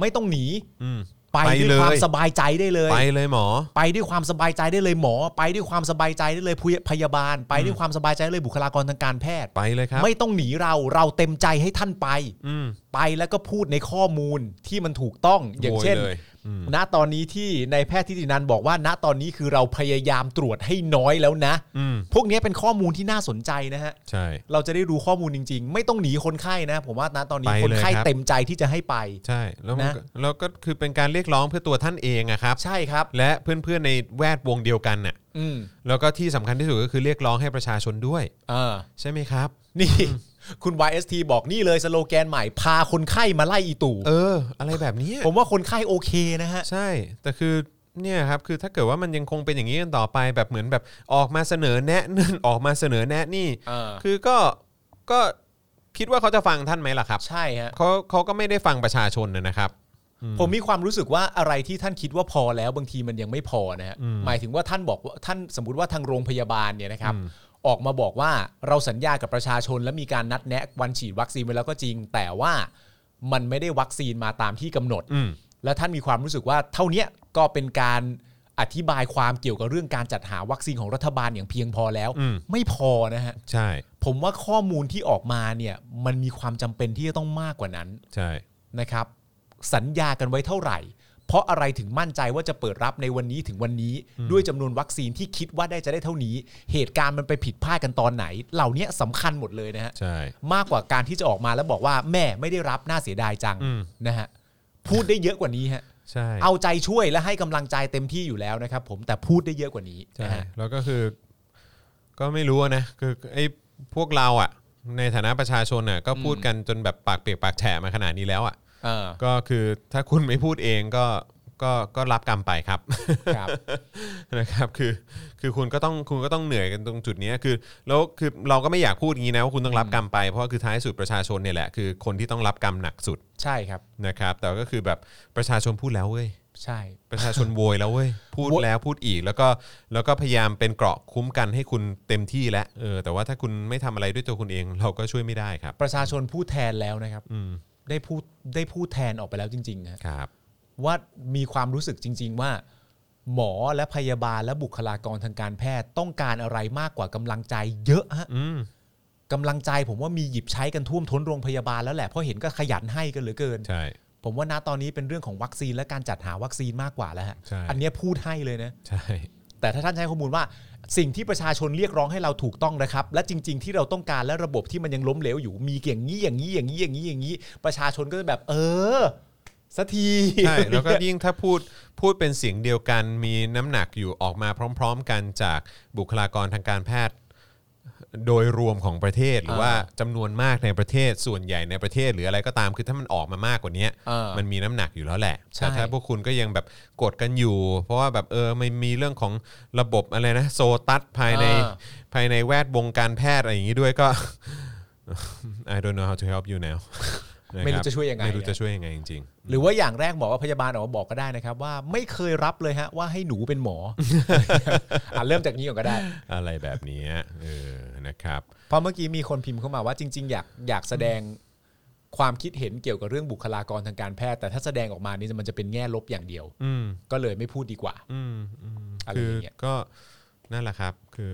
Speaker 3: ไม่ต้องหนี
Speaker 2: อืม
Speaker 3: ไปด้วยความสบายใจได้เลย
Speaker 2: ไปเลยหมอ
Speaker 3: ไปด้วยความสบายใจได้เลยหมอ ไปด้วยความสบายใจได้เลยพยพยาบาล ไปด้วยความสบายใจได้เลยบุคลากรทางการแพทย์
Speaker 2: ไปเลยครับ
Speaker 3: ไม่ต้องหนีเราเราเต็มใจให้ท่านไป
Speaker 2: อืม
Speaker 3: ไปแล้วก็พูดในข้อมูลที่มันถูกต้องอย่างเช่น
Speaker 2: โวยเลยอืม
Speaker 3: ณตอนนี้ที่ในายแพทย์ทิตินันบอกว่า ณตอนนี้คือเราพยายามตรวจให้น้อยแล้วนะ
Speaker 2: อืม
Speaker 3: พวกเนี้ยเป็นข้อมูลที่น่าสนใจนะฮะ
Speaker 2: ใช่
Speaker 3: เราจะได้รู้ข้อมูลจริง ๆ ไม่ต้องหนีคนไข้นะ ผมว่าณตอนนี้
Speaker 2: ไปเลย
Speaker 3: คนไข้
Speaker 2: ครับ
Speaker 3: เต็มใจที่จะให้ไป
Speaker 2: ใช่แล้วมัน
Speaker 3: นะ
Speaker 2: ก็แล้วก็คือเป็นการเรียกร้องเพื่อตัวท่านเองอะครับ
Speaker 3: ใช่ครับ
Speaker 2: และเพื่อนๆในแวดวงเดียวกันน่ะ
Speaker 3: อืม
Speaker 2: แล้วก็ที่สำคัญที่สุดก็คือเรียกร้องให้ประชาชนด้วย
Speaker 3: อ่า
Speaker 2: ใช่ไหมครับ
Speaker 3: นี่ คุณ YST บอกนี่เลยสโลแกนใหม่พาคนไข้มาไล่อีตู่
Speaker 2: เออ อะไรแบบเนี้ย
Speaker 3: ผมว่าคนไข้โอเคนะฮะ
Speaker 2: ใช่ แต่คือเนี่ยครับ คือถ้าเกิดว่ามันยังคงเป็นอย่างนี้กันต่อไป แบบเหมือนแบบออกมาเสนอแนะ (laughs) นั่น ออกมาเสนอแนะนี่
Speaker 3: เออ
Speaker 2: คือก็ ก็คิดว่าเขาจะฟังท่านไหมล่ะครับ
Speaker 3: ใช่ฮะ
Speaker 2: เขาเขาก็ไม่ได้ฟังประชาชนนะนะครับ
Speaker 3: ผมมีความรู้สึกว่าอะไรที่ท่านคิดว่าพอแล้วบางทีมันยังไม่พอนะฮะหมายถึงว่าท่านบอกว่าท่านสมมติว่าทางโรงพยาบาลเนี่ยนะครับ ออกมาบอกว่าเราสัญญากับประชาชนและมีการนัดแนะวันฉีดวัคซีนไว้แล้วก็จริง แต่ว่ามันไม่ได้วัคซีนมาตามที่กำหนด
Speaker 2: อืม
Speaker 3: และท่านมีความรู้สึกว่าเท่าเนี้ยก็เป็นการอธิบายความเกี่ยวกับเรื่องการจัดหาวัคซีนของรัฐบาลอย่างเพียงพอแล้ว
Speaker 2: อืม
Speaker 3: ไม่พอนะฮะ
Speaker 2: ใช่
Speaker 3: ผมว่าข้อมูลที่ออกมาเนี่ยมันมีความจำเป็นที่จะต้องมากกว่านั้น
Speaker 2: ใช่
Speaker 3: นะครับ สัญญากันไว้เท่าไหร่ เพราะอะไรถึงมั่นใจว่าจะเปิดรับในวันนี้ถึงวันนี้ ด้วยจำนวนวัคซีนที่คิดว่าได้จะได้เท่านี้ เหตุการณ์มันไปผิดพลาดกันตอนไหน เหล่าเนี้ยสำคัญหมดเลยนะฮะ
Speaker 2: ใช่
Speaker 3: มากกว่าการที่จะออกมาแล้วบอกว่าแม่ไม่ได้รับน่าเสียดายจัง
Speaker 2: อืม
Speaker 3: นะฮะพูดได้เยอะกว่านี้ฮะ
Speaker 2: ใช่
Speaker 3: เอาใจช่วยและให้กำลังใจเต็มที่อยู่แล้วนะครับ ผมแต่พูดได้เยอะกว่านี้
Speaker 2: ใช่
Speaker 3: นะฮะ
Speaker 2: แล้วก็คือ ก็ไม่รู้นะ คือไอ้พวกเราอะในฐานะประชาชนน่ะ ก็พูด
Speaker 3: อืม
Speaker 2: กันจนแบบปากเปียกปากแฉะมาขนาดนี้แล้วอะ
Speaker 3: เออ
Speaker 2: ก็คือถ้าคุณไม่พูดเองก็ก็ก็รับกรรมไปครับ
Speaker 3: ครับ
Speaker 2: นะครับคือคือคุณก็ต้องคุณก็ต้องเหนื่อยกันตรงจุดเนี้ยคือแล้วคือเราก็ไม่อยากพูดอย่างนี้นะว่าคุณต้องรับกรรมไปเพราะว่าคือท้ายสุดประชาชนเนี่ยแหละคือคนที่ต้องรับกรรมหนักสุด
Speaker 3: ใช่ครับ
Speaker 2: นะครับ แต่ก็คือแบบประชาชนพูดแล้วเว้ย
Speaker 3: ใช่
Speaker 2: ประชาชน โวยแล้วเว้ยพูด
Speaker 3: โวย
Speaker 2: แล้วพูดอีกแล้วก็แล้วก็พยายามเป็นเกราะคุ้มกันให้คุณเต็มที่แล้วเออแต่ว่าถ้าคุณไม่ทำอะไรด้วยตัวคุณเอง เราก็ช่วยไม่ได้ครับ
Speaker 3: ประชาชนพูดแทนแล้วนะครับ
Speaker 2: อืม
Speaker 3: ได้พูดได้พูดแทนออกไปแล้วจริงๆฮะ
Speaker 2: ครับ
Speaker 3: ว่ามีความรู้สึกจริง ๆ ว่า หมอและพยาบาลและบุคลากรทางการแพทย์ต้องการอะไรมากกว่ากำลังใจเยอะฮะ
Speaker 2: อืม
Speaker 3: กำลังใจผมว่ามีหยิบใช้กันท่วมท้นโรงพยาบาลแล้วแหละเพราะเห็นก็ขยันให้กันเหลือเกิน
Speaker 2: ใช่
Speaker 3: ผมว่าณตอนนี้เป็นเรื่องของวัคซีนและการจัดหาวัคซีนมากกว่าแล้วฮะ
Speaker 2: ใช่
Speaker 3: อันเนี้ยพูดให้เลยนะ
Speaker 2: ใช่
Speaker 3: แต่ถ้าท่านใช้ข้อมูลว่าสิ่งที่ประชาชนเรียกร้องให้เราถูกต้องนะครับ และจริง ๆ ที่เราต้องการและระบบที่มันยังล้มเหลวอยู่มีเกี่ยางนี้อย่างนี้อย่างนี้อย่างนี้อย่างนี้ ประชาชนก็จะแบบ เออสักที
Speaker 2: (laughs) ใช่แล้วก็ยิ่งถ้าพูดพูดเป็นเสียงเดียวกันมีน้ำหนักอยู่ออกมาพร้อม ๆ กันจากบุคลากรทางการแพทย์ โดยรวมของประเทศหรือว่าจำนวนมากในประเทศส่วนใหญ่ในประเทศหรืออะไรก็ตามคือถ้ามันออกมามากกว่านี้
Speaker 3: เออ
Speaker 2: มันมีน้ำหนักอยู่แล้วแหละ
Speaker 3: ใช่
Speaker 2: แต่ถ้าพวกคุณก็ยังแบบกดกันอยู่ เพราะว่าแบบเออไม่มีเรื่องของระบบอะไรนะโซตัสภายในภายในแวดวงการแพทย์อะไรอย่างนี้ด้วยก็ (laughs) I don't know how to help you now นคบ
Speaker 3: ไม่รู้จะช่วยยังไง
Speaker 2: ไม่รู้จะช่วยยังไงจริง ๆ
Speaker 3: หรือว่าอย่างแรกหมอกับพยาบาลออกมาบอกก็ได้นะครับ ว่าไม่เคยรับเลยฮะว่าให้หนูเป็นหมอ (laughs) อ่ะเริ่มจากนี้ก่อนก็ได้
Speaker 2: อะไรแบบเนี้ยเออนะครับ
Speaker 3: เพราะเมื่อกี้มีคนพิมพ์เข้ามาว่าจริง ๆ อยากอยากแสดงความคิดเห็นเกี่ยวกับเรื่องบุคลากรทางการแพทย์ แต่ถ้าแสดงออกมานี่มันจะเป็นแง่ลบอย่างเดียว
Speaker 2: อืม
Speaker 3: ก็เลยไม่พูดดี (laughs) กว่า
Speaker 2: อืมอืม
Speaker 3: อะไร
Speaker 2: คือ
Speaker 3: อย่างเงี้ย
Speaker 2: ก็นั่นแหละครับ คือ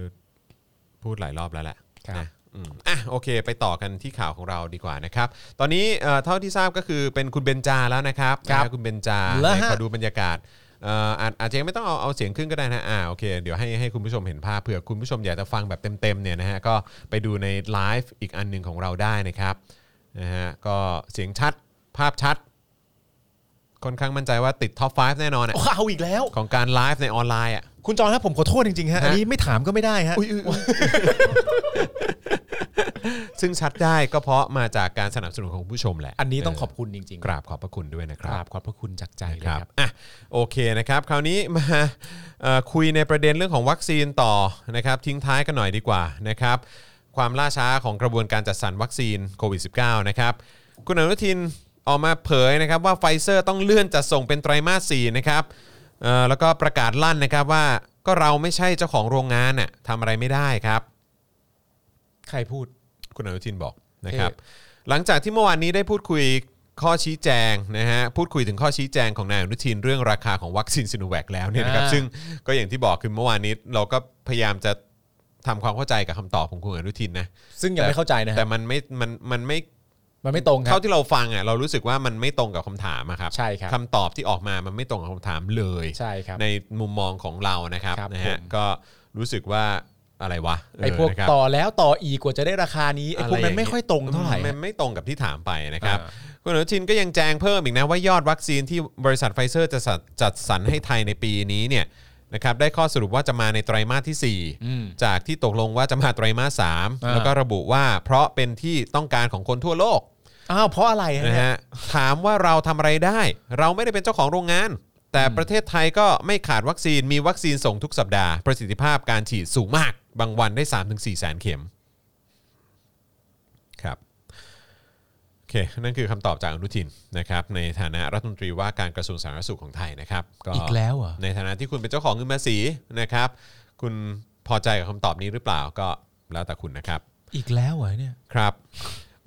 Speaker 2: พูดหลายรอบแล้วแหละ
Speaker 3: ครับ
Speaker 2: นะอืมอ่ะโอเค ไปต่อกันที่ข่าวของเราดีกว่านะครับ ตอนนี้เอ่อเท่าที่ทราบก็คือเป็นคุณเบนจาแล้วนะครับ
Speaker 3: ครับ
Speaker 2: นะคุณเบนจา
Speaker 3: แล้วฮะ
Speaker 2: ไหนขอดูบรรยากาศเอ่ออาจอาจจะยังไม่ต้องเอาเอาเสียงขึ้นก็ได้นะอ่าโอเคเดี๋ยวให้ให้คุณผู้ชมเห็นภาพเผื่อคุณผู้ชมอยากจะฟังแบบเต็มๆเนี่ยนะฮะก็ไปดูในไลฟ์อีกอันหนึ่งของเราได้นะครับนะฮะก็เสียงชัดภาพชัด ค่อนข้างมั่นใจว่าติดท็อป 5 แน่นอนอะ
Speaker 3: ว้าวอีกแล้ว
Speaker 2: ของการไลฟ์ในออนไลน์อ่ะ
Speaker 3: คุณจอนครับผมขอโทษจริงๆฮะ
Speaker 2: ฮะ
Speaker 3: อันนี้ไม่ถามก็ไม่ได้ฮะ
Speaker 2: ซึ่งชัดได้ก็เพราะมาจากการสนับสนุนของคุณผู้ชมแหละ
Speaker 3: อันนี้ต้องขอบคุณจริงๆ
Speaker 2: กราบขอบพระคุณด้วยนะค
Speaker 3: ก
Speaker 2: รั
Speaker 3: รา
Speaker 2: บบ
Speaker 3: ขอบพระคุณจากใจเลย
Speaker 2: ครั
Speaker 3: ครับ
Speaker 2: อ่ะโอเคนะครับ คราวนี้มาเอ่อคุยในประเด็นเรื่องของวัคซีนต่อนะครับ ทิ้งท้ายกันหน่อยดีกว่านะครับ ความล่าช้าของกระบวนการจัดสรรวัคซีนโควิด -19 นะครับ คุณอนุทินออกมาเผยนะครับว่าไฟเซอร์ต้องเลื่อนจัดส่งเป็นไตรมาส4นะครับเอ่อแล้วก็ประกาศลั่นนะครับว่าก็เราไม่ใช่เจ้าของโรงงานน่ะทำอะไรไม่ได้ครับ
Speaker 3: ใครพูด
Speaker 2: คุณอนุทินบอกนะครับ
Speaker 3: เท่
Speaker 2: หลังจากที่เมื่อวานนี้ได้พูดคุยข้อชี้แจงนะฮะพูดคุยถึงข้อชี้แจงของนายอนุทินเรื่องราคาของวัคซีนซิโนแวคแล้วเนี่ยนะครับ
Speaker 3: อ่า
Speaker 2: ซึ่งก็อย่างที่บอกคือเมื่อวานนี้เราก็พยายามจะทำความเข้าใจกับคำตอบของคุณอนุทินนะ
Speaker 3: ซึ่งยังไม่เข้าใจนะ
Speaker 2: แต่
Speaker 3: ฮะ
Speaker 2: มันไม่มันมันไม่
Speaker 3: มันไม่ตรงครั
Speaker 2: เท่า
Speaker 3: บ
Speaker 2: ที่เราฟังอ่ะเรารู้สึกว่ามันไม่ตรงกับคำถามอะครับ
Speaker 3: ใช่ครับ
Speaker 2: คำตอบที่ออกมามันไม่ตรงกับคำถามเลย
Speaker 3: ใช่ครับ
Speaker 2: ในมุมมองของเรานะครับ
Speaker 3: ครับ
Speaker 2: นะฮะ
Speaker 3: ผม
Speaker 2: ก็รู้สึกว่าอะไรวะเ
Speaker 3: ไอ้พวก
Speaker 2: นะครับ
Speaker 3: ต่อแล้วต่ออีกกว่าจะได้ราคานี้ไอ้พวก
Speaker 2: ะร
Speaker 3: นั้นไม่ค่อยตรงเท่าไหร่
Speaker 2: มันไม่ตรงกับที่ถามไปนะครับ
Speaker 3: เออ
Speaker 2: คุณอนุทินก็ยังแจงเพิ่มอีกนะ ว่ายอดวัคซีนที่บริษัทไฟเซอร์จะจัดจัดสรรให้ไทยในปีนี้เนี่ยนะครับได้ข้อสรุปว่าจะมาในไตรมาสที่
Speaker 3: อืม
Speaker 2: 4 จากที่ตกลงว่าจะมาไตรมาส 3
Speaker 3: อ่า
Speaker 2: แล้วก็ระบุว่าเพราะเป็นที่ต้องการของคนทั่วโลก
Speaker 3: อ้าวเพราะอะไรฮะ
Speaker 2: นะ
Speaker 3: เนี่ย
Speaker 2: ฮะถามว่าเราทำอะไรได้ เราไม่ได้เป็นเจ้าของโรงงาน แต่ประเทศไทยก็ไม่ขาดวัคซีนมีวัคซีนส่งทุกสัปดาห์ประสิทธิภาพการฉีดสูงมากบางวันได้ 3-4แสนเข็มครับ โอเค นั่นคือคำตอบจากอนุทินนะครับในฐานะรัฐมนตรีว่าการกระทรวงสาธารณสุขของไทยนะครับ
Speaker 3: อีกแล้วเหรอ
Speaker 2: ในฐานะที่คุณเป็นเจ้าของเงินภาษีนะครับ คุณพอใจกับคำตอบนี้หรือเปล่าก็แล้วแต่คุณนะครับ
Speaker 3: อีกแล้วเหรอเนี่ย
Speaker 2: ครับ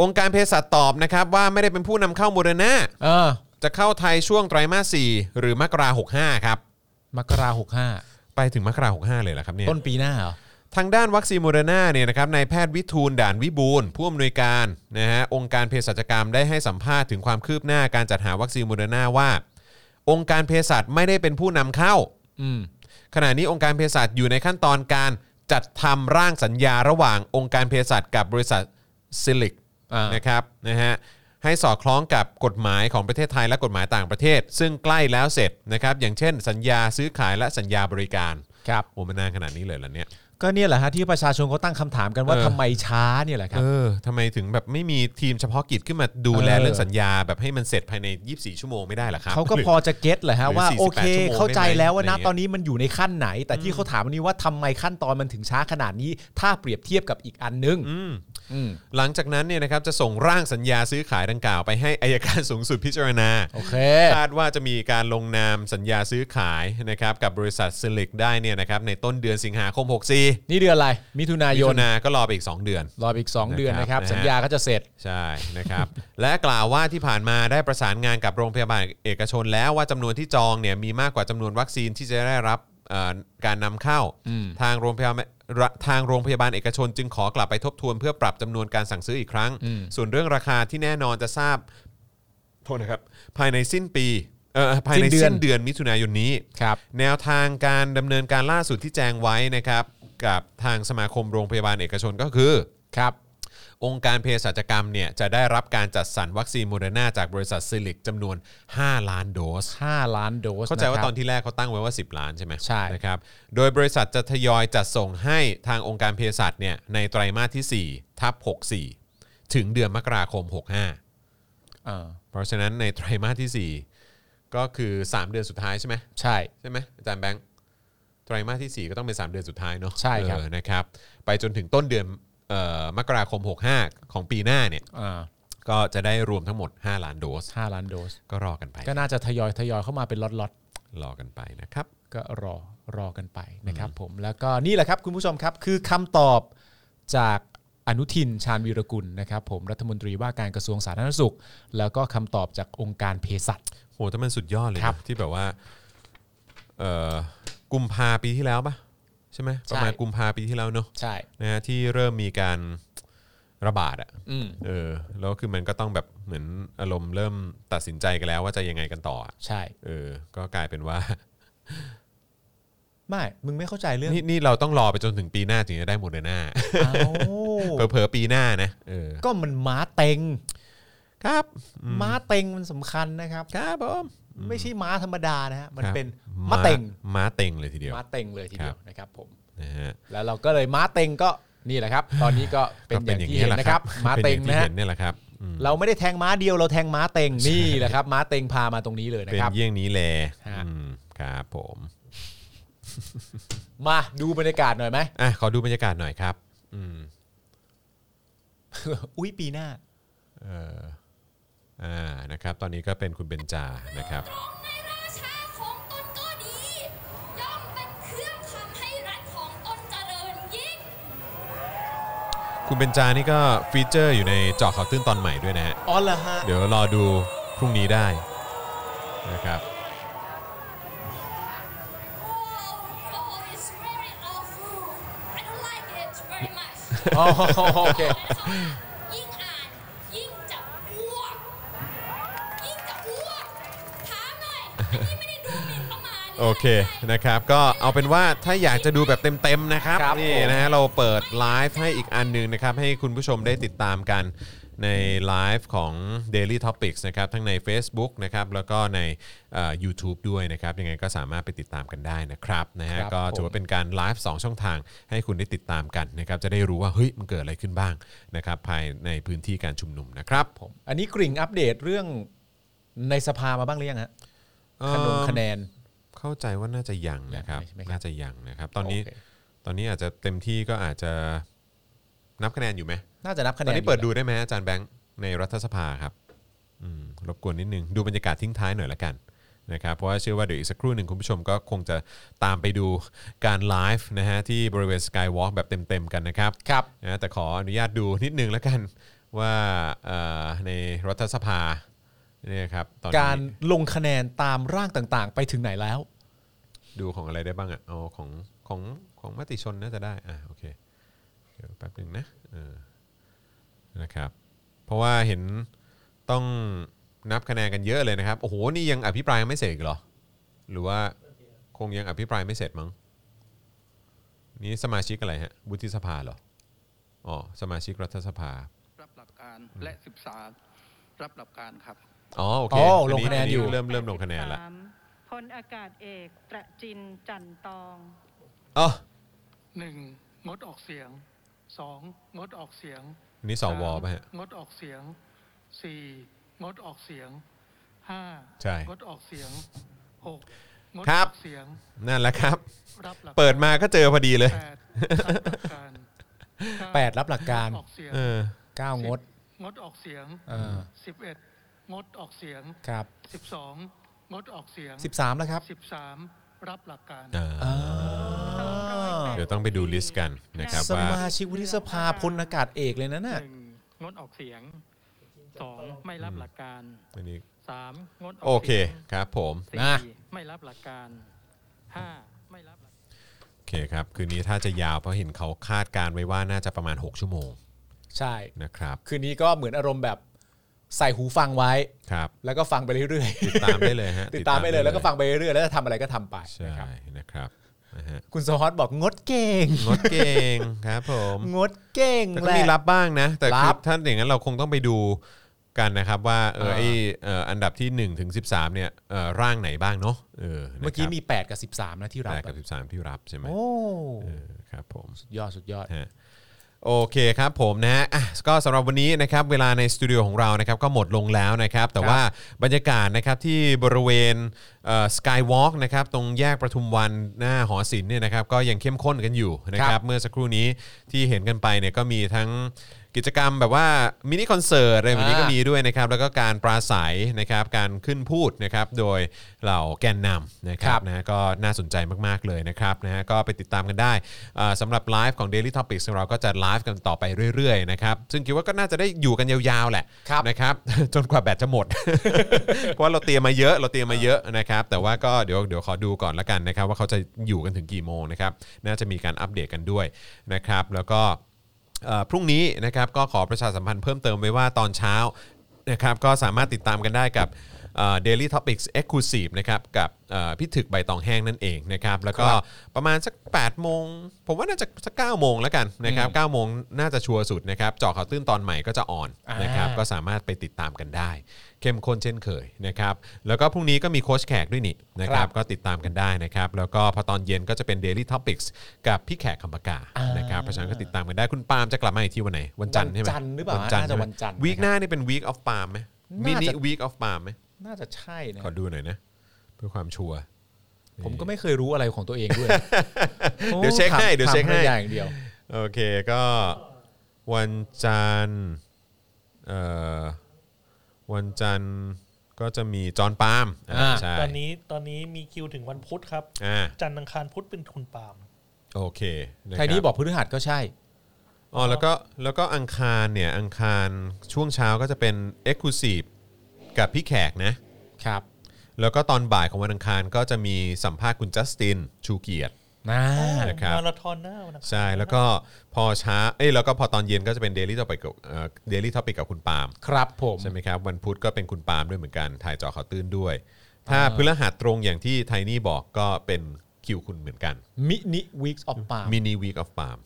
Speaker 2: องค์การเภสัชตอบนะครับว่าไม่ได้เป็นผู้นำเข้าโมเดอร์นา
Speaker 3: เออ
Speaker 2: จะเข้าไทยช่วงไตรมาสสี่หรือมกราหกห้าครับ
Speaker 3: มกราหกห้า
Speaker 2: ไปถึงมกราหกห้าเลยเหรอครับเนี่ย
Speaker 3: ต้นปีหน้าเหรอ
Speaker 2: ทางด้านวัคซีนโมเดอร์นาเนี่ยนะครับนายแพทย์วิทูลด่านวิบูลย์ผู้อำนวยการนะฮะองค์การเภสัชกรรมได้ให้สัมภาษณ์ถึงความคืบหน้าการจัดหาวัคซีนโมเดอร์นาว่า องค์การเภสัชไม่ได้เป็นผู้นำเข้า
Speaker 3: อืม
Speaker 2: ขณะนี้องค์การเภสัชอยู่ในขั้นตอนการจัดทำร่างสัญญาระหว่างองค์การเภสัชกับบริษัทซิลิก
Speaker 3: อ่าน
Speaker 2: นะครับนะฮะให้สอดคล้องกับกฎหมายของประเทศไทยและกฎหมายต่างประเทศ ซึ่งใกล้แล้วเสร็จนะครับอย่างเช่น สัญญาซื้อขายและสัญญาบริการ
Speaker 3: ครับ
Speaker 2: โอ้มันนานขนาดนี้เลยเหรอเนี่ย
Speaker 3: ก็เนี่ยแหละฮะที่ประชาชนเขาตั้งคำถามกันว่า
Speaker 2: เออ
Speaker 3: ทำไมช้าเนี่ยแหละครับ
Speaker 2: เออทำไมถึงแบบไม่มีทีมเฉพาะกิจขึ้นมาดูแล
Speaker 3: เออ
Speaker 2: เรื่องสัญญาแบบให้มันเสร็จภายใน 24 ชั่วโมงไม่ได้เหรอครับ
Speaker 3: เขาก็พอจะเก็ตแหละฮะ
Speaker 2: หรือ
Speaker 3: ว่า
Speaker 2: 48
Speaker 3: โอเค
Speaker 2: ชั่วโมง
Speaker 3: เข้าใจ
Speaker 2: ได้ไหม
Speaker 3: แล้วว่า
Speaker 2: อะไรอ
Speaker 3: นะ
Speaker 2: ย่างเงี้ย
Speaker 3: ตอนนี้มันอยู่ในขั้นไหน แต่ที่เขาถามวันนี้ว่าทำไมขั้นตอนมันถึงช้าขนาดนี้ ถ้าเปรียบเทียบกับอีกอันนึง
Speaker 2: อืม
Speaker 3: อืม
Speaker 2: หลังจากนั้นเนี่ยนะครับจะส่งร่างสัญญาซื้อขายดังกล่าวไปให้อายการสูงสุดพิจารณา
Speaker 3: โอเค
Speaker 2: คาดว่าจะมีการลงนามสัญญาซื้อขายนะครับกับบริษัทซิลิกได้เนี่ยนะครับในต้นเดือนสิงหาคม 64
Speaker 3: นี่เดือนอะไร มิถุนาย
Speaker 2: มิ
Speaker 3: น
Speaker 2: ถุนาก็รอไปอีก 2 เดือน
Speaker 3: รออีก 2 เดือนนะครับ
Speaker 2: นะครับ
Speaker 3: สัญญาก็จะเสร็จ
Speaker 2: ใช่นะครับ (laughs) และกล่าวว่าที่ผ่านมาได้ประสานงานกับโรงพยาบาลเอกชนแล้วว่าจำนวนที่จองเนี่ยมีมากกว่าจำนวนวัคซีนที่จะได้รับเอ่อการนำเข้า ทางโรงพยาบาลระทางโรงพยาบาลเอกชน จึงขอกลับไปทบทวนเพื่อปรับจำนวนการสั่งซื้ออีกครั้ง ส่วนเรื่องราคาที่แน่นอนจะทราบโทษนะครับภายในสิ้นปีเอ่อภายใน
Speaker 3: สิ้นเดือน
Speaker 2: สิ้นเดือนมิถุนายนนี้
Speaker 3: ครับ
Speaker 2: แนวทางการดำเนินการล่าสุดที่แจ้งไว้นะครับ กับทางสมาคมโรงพยาบาลเอกชนก็คือ
Speaker 3: ครับ
Speaker 2: องค์การเภสัชกรรมเนี่ยจะได้รับการจัดสรรวัคซีนโมเดอร์นาจากบริษัทซิลิกจำนวน 5 ล้านโดส
Speaker 3: 5 ล้านโดส
Speaker 2: เข้าใจว่า
Speaker 3: ะครับ
Speaker 2: ตอนที่แรกเขาตั้งไว้ว่า 10 ล้านใช่ไหม
Speaker 3: ใช่
Speaker 2: นะครับ โดยบริษัทจะทยอยจัดส่งให้ทางองค์การเภสัชเนี่ยในไตรมาสทีสี่4ทับ64 ถึงเดือนมกราคม 65
Speaker 3: เออ
Speaker 2: เพราะฉะนั้นในไตรมาสทีสี่4 ก็คือ 3 เดือนสุดท้ายใช่ไหม
Speaker 3: ใช่
Speaker 2: ใช่ไหมอาจารย์แบงค์ไตรมาสที่ 4 ก็ต้องเป็น 3 เดือนสุดท้ายเนาะ
Speaker 3: ใช่ครับ
Speaker 2: เออนะครับ ไปจนถึงต้นเดือนเอ่อมกราคม 65 ของปีหน้าเนี่ย
Speaker 3: อ่า
Speaker 2: ก็จะได้รวมทั้งหมด 5 ล้านโดส
Speaker 3: ห้าล้านโดส
Speaker 2: ก็รอกันไป
Speaker 3: ก็น่าจะทยอยทยอยเข้ามาเป็นล็อตๆ
Speaker 2: รอกันไปนะครับ
Speaker 3: ก็รอรอกันไปนะครับผมแล้วก็นี่แหละครับคุณผู้ชมครับ คือคำตอบจากอนุทินชาญวีรกุลนะครับ ผมรัฐมนตรีว่าการกระทรวงสาธารณสุข แล้วก็คำตอบจากองค์การเภสัช
Speaker 2: โหแต่มันสุดยอดเลย
Speaker 3: ครับ
Speaker 2: นะที่แบบว่าเอ่อกุมภาปีที่แล้วปะใช่ไหม
Speaker 3: ใช่
Speaker 2: ประมาณกุมภาปีที่แล้วเนาะ
Speaker 3: ใช่
Speaker 2: นะฮะที่เริ่มมีการระบาดอะ
Speaker 3: อืม
Speaker 2: เออแล้วคือมันก็ต้องแบบเหมือนอารมณ์เริ่มตัดสินใจกันแล้วว่าจะยังไงกันต่ออะ
Speaker 3: ใช่
Speaker 2: เออ ก็กลายเป็นว่า
Speaker 3: ไม่มึงไม่เข้าใจเรื่อง
Speaker 2: นี่นี่เราต้องรอไปจนถึงปีหน้าถึงจะได้โมเดอร์นา
Speaker 3: เอ้า
Speaker 2: (laughs) เผลอๆปีหน้านะเออ
Speaker 3: ก็มันม้าเต็ง
Speaker 2: ครับ
Speaker 3: ม้าเต็งมันสำคัญนะครับ
Speaker 2: ครับผม
Speaker 3: ไม่ใช่ม้าธรรมดานะฮะมัน
Speaker 2: ครับ
Speaker 3: เป็นม้าเต็ง
Speaker 2: ม้าเต็งเลยทีเดียว
Speaker 3: ม้าเต็งเลยทีเดียว
Speaker 2: ครับ
Speaker 3: นะครับผม
Speaker 2: นะฮะ
Speaker 3: แล้วเราก็เลยม้าเต็งก็นี่แหละครับ ตอนนี้ก็เป็นอย่างที่เห็น
Speaker 2: แหล
Speaker 3: นะครับม้า
Speaker 2: ป็
Speaker 3: เต็ง
Speaker 2: อย่ที่
Speaker 3: นะฮะ
Speaker 2: ห็เนี่ยแหละครับอืม
Speaker 3: เราไม่ได้แทงม้าเดียวเราแทงม้าเต็งนี่แหละครับ ม้าเต็งพามาตรงนี้เลยนะ
Speaker 2: เป็น
Speaker 3: ครับ
Speaker 2: เยี่ยงนี้แหละ
Speaker 3: ฮะ
Speaker 2: อืมครับผม
Speaker 3: มาดูบรรยากาศหน่อยไหม
Speaker 2: อ่ะขอดูบรรยากาศหน่อยครับอืม
Speaker 3: อุ้ยปีหน้า
Speaker 2: เอออ่านะครับ ตอนนี้ก็เป็นคุณเบนจานะครับ
Speaker 5: ตรงในราชาของตนก็ดี ย่อมเป็นเครื่องทำให้รัฐของตนเจริญยิ่ง
Speaker 2: คุณเบนจานี่ก็ฟีเจอร์อยู่ในเจอข่าวตื้นตอนใหม่ด้วยนะฮะ
Speaker 3: อ๋อเหรอฮะ
Speaker 2: เดี๋ยวรอดูพรุ่งนี้ได้นะครับ
Speaker 5: Oh, oh, it's very awful. I don't like it very much.
Speaker 3: อ๋อโอเค
Speaker 5: ยิ่งอ่านยิ่งจะอ้วก ยิ่งจะอ้วก ถามหน่อย อันนี้ไม่ได้ดูหมิ่นประมาณ
Speaker 7: (laughs)
Speaker 2: โอเคนะครับก็เอาเป็นว่าถ้าอยากจะดูแบบเต็มๆนะครับ
Speaker 3: ครับ
Speaker 2: นี่
Speaker 3: ผม
Speaker 2: นะฮะเราเปิดไลฟ์ให้อีกอันหนึงนะครับ ให้คุณผู้ชมได้ติดตามกันในไลฟ์ของ Daily Topics นะครับทั้งใน Facebook นะครับแล้วก็ในเอ่อ YouTube ด้วยนะครับยังไงก็สามารถไปติดตามกันได้นะครับนะฮะ
Speaker 3: ครับ
Speaker 2: ก็ถือว่าเป็นการไลฟ์2ช่องทางให้คุณได้ติดตามกันนะครับจะได้รู้ว่าเฮ้ยมันเกิดอะไรขึ้นบ้างนะครับภายในพื้นที่การชุมนุมนะครับผม
Speaker 3: อันนี้กริ่งอัปเดตเรื่องในสภามาบ้างหรือยังฮะคะนนคะแนน
Speaker 2: เข้าใจว่าน่าจะยังนะครับ
Speaker 3: ยังใช่ไหมครับ
Speaker 2: น่าจะยังนะครับตอนนี้
Speaker 3: โอเค
Speaker 2: ตอนนี้อาจจะเต็มที่ก็อาจจะนับคะแนนอยู่ไหม
Speaker 3: น่าจะนับคะแน
Speaker 2: ตอน
Speaker 3: น
Speaker 2: นี้เปิดดูได้ไหมอาจารย์แบงค์ในรัฐสภาครับอืมรบกวนนิดนึง ดูบรรยากาศทิ้งท้ายหน่อยละกันนะครับ เพราะว่าเชื่อว่าเดี๋ยวอีกสักครู่หนึ่งคุณผู้ชมก็คงจะตามไปดูการไลฟ์นะฮะที่บริเวณ Skywalk แบบเต็มๆกันนะครับ
Speaker 3: ครับ
Speaker 2: นะแต่ขออนุญาตดูนิดนึงละกันว่าเอ่อในรัฐสภาเนี่ยครับตอนนี้
Speaker 3: การลงคะแนนตามร่างต่างๆ ไปถึงไหนแล้ว
Speaker 2: ดูของอะไรได้บ้างอ่ะอ๋อของของของมติชนน่าจะได้อ่ะโอเคเดี๋ยวแป๊บหนึ่งนะเออ นะครับเพราะว่าเห็นต้องนับคะแนนกันเยอะเลยนะครับ โอ้โห นี่ยังอภิปรายไม่เสร็จอีกเหรอ หรือว่าคงยังอภิปรายไม่เสร็จมั้งนี่สมาชิกอะไรฮะวุฒิสภาเหรออ๋อสมาชิกรัฐสภา
Speaker 9: รับหลักการและ 13 รับหลักการครับ
Speaker 2: อ๋อโอเค
Speaker 3: อ๋อลงคะแนนอยู่
Speaker 2: เริ่มเริ่มลงคะแนนละ
Speaker 10: พลอากาศเอกประจินจันตอง
Speaker 2: อ๋อ
Speaker 9: 1. งดออกเสียง 2. งดออกเสียง
Speaker 2: นี่สวป่ะฮะ
Speaker 9: สามงดออกเสียง 4. งดออกเสียง 5.
Speaker 2: ใช่
Speaker 9: งดออกเสียง 6. งด
Speaker 2: ค
Speaker 9: อ
Speaker 2: รั
Speaker 9: อบ กเสียง
Speaker 2: นั่นแหละครับ
Speaker 9: รับหลัก
Speaker 2: เปิดมาก็เจอพอดีเลย
Speaker 9: 8รับหลักการ
Speaker 3: แปดรับหลักการ
Speaker 9: ออกเสียง
Speaker 2: เออ
Speaker 3: เก้างด
Speaker 9: งดออกเสียง
Speaker 3: เออ
Speaker 9: สิบเอ็ดงดออกเสียง
Speaker 3: ครับ
Speaker 9: สิบสองงดออกเสียง
Speaker 3: สิบสามแล้วครับ
Speaker 9: สิบสามรับหลักการ
Speaker 2: เออ
Speaker 3: อ่า
Speaker 2: เดี๋ยวต้องไปดูลิสต์กันนะครับ
Speaker 3: ส
Speaker 2: ว่า
Speaker 3: มาชิกวุฒิสภาพลอากาศเอกเลยนะน่ะ
Speaker 9: หนึ่งงดออกเสียงสองไม่รับหลักการ
Speaker 2: อันนี้
Speaker 9: สามงดอ
Speaker 2: โอ
Speaker 9: อก
Speaker 2: เค
Speaker 9: เสียง
Speaker 2: ครับผม
Speaker 9: สี่
Speaker 3: นะ
Speaker 9: ไม่รับหลักการห้าไม่รับหลัก
Speaker 2: โอเคครับ คืนนี้ถ้าจะยาวเพราะเห็นเขาคาดการณ์ไว้ว่าน่าจะประมาณ 6 ชั่วโมง
Speaker 3: ใช่
Speaker 2: นะครับ
Speaker 3: คืนนี้ก็เหมือนอารมณ์แบบใส่หูฟังไว้
Speaker 2: ครับ
Speaker 3: แล้วก็ฟังไปเรื่อย
Speaker 2: ติดตามได้เลยฮะ
Speaker 3: ๆ (laughs) ติดตามไปเลยแล้วก็ฟังไปเรื่อยๆแล้วจะทำอะไรก็ทำไป
Speaker 2: ใช่
Speaker 3: นะครับ
Speaker 2: นะครับนะฮะ
Speaker 3: คุณสฮอตบอกงดเก่ง
Speaker 2: งดเก่งครับผม
Speaker 3: งดเก่ง
Speaker 2: แต่ก็
Speaker 3: แหละ
Speaker 2: มีรับบ้างนะ แต่คือ
Speaker 3: รับ
Speaker 2: ถ้าอย่างนั้นเราคงต้องไปดูกันนะครับว่าเออ
Speaker 3: เออ
Speaker 2: ไอเอ่ออันดับที่1ถึง13เนี่ยเอ่อร่างไหนบ้างเนาะเออนะครับ
Speaker 3: เมื่อกี้มี 8 กับ 13 นะที่รับ
Speaker 2: แปดกับ 13 ที่รับใช่ไหม
Speaker 3: โอ้
Speaker 2: เออครับผม
Speaker 3: ยอดสุดยอด
Speaker 2: ฮะโอเคครับผมนะฮะอ่ะก็สำหรับวันนี้นะครับเวลาในสตูดิโอของเรานะครับก็หมดลงแล้วนะครับ แต่ว่าบรรยากาศนะครับที่บริเวณสกายวอล์กนะครับตรงแยกประทุมวันหน้าหอศิลป์เนี่ยนะครับก็ยังเข้มข้นกันอยู่นะค
Speaker 3: ค
Speaker 2: รั
Speaker 3: รับ บ
Speaker 2: เมื่อสักครู่นี้ที่เห็นกันไปเนี่ยก็มีทั้งกิจกรรมแบบว่ามินิคอนเสิร์ตอะไรแบบนี้ก็
Speaker 3: อ่ามี
Speaker 2: มีด้วยนะครับ แล้วก็การปราศัยนะครับการขึ้นพูดนะครับโดยเหล่าแกนนำนะครับ ครับนะฮะก็น่าสนใจมากๆเลยนะครับนะฮะก็ไปติดตามกันได้อ่าสำหรับไลฟ์ของ Daily Topics ของเราก็จะไลฟ์กันต่อไปเรื่อยๆนะครับซึ่งคิดว่าก็น่าจะได้อยู่กันยาวๆแหละ
Speaker 3: ครับ
Speaker 2: นะครับ (laughs) จนกว่าแบตจะหมด (laughs) เพราะเราเตรียมมาเยอะเราเตรียมมาเยอะนะครับ แต่ว่าก็เดี๋ยวเดี๋ยวขอดูก่อนละกันนะครับ ว่าเขาจะอยู่กันถึงกี่โมงนะครับ น่าจะมีการอัปเดตกันด้วยนะครับ แล้วก็เอ่อพรุ่งนี้นะครับก็ขอประชาสัมพันธ์เพิ่มเติมไว้ว่าตอนเช้า นะครับก็สามารถติดตามกันได้กับเดลี่ท็อปิกส์เอ็กซ์คลูซีฟนะครับกับเอ่อพี่ถึกใบตองแห้งนั่นเองนะครับแล้วก็
Speaker 3: ครับ
Speaker 2: ประมาณสัก8โมงผมว่าน่าจะสัก9โมงแล้วกันนะครับ9โมงน่าจะชัวร์สุดนะครับเจาะข่าวตื้นตอนใหม่ก็จะอ่อน
Speaker 3: อ่าน
Speaker 2: นะครับก็สามารถไปติดตามกันได้ เข้มข้นเช่นเคยนะครับแล้วก็พรุ่งนี้ก็มีโค้ชแขกด้วยนี่นะครับก็ติดตามกันได้นะครับแล้วก็พอตอนเย็นก็จะเป็น Daily Topics กับพี่แขกคำปากานะครับเพราะฉะนั้นก็ติดตามกันได้คุณปาล์มจะกลับมาอีกทีวันไหนวันจันทร์ใช่ไหม
Speaker 3: วันจันทร์หรือเปล่า
Speaker 2: วันจันทร์
Speaker 3: น่าจะวันจันทร์
Speaker 2: วีค
Speaker 3: นะครับ
Speaker 2: หน้า หน้านี่เป็น Week of Palm ไหมมิ
Speaker 3: น่าจะ
Speaker 2: นิ Week of Palm ไหม
Speaker 3: น่าจะใช่นะ
Speaker 2: ขอดูหน่อยนะ เพื่อความชัวร์
Speaker 3: ผมก็ไม่เคยรู้อะไรของตัวเองด้วย
Speaker 2: (laughs) เดี๋ยวเช็คให้เดี๋ยวเช็คให้
Speaker 3: ทำได้อย่างเดียว
Speaker 2: โอเคก็วันจันทร์เอ่อวันจันทร์ก็จะมีจอห์นปาล์มอ่า
Speaker 3: อ่า
Speaker 2: ใช่
Speaker 4: ตอนนี้ตอนนี้มีคิวถึงวันพุธครับ
Speaker 2: อ่า
Speaker 4: จันทร์อังคารพุธเป็นคุณปาล์ม
Speaker 2: โอเคะค
Speaker 3: ไท
Speaker 2: รั
Speaker 3: ยนี้บอกพฤหัสก็ใช่
Speaker 2: อ๋อแล้วก็แล้วก็อังคารเนี่ย อังคารช่วงเช้าก็จะเป็น Exclusive กับพี่แขกนะ
Speaker 3: ครับ
Speaker 2: แล้วก็ตอนบ่ายของวันอังคารก็จะมีสัมภาษณ์คุณจัสตินชูเกียรติ
Speaker 3: นะ
Speaker 2: นะครับ
Speaker 4: มาราธอนหน้าวันอังคาร
Speaker 2: ใช่แล้วก็พอเช้าเอ้ยแล้วก็พอตอนเย็นก็จะเป็น Daily Topic กับเดลี่ท็อปิกกับคุณปาล์ม
Speaker 3: ครับผม
Speaker 2: ใช่ไหมครับวันพุธก็เป็นคุณปาล์มด้วยเหมือนกันถ่ายเจอข่าวตื้นด้วย ถ้าพฤหัสตรงอย่างที่ไทนี่บอกก็เป็นคิวคุณเหมือนกัน
Speaker 3: มินิวีคออฟปา
Speaker 2: มินิวีคออฟปาล์ม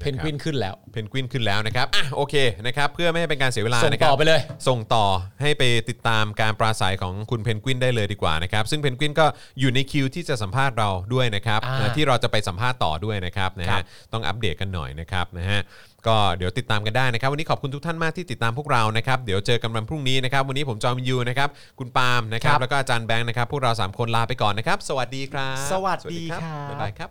Speaker 3: เพนกวินขึ้นแล้ว
Speaker 2: เพนกวินขึ้นแล้วนะครับอ่ะโอเคนะครับเพื่อไม่ให้เป็นการเสียเวลา
Speaker 3: ส่ง
Speaker 2: นะครับ
Speaker 3: ต่อไปเลย
Speaker 2: ส่งต่อให้ไปติดตามการปราศัยของคุณเพนกวินได้เลยดีกว่านะครับ ซึ่งเพนกวินก็อยู่ในคิวที่จะสัมภาษณ์เราด้วยนะครับ
Speaker 3: อ่า
Speaker 2: นะที่เราจะไปสัมภาษณ์ต่อด้วยนะครับนะ
Speaker 3: ครั
Speaker 2: ฮะ
Speaker 3: บ
Speaker 2: ต้องอัปเดตกันหน่อยนะครับนะฮะก็เดี๋ยวติดตามกันได้นะครับ วันนี้ขอบคุณทุกท่านมากที่ติดตามพวกเรานะครับเดี๋ยวเจอกันวันพรุ่งนี้นะครับ วันนี้ผมจอมยูนะครับคุณปาล์มนะครับ
Speaker 3: ครับ
Speaker 2: แล้วก็อาจารย์แบงค์นะครับพวกเราสามคนลาไปก่อนนะครับ สวัสดีครับ
Speaker 3: สวัสดีครับ
Speaker 2: บ๊ายบายครับ